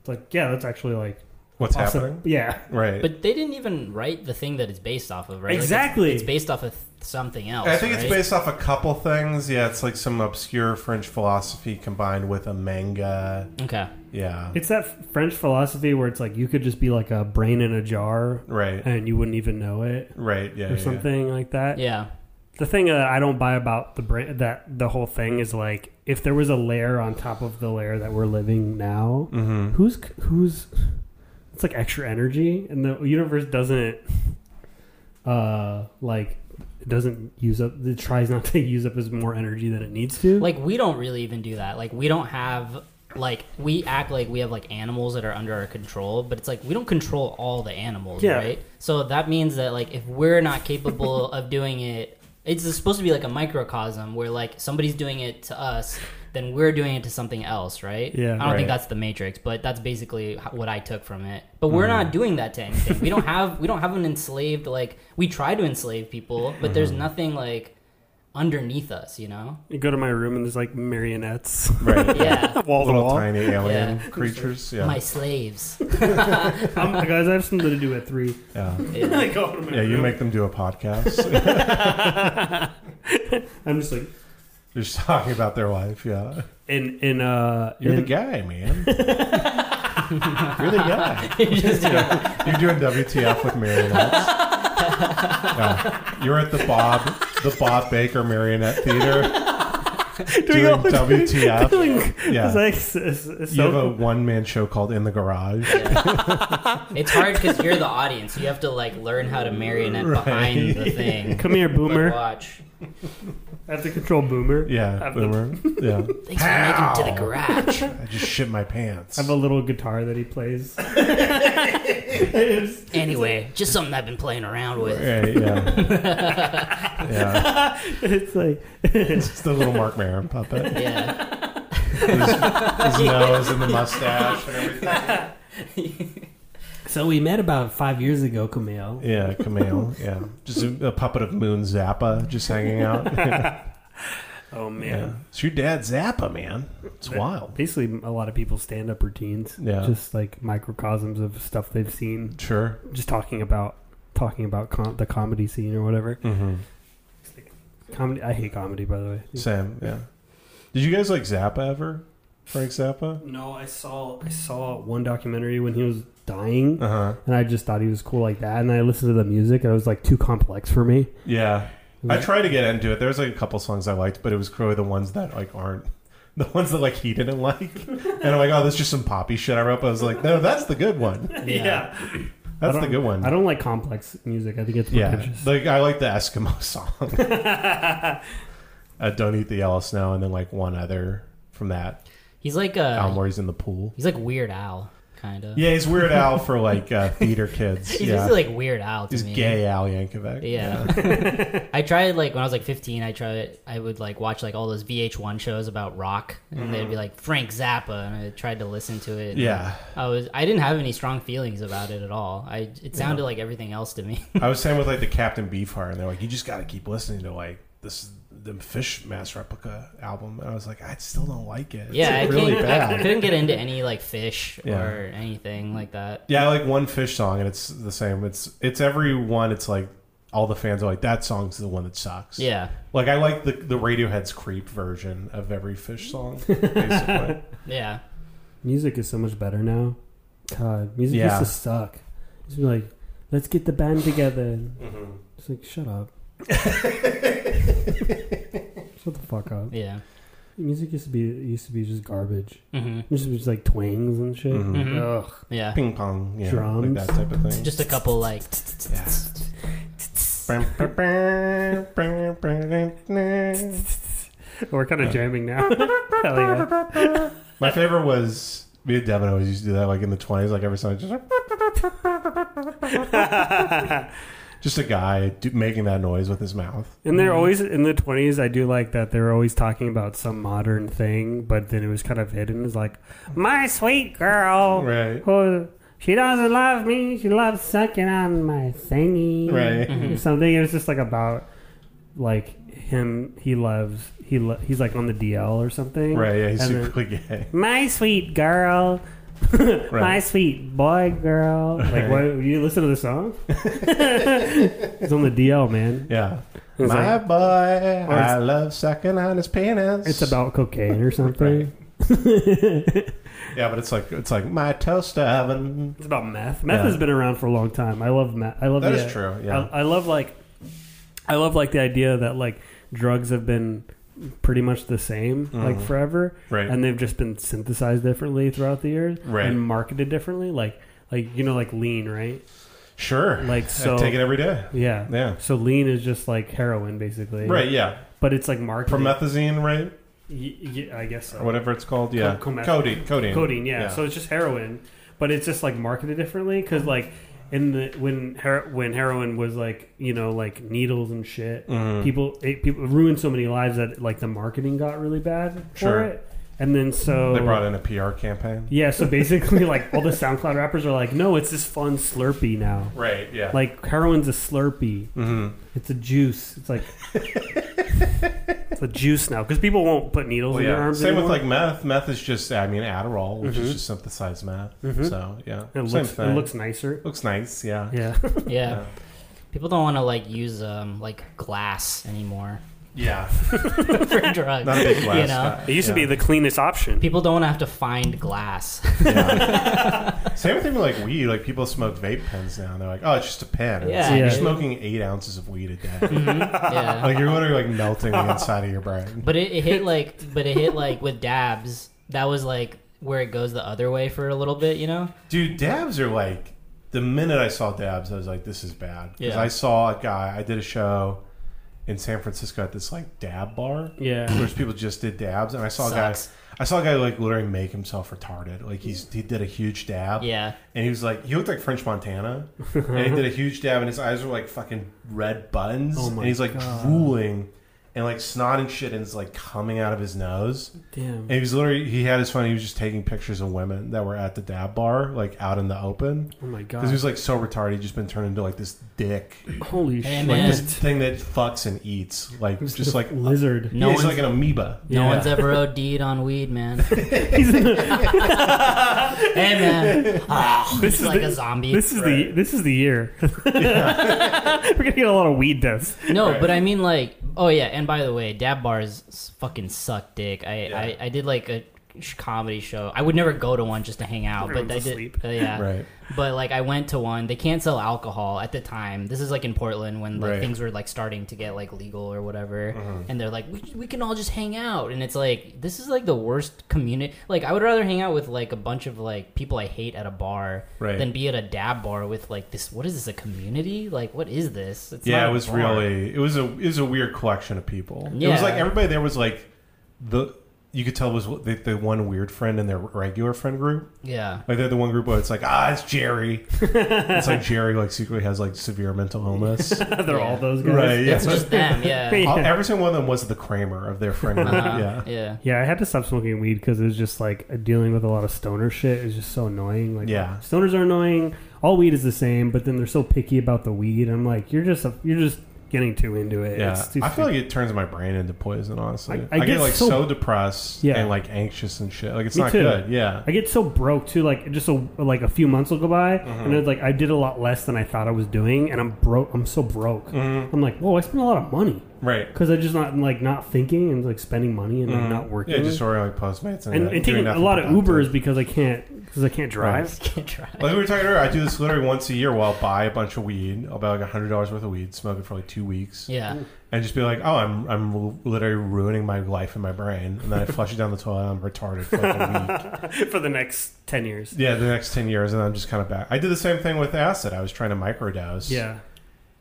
Speaker 2: it's like yeah, that's actually like
Speaker 1: What's
Speaker 2: awesome.
Speaker 1: happening?
Speaker 2: Yeah,
Speaker 1: Right.
Speaker 3: But they didn't even write the thing that it's based off of, right? Like, it's-
Speaker 2: Exactly.
Speaker 3: it's, based off of something else.
Speaker 1: I think it's
Speaker 3: right?
Speaker 1: based off a couple things. Yeah, it's like some obscure French philosophy combined with a manga.
Speaker 3: Okay.
Speaker 1: Yeah.
Speaker 2: It's that French philosophy where it's like you could just be like a brain in a jar
Speaker 1: Right.
Speaker 2: and you wouldn't even know it
Speaker 1: Right. Yeah.
Speaker 2: or
Speaker 1: yeah, yeah.
Speaker 2: something like that.
Speaker 3: Yeah.
Speaker 2: The thing that I don't buy about the brain that the whole thing is like if there was a layer on top of the layer that we're living now, who's who's it's like extra energy and the universe doesn't uh like it doesn't use up it tries not to use up as more energy than it needs to.
Speaker 3: Like we don't really even do that. Like we don't have like we act like we have like animals that are under our control, but it's like we don't control all the animals,
Speaker 2: Yeah.
Speaker 3: right? So that means that like if we're not capable of doing it, it's supposed to be like a microcosm where like somebody's doing it to us. then we're doing it to something else, right?
Speaker 2: Yeah.
Speaker 3: I don't think
Speaker 6: Right.
Speaker 3: that's the Matrix, but that's basically h- what I took from it. But we're
Speaker 2: Mm.
Speaker 3: not doing that to anything. we don't have we don't have an enslaved like we try to enslave people, but there's
Speaker 2: Mm-hmm.
Speaker 3: nothing like underneath us, you know?
Speaker 2: You go to my room and there's like marionettes,
Speaker 1: Right.
Speaker 3: Yeah.
Speaker 2: wall to
Speaker 1: Little
Speaker 2: wall.
Speaker 1: tiny alien
Speaker 3: Yeah.
Speaker 1: creatures. Yeah.
Speaker 3: My slaves.
Speaker 2: I'm, Um, guys, I have something to do at three.
Speaker 1: yeah.
Speaker 3: Yeah.
Speaker 2: I go to my
Speaker 1: Yeah, you
Speaker 2: room.
Speaker 1: make them do a podcast.
Speaker 2: I'm just like
Speaker 1: They're just talking about their life. Yeah.
Speaker 2: in in uh.
Speaker 1: You're the
Speaker 2: In,
Speaker 1: guy, man. You're the guy. You're doing WTF with marionettes. Yeah. You're at the Bob the Bob Baker Marionette Theater doing,
Speaker 2: all the-
Speaker 1: WTF. yeah.
Speaker 2: It's like s- s- s-
Speaker 1: you have a
Speaker 2: so
Speaker 1: one man show called In the Garage.
Speaker 3: It's hard because you're the audience. You have to like learn how to marionette
Speaker 1: Right.
Speaker 3: behind the thing.
Speaker 2: come here,
Speaker 3: But
Speaker 2: boomer.
Speaker 3: watch.
Speaker 2: I have to control boomer.
Speaker 1: Yeah,
Speaker 2: I've-
Speaker 1: boomer. Yeah.
Speaker 3: Thanks for making it to the garage.
Speaker 1: I just shit my pants.
Speaker 2: I have a little guitar that he plays. It's-
Speaker 3: Anyway, just something I've been playing around with.
Speaker 1: Right, yeah. yeah.
Speaker 2: it's like
Speaker 1: It's the little Mark Maron puppet.
Speaker 3: Yeah.
Speaker 1: His, his nose and the mustache and everything.
Speaker 7: So we met about five years ago, Camille.
Speaker 1: Yeah, Camille. Yeah. Just a, a puppet of Moon Zappa just hanging out.
Speaker 2: oh man.
Speaker 1: yeah. It's your dad Zappa, man. It's wild.
Speaker 2: Basically, a lot of people's stand-up routines,
Speaker 1: Yeah.
Speaker 2: just like microcosms of stuff they've seen,
Speaker 1: Sure.
Speaker 2: just talking about talking about com- the comedy scene or whatever.
Speaker 1: Mm-hmm.
Speaker 2: Comedy, I hate comedy, by the way.
Speaker 1: Sam, yeah. Did you guys like Zappa ever? Frank Zappa?
Speaker 2: No, I saw I saw one documentary when he was dying,
Speaker 1: Uh huh.
Speaker 2: and I just thought he was cool like that. And I listened to the music, and it was like too complex for me.
Speaker 1: Yeah. I tried to get into it. There's like a couple songs I liked, but it was clearly the ones that like aren't the ones that like he didn't like. And I'm like, oh, that's just some poppy shit I wrote. But I was like, no, that's the good one. That's
Speaker 2: I
Speaker 1: the
Speaker 2: don't-
Speaker 1: good one.
Speaker 2: I don't like complex music. I think it's
Speaker 1: yeah.
Speaker 2: pretentious.
Speaker 1: Like I like the Eskimo song. uh, Don't eat the yellow snow, and then like one other from that
Speaker 3: He's like a
Speaker 1: um, where he's in the pool.
Speaker 3: he's like Weird Al kind of.
Speaker 1: Yeah, he's Weird Al for like uh, theater kids.
Speaker 3: He's
Speaker 1: yeah,
Speaker 3: just like Weird Al to
Speaker 1: he's
Speaker 3: me.
Speaker 1: gay Al Yankovic.
Speaker 3: Yeah. I tried like when I was like 15. I tried I would like watch like all those VH1 shows about rock, and they'd be like Frank Zappa, and I tried to listen to it. and
Speaker 1: Mm-hmm. Yeah.
Speaker 3: I was I didn't have any strong feelings about it at all. I it sounded like everything else to me.
Speaker 1: I was saying with like the Captain Beefheart, and they're like, you just got to keep listening to like this the Fish Mass Replica album, and I was like, I still don't like it. It's,
Speaker 3: yeah,
Speaker 1: like,
Speaker 3: I,
Speaker 1: really
Speaker 3: can't, I
Speaker 1: bad.
Speaker 3: couldn't get into any like fish
Speaker 1: Yeah.
Speaker 3: or anything like that.
Speaker 1: Yeah, I like one Fish song, and it's the same. It's it's every one. It's like all the fans are like, that song's the one that sucks.
Speaker 3: Yeah,
Speaker 1: Like I like the the Radiohead's Creep version of every Fish song. Basically,
Speaker 3: yeah.
Speaker 2: Music is so much better now. God, music
Speaker 1: Yeah.
Speaker 2: used to suck. Just be like, let's get the band together. It's like, shut up. shut the fuck up.
Speaker 3: Yeah.
Speaker 2: Music used to be used to be just garbage.
Speaker 3: hmm
Speaker 2: It used to be just like twangs and shit.
Speaker 1: Mhm.
Speaker 3: Mhm.
Speaker 2: Ugh.
Speaker 3: Yeah.
Speaker 1: ping pong, yeah, like
Speaker 2: Mm-hmm. Drums.
Speaker 1: that type of thing.
Speaker 3: Just a couple like
Speaker 1: Yeah.
Speaker 2: We're kind of jamming now. Hell yeah.
Speaker 1: My favorite was me and Devin always used to do that, like in the twenties, like every song, just just a guy do, making that noise with his mouth.
Speaker 2: And they're always in the twenties. I do like that they're always talking about some modern thing, but then it was kind of hidden. It's like, my sweet girl,
Speaker 1: Right.
Speaker 2: Oh, she doesn't love me. She loves sucking on my thingy.
Speaker 1: Right.
Speaker 2: Or
Speaker 3: Mm-hmm.
Speaker 2: something. It was just like about like him. He loves. He lo- he's like on the DL or something.
Speaker 1: Right. Yeah, he's
Speaker 2: And
Speaker 1: super gay.
Speaker 2: then, my sweet girl. My sweet boy, girl. Like,
Speaker 1: Right.
Speaker 2: what? You listen to the song? it's on the DL, man.
Speaker 1: Yeah.
Speaker 2: It's
Speaker 1: My
Speaker 2: like-
Speaker 1: boy,
Speaker 2: it's-
Speaker 1: I love sucking on his penis.
Speaker 2: It's about cocaine or something.
Speaker 1: yeah, but it's like it's like my toaster oven.
Speaker 2: It's about meth. Meth
Speaker 1: Yeah.
Speaker 2: has been around for a long time. I love meth. I love
Speaker 1: That
Speaker 2: the,
Speaker 1: is true, yeah.
Speaker 2: I, I love like, I love like the idea that like drugs have been pretty much the same
Speaker 1: Mm.
Speaker 2: like forever,
Speaker 1: Right.
Speaker 2: And they've just been synthesized differently throughout the years,
Speaker 1: Right.
Speaker 2: And marketed differently, like like you know like lean, right?
Speaker 1: Sure.
Speaker 2: Like,
Speaker 1: I
Speaker 2: so-
Speaker 1: take it every day.
Speaker 2: Yeah,
Speaker 1: Yeah.
Speaker 2: So lean is just like heroin, basically,
Speaker 1: Right. Yeah.
Speaker 2: But it's like marketed.
Speaker 1: Promethazine, right?
Speaker 2: Y- y- I guess so.
Speaker 1: Or whatever it's called. Yeah.
Speaker 2: Co- cometh-
Speaker 1: Codeine. Codeine.
Speaker 2: codeine yeah. so it's just heroin but it's just like marketed differently because like in the when her, when heroin was like you know like needles and shit,
Speaker 1: Mm-hmm.
Speaker 2: people it, people it ruined so many lives that like the marketing got really bad
Speaker 1: Sure.
Speaker 2: for it, and then so
Speaker 1: They brought in a PR campaign.
Speaker 2: yeah, so basically like all the SoundCloud rappers are like, no, it's this fun Slurpee now.
Speaker 1: Right. Yeah.
Speaker 2: Like heroin's a Slurpee,
Speaker 1: Mhm.
Speaker 2: it's a juice. It's like it's a juice now because people won't put needles
Speaker 1: Well,
Speaker 2: in their
Speaker 1: yeah.
Speaker 2: arms
Speaker 1: Same with
Speaker 2: anymore. Mm-hmm.
Speaker 1: like meth. Meth is just, I mean, Adderall, which is just synthesized meth. So yeah,
Speaker 2: It
Speaker 1: same
Speaker 2: looks,
Speaker 1: thing.
Speaker 2: it looks nicer.
Speaker 1: Looks nice. Yeah.
Speaker 2: Yeah.
Speaker 3: yeah. People don't want to like use um like glass anymore
Speaker 1: Yeah.
Speaker 3: for drugs.
Speaker 1: Not a big glass.
Speaker 3: you know,
Speaker 1: guy.
Speaker 2: It used to be
Speaker 1: Yeah.
Speaker 2: the cleanest option.
Speaker 3: people don't want to have to find glass.
Speaker 1: Yeah. Same thing with like weed. Like people smoke vape pens now. And they're like, oh, it's just a pen. And it's like,
Speaker 3: Yeah.
Speaker 1: You're
Speaker 2: Yeah.
Speaker 1: smoking eight ounces of weed a day.
Speaker 3: Mm-hmm. yeah.
Speaker 1: like you're literally like melting the inside of your brain.
Speaker 3: But it, it hit like, but it hit like with dabs. That was like where it goes the other way for a little bit, you know?
Speaker 1: Dude, dabs are like the minute I saw dabs, I was like, this is bad. Because
Speaker 3: Yeah.
Speaker 1: I saw a guy. I did a show in San Francisco at this like dab bar.
Speaker 2: Yeah.
Speaker 1: Whereas people just did dabs, and I saw
Speaker 3: Sucks.
Speaker 1: guys. I saw a guy like literally make himself retarded. Like he's he did a huge dab.
Speaker 3: Yeah,
Speaker 1: And he was like, he looked like French Montana, and he did a huge dab, and his eyes were like fucking red buttons,
Speaker 2: Oh my
Speaker 1: and he's like
Speaker 2: God.
Speaker 1: drooling, and like snot and shit, and it's like coming out of his nose.
Speaker 7: Damn.
Speaker 1: And he was literally, he had his phone, he was just taking pictures of women that were at the dab bar, like out in the open,
Speaker 2: Oh my
Speaker 1: because he
Speaker 2: god.
Speaker 1: was like so retarded, he just been turned into like this dick,
Speaker 2: Holy
Speaker 3: Hey,
Speaker 2: shit.
Speaker 1: like
Speaker 3: man.
Speaker 1: this thing that fucks and eats, like just like
Speaker 2: lizard.
Speaker 1: no
Speaker 3: No
Speaker 1: yeah, he's
Speaker 3: one's-
Speaker 1: like an amoeba.
Speaker 3: no
Speaker 2: Yeah.
Speaker 3: one's ever OD'd on weed, man. hey, man, Ah,
Speaker 2: This
Speaker 3: it's
Speaker 2: is
Speaker 3: like
Speaker 2: the-
Speaker 3: a zombie.
Speaker 2: This is the this is the year. We're gonna get a lot of weed deaths.
Speaker 3: No, but I mean like, oh yeah. And by the way, dab bars s- fucking suck dick. I
Speaker 1: Yeah.
Speaker 3: I, I did like a sh- comedy show. I would never go to one just to hang out, but I
Speaker 2: Everyone's
Speaker 3: did.
Speaker 2: asleep.
Speaker 3: uh, yeah,
Speaker 1: Right.
Speaker 3: But like, I went to one. They can't sell alcohol at the time. This is like in Portland when like
Speaker 1: Right. Uh-huh.
Speaker 3: things were like starting to get like legal or whatever, and they're like, we, we can all just hang out, and it's like this is like the worst community. Like, I would rather hang out with like a bunch of like people I hate at a bar
Speaker 1: Right.
Speaker 3: than be at a dab bar with like this. What is this? A community? Like, what is this? It's
Speaker 1: yeah,
Speaker 3: not
Speaker 1: it
Speaker 3: a
Speaker 1: was
Speaker 3: bar.
Speaker 1: really it was a it was a weird collection of people. It was like
Speaker 3: Yeah.
Speaker 1: everybody there was like the you could tell was the, the one weird friend in their regular friend group.
Speaker 3: yeah.
Speaker 1: Like they're the one group where it's like ah, it's Jerry. it's like Jerry like secretly has like severe mental illness.
Speaker 2: They're
Speaker 3: Yeah.
Speaker 2: all those guys.
Speaker 1: right? Yeah.
Speaker 3: It's just them, yeah.
Speaker 1: All- every single one of them was the Kramer of their friend group.
Speaker 3: Uh-huh.
Speaker 1: Yeah.
Speaker 3: yeah.
Speaker 2: Yeah, I had to stop smoking weed because it was just like dealing with a lot of stoner shit is just so annoying. Like,
Speaker 1: Yeah.
Speaker 2: stoners are annoying. All weed is the same, but then they're so picky about the weed. I'm like, you're just a, you're just getting too into it.
Speaker 1: Yeah,
Speaker 2: It's too
Speaker 1: I feel like
Speaker 2: stupid.
Speaker 1: it turns my brain into poison. Honestly,
Speaker 2: I-
Speaker 1: I,
Speaker 2: I
Speaker 1: get,
Speaker 2: get
Speaker 1: like
Speaker 2: so-
Speaker 1: so, depressed
Speaker 2: Yeah.
Speaker 1: and like anxious and shit. Like it's
Speaker 2: Me
Speaker 1: not
Speaker 2: too.
Speaker 1: good. Yeah,
Speaker 2: I get so broke too. Like just a, like a few months will go by,
Speaker 1: Mm-hmm.
Speaker 2: and it's like I did a lot less than I thought I was doing, and I'm broke. I'm so broke.
Speaker 1: Mm-hmm.
Speaker 2: I'm like, whoa, I spent a lot of money
Speaker 1: right.
Speaker 2: because I just not I'm, like not thinking and like spending money and like, not working.
Speaker 1: Mm-hmm. Yeah, just ordering like Postmates and,
Speaker 2: Mm-hmm. and,
Speaker 1: uh,
Speaker 2: and
Speaker 1: doing
Speaker 2: taking a
Speaker 1: nothing
Speaker 2: lot of
Speaker 1: productive.
Speaker 2: Ubers because I can't because I can't drive.
Speaker 3: Can't try.
Speaker 1: Like we were talking earlier, I do this literally once a year where I'll buy a bunch of weed. I'll buy like hundred dollars worth of weed, smoke it for like two weeks,
Speaker 3: Yeah.
Speaker 1: and just be like, "Oh, I'm I'm literally ruining my life in my brain," and then I flush it down the toilet. and I'm retarded for like a week.
Speaker 2: for the next 10 years.
Speaker 1: Yeah, the next ten years, and I'm just kind of back. I did the same thing with acid. I was trying to microdose.
Speaker 2: Yeah.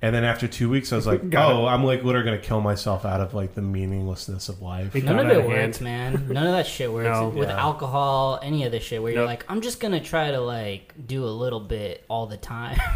Speaker 1: and then after two weeks, I was like,
Speaker 2: Got
Speaker 1: "Oh, I'm like literally gonna kill myself out of like the meaninglessness of life."
Speaker 2: It
Speaker 3: None
Speaker 2: got out
Speaker 3: of it
Speaker 2: of hand.
Speaker 3: works, man. None of that shit works
Speaker 2: No.
Speaker 3: with
Speaker 1: Yeah.
Speaker 3: alcohol, any of this shit. Where you're
Speaker 2: Nope.
Speaker 3: like, I'm just gonna try to like do a little bit all the time.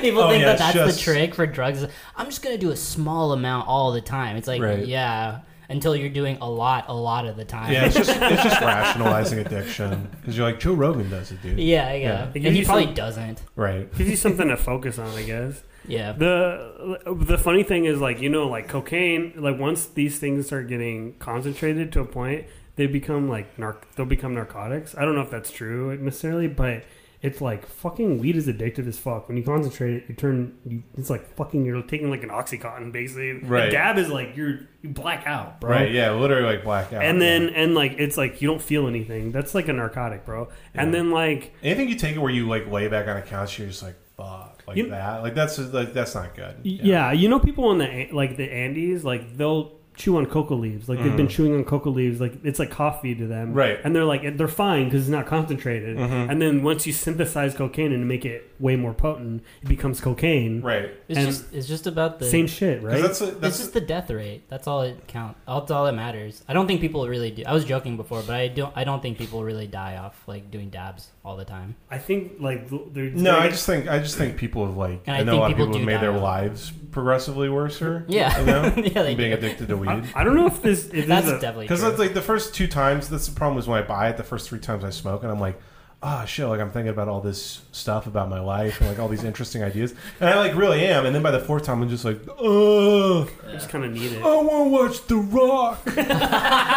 Speaker 3: People
Speaker 1: Oh,
Speaker 3: think
Speaker 1: yeah,
Speaker 3: that
Speaker 1: it's
Speaker 3: that's
Speaker 1: just-
Speaker 3: the trick for drugs. I'm just gonna do a small amount all the time. It's like,
Speaker 1: Right.
Speaker 3: yeah, until you're doing a lot, a lot of the time.
Speaker 1: Yeah, it's just it's just rationalizing addiction because you're like Joe Rogan does it, dude.
Speaker 3: yeah, yeah.
Speaker 1: Yeah.
Speaker 3: And
Speaker 2: gives
Speaker 3: he
Speaker 2: you
Speaker 3: probably
Speaker 2: some-
Speaker 3: doesn't.
Speaker 1: Right.
Speaker 2: Gives you something to focus on, I guess.
Speaker 3: Yeah.
Speaker 2: The the funny thing is like, you know, like cocaine, like once these things start getting concentrated to a point, they become like narc they'll become narcotics. I don't know if that's true necessarily, but it's like fucking weed is addictive as fuck. When you concentrate it, you turn you, it's like fucking you're taking like an oxycontin basically.
Speaker 1: Right.
Speaker 2: A dab is like you're you black out, bro.
Speaker 1: Right. Yeah. Literally like blackout.
Speaker 2: And
Speaker 1: Yeah.
Speaker 2: then and like it's like you don't feel anything. That's like a narcotic, bro. And then like
Speaker 1: Anything you take it where you like lay back on a couch, you're just like fuck, like
Speaker 2: You-
Speaker 1: that. Like that's like that's not good.
Speaker 2: yeah. you know people in the A- like the Andes, like they'll chew on cocoa leaves. Like they've been chewing on cocoa leaves. Like it's like coffee to them,
Speaker 1: Mm. Right. Mm-hmm.
Speaker 2: And they're like they're fine because it's not concentrated. And then once you synthesize cocaine and make it way more potent, it becomes cocaine.
Speaker 1: Right.
Speaker 3: It's
Speaker 2: And-
Speaker 3: just it's just about the
Speaker 2: Same shit,
Speaker 1: 'Cause
Speaker 2: right?
Speaker 1: That's a,
Speaker 3: It's
Speaker 1: that's
Speaker 3: just the death rate. That's all it count. That's all that matters. I don't think people really do. I was joking before, but I don't. I don't think people really die off like doing dabs all the time.
Speaker 2: I think like there's
Speaker 1: no. I just think I just think people have like
Speaker 3: And
Speaker 1: I,
Speaker 3: I
Speaker 1: know a
Speaker 3: think
Speaker 1: lot of
Speaker 3: people
Speaker 1: people have
Speaker 3: do
Speaker 1: made their
Speaker 3: die.
Speaker 1: lives progressively worser.
Speaker 3: Yeah.
Speaker 1: You know?
Speaker 3: Yeah, they
Speaker 1: From being
Speaker 3: do.
Speaker 1: addicted to
Speaker 2: I,
Speaker 1: weed.
Speaker 2: I don't know if this if
Speaker 3: That's
Speaker 2: this is a,
Speaker 3: definitely
Speaker 1: Because
Speaker 3: true.
Speaker 1: that's like the first two times. That's the problem is when I buy it. The first three times I smoke, and I'm like, ah, shit. Like I'm thinking about all this stuff about my life and like all these interesting ideas, and I like really am. And then by the fourth time, I'm just like, ugh.
Speaker 2: I just kind of need it.
Speaker 1: I want to watch The Rock.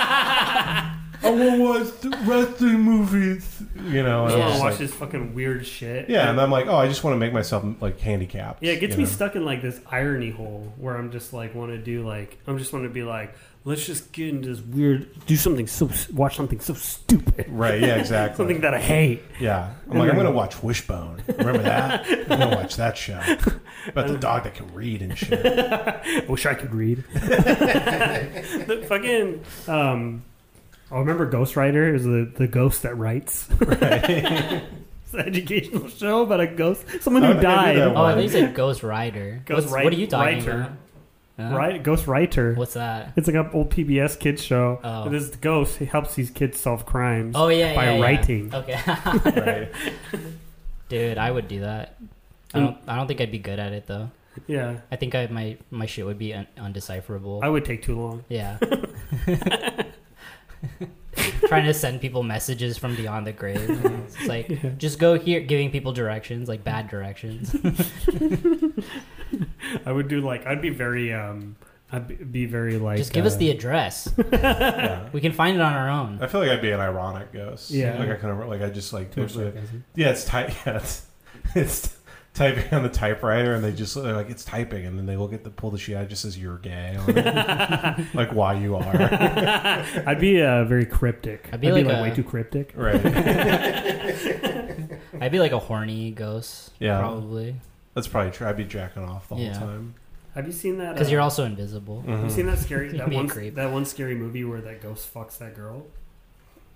Speaker 1: I want to watch the wrestling movies. You know, and I'm
Speaker 2: I don't want
Speaker 3: Yeah.
Speaker 1: just
Speaker 2: to watch
Speaker 1: like-
Speaker 2: this fucking weird shit.
Speaker 1: Yeah, and I'm like, oh, I just want to make myself like handicapped.
Speaker 2: Yeah, it gets
Speaker 1: you
Speaker 2: me
Speaker 1: know?
Speaker 2: stuck in like this irony hole where I'm just like want to do like I'm just want to be like let's just get into this weird do something so watch something so stupid
Speaker 1: Right. Yeah. Exactly.
Speaker 2: something that I hate
Speaker 1: Yeah. I'm like, I'm gonna watch Wishbone. Remember that? I'm gonna watch that show about the dog that can read and shit.
Speaker 2: I wish I could read the fucking um I remember Ghost Rider it was the the ghost that writes it's an educational show about a ghost someone
Speaker 1: I
Speaker 2: who
Speaker 1: don't think I knew that
Speaker 2: died
Speaker 1: one.
Speaker 3: Oh, I think you said Ghost Rider.
Speaker 2: Ghost
Speaker 3: What's-
Speaker 2: Ri-
Speaker 3: What are you talking
Speaker 2: Rider.
Speaker 3: about? Huh?
Speaker 2: right Ghost Writer
Speaker 3: What's that?
Speaker 2: it's like an old PBS kids show
Speaker 3: Oh.
Speaker 2: And this ghost he helps these kids solve crimes
Speaker 3: Oh yeah,
Speaker 2: by
Speaker 3: yeah, yeah.
Speaker 2: writing.
Speaker 3: Okay,
Speaker 1: Right.
Speaker 3: dude, I would do that. I
Speaker 2: Mm.
Speaker 3: don't. I don't think I'd be good at it though.
Speaker 2: yeah
Speaker 3: I think I my my shit would be un- undecipherable.
Speaker 2: I would take too long.
Speaker 3: yeah. Trying to send people messages from beyond the grave. It's like just go here, giving people directions, like bad directions.
Speaker 2: I would do like I'd be very um I'd be- be very like
Speaker 3: just give us
Speaker 2: uh,
Speaker 3: the address.
Speaker 1: Yeah.
Speaker 3: We can find it on our own.
Speaker 1: I feel like I'd be an ironic ghost.
Speaker 2: Yeah.
Speaker 1: Like I kind of like I just like
Speaker 7: Too much
Speaker 1: totally-
Speaker 7: sarcasm.
Speaker 1: yeah, it's type yeah, it's, it's typing on the typewriter and they just they're like it's typing and then they look at the pull the sheet out it just says you're gay on it. like why you are
Speaker 2: I'd be uh, very cryptic. I'd be, like,
Speaker 3: a-
Speaker 2: way too cryptic.
Speaker 1: right.
Speaker 3: I'd be like a horny ghost.
Speaker 1: Yeah.
Speaker 3: Probably.
Speaker 1: That's probably true. I'd be jacking off the
Speaker 3: Yeah.
Speaker 1: whole time. Mm-hmm.
Speaker 2: Have you seen that?
Speaker 3: Because
Speaker 2: uh,
Speaker 3: you're also invisible.
Speaker 1: Mm.
Speaker 2: have you seen that scary that
Speaker 3: Be a
Speaker 2: one
Speaker 3: creep.
Speaker 2: that one scary movie where that ghost fucks that girl?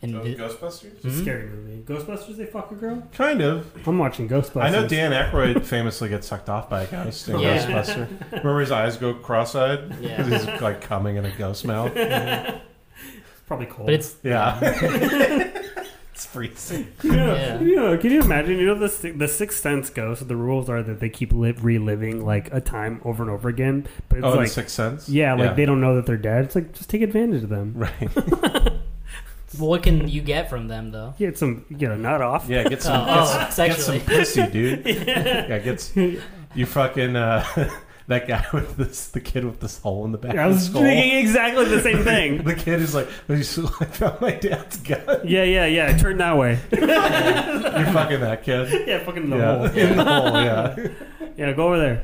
Speaker 3: Invi-
Speaker 1: Ghostbusters?
Speaker 2: It's a
Speaker 3: Mhm.
Speaker 2: scary movie. Ghostbusters they fuck a girl?
Speaker 1: Kind of.
Speaker 2: I'm watching Ghostbusters.
Speaker 1: I know Dan Aykroyd famously gets sucked off by a ghost in
Speaker 3: Yeah.
Speaker 1: Ghostbuster. Remember his eyes go cross-eyed
Speaker 3: Yeah.
Speaker 1: 'Cause he's like coming in a ghost mouth.
Speaker 2: It's probably cold.
Speaker 3: But it's
Speaker 1: Yeah, it's freezing.
Speaker 2: you know,
Speaker 3: yeah.
Speaker 2: you know, can you imagine? You know the si- the Sixth Sense ghost. The rules are that they keep li- reliving like a time over and over again. But it's
Speaker 1: oh,
Speaker 2: like
Speaker 1: the Sixth Sense.
Speaker 2: yeah, like they don't know that they're dead. It's like just take advantage of them.
Speaker 1: Right.
Speaker 3: Well, what can you get from them though?
Speaker 2: Get some, get a nut off.
Speaker 1: Yeah, get
Speaker 3: Oh,
Speaker 1: some,
Speaker 3: oh,
Speaker 1: get, get some
Speaker 3: sexually.
Speaker 1: pussy, dude. Yeah, get s- you fucking uh, that guy with this the kid with this hole in the back.
Speaker 2: I
Speaker 1: of the
Speaker 2: was
Speaker 1: skull.
Speaker 2: thinking exactly the same thing.
Speaker 1: The kid is like, I found my dad's gun.
Speaker 2: Yeah, yeah, yeah. Turn that way.
Speaker 1: You're fucking that kid.
Speaker 2: yeah, fucking in the
Speaker 1: Yeah,
Speaker 2: hole.
Speaker 1: in the hole. Yeah.
Speaker 2: Yeah, go over there.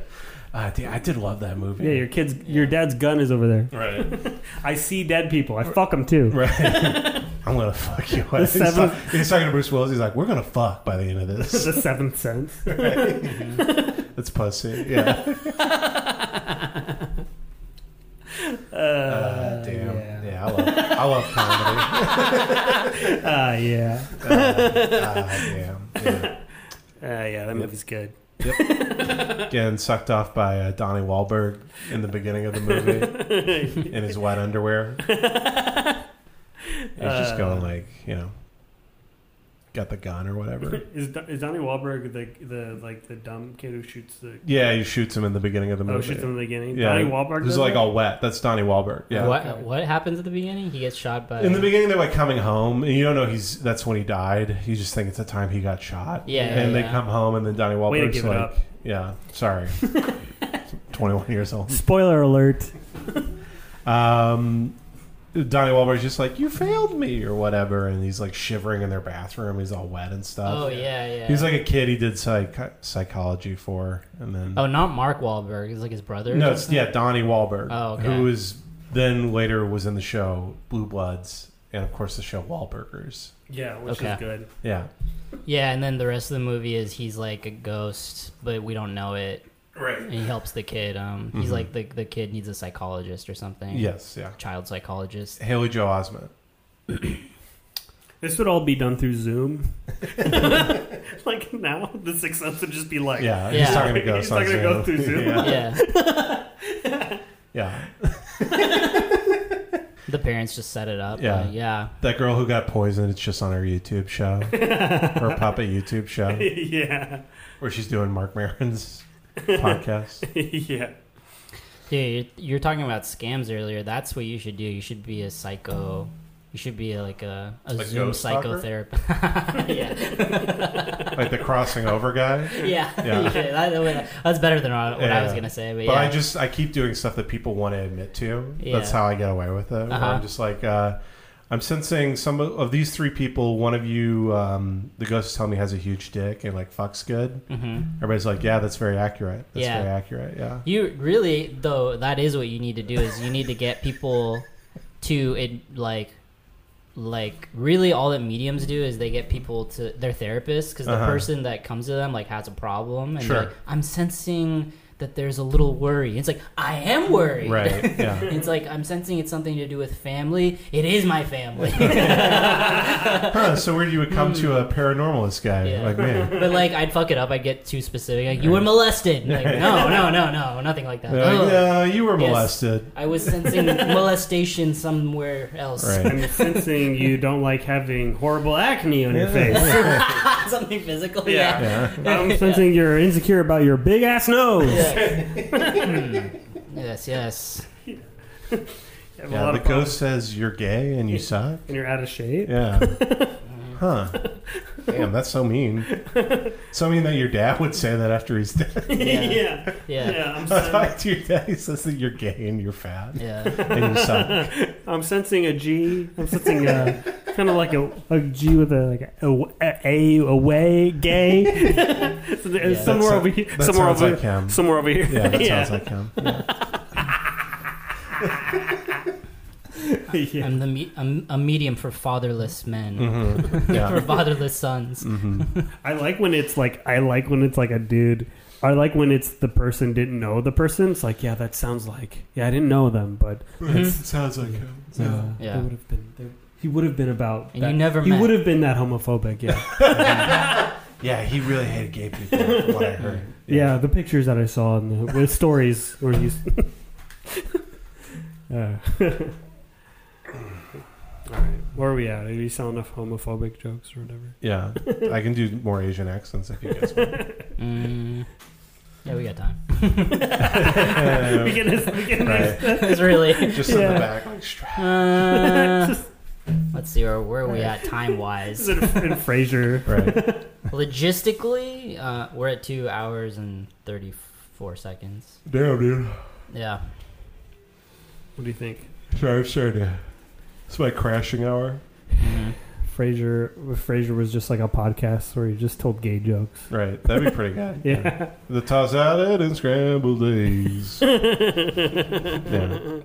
Speaker 1: Ah, dude, I did love that movie.
Speaker 2: Yeah, your kids, your dad's gun is over there.
Speaker 1: right.
Speaker 2: I see dead people. I fuck them too.
Speaker 1: Right. I'm gonna fuck you. He's,
Speaker 2: seventh-
Speaker 1: talk- he's talking to Bruce Willis. He's like, "We're gonna fuck by the end of this."
Speaker 2: the seventh sense.
Speaker 1: That's pussy. Yeah.
Speaker 2: Uh,
Speaker 1: Uh, damn. Yeah.
Speaker 2: Yeah.
Speaker 1: I love. I love comedy.
Speaker 2: Uh, yeah.
Speaker 1: Uh, uh, damn. Yeah.
Speaker 2: Uh, yeah. That movie's good.
Speaker 1: Getting sucked off by uh, Donnie Wahlberg in the beginning of the movie in his wet underwear. He's just
Speaker 2: Uh,
Speaker 1: going like, you know, got the gun or whatever.
Speaker 2: Is, Don- is Donnie Wahlberg the the like the dumb kid who shoots the
Speaker 1: Yeah, he shoots him in the beginning of the movie.
Speaker 2: oh shoots him in the beginning?
Speaker 1: yeah,
Speaker 2: Donnie Wahlberg.
Speaker 1: He's
Speaker 2: does
Speaker 1: like
Speaker 2: that?
Speaker 1: all wet. That's Donnie Wahlberg. Yeah.
Speaker 3: What what happens at the beginning? He gets shot by
Speaker 1: In the beginning, they're like coming home, and you don't know he's that's when he died. You just think it's the time he got shot.
Speaker 3: Yeah,
Speaker 1: and
Speaker 3: yeah,
Speaker 1: they
Speaker 3: yeah.
Speaker 1: come home, and then Donnie
Speaker 2: Way to
Speaker 1: Wahlberg's
Speaker 2: give it
Speaker 1: like,
Speaker 2: up.
Speaker 1: "Yeah, sorry, twenty-one years old."
Speaker 2: Spoiler alert.
Speaker 1: Um, Donnie Wahlberg's just like, "You failed me," or whatever, and he's like shivering in their bathroom. He's all wet and stuff.
Speaker 3: Oh yeah, yeah.
Speaker 1: He's like a kid he did psych- psychology for, and then
Speaker 3: Oh, not Mark Wahlberg. He's like his brother.
Speaker 1: no, it's yeah, Donnie Wahlberg,
Speaker 3: Oh, okay.
Speaker 1: who is then later was in the show Blue Bloods, and of course the show Wahlburgers.
Speaker 2: Yeah, which
Speaker 3: Okay.
Speaker 2: is good.
Speaker 1: Yeah.
Speaker 3: Yeah, and then the rest of the movie is he's like a ghost, but we don't know it.
Speaker 6: Right.
Speaker 3: and he helps the kid. Um, he's like the the kid needs a psychologist or something.
Speaker 1: Yes, Mm-hmm. yeah.
Speaker 3: child psychologist.
Speaker 1: Haley Joe Osment.
Speaker 2: This would all be done through Zoom.
Speaker 6: Like now, the six subs would just be like,
Speaker 1: Yeah,
Speaker 3: Yeah.
Speaker 1: he's talking to ghosts
Speaker 6: He's
Speaker 1: on
Speaker 6: talking to
Speaker 1: Zoom.
Speaker 6: ghosts through Zoom.
Speaker 1: yeah.
Speaker 3: Yeah,
Speaker 1: yeah.
Speaker 3: the parents just set it up.
Speaker 1: Yeah.
Speaker 3: Like, yeah.
Speaker 1: That girl who got poisoned, it's just on her YouTube show. her puppet YouTube show
Speaker 6: yeah,
Speaker 1: where she's doing Mark Maron's podcast.
Speaker 6: yeah.
Speaker 3: Yeah, you're, you're talking about scams earlier. That's what you should do. You should be a psycho. You should be like a, a
Speaker 1: Like
Speaker 3: Zoom
Speaker 1: ghost stalker?
Speaker 3: psychotherapist. yeah,
Speaker 1: Like the crossing over guy.
Speaker 3: yeah, You should. That- that's better than what, I was
Speaker 1: Yeah.
Speaker 3: gonna say. But,
Speaker 1: But
Speaker 3: yeah,
Speaker 1: I just I keep doing stuff that people want to admit to.
Speaker 3: Yeah.
Speaker 1: That's how I get away with it. Where
Speaker 3: Uh-huh.
Speaker 1: I'm just like, uh, I'm sensing some of, of these three people. One of you, um, the ghost is telling me has a huge dick and like fucks good.
Speaker 3: hmm
Speaker 1: Everybody's like, yeah, that's very accurate. That's
Speaker 3: Yeah.
Speaker 1: very accurate. Yeah.
Speaker 3: you really though that is what you need to do is you need to get people to it like like really all that mediums do is they get people to their therapists because the
Speaker 1: Uh-huh.
Speaker 3: person that comes to them like has a problem and
Speaker 1: Sure.
Speaker 3: they're like i'm sensing that there's a little worry it's like i am worried
Speaker 1: Right. Yeah.
Speaker 3: It's like I'm sensing it's something to do with family. It is my family,
Speaker 1: Huh, so where do you would come to a paranormalist guy
Speaker 3: Yeah.
Speaker 1: like me?
Speaker 3: but like I'd fuck it up. I'd get too specific. Like you were molested. Like no, no, no, no, nothing like that.
Speaker 1: They're like,
Speaker 3: Oh,
Speaker 1: "Yeah, you were
Speaker 3: Yes.
Speaker 1: molested.
Speaker 3: I was sensing molestation somewhere else.
Speaker 1: Right.
Speaker 2: I'm sensing you don't like having horrible acne on your face.
Speaker 3: something physical.
Speaker 6: Yeah.
Speaker 3: Yeah.
Speaker 1: Yeah.
Speaker 2: I'm sensing you're insecure about your big ass nose.
Speaker 3: Yes. Yes.
Speaker 6: You have a
Speaker 1: Yeah,
Speaker 6: lot
Speaker 1: the
Speaker 6: of problems.
Speaker 1: ghost says you're gay and you suck.
Speaker 2: And you're out of shape.
Speaker 1: Yeah. Huh. Damn, that's so mean. So mean that your dad would say that after he's dead.
Speaker 3: Yeah.
Speaker 6: yeah,
Speaker 3: Yeah. Yeah.
Speaker 6: yeah. I'm,
Speaker 1: I
Speaker 6: sen-
Speaker 1: talked to your dad. He says that you're gay and you're fat
Speaker 3: Yeah.
Speaker 1: and you suck.
Speaker 2: I'm sensing a G. I'm sensing a kind of like a, a G with a like a a, a, a way gay. It's somewhere
Speaker 1: That
Speaker 2: over
Speaker 1: so-
Speaker 2: here.
Speaker 1: that
Speaker 2: somewhere
Speaker 1: sounds
Speaker 2: over.
Speaker 1: like him.
Speaker 2: Somewhere over here.
Speaker 1: Yeah, that
Speaker 2: yeah.
Speaker 1: sounds like him. Yeah.
Speaker 2: yeah.
Speaker 3: I'm the me- I'm a medium for fatherless men,
Speaker 1: Mhm.
Speaker 3: for
Speaker 1: Yeah. Mm-hmm.
Speaker 3: fatherless sons.
Speaker 2: I like when it's like I like when it's like a dude. I like when it's the person didn't know the person. It's like yeah, that sounds like yeah, I didn't know them, but
Speaker 1: sounds like him.
Speaker 2: uh,
Speaker 3: Yeah.
Speaker 2: they would have been. They, he would have been about.
Speaker 3: And
Speaker 2: that-
Speaker 3: you never
Speaker 2: He
Speaker 3: met.
Speaker 2: would have been that homophobic. Yeah.
Speaker 1: Yeah, he really hated gay people, from what I heard.
Speaker 2: Yeah, the pictures that I saw and the with stories where he's. uh, All right, where are we at? Are we selling enough homophobic jokes or whatever?
Speaker 1: Yeah. I can do more Asian accents if you guys want.
Speaker 3: Mm. Yeah, we got time.
Speaker 6: we can we can
Speaker 1: Right.
Speaker 3: It's really.
Speaker 1: Just in the back, like strap.
Speaker 3: Uh, let's see, where, where are we at time wise?
Speaker 2: Is it in Frasier?
Speaker 1: Right.
Speaker 3: Logistically, uh, we're at two hours and thirty four seconds.
Speaker 1: Damn, dude.
Speaker 3: Yeah.
Speaker 2: What do you think?
Speaker 1: Sorry, I'm sorry to. It's my crashing hour.
Speaker 3: Mhm.
Speaker 2: Frasier, Frasier was just like a podcast where he just told gay jokes.
Speaker 1: Right. That'd be pretty good.
Speaker 2: Yeah.
Speaker 1: The toss out it and scrambled eggs. yeah.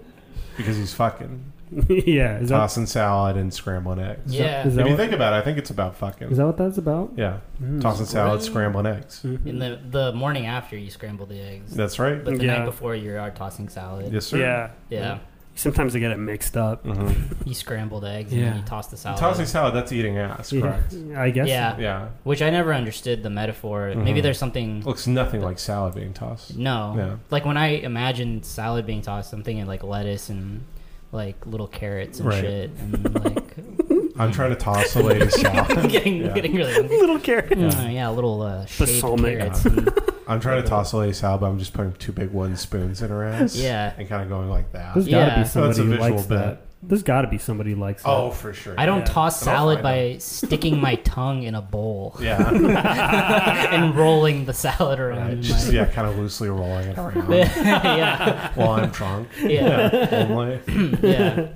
Speaker 1: Because he's fucking
Speaker 2: yeah. Is that,
Speaker 1: tossing salad and scrambling eggs.
Speaker 2: is
Speaker 3: Yeah.
Speaker 2: That, is, that
Speaker 1: if you
Speaker 2: what,
Speaker 1: think about it, I think it's about fucking.
Speaker 2: is that what that's about?
Speaker 1: yeah.
Speaker 2: Mm.
Speaker 1: Tossing salad,
Speaker 3: Really?
Speaker 1: scrambling eggs.
Speaker 2: Mhm.
Speaker 3: In the the morning after, you scramble the eggs,
Speaker 1: That's right.
Speaker 3: but the
Speaker 2: Yeah.
Speaker 3: night before, you are tossing salad.
Speaker 1: Yes, sir.
Speaker 2: yeah.
Speaker 3: Yeah.
Speaker 2: Sometimes I get it mixed up.
Speaker 1: Mhm.
Speaker 3: You scrambled eggs and
Speaker 2: Yeah.
Speaker 3: then you toss the salad.
Speaker 1: Tossing salad, that's eating ass, correct?
Speaker 2: I guess.
Speaker 3: yeah.
Speaker 1: Yeah.
Speaker 3: Which I never understood the metaphor. Maybe
Speaker 1: Mhm.
Speaker 3: there's something.
Speaker 1: Looks nothing like salad being tossed.
Speaker 3: No.
Speaker 1: Yeah.
Speaker 3: Like when I imagine salad being tossed, I'm thinking like lettuce and like little carrots and
Speaker 1: Right.
Speaker 3: shit. And like.
Speaker 1: I'm trying to toss the lady
Speaker 3: I'm
Speaker 1: salad.
Speaker 3: getting,
Speaker 1: Yeah.
Speaker 3: getting really hungry.
Speaker 2: Little carrot.
Speaker 3: Mm,
Speaker 1: Yeah.
Speaker 3: Yeah, little uh, shaved
Speaker 2: Balsamic.
Speaker 3: carrots. and-
Speaker 1: I'm trying to toss a lady salad, but I'm just putting two big one spoons in her ass.
Speaker 3: Yeah.
Speaker 1: And kind of going like that.
Speaker 2: There's
Speaker 3: Yeah.
Speaker 2: gotta be
Speaker 3: That's
Speaker 1: a
Speaker 2: somebody who
Speaker 1: visual
Speaker 2: likes
Speaker 1: bit.
Speaker 2: that. There's gotta be somebody who likes
Speaker 1: Oh, for sure.
Speaker 3: I don't
Speaker 2: Yeah.
Speaker 3: toss
Speaker 1: But I'll
Speaker 3: salad
Speaker 1: find
Speaker 3: by sticking my tongue in a bowl
Speaker 1: Yeah.
Speaker 3: and rolling the salad around.
Speaker 1: Right.
Speaker 3: in
Speaker 1: Just,
Speaker 3: my-
Speaker 1: yeah, kind of loosely rolling it around
Speaker 3: yeah,
Speaker 1: while I'm drunk.
Speaker 3: yeah,
Speaker 1: Only.
Speaker 3: yeah.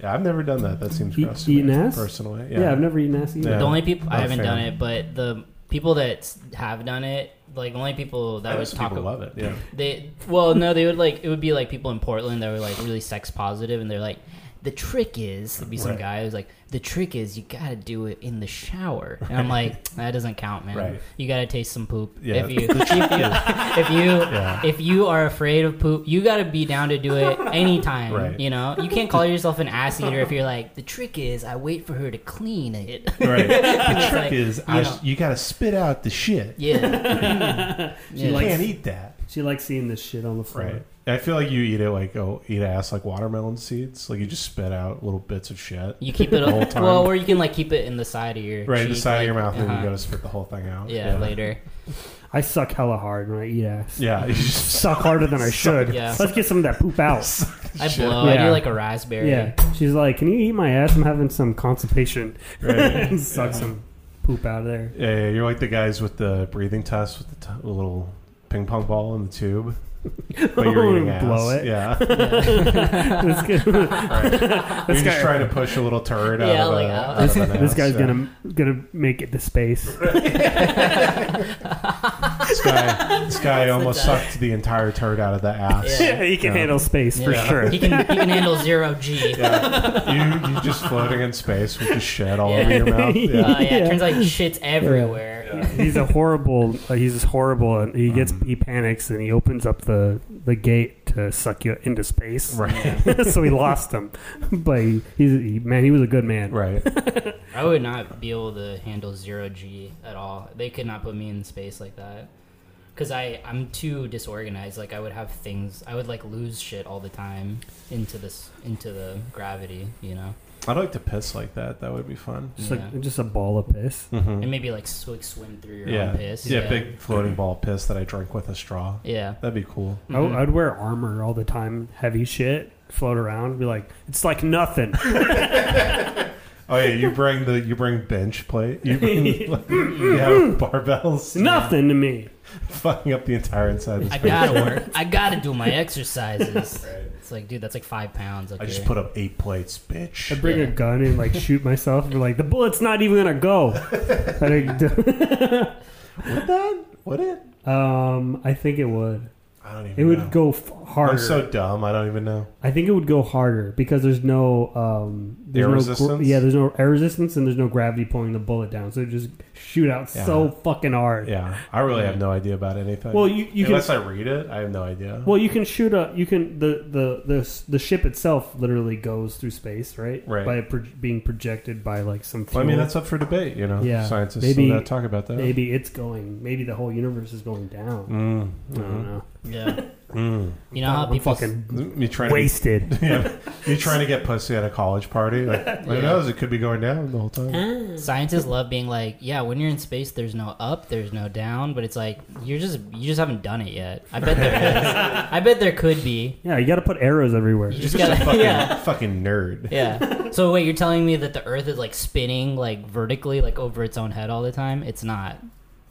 Speaker 1: Yeah, I've never done that. That seems
Speaker 3: E-,
Speaker 2: Eat-
Speaker 1: gross to me,
Speaker 2: eating ass?
Speaker 1: personally.
Speaker 2: that. Yeah. I've never eaten ass either.
Speaker 1: Yeah.
Speaker 3: The only people I
Speaker 1: Not a
Speaker 3: haven't
Speaker 1: fan.
Speaker 3: done it, but the people that s- have done it, like the only people that
Speaker 1: I know
Speaker 3: would
Speaker 1: some
Speaker 3: talk
Speaker 1: people
Speaker 3: about
Speaker 1: love it. Yeah.
Speaker 3: they well no they would like it would be like people in Portland that were like really sex positive and they're like the trick is, there'd be some
Speaker 1: Right.
Speaker 3: guy who's like, the trick is you gotta do it in the shower. And I'm like, that doesn't count, man.
Speaker 1: Right.
Speaker 3: You gotta taste some poop.
Speaker 1: Yeah.
Speaker 3: If you, if you, if you,
Speaker 1: Yeah.
Speaker 3: if you are afraid of poop, you gotta be down to do it anytime.
Speaker 1: Right.
Speaker 3: You know, you can't call yourself an ass eater if you're like, the trick is I wait for her to clean it.
Speaker 1: Right.
Speaker 3: It's
Speaker 1: the trick
Speaker 3: like,
Speaker 1: is,
Speaker 3: you
Speaker 1: I,
Speaker 3: know.
Speaker 1: you gotta spit out the shit.
Speaker 3: Yeah.
Speaker 2: She
Speaker 3: Yeah.
Speaker 1: You
Speaker 2: likes
Speaker 1: can't eat that.
Speaker 2: she likes seeing this shit on the floor.
Speaker 1: Right. I feel like you eat it like oh, eat ass like watermelon seeds. Like you just spit out little bits of shit.
Speaker 3: You keep it
Speaker 1: The whole time.
Speaker 3: well, or you can like keep it in the side of your
Speaker 1: right, the
Speaker 3: cheek,
Speaker 1: side of
Speaker 3: like,
Speaker 1: your mouth, and
Speaker 3: uh-huh.
Speaker 1: you gotta spit the whole thing out.
Speaker 3: yeah, later.
Speaker 2: I suck hella hard when I eat ass.
Speaker 1: Yeah, you just
Speaker 2: Suck harder than I should.
Speaker 3: Yeah.
Speaker 2: Let's get some of that poop out.
Speaker 3: I
Speaker 1: Shit.
Speaker 3: blow. I
Speaker 2: Yeah.
Speaker 3: do like a raspberry.
Speaker 2: Yeah. She's like, Can you eat my ass? I'm having some constipation.
Speaker 1: right.
Speaker 2: and suck some poop out of there.
Speaker 1: Yeah, yeah, you're like the guys with the breathing test with the t- little ping pong ball in the tube. But you're eating ass.
Speaker 2: Blow it.
Speaker 1: Yeah.
Speaker 2: This, guy,
Speaker 1: you're
Speaker 2: This
Speaker 1: just
Speaker 2: guy-
Speaker 1: trying to push a little turd out
Speaker 3: Yeah,
Speaker 1: of, a,
Speaker 3: like, uh,
Speaker 1: out of an
Speaker 2: this
Speaker 1: ass,
Speaker 2: guy's
Speaker 1: yeah.
Speaker 2: gonna gonna make it to space.
Speaker 1: This guy, this guy almost sucked the entire turd out of the ass.
Speaker 3: Yeah.
Speaker 2: he can
Speaker 1: Yeah.
Speaker 2: handle space for
Speaker 3: Yeah.
Speaker 2: sure.
Speaker 3: He can he can handle zero G. Uh, Yeah.
Speaker 1: Yeah. You you just floating in space with the shit all over
Speaker 3: Yeah.
Speaker 1: your mouth. Yeah.
Speaker 3: Uh, yeah,
Speaker 2: Yeah.
Speaker 3: It turns out like shit's everywhere.
Speaker 2: he's a horrible. Uh, he's just horrible, and he gets
Speaker 1: Uh-huh.
Speaker 2: he panics and he opens up the the gate to suck you into space.
Speaker 1: Right.
Speaker 2: so he lost him, but he, he's he, man. He was a good man.
Speaker 1: Right.
Speaker 3: I would not be able to handle zero G at all. They could not put me in space like that. Cause I I'm too disorganized. Like I would have things. I would like lose shit all the time into this into the gravity. You know,
Speaker 1: I'd like to piss like that. That would be fun.
Speaker 2: Just
Speaker 3: Yeah.
Speaker 2: like just a ball of piss.
Speaker 1: Mm-hmm.
Speaker 3: and maybe like, sw- like swim through your
Speaker 1: Yeah.
Speaker 3: own piss.
Speaker 1: yeah. Big floating ball piss that I drink with a straw.
Speaker 3: Yeah. Mm-hmm.
Speaker 1: That'd be cool.
Speaker 2: I w- I'd wear armor all the time, heavy shit, float around, be like, it's like nothing.
Speaker 1: Oh yeah, you bring the you bring bench plate. You bring you have barbells.
Speaker 2: nothing to me.
Speaker 1: fucking up the entire inside. Of
Speaker 3: I
Speaker 1: this
Speaker 3: gotta work. I gotta do my exercises. It's like, dude, that's like five pounds. Okay.
Speaker 1: I just put up eight plates,
Speaker 2: I
Speaker 1: bitch.
Speaker 2: bring a
Speaker 3: Yeah.
Speaker 2: gun and like shoot myself and be like, the bullet's not even gonna go. I
Speaker 1: Would that? Would it?
Speaker 2: um, I think it would.
Speaker 1: I don't even.
Speaker 2: It would
Speaker 1: know.
Speaker 2: go f- harder.
Speaker 1: I'm so dumb. I don't even know.
Speaker 2: I think it would go harder because there's no um, there's
Speaker 1: Air
Speaker 2: no
Speaker 1: resistance?
Speaker 2: yeah, there's no air resistance and there's no gravity pulling the bullet down, so it just shoot out so
Speaker 1: Yeah.
Speaker 2: fucking hard.
Speaker 1: Yeah, I really have no idea about anything.
Speaker 2: Well, you you can
Speaker 1: unless I read it, I have no idea.
Speaker 2: well you can shoot a you can the the the the ship itself literally goes through space, right?
Speaker 1: Right.
Speaker 2: By pro- being projected by like some. Fuel.
Speaker 1: Well, I mean, that's up for debate. You know,
Speaker 2: Yeah.
Speaker 1: scientists
Speaker 2: Maybe-
Speaker 1: don't talk about that.
Speaker 2: maybe it's going. Maybe the whole universe is going down.
Speaker 1: Mm,
Speaker 2: I don't know.
Speaker 3: Yeah.
Speaker 1: mm.
Speaker 3: You know how
Speaker 2: I'm
Speaker 3: people
Speaker 2: fucking
Speaker 1: You trying
Speaker 2: wasted.
Speaker 1: to yeah, you trying to get pussy at a college party? Like, who
Speaker 3: Yeah.
Speaker 1: knows? It could be going down the whole time.
Speaker 3: scientists love being like, yeah, when you're in space, there's no up, there's no down, but it's like you're just you just haven't done it yet. I bet there is. I bet there could be.
Speaker 2: Yeah, you got to put arrows everywhere.
Speaker 3: You
Speaker 1: You're
Speaker 3: just
Speaker 1: just a
Speaker 3: gotta,
Speaker 1: fucking,
Speaker 3: yeah,
Speaker 1: fucking nerd.
Speaker 3: yeah. So wait, you're telling me that the Earth is like spinning like vertically, like over its own head all the time? It's not.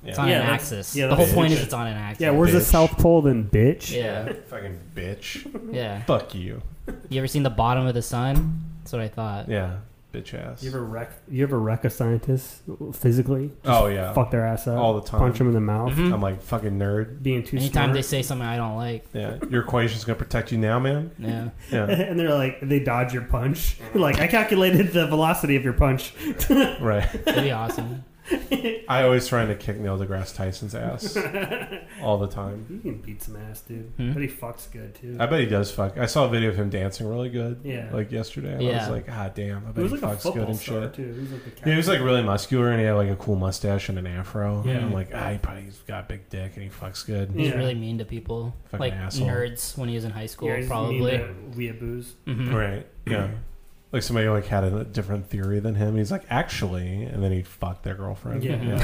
Speaker 3: It's on
Speaker 2: Yeah,
Speaker 3: an
Speaker 2: that's-
Speaker 3: axis.
Speaker 2: yeah,
Speaker 3: the whole
Speaker 2: that's-
Speaker 3: point is it's on an axis.
Speaker 2: Yeah, where's the
Speaker 1: Bitch.
Speaker 2: South Pole then, bitch?
Speaker 3: yeah,
Speaker 1: Fucking bitch.
Speaker 3: yeah.
Speaker 1: Fuck you.
Speaker 3: You ever seen the bottom of the sun? That's what I thought.
Speaker 1: Yeah, bitch ass.
Speaker 2: You ever wreck? You ever wreck a scientist physically?
Speaker 1: oh yeah.
Speaker 2: Fuck their ass up
Speaker 1: All the time. Mm-hmm.
Speaker 2: Punch them in the mouth.
Speaker 3: Mhm.
Speaker 1: I'm like fucking nerd.
Speaker 2: Being too
Speaker 3: Anytime they
Speaker 2: smart.
Speaker 3: say something I don't like,
Speaker 1: Yeah, your equation's gonna protect you now, man.
Speaker 3: yeah.
Speaker 1: Yeah,
Speaker 2: and they're like, they dodge your punch. Like I calculated the velocity of your punch.
Speaker 1: right.
Speaker 3: That'd be awesome.
Speaker 1: I always trying to kick Neil deGrasse Tyson's ass all the time.
Speaker 2: You can beat some ass, dude.
Speaker 3: Hmm?
Speaker 2: But he fucks good too.
Speaker 1: I bet he does fuck. I saw a video of him dancing really good.
Speaker 2: Yeah.
Speaker 1: like yesterday. and I was
Speaker 3: Yeah.
Speaker 1: like, ah, damn. I
Speaker 2: he
Speaker 1: bet
Speaker 2: was
Speaker 1: he
Speaker 2: like a
Speaker 1: fucks good
Speaker 2: football
Speaker 1: and
Speaker 2: star
Speaker 1: shit.
Speaker 2: too. He was like a
Speaker 1: Yeah, he was like really muscular and he had like a cool mustache and an afro.
Speaker 2: Yeah.
Speaker 1: Yeah, I'm like, ah, he probably got a big dick and he fucks good.
Speaker 2: Yeah.
Speaker 3: He's really mean to people,
Speaker 1: Fucking
Speaker 3: like
Speaker 1: asshole.
Speaker 3: nerds when he was in high school,
Speaker 2: Yeah, he's
Speaker 3: probably.
Speaker 2: mean to weeaboos.
Speaker 3: Mhm.
Speaker 1: Right. Yeah. Like somebody like had a different theory than him. He's like, actually, and then he fucked their girlfriend.
Speaker 2: Yeah.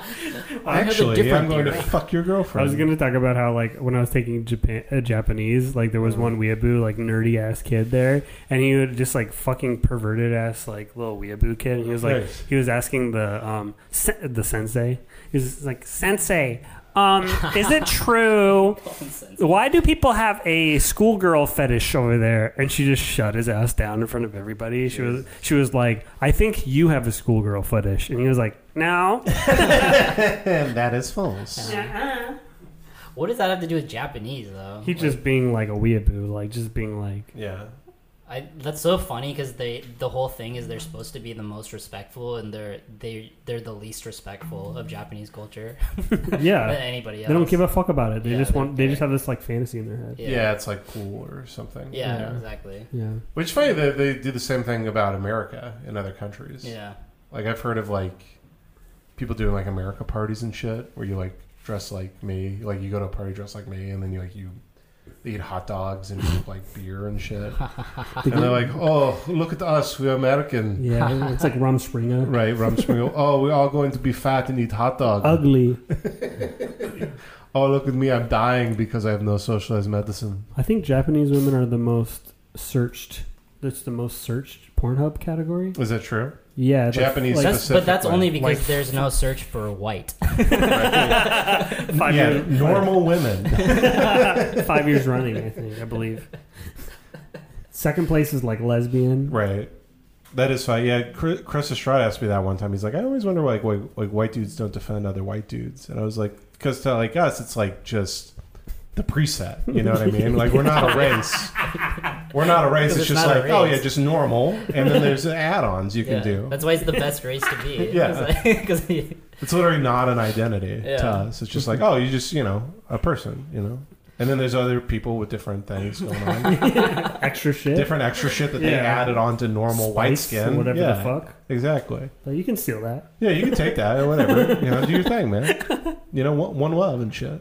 Speaker 3: have a
Speaker 1: actually,
Speaker 3: different
Speaker 1: I'm going to
Speaker 3: theory.
Speaker 1: fuck your
Speaker 2: I
Speaker 1: girlfriend.
Speaker 2: was gonna talk about how like when I was taking Japan uh, Japanese, like there
Speaker 1: Mm.
Speaker 2: was one weeaboo like nerdy ass kid there, and he would just like fucking perverted ass like little weeaboo kid, and he was like
Speaker 1: Nice.
Speaker 2: he was asking the um sen- the sensei, he was like sensei, um is it true? Why do people have a schoolgirl fetish over there? And she just shut his ass down in front of everybody. She was she was like, I think you have a schoolgirl fetish, and he was like, No,
Speaker 1: And that is false.
Speaker 3: Uh-huh. What does that have to do with Japanese though?
Speaker 2: he
Speaker 3: Like,
Speaker 2: just being like a weeaboo, like just being like.
Speaker 1: Yeah.
Speaker 3: I, that's so funny because they the whole thing is they're supposed to be the most respectful and they're they they're the least respectful of Japanese culture than
Speaker 2: Yeah,
Speaker 3: anybody else.
Speaker 2: they don't give a fuck about it. They
Speaker 3: Yeah,
Speaker 2: just want. They
Speaker 3: they're-
Speaker 2: just have this like fantasy in their head.
Speaker 3: yeah.
Speaker 1: Yeah.
Speaker 3: Yeah,
Speaker 1: it's like cool or something.
Speaker 3: exactly.
Speaker 2: Yeah,
Speaker 1: Which is funny that they do the same thing about America in other countries.
Speaker 3: Yeah,
Speaker 1: Like I've heard of like people doing like America parties and shit where you like dress like me, like you go to a party dressed like me and then you like you eat hot dogs and drink like beer and shit. and they're like, "Oh, look at us, we're American."
Speaker 2: yeah. it's like Rum Springer.
Speaker 1: Right, Rumspringa. oh, we're all going to be fat and eat hot dogs.
Speaker 2: Ugly.
Speaker 1: oh, look at me, I'm dying because I have no socialized medicine.
Speaker 2: I think Japanese women are the most searched. That's the most searched Pornhub category.
Speaker 1: Is that true?
Speaker 2: Yeah, that's,
Speaker 1: Japanese
Speaker 2: Like,
Speaker 3: that's, but that's
Speaker 1: specifically.
Speaker 3: only because
Speaker 1: Like-
Speaker 3: there's no search for white.
Speaker 6: Five
Speaker 1: yeah,
Speaker 6: years.
Speaker 1: normal women.
Speaker 2: five years running, I think. I believe. Second place is like lesbian.
Speaker 1: right. That is fine. Yeah, Chris, Chris Estrada asked me that one time. He's like, I always wonder why like, why, like white dudes don't defend other white dudes, and I was like, because to like us, it's like just the preset. You know what I mean? Like we're not a race. We're not a race. It's
Speaker 3: Because it's
Speaker 1: just
Speaker 3: not a
Speaker 1: like, oh
Speaker 3: race.
Speaker 1: yeah, just normal, and then there's add-ons you
Speaker 3: Yeah.
Speaker 1: can do.
Speaker 3: That's why it's the best race to be.
Speaker 1: Yeah.
Speaker 3: because
Speaker 1: It's literally not an identity
Speaker 3: Yeah.
Speaker 1: to us. It's just like, oh, you just you know a person, you know. And then there's other people with different things going on,
Speaker 2: Extra shit.
Speaker 1: different extra shit that they
Speaker 2: Yeah.
Speaker 1: added onto normal white
Speaker 2: Spice or
Speaker 1: skin,
Speaker 2: whatever
Speaker 1: yeah,
Speaker 2: the fuck.
Speaker 1: Exactly.
Speaker 2: But you can steal that.
Speaker 1: Yeah, you can take that or whatever. You know, do your thing, man. You know, one, one love and shit.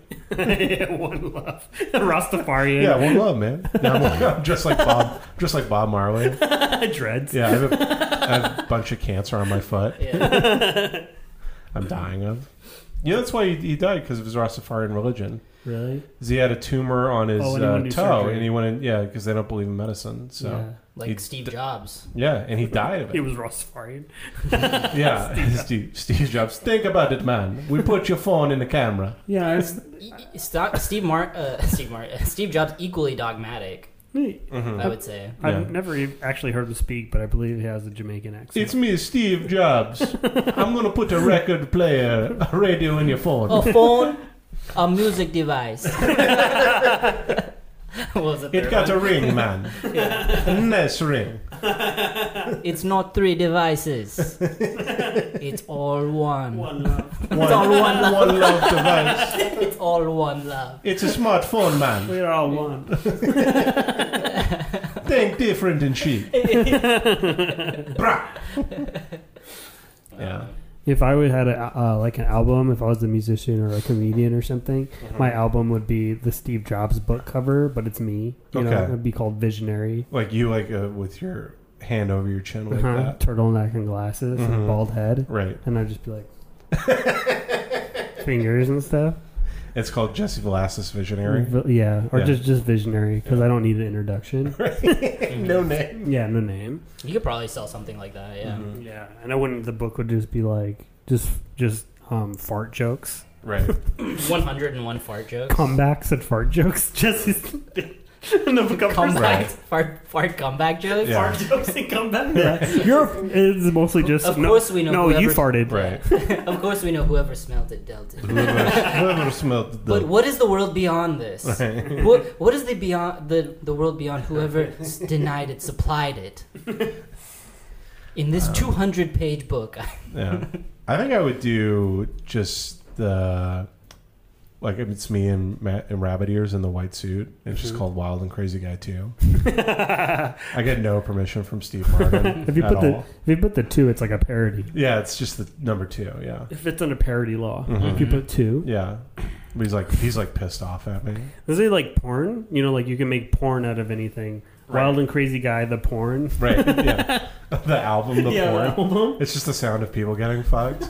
Speaker 6: one love. Rastafarian.
Speaker 1: Yeah, one love, man. No, I'm, I'm just like Bob, just like Bob Marley.
Speaker 6: Dreads.
Speaker 1: Yeah, I have, a, I have a bunch of cancer on my foot.
Speaker 3: yeah.
Speaker 1: I'm dying of. You know, that's why he, he died because of his Rastafarian religion.
Speaker 2: Really?
Speaker 1: 'Cause he had a tumor on his
Speaker 2: Oh, and he
Speaker 1: uh,
Speaker 2: wanted to
Speaker 1: toe,
Speaker 2: do surgery.
Speaker 1: and he went, in, yeah, because they don't believe in medicine. So
Speaker 3: like
Speaker 1: He'd-
Speaker 3: Steve Jobs.
Speaker 1: yeah, and he died of
Speaker 6: He
Speaker 1: it.
Speaker 6: was Rastafarian.
Speaker 1: yeah, Steve, Steve Jobs. Think about it, man. We put your phone in the camera.
Speaker 2: Yeah. It's,
Speaker 3: E- e- Sto- Steve Mar- uh, Steve Mar- Steve Jobs equally dogmatic. I would say.
Speaker 1: Yeah.
Speaker 2: I've never e- actually heard him speak, but I believe he has a Jamaican accent.
Speaker 1: It's me, Steve Jobs. I'm gonna put a record player, a radio in your phone.
Speaker 3: A phone, a music device. what was it?
Speaker 1: It got a ring, man. A nice ring.
Speaker 3: It's not three devices. it's all one.
Speaker 1: One,
Speaker 3: all one love.
Speaker 1: one love device.
Speaker 3: It's all one love.
Speaker 1: It's a smartphone, man.
Speaker 2: We're all one.
Speaker 1: Think different and cheap.
Speaker 6: Mm-hmm.
Speaker 1: Bruh. Yeah.
Speaker 2: If I would had a, uh, like an album, if I was a musician or a comedian or something, my album would be the Steve Jobs book cover, but it's me. You know,
Speaker 1: Okay.
Speaker 2: it'd be called Visionary.
Speaker 1: Like you, like uh, with your hand over your chin like
Speaker 2: Uh-huh.
Speaker 1: that.
Speaker 2: Turtleneck and glasses and
Speaker 1: Mhm.
Speaker 2: bald head,
Speaker 1: Right.
Speaker 2: and I'd just be like fingers and stuff.
Speaker 1: It's called Jesse Velasquez Visionary.
Speaker 2: Vi- Yeah, or
Speaker 1: Yeah.
Speaker 2: just just Visionary because I don't need an introduction.
Speaker 1: no name.
Speaker 2: yeah, no name.
Speaker 3: You could probably sell something like that. Yeah.
Speaker 1: Mm-hmm.
Speaker 2: Yeah, and I wouldn't. The book would just be like just just um fart jokes,
Speaker 1: Right.
Speaker 6: Mm-hmm.
Speaker 3: 101 fart jokes.
Speaker 2: comebacks and fart jokes. Just
Speaker 6: no, come
Speaker 3: Comeback,
Speaker 1: Right.
Speaker 3: fart, fart comeback jokes.
Speaker 1: Yeah.
Speaker 6: jokes and come back.
Speaker 2: you're it's mostly just
Speaker 3: Of
Speaker 2: no,
Speaker 3: course we know
Speaker 2: No, you
Speaker 3: whoever-
Speaker 2: farted.
Speaker 1: Right.
Speaker 3: of course, we know whoever smelled it dealt it.
Speaker 1: Whoever whoever smelled the
Speaker 3: But what is the world beyond this? what, what is the beyond the, the world beyond whoever s- denied it supplied it? In this
Speaker 1: Um,
Speaker 3: 200 page book,
Speaker 1: Yeah. I think I would do just the like it's me and Matt and Rabbit Ears in the white suit. It's
Speaker 2: Mm-hmm.
Speaker 1: just called Wild and Crazy Guy Two. I get no permission from Steve Martin.
Speaker 2: If you
Speaker 1: at
Speaker 2: put the
Speaker 1: all.
Speaker 2: if you put the two, it's like a parody.
Speaker 1: yeah, it's just the number two. Yeah, Mm-hmm.
Speaker 2: If it's under parody law, if you put two,
Speaker 1: yeah. But he's like he's like pissed off at me.
Speaker 2: is it like porn? You know, like you can make porn out of anything. Wild and crazy guy, the porn.
Speaker 1: Right. Yeah. the album, the porn.
Speaker 2: album.
Speaker 1: It's just the sound of people getting fucked.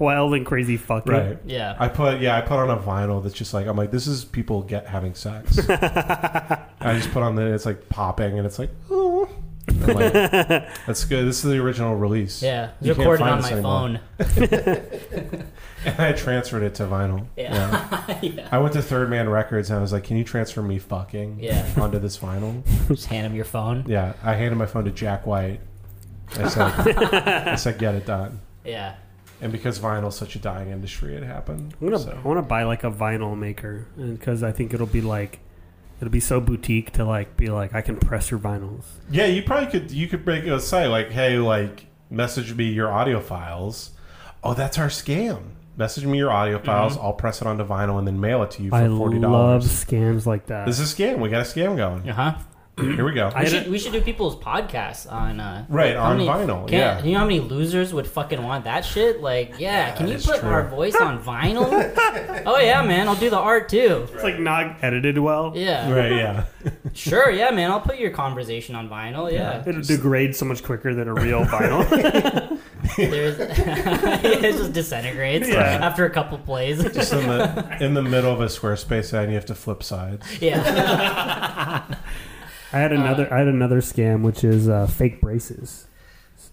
Speaker 2: Wild and crazy fucking.
Speaker 1: Right.
Speaker 3: yeah.
Speaker 1: I put yeah, I put on a vinyl that's just like I'm like this is people get having sex. I just put on the it's like popping and it's like oh, I'm like, that's good. This is the original release.
Speaker 3: yeah, it's
Speaker 1: You can't
Speaker 3: recorded
Speaker 1: find
Speaker 3: on
Speaker 1: this
Speaker 3: my
Speaker 1: anymore.
Speaker 3: phone.
Speaker 1: and I transferred it to vinyl.
Speaker 3: Yeah.
Speaker 1: I went to Third Man Records and I was like, can you transfer me fucking
Speaker 3: Yeah.
Speaker 1: onto this vinyl?
Speaker 3: Just hand him your phone.
Speaker 1: Yeah, I handed my phone to Jack White. I said, I said, get it done.
Speaker 3: Yeah.
Speaker 1: And because vinyl's such a dying industry, it happened.
Speaker 2: I'm gonna, I
Speaker 1: So.
Speaker 2: want to buy like a vinyl maker because I think it'll be like It'll be so boutique to like be like I can press your vinyls.
Speaker 1: Yeah, you probably could. You could make a site like, hey, like message me your audio files. Oh, that's our scam. Message me your audio files. I'll press it onto vinyl and then mail it to you for
Speaker 2: I
Speaker 1: forty
Speaker 2: love
Speaker 1: dollars.
Speaker 2: scams like that.
Speaker 1: This is a scam. We got a scam going.
Speaker 3: Uh huh.
Speaker 1: Here we go.
Speaker 2: I
Speaker 3: We
Speaker 2: had
Speaker 3: should, we should do people's podcasts on uh,
Speaker 1: Right,
Speaker 3: how
Speaker 1: on
Speaker 3: many-
Speaker 1: vinyl,
Speaker 3: can-
Speaker 1: yeah.
Speaker 3: you know how many losers would fucking want that shit? Like, yeah, can you
Speaker 1: is
Speaker 3: put
Speaker 1: true.
Speaker 3: our voice on vinyl? oh yeah, man, I'll do the art too.
Speaker 2: it's like not edited well.
Speaker 3: Yeah,
Speaker 1: Right? Yeah.
Speaker 3: sure, yeah, man, I'll put your conversation on vinyl. Yeah,
Speaker 2: It'll degrade so much quicker than a real vinyl.
Speaker 3: There's, it just disintegrates
Speaker 2: Yeah.
Speaker 3: after a couple plays.
Speaker 1: Just in the in the middle of a Squarespace ad, and you have to flip sides.
Speaker 3: yeah,
Speaker 2: I
Speaker 3: Uh,
Speaker 2: had another. I had another scam, which is uh, fake braces.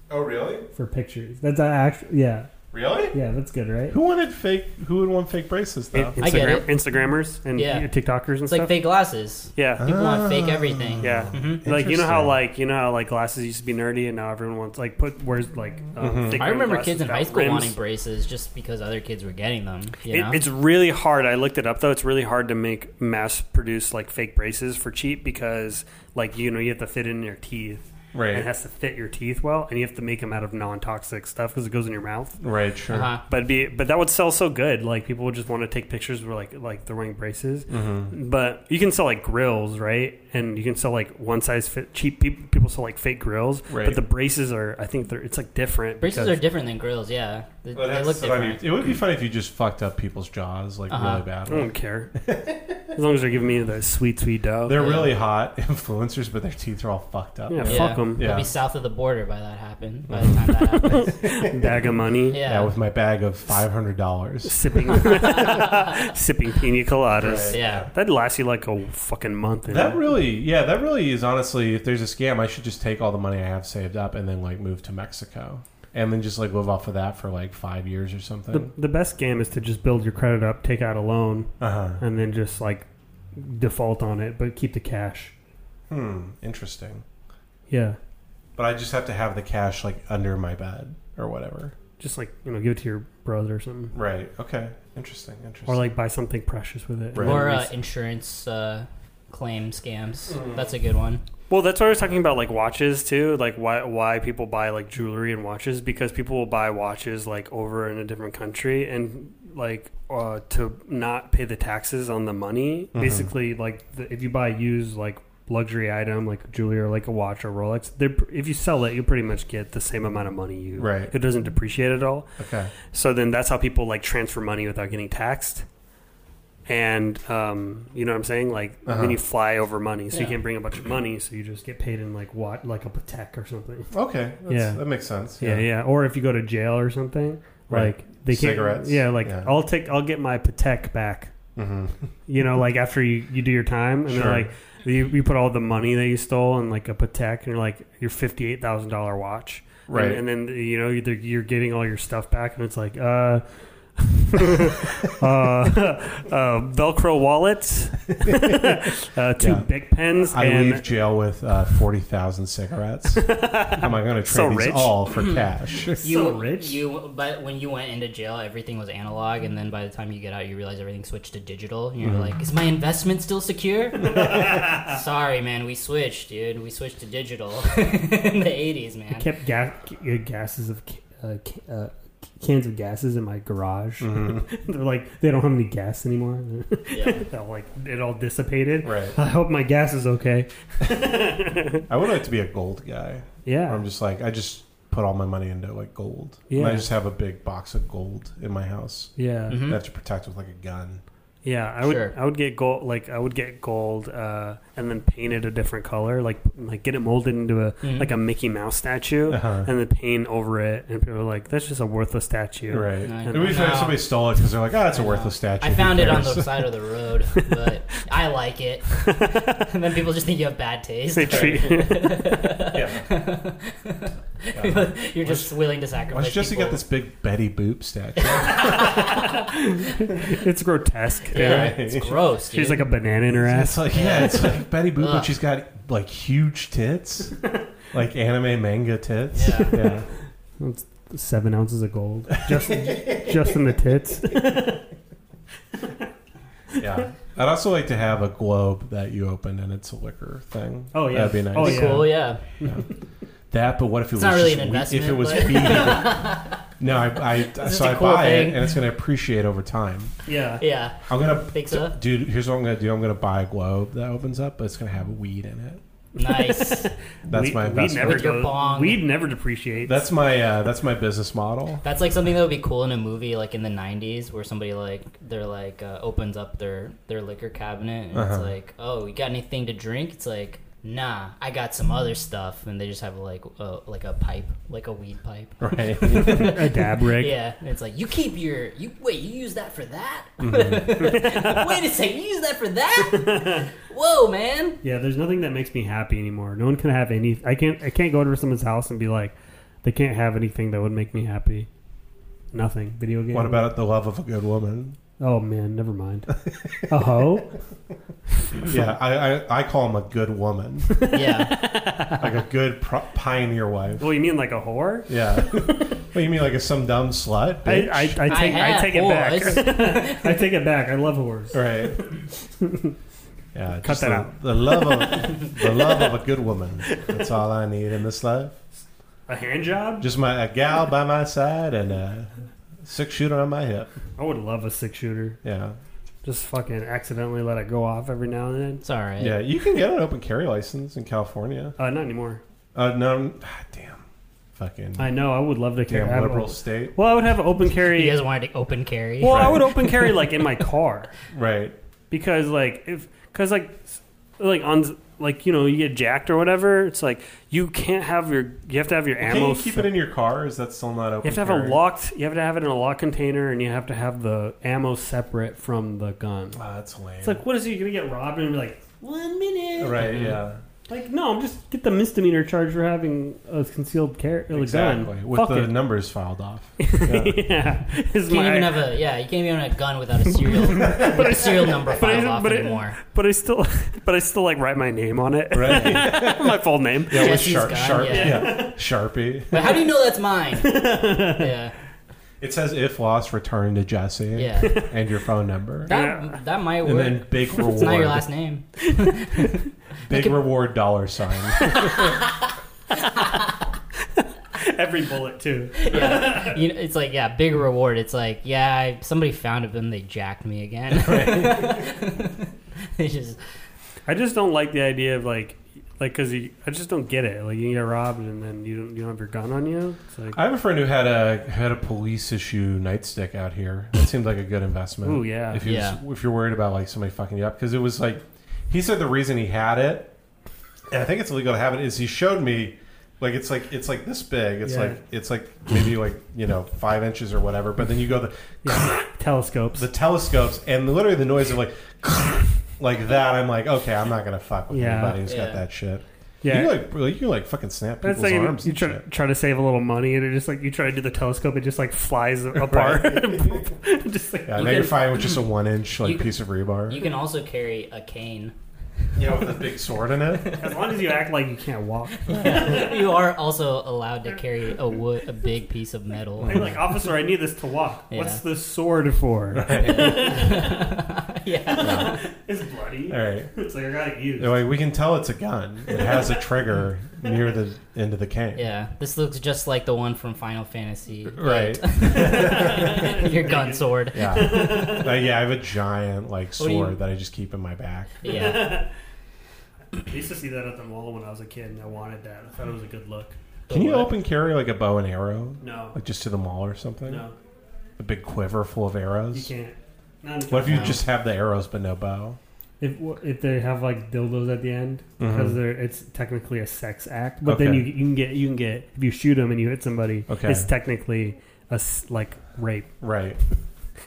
Speaker 1: Oh, really?
Speaker 2: for pictures. That's actually yeah,
Speaker 1: Really?
Speaker 2: yeah. That's good, right?
Speaker 1: Who wanted fake? Who would want fake braces though?
Speaker 3: I get it.
Speaker 2: Instagrammers and
Speaker 3: Yeah.
Speaker 2: you know, TikTokers and
Speaker 3: it's
Speaker 2: stuff.
Speaker 3: like fake glasses.
Speaker 2: yeah,
Speaker 3: People want fake everything.
Speaker 2: Ah. yeah.
Speaker 3: Mhm.
Speaker 2: Like you know
Speaker 1: Oh, Interesting.
Speaker 2: how like you know how like glasses used to be nerdy and now everyone wants like put wears like. Uh,
Speaker 1: Mm-hmm.
Speaker 2: thick
Speaker 3: I remember
Speaker 2: glasses
Speaker 3: kids in
Speaker 2: without
Speaker 3: high school
Speaker 2: rims.
Speaker 3: wanting braces just because other kids were getting them. You know?
Speaker 2: It, it's really hard. I looked it up though. It's really hard to make mass produce like fake braces for cheap because like you know you have to fit in your teeth.
Speaker 1: Right.
Speaker 2: And it has to fit your teeth well, and you have to make them out of non-toxic stuff because it goes in your mouth.
Speaker 1: Right. Sure.
Speaker 3: uh-huh.
Speaker 2: But it'd be but that would sell so good. Like people would just want to take pictures where like like they're wearing braces.
Speaker 1: Mm-hmm.
Speaker 2: But you can sell like grills, right? And you can sell like one size fit cheap. People, people sell like fake grills,
Speaker 1: Right.
Speaker 2: but the braces are I think they're it's like different.
Speaker 3: Braces
Speaker 2: because-
Speaker 3: are different than grills, yeah. They,
Speaker 1: Well,
Speaker 3: they
Speaker 1: that's
Speaker 3: look
Speaker 1: what I mean.
Speaker 3: different.
Speaker 1: It would be funny if you just fucked up people's jaws like
Speaker 3: Uh-huh.
Speaker 1: really bad.
Speaker 2: I don't care as long as they're giving me the sweet sweet dough.
Speaker 1: They're
Speaker 3: Yeah.
Speaker 1: really hot influencers, but their teeth are all fucked up.
Speaker 2: Yeah,
Speaker 3: Yeah.
Speaker 2: fuck them.
Speaker 1: Yeah.
Speaker 3: I'll be south of the border by that happen. By the time that happens,
Speaker 2: Bag of money,
Speaker 1: Yeah,
Speaker 3: yeah,
Speaker 1: with my bag of five hundred dollars.
Speaker 2: sipping sipping pina coladas.
Speaker 1: Right.
Speaker 3: yeah.
Speaker 2: That'd last you like a fucking month. you
Speaker 1: That
Speaker 2: know?
Speaker 1: really, yeah, that really is honestly. If there's a scam, I should just take all the money I have saved up and then like move to Mexico and then just like live off of that for like five years or
Speaker 2: the,
Speaker 1: something.
Speaker 2: the best game is to just build your credit up, take out a loan,
Speaker 1: Uh huh.
Speaker 2: and then just like default on it, but keep the cash.
Speaker 1: Hmm. Interesting.
Speaker 2: Yeah,
Speaker 1: But I just have to have the cash like under my bed or whatever.
Speaker 2: just like you know, give it to your brother or something,
Speaker 1: Right. Okay. Interesting. Interesting.
Speaker 2: or like buy something precious with it.
Speaker 1: Right.
Speaker 3: Or uh, insurance uh, claim scams. That's a good one.
Speaker 2: well, that's what I was talking about, like watches too, like why why people buy like jewelry and watches because people will buy watches like over in a different country and like uh, to not pay the taxes on the money. Basically, like the, if you buy used like luxury item like jewelry or like a watch or Rolex, they're, pr- if you sell it, you'll pretty much get the same amount of money. You
Speaker 1: Right.
Speaker 2: it doesn't depreciate at all.
Speaker 1: okay.
Speaker 2: So then that's how people like transfer money without getting taxed. And um, you know what I'm saying? Like
Speaker 1: Uh-huh.
Speaker 2: then you fly over money, so you
Speaker 3: Yeah.
Speaker 2: can't bring a bunch of money, so you just get paid in like what, like a patek or something.
Speaker 1: Okay. That's,
Speaker 2: Yeah.
Speaker 1: That makes sense.
Speaker 2: Yeah. yeah, Or if you go to jail or something,
Speaker 1: Right.
Speaker 2: like they can't.
Speaker 1: Cigarettes.
Speaker 2: Yeah, like
Speaker 1: Yeah.
Speaker 2: I'll take, I'll get my patek back.
Speaker 1: Mhm.
Speaker 2: You know, like after you, you do your time, and
Speaker 1: Sure.
Speaker 2: they're like, you, you put all the money that you stole in like a patek, and you're like your fifty eight thousand dollar watch,
Speaker 1: Right.
Speaker 2: And, and then you know you're, you're getting all your stuff back, and it's like, uh, uh, uh, Velcro wallets, uh, two
Speaker 1: Yeah.
Speaker 2: big pens,
Speaker 1: I
Speaker 2: and
Speaker 1: leave jail with uh, forty thousand cigarettes. Am I going to trade
Speaker 2: So
Speaker 1: these
Speaker 2: rich.
Speaker 1: all for
Speaker 3: Hmm.
Speaker 1: cash?
Speaker 3: You,
Speaker 2: So rich.
Speaker 3: You, but when you went into jail, everything was analog, and then by the time you get out, you realize everything switched to digital. And you're
Speaker 1: Mm-hmm.
Speaker 3: like, "Is my investment still secure?" Sorry, man, we switched, dude. We switched to digital in the '80s, man.
Speaker 9: I kept ga- uh, gases of uh, ca- uh, cans of gases in my garage.
Speaker 1: Mm-hmm.
Speaker 9: They're like they don't have any gas anymore.
Speaker 3: Yeah.
Speaker 2: that, like it all dissipated.
Speaker 1: Right.
Speaker 9: I hope my gas is okay.
Speaker 1: I would like to be a gold guy.
Speaker 9: Yeah,
Speaker 1: Where I'm just like I just put all my money into like gold. And I
Speaker 2: Yeah.
Speaker 1: just have a big box of gold in my house.
Speaker 2: Yeah,
Speaker 1: I
Speaker 3: Mhm.
Speaker 1: have to protect with like a gun.
Speaker 2: yeah. I would,
Speaker 3: Sure.
Speaker 2: I would get gold, like I would get gold, uh, and then paint it a different color, like like get it molded into a
Speaker 3: Mhm.
Speaker 2: like a Mickey Mouse statue,
Speaker 1: Mm-hmm. Uh-huh.
Speaker 2: and then paint over it, and people are like, "That's just a worthless statue."
Speaker 1: Right.
Speaker 3: No,
Speaker 1: It would be funny if
Speaker 3: no.
Speaker 1: somebody stole it because they're like, oh, it's a
Speaker 3: I know.
Speaker 1: worthless statue.
Speaker 3: I
Speaker 1: Who
Speaker 3: found it on
Speaker 1: cares?"
Speaker 3: the side of the road, but I like it. and then people just think you have bad taste.
Speaker 2: They treat.
Speaker 3: You're just willing to
Speaker 1: Why
Speaker 3: sacrifice.
Speaker 1: does Jesse got
Speaker 3: people.
Speaker 1: this big Betty Boop statue?
Speaker 2: it's grotesque.
Speaker 3: Yeah,
Speaker 1: Right.
Speaker 3: it's gross. Dude.
Speaker 2: She's like a banana in her
Speaker 1: It's
Speaker 2: ass.
Speaker 1: like yeah, it's like Betty Boop, but
Speaker 3: Ugh.
Speaker 1: she's got like huge tits, like anime manga tits.
Speaker 3: Yeah.
Speaker 1: yeah.
Speaker 9: seven ounces of gold.
Speaker 2: Just, just in the tits.
Speaker 1: Yeah. I'd also like to have a globe that you open and it's a liquor thing.
Speaker 2: Oh, yeah.
Speaker 1: that'd be nice.
Speaker 2: Oh, yeah.
Speaker 3: Cool, yeah.
Speaker 1: That, but what if it was
Speaker 3: It's not really
Speaker 1: just
Speaker 3: an
Speaker 1: wheat- If it
Speaker 3: investment,
Speaker 1: was
Speaker 3: but-
Speaker 1: weed, no, I, I
Speaker 3: just
Speaker 1: so
Speaker 3: a
Speaker 1: I
Speaker 3: cool
Speaker 1: buy
Speaker 3: thing.
Speaker 1: it and it's gonna appreciate over time.
Speaker 2: Yeah.
Speaker 3: Yeah.
Speaker 1: I'm gonna
Speaker 3: Think so?
Speaker 1: dude. Here's what I'm gonna do. I'm gonna buy a globe that opens up, but it's gonna have weed in it.
Speaker 3: Nice.
Speaker 1: That's
Speaker 6: weed,
Speaker 1: my
Speaker 6: weed
Speaker 1: investment.
Speaker 6: never
Speaker 3: With your
Speaker 6: goes.
Speaker 3: bong.
Speaker 6: Weed never depreciates.
Speaker 1: That's my uh, that's my business model.
Speaker 3: That's like something that would be cool in a movie, like in the '90s, where somebody like they're like uh, opens up their their liquor cabinet and
Speaker 1: Uh-huh.
Speaker 3: it's like, "Oh, you got anything to drink?" It's like, "Nah, I got some other stuff," and they just have like a, like a pipe, like a weed pipe.
Speaker 1: Right.
Speaker 6: a dab rig.
Speaker 3: Yeah, and it's like you keep your you wait you use that for that.
Speaker 2: Mm-hmm.
Speaker 3: wait a second, you use that for that? Whoa, man!
Speaker 2: Yeah, there's nothing that makes me happy anymore. No one can have any. I can't. I can't go over to someone's house and be like, they can't have anything that would make me happy. Nothing. Video game.
Speaker 1: what about the love of a good woman?
Speaker 2: Oh man, never mind. A hoe.
Speaker 1: Yeah, I, I, I call him a good woman,
Speaker 3: Yeah,
Speaker 1: like a good pro- pioneer wife.
Speaker 2: Well, Oh, you mean like a whore?
Speaker 1: Yeah. what you mean, like a some dumb slut?
Speaker 2: I,
Speaker 1: Bitch?
Speaker 2: I, I take. I,
Speaker 3: have
Speaker 2: take it back.
Speaker 3: boys.
Speaker 2: I take it back. I love whores.
Speaker 1: Right. Yeah,
Speaker 2: Cut
Speaker 1: just
Speaker 2: that
Speaker 1: the,
Speaker 2: out.
Speaker 1: The love of the love of a good woman. That's all I need in this life.
Speaker 2: A hand job.
Speaker 1: Just my a gal by my side and a six shooter on my hip.
Speaker 2: I would love a six shooter.
Speaker 1: Yeah,
Speaker 2: Just fucking accidentally let it go off every now and then.
Speaker 3: It's all right.
Speaker 1: yeah. You can get an open carry license in California.
Speaker 2: Uh, not anymore.
Speaker 1: Uh, no, I'm- ah, damn, fucking
Speaker 2: I know. I would love to carry.
Speaker 1: damn
Speaker 2: have
Speaker 1: liberal
Speaker 2: a-
Speaker 1: state.
Speaker 2: Well, I would have open
Speaker 3: You
Speaker 2: carry.
Speaker 3: guys wanted to open carry?
Speaker 2: Well, I
Speaker 1: Right.
Speaker 2: would open carry like in my car.
Speaker 1: Right.
Speaker 2: because like if because like s- like on like you know you get jacked or whatever it's like you can't have your you have to have your
Speaker 1: Can
Speaker 2: ammo
Speaker 1: you keep it in your car? Is that still not open?
Speaker 2: you have to have
Speaker 1: carry?
Speaker 2: a locked you have to have it in a locked container and you have to have the ammo separate from the gun
Speaker 1: Ah, that's lame.
Speaker 2: it's like mm-hmm. what is he gonna get robbed and be like one minute
Speaker 1: right. Yeah.
Speaker 2: like no i'm just get the misdemeanor charge for having a concealed carry a
Speaker 1: Exactly.
Speaker 2: gun
Speaker 1: With
Speaker 2: Fuck
Speaker 1: the
Speaker 2: it.
Speaker 1: numbers filed off. Yeah.
Speaker 2: yeah It's
Speaker 3: You can't
Speaker 2: my-
Speaker 3: even have a yeah. You can't even have a gun without a serial with a serial number
Speaker 2: but I-
Speaker 3: filed off
Speaker 2: but it-
Speaker 3: anymore.
Speaker 2: but i still but i still like write my name on it
Speaker 1: right.
Speaker 2: my full name
Speaker 1: Yeah, with
Speaker 3: Jesse's
Speaker 1: sharp,
Speaker 3: gun,
Speaker 1: sharp,
Speaker 3: yeah.
Speaker 1: yeah. Sharpie.
Speaker 3: But how do you know that's mine? yeah,
Speaker 1: It says if lost, return to Jesse.
Speaker 3: yeah.
Speaker 1: And your phone number.
Speaker 2: Yeah.
Speaker 3: That that might
Speaker 1: And
Speaker 3: work.
Speaker 1: then big reward.
Speaker 3: it's not your last name.
Speaker 1: Big reward dollar sign.
Speaker 2: every bullet too
Speaker 3: Yeah, you know, it's like yeah, big reward. It's like yeah, I, somebody found it, then they jacked me again. they just
Speaker 2: I just don't like the idea of like, like because I just don't get it. Like you get robbed and then you don't you don't have your gun on you. It's like,
Speaker 1: I have a friend who had a who had a police issue nightstick out here. That seemed like a good investment.
Speaker 2: Ooh, yeah.
Speaker 1: If you
Speaker 3: Yeah.
Speaker 1: if you're worried about like somebody fucking you up, because it was like he said the reason he had it, and I think it's illegal to have it, is he showed me like it's like it's like this big. It's
Speaker 2: Yeah.
Speaker 1: like it's like maybe like you know five inches or whatever. But then you go the
Speaker 2: yeah, telescopes.
Speaker 1: the telescopes and literally the noise of like like that. I'm like, okay, I'm not gonna fuck with
Speaker 2: Yeah.
Speaker 1: anybody who's
Speaker 3: Yeah.
Speaker 1: got that shit.
Speaker 2: yeah,
Speaker 1: you like really- you like fucking snap
Speaker 2: that's
Speaker 1: people's
Speaker 2: like
Speaker 1: arms.
Speaker 2: you
Speaker 1: and
Speaker 2: try
Speaker 1: shit.
Speaker 2: try to save a little money and it just like you try to do the telescope, it just like flies apart. just like
Speaker 1: Yeah,
Speaker 3: You
Speaker 1: now you're
Speaker 3: can-
Speaker 1: fine with just a one inch like
Speaker 3: you-
Speaker 1: piece of rebar.
Speaker 3: you can also carry a cane.
Speaker 1: yeah, with a big sword in it.
Speaker 2: as long as you act like you can't walk.
Speaker 3: you are also allowed to carry a wood, a big piece of metal.
Speaker 2: You're like officer, I need this to walk.
Speaker 3: Yeah.
Speaker 2: What's this sword for?
Speaker 3: yeah,
Speaker 2: It's bloody.
Speaker 1: All right,
Speaker 2: It's like I gotta use.
Speaker 1: They're like, we can tell it's a gun. It has a trigger near the end of the cane.
Speaker 3: yeah. This looks just like the one from Final Fantasy.
Speaker 1: Right.
Speaker 3: Your gun sword.
Speaker 1: Yeah. Like, yeah, I have a giant like
Speaker 3: What do you-
Speaker 1: sword that I just keep in my back.
Speaker 3: Yeah.
Speaker 2: I used to see that at the mall when I was a kid, and I wanted that. I thought it was a good look.
Speaker 1: Can you
Speaker 3: What?
Speaker 1: open carry like a bow and arrow?
Speaker 2: No,
Speaker 1: Like just to the mall or something?
Speaker 2: no,
Speaker 1: A big quiver full of
Speaker 2: you
Speaker 1: arrows?
Speaker 2: can't. Not in
Speaker 1: What if you
Speaker 3: No.
Speaker 1: just have the arrows but no bow?
Speaker 2: If if they have like dildos at the end because
Speaker 1: Mhm.
Speaker 2: they're it's technically a sex act, but then
Speaker 1: Okay.
Speaker 2: you you can get you can get if you shoot them and you hit somebody,
Speaker 1: Okay.
Speaker 2: it's technically a s- like rape.
Speaker 1: Right.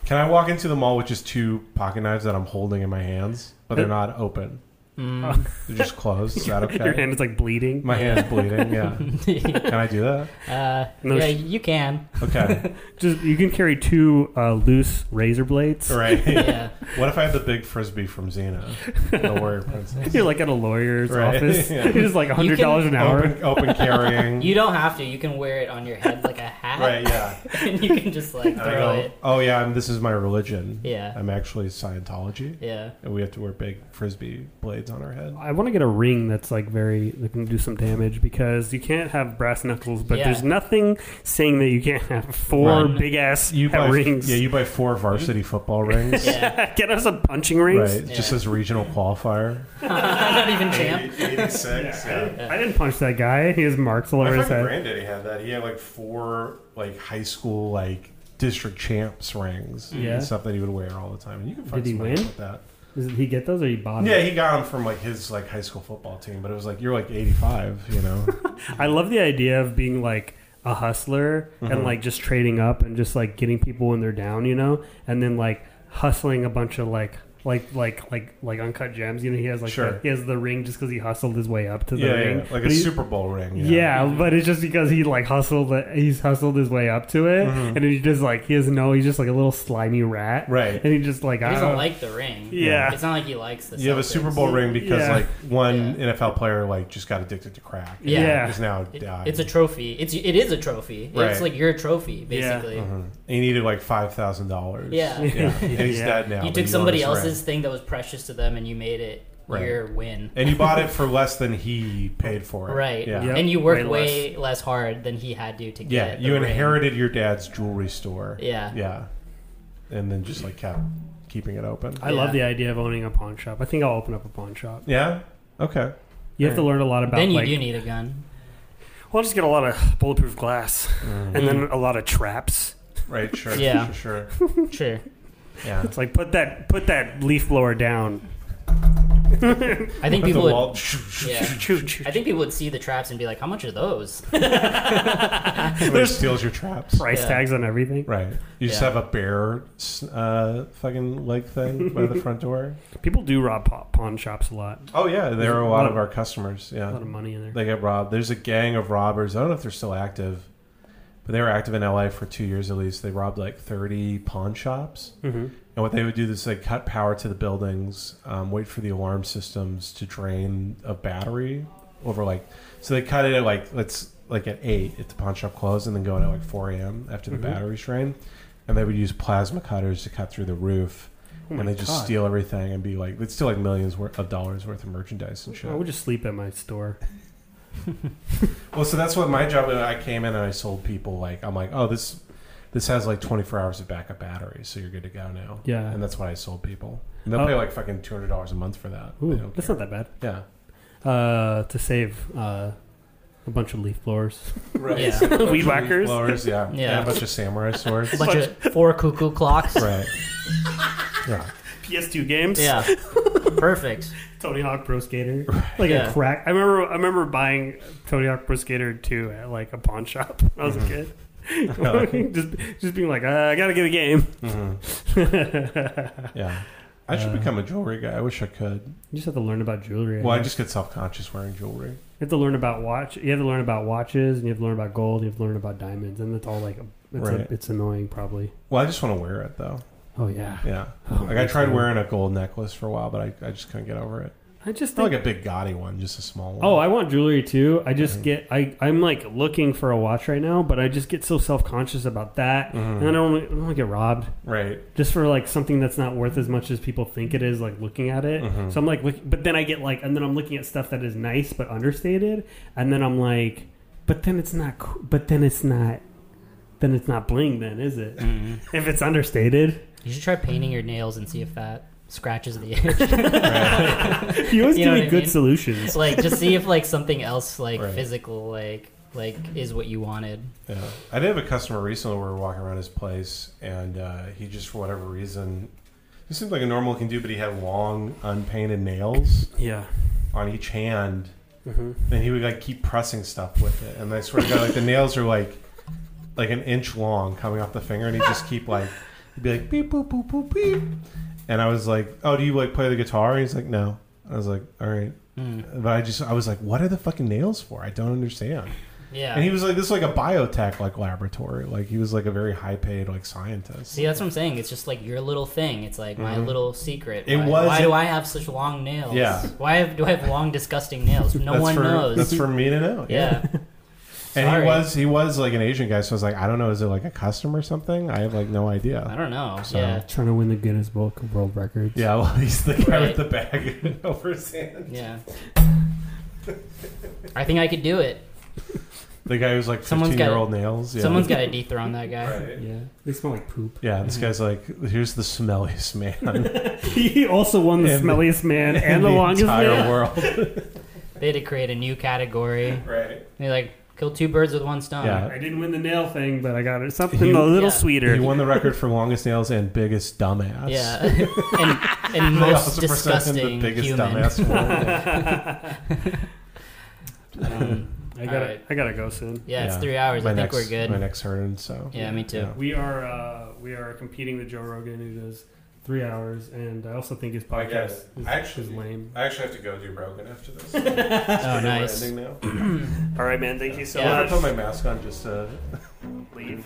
Speaker 1: Can I walk into the mall with just two pocket knives that I'm holding in my hands, but they're not open?
Speaker 3: Mm.
Speaker 1: They're just closed. Is that okay?
Speaker 2: Your hand is like bleeding.
Speaker 1: My hand's bleeding. Yeah. Can I do that?
Speaker 3: uh,
Speaker 2: No
Speaker 3: yeah,
Speaker 2: sh-
Speaker 3: you can.
Speaker 1: Okay.
Speaker 2: Just you can carry two uh, loose razor blades.
Speaker 1: All right.
Speaker 3: Yeah.
Speaker 1: What if I had the big frisbee from Xena, the Warrior Princess?
Speaker 2: You're like at a lawyer's
Speaker 1: Right.
Speaker 2: office.
Speaker 1: Yeah.
Speaker 2: It's like hundred dollars an hour.
Speaker 1: Open, open carrying.
Speaker 3: You don't have to. You can wear it on your head like a hat. hat,
Speaker 1: Right, yeah.
Speaker 3: and you can just like
Speaker 1: And I
Speaker 3: throw
Speaker 1: go,
Speaker 3: it.
Speaker 1: oh yeah, I'm, this is my religion.
Speaker 3: Yeah.
Speaker 1: I'm actually Scientology,
Speaker 3: Yeah,
Speaker 1: and we have to wear big frisbee blades on our head.
Speaker 2: I want to get a ring that's like very that can do some damage because you can't have brass knuckles, but
Speaker 3: Yeah.
Speaker 2: there's nothing saying that you can't have four
Speaker 3: Right.
Speaker 2: big ass
Speaker 1: You buy
Speaker 2: rings.
Speaker 1: yeah, you buy four varsity football rings.
Speaker 3: yeah.
Speaker 2: get us some punching rings.
Speaker 1: Right, just as regional qualifier.
Speaker 3: Not even champ.
Speaker 1: 86, yeah.
Speaker 2: I didn't punch that guy. His marks all
Speaker 1: My
Speaker 2: over his
Speaker 1: friend
Speaker 2: head.
Speaker 1: granddaddy had that. He had like four like high school like district champs rings
Speaker 2: Yeah.
Speaker 1: and stuff that he would wear all the time. And you can find
Speaker 2: Did he
Speaker 1: somebody
Speaker 2: win?
Speaker 1: with that.
Speaker 2: Did he get those or he bought
Speaker 1: Yeah,
Speaker 2: them?
Speaker 1: he got them from like his like high school football team, but it was like you're like 85, you know.
Speaker 2: I love the idea of being like a hustler and like just trading up and just like getting people when they're down, you know, and then like hustling a bunch of like. Like like like like uncut gems, you know. He has like
Speaker 1: Sure.
Speaker 2: the, he has the ring just because he hustled his way up to the
Speaker 1: yeah,
Speaker 2: ring,
Speaker 1: yeah, like
Speaker 2: But
Speaker 1: a
Speaker 2: he-
Speaker 1: Super Bowl ring.
Speaker 2: Yeah, but it's just because he like hustled. He's hustled his way up to it, and then he just like he doesn't know. He's just like a little slimy rat,
Speaker 1: Mm-hmm. Right.
Speaker 2: And he just like
Speaker 3: He
Speaker 2: I
Speaker 3: doesn't
Speaker 2: don't.
Speaker 3: like the ring.
Speaker 2: Yeah.
Speaker 3: it's not like he likes the.
Speaker 1: You have a
Speaker 3: Celtics.
Speaker 1: Super Bowl ring because
Speaker 2: Yeah.
Speaker 1: like one NFL player like just got addicted to crack. and
Speaker 3: Yeah.
Speaker 2: Yeah.
Speaker 1: is now
Speaker 3: It-
Speaker 1: died.
Speaker 3: it's a trophy. It's it is a trophy.
Speaker 1: Right.
Speaker 3: It's like your trophy,
Speaker 2: Yeah.
Speaker 3: basically.
Speaker 1: Mhm. And he needed like five thousand dollars.
Speaker 3: Yeah.
Speaker 1: and he's
Speaker 2: Yeah.
Speaker 1: dead now.
Speaker 3: You
Speaker 1: but
Speaker 3: took
Speaker 1: own
Speaker 3: somebody
Speaker 1: his ring.
Speaker 3: else's thing that was precious to them, and you made it
Speaker 1: Right.
Speaker 3: your win.
Speaker 1: and you bought it for less than he paid for it.
Speaker 3: Right.
Speaker 1: Yeah.
Speaker 2: Yep.
Speaker 3: And you worked
Speaker 2: Way
Speaker 3: way,
Speaker 2: less.
Speaker 3: less. hard than he had to to get
Speaker 1: Yeah,
Speaker 3: the
Speaker 1: you
Speaker 3: ring.
Speaker 1: inherited your dad's jewelry store.
Speaker 3: Yeah.
Speaker 1: Yeah. And then just like kept keeping it open.
Speaker 2: I love the
Speaker 3: Yeah.
Speaker 2: idea of owning a pawn shop. I think I'll open up a pawn shop.
Speaker 1: yeah? Okay.
Speaker 2: You have to learn a lot about.
Speaker 3: Then you
Speaker 2: like,
Speaker 3: do need a gun.
Speaker 2: Well, I'll just get a lot of bulletproof glass, and then a lot of traps.
Speaker 1: Mm-hmm. Right, sure.
Speaker 3: Yeah.
Speaker 1: For sure.
Speaker 3: Sure.
Speaker 1: Yeah.
Speaker 2: It's like put that put that leaf blower down.
Speaker 3: I
Speaker 1: The
Speaker 3: think people would.
Speaker 1: wall-
Speaker 3: Yeah.
Speaker 2: Choo choo.
Speaker 3: I think people would see the traps and be like, "How much are those?"
Speaker 1: Somebody steals your traps.
Speaker 2: Price
Speaker 3: Yeah.
Speaker 2: tags on everything.
Speaker 1: Right. You just
Speaker 3: Yeah.
Speaker 1: have a bear s- uh, fucking leg thing by the front door.
Speaker 2: People do rob pa- pawn shops a lot.
Speaker 1: Oh yeah, there are a
Speaker 2: Lot
Speaker 1: lot
Speaker 2: of-
Speaker 1: of our customers.
Speaker 2: A
Speaker 1: Yeah.
Speaker 2: lot of money in there.
Speaker 1: They get robbed. There's a gang of robbers. I don't know if they're still active, but they were active in LA for two years at least. They robbed like 30 pawn shops.
Speaker 2: hmm
Speaker 1: And what they would do is they cut power to the buildings, um, wait for the alarm systems to drain of battery over like. So they cut it at like let's like at eight if the pawn shop closed, and then go in at like four a.m. after the
Speaker 2: Mhm.
Speaker 1: batteries drain, and they would use plasma cutters to cut through the roof,
Speaker 2: Oh my
Speaker 1: and they just
Speaker 2: God.
Speaker 1: steal everything and be like they'd steal like millions wor- of dollars worth of merchandise and shit.
Speaker 2: I would just sleep at my store.
Speaker 1: Well, so that's what my job. was. I came in and I sold people like I'm like, oh, this this has like 24 hours of backup batteries, so you're good to go now.
Speaker 2: Yeah.
Speaker 1: and that's what I sold people. And they'll
Speaker 2: Oh.
Speaker 1: pay like fucking two hundred dollars a month for that. They
Speaker 2: Ooh,
Speaker 1: don't
Speaker 2: that's
Speaker 1: care.
Speaker 2: not that bad.
Speaker 1: yeah,
Speaker 2: Uh, to save uh, a bunch of leaf blowers.
Speaker 1: right.
Speaker 3: Yeah.
Speaker 1: A bunch of
Speaker 2: Weed whackers?
Speaker 1: blowers, yeah,
Speaker 3: Yeah.
Speaker 1: and a bunch of samurai swords,
Speaker 3: A bunch of four cuckoo clocks.
Speaker 1: right? Yeah,
Speaker 2: PS2 games.
Speaker 3: Yeah. Perfect.
Speaker 2: Tony Hawk Pro Skater. Like a
Speaker 3: Yeah.
Speaker 2: crack. I remember. I remember buying Tony Hawk Pro Skater 2 at like a pawn shop when I was a
Speaker 1: Mm-hmm.
Speaker 2: kid. just, just being like, uh, I gotta get a game.
Speaker 1: yeah. I should become a jewelry guy. I wish I could.
Speaker 2: You just have to learn about jewelry.
Speaker 1: Well, I just get self conscious wearing jewelry.
Speaker 2: You have to learn about watch. You have to learn about watches, and you have to learn about gold. You have to learn about diamonds, and it's all like it's,
Speaker 1: Right.
Speaker 2: it's annoying, probably.
Speaker 1: Well, I just want to wear it though.
Speaker 2: Oh yeah,
Speaker 1: Yeah,
Speaker 2: Oh,
Speaker 1: like I
Speaker 2: that's
Speaker 1: tried
Speaker 2: cool.
Speaker 1: wearing a gold necklace for a while, but I, I just couldn't get over it.
Speaker 2: I just
Speaker 1: Not
Speaker 2: think.
Speaker 1: like a big gaudy one, just a small one.
Speaker 2: Oh, I want jewelry too. I just get I I'm like looking for a watch right now, but I just get so self conscious
Speaker 1: Mm-hmm.
Speaker 2: about that, and I don't, wanna- I don't want to get robbed
Speaker 1: right.
Speaker 2: just for like something that's not worth as much as people think it is. Like looking at it,
Speaker 1: Mm-hmm.
Speaker 2: so I'm like, look, but then I get like, and then I'm looking at stuff that is nice but understated, and then I'm like, but then it's not, coo- but then it's not, then it's not bling, then is it?
Speaker 1: Mm-hmm.
Speaker 2: If it's understated,
Speaker 3: You should try painting your nails and see if that scratches the edge.
Speaker 2: you always
Speaker 3: You
Speaker 2: give
Speaker 3: know
Speaker 2: me
Speaker 3: what I
Speaker 2: good
Speaker 3: mean?
Speaker 2: solutions.
Speaker 3: like, just see if like something else, like
Speaker 1: Right.
Speaker 3: physical, like like is what you wanted.
Speaker 1: Yeah. I did have a customer recently where we were walking around his place, and uh, he just, for whatever reason, he seemed like a normal looking dude, but he had long, unpainted nails
Speaker 2: Yeah.
Speaker 1: on each hand. And he would like keep pressing stuff with it. And I swear to God, like the nails are like like an inch long coming off the finger, and he'd just keep like, he'd be like, beep, boop, boop, boop, beep. And I was like, oh, do you like play the guitar? And he's like, no. I was like, all right. But I just, I was like, what are the fucking nails for? I don't understand.
Speaker 3: Yeah.
Speaker 1: And he was like, this is like a biotech like laboratory. Like he was like a very high paid like scientist.
Speaker 3: See, that's what I'm saying. It's just like your little thing. It's like my little secret.
Speaker 1: Mm-hmm. It
Speaker 3: why,
Speaker 1: was-
Speaker 3: Why do I have such long nails?
Speaker 1: Yeah.
Speaker 3: Why have, do I have long, disgusting nails? No
Speaker 1: that's
Speaker 3: one
Speaker 1: for,
Speaker 3: knows.
Speaker 1: That's for me to know.
Speaker 3: yeah.
Speaker 1: And
Speaker 3: Sorry.
Speaker 1: he was he was like an Asian guy, so I was like, I don't know, is it like a custom or something? I have like no
Speaker 3: I
Speaker 1: idea.
Speaker 3: don't know.
Speaker 1: So-
Speaker 3: Yeah,
Speaker 2: Trying to win the Guinness Book of World Records.
Speaker 1: Yeah, well, he's the guy
Speaker 3: Right.
Speaker 1: with the bag over his hand.
Speaker 3: yeah. I think I could do it.
Speaker 1: The guy who's like
Speaker 3: Someone's
Speaker 1: fifteen
Speaker 3: got-
Speaker 1: year old nails. Yeah.
Speaker 3: Someone's got to dethrone that guy.
Speaker 1: Right.
Speaker 2: Yeah. They smell like poop.
Speaker 1: Yeah, this guy's like, here's the smelliest man
Speaker 2: He also won the
Speaker 1: And-
Speaker 2: smelliest man and the,
Speaker 1: in
Speaker 2: longest
Speaker 1: entire
Speaker 2: man.
Speaker 1: world.
Speaker 3: They had to create a new category.
Speaker 1: right.
Speaker 3: They like kill two birds with one stone.
Speaker 1: Yeah.
Speaker 2: I didn't win the nail thing, but I got it. Something
Speaker 1: He-
Speaker 2: a little
Speaker 3: Yeah.
Speaker 2: sweeter.
Speaker 1: He won the record for longest nails and biggest dumbass.
Speaker 3: Yeah, and, and
Speaker 1: They
Speaker 3: most
Speaker 1: also present him
Speaker 3: disgusting
Speaker 1: the biggest
Speaker 3: human.
Speaker 1: dumbass. award.
Speaker 3: Um,
Speaker 2: I gotta,
Speaker 3: Alright.
Speaker 2: I gotta go soon.
Speaker 3: yeah, it's
Speaker 1: Yeah.
Speaker 3: three hours.
Speaker 1: my
Speaker 3: I think
Speaker 1: next,
Speaker 3: we're good.
Speaker 1: My next hurting, so
Speaker 3: Yeah, me too.
Speaker 2: We are, uh, we are competing with Joe Rogan, who does three hours, and I also think his
Speaker 1: I get
Speaker 2: podcast
Speaker 1: it.
Speaker 2: is,
Speaker 1: I actually-
Speaker 2: is lame.
Speaker 1: I actually have to go do Rogan after this. oh,
Speaker 3: oh, nice.
Speaker 1: now.
Speaker 2: All right, man. Thank you so
Speaker 3: Yeah.
Speaker 1: I
Speaker 2: much.
Speaker 1: put my mask on just to.
Speaker 2: Leave.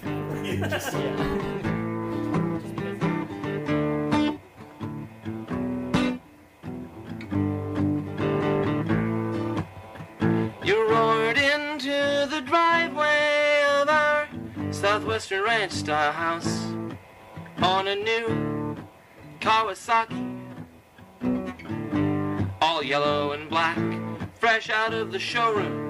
Speaker 10: You roared into the driveway of our southwestern ranch style house on a new Kawasaki, all yellow and black, fresh out of the showroom.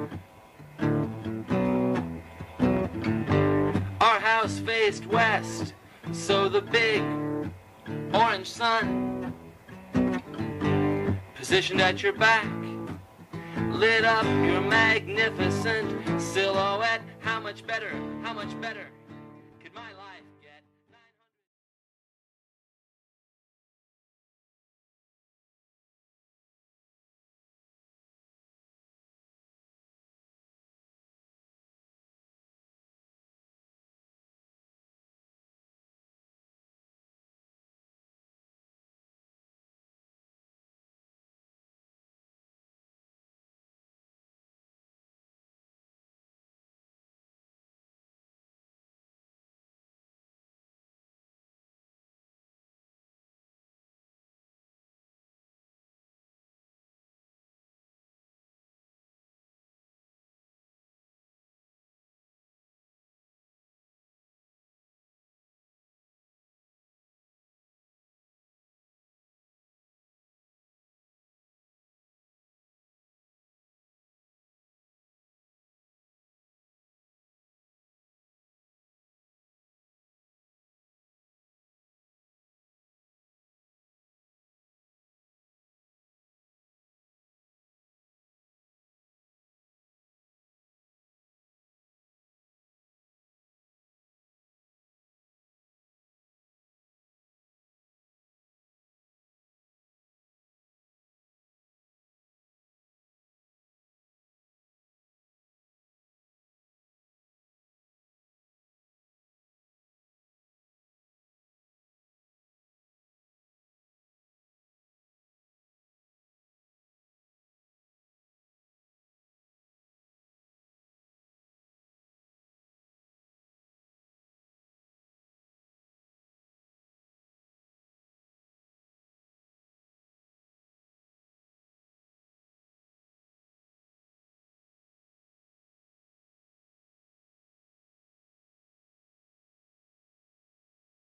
Speaker 10: Our house faced west, so the big orange sun positioned at your back lit up your magnificent silhouette. How much better, how much better.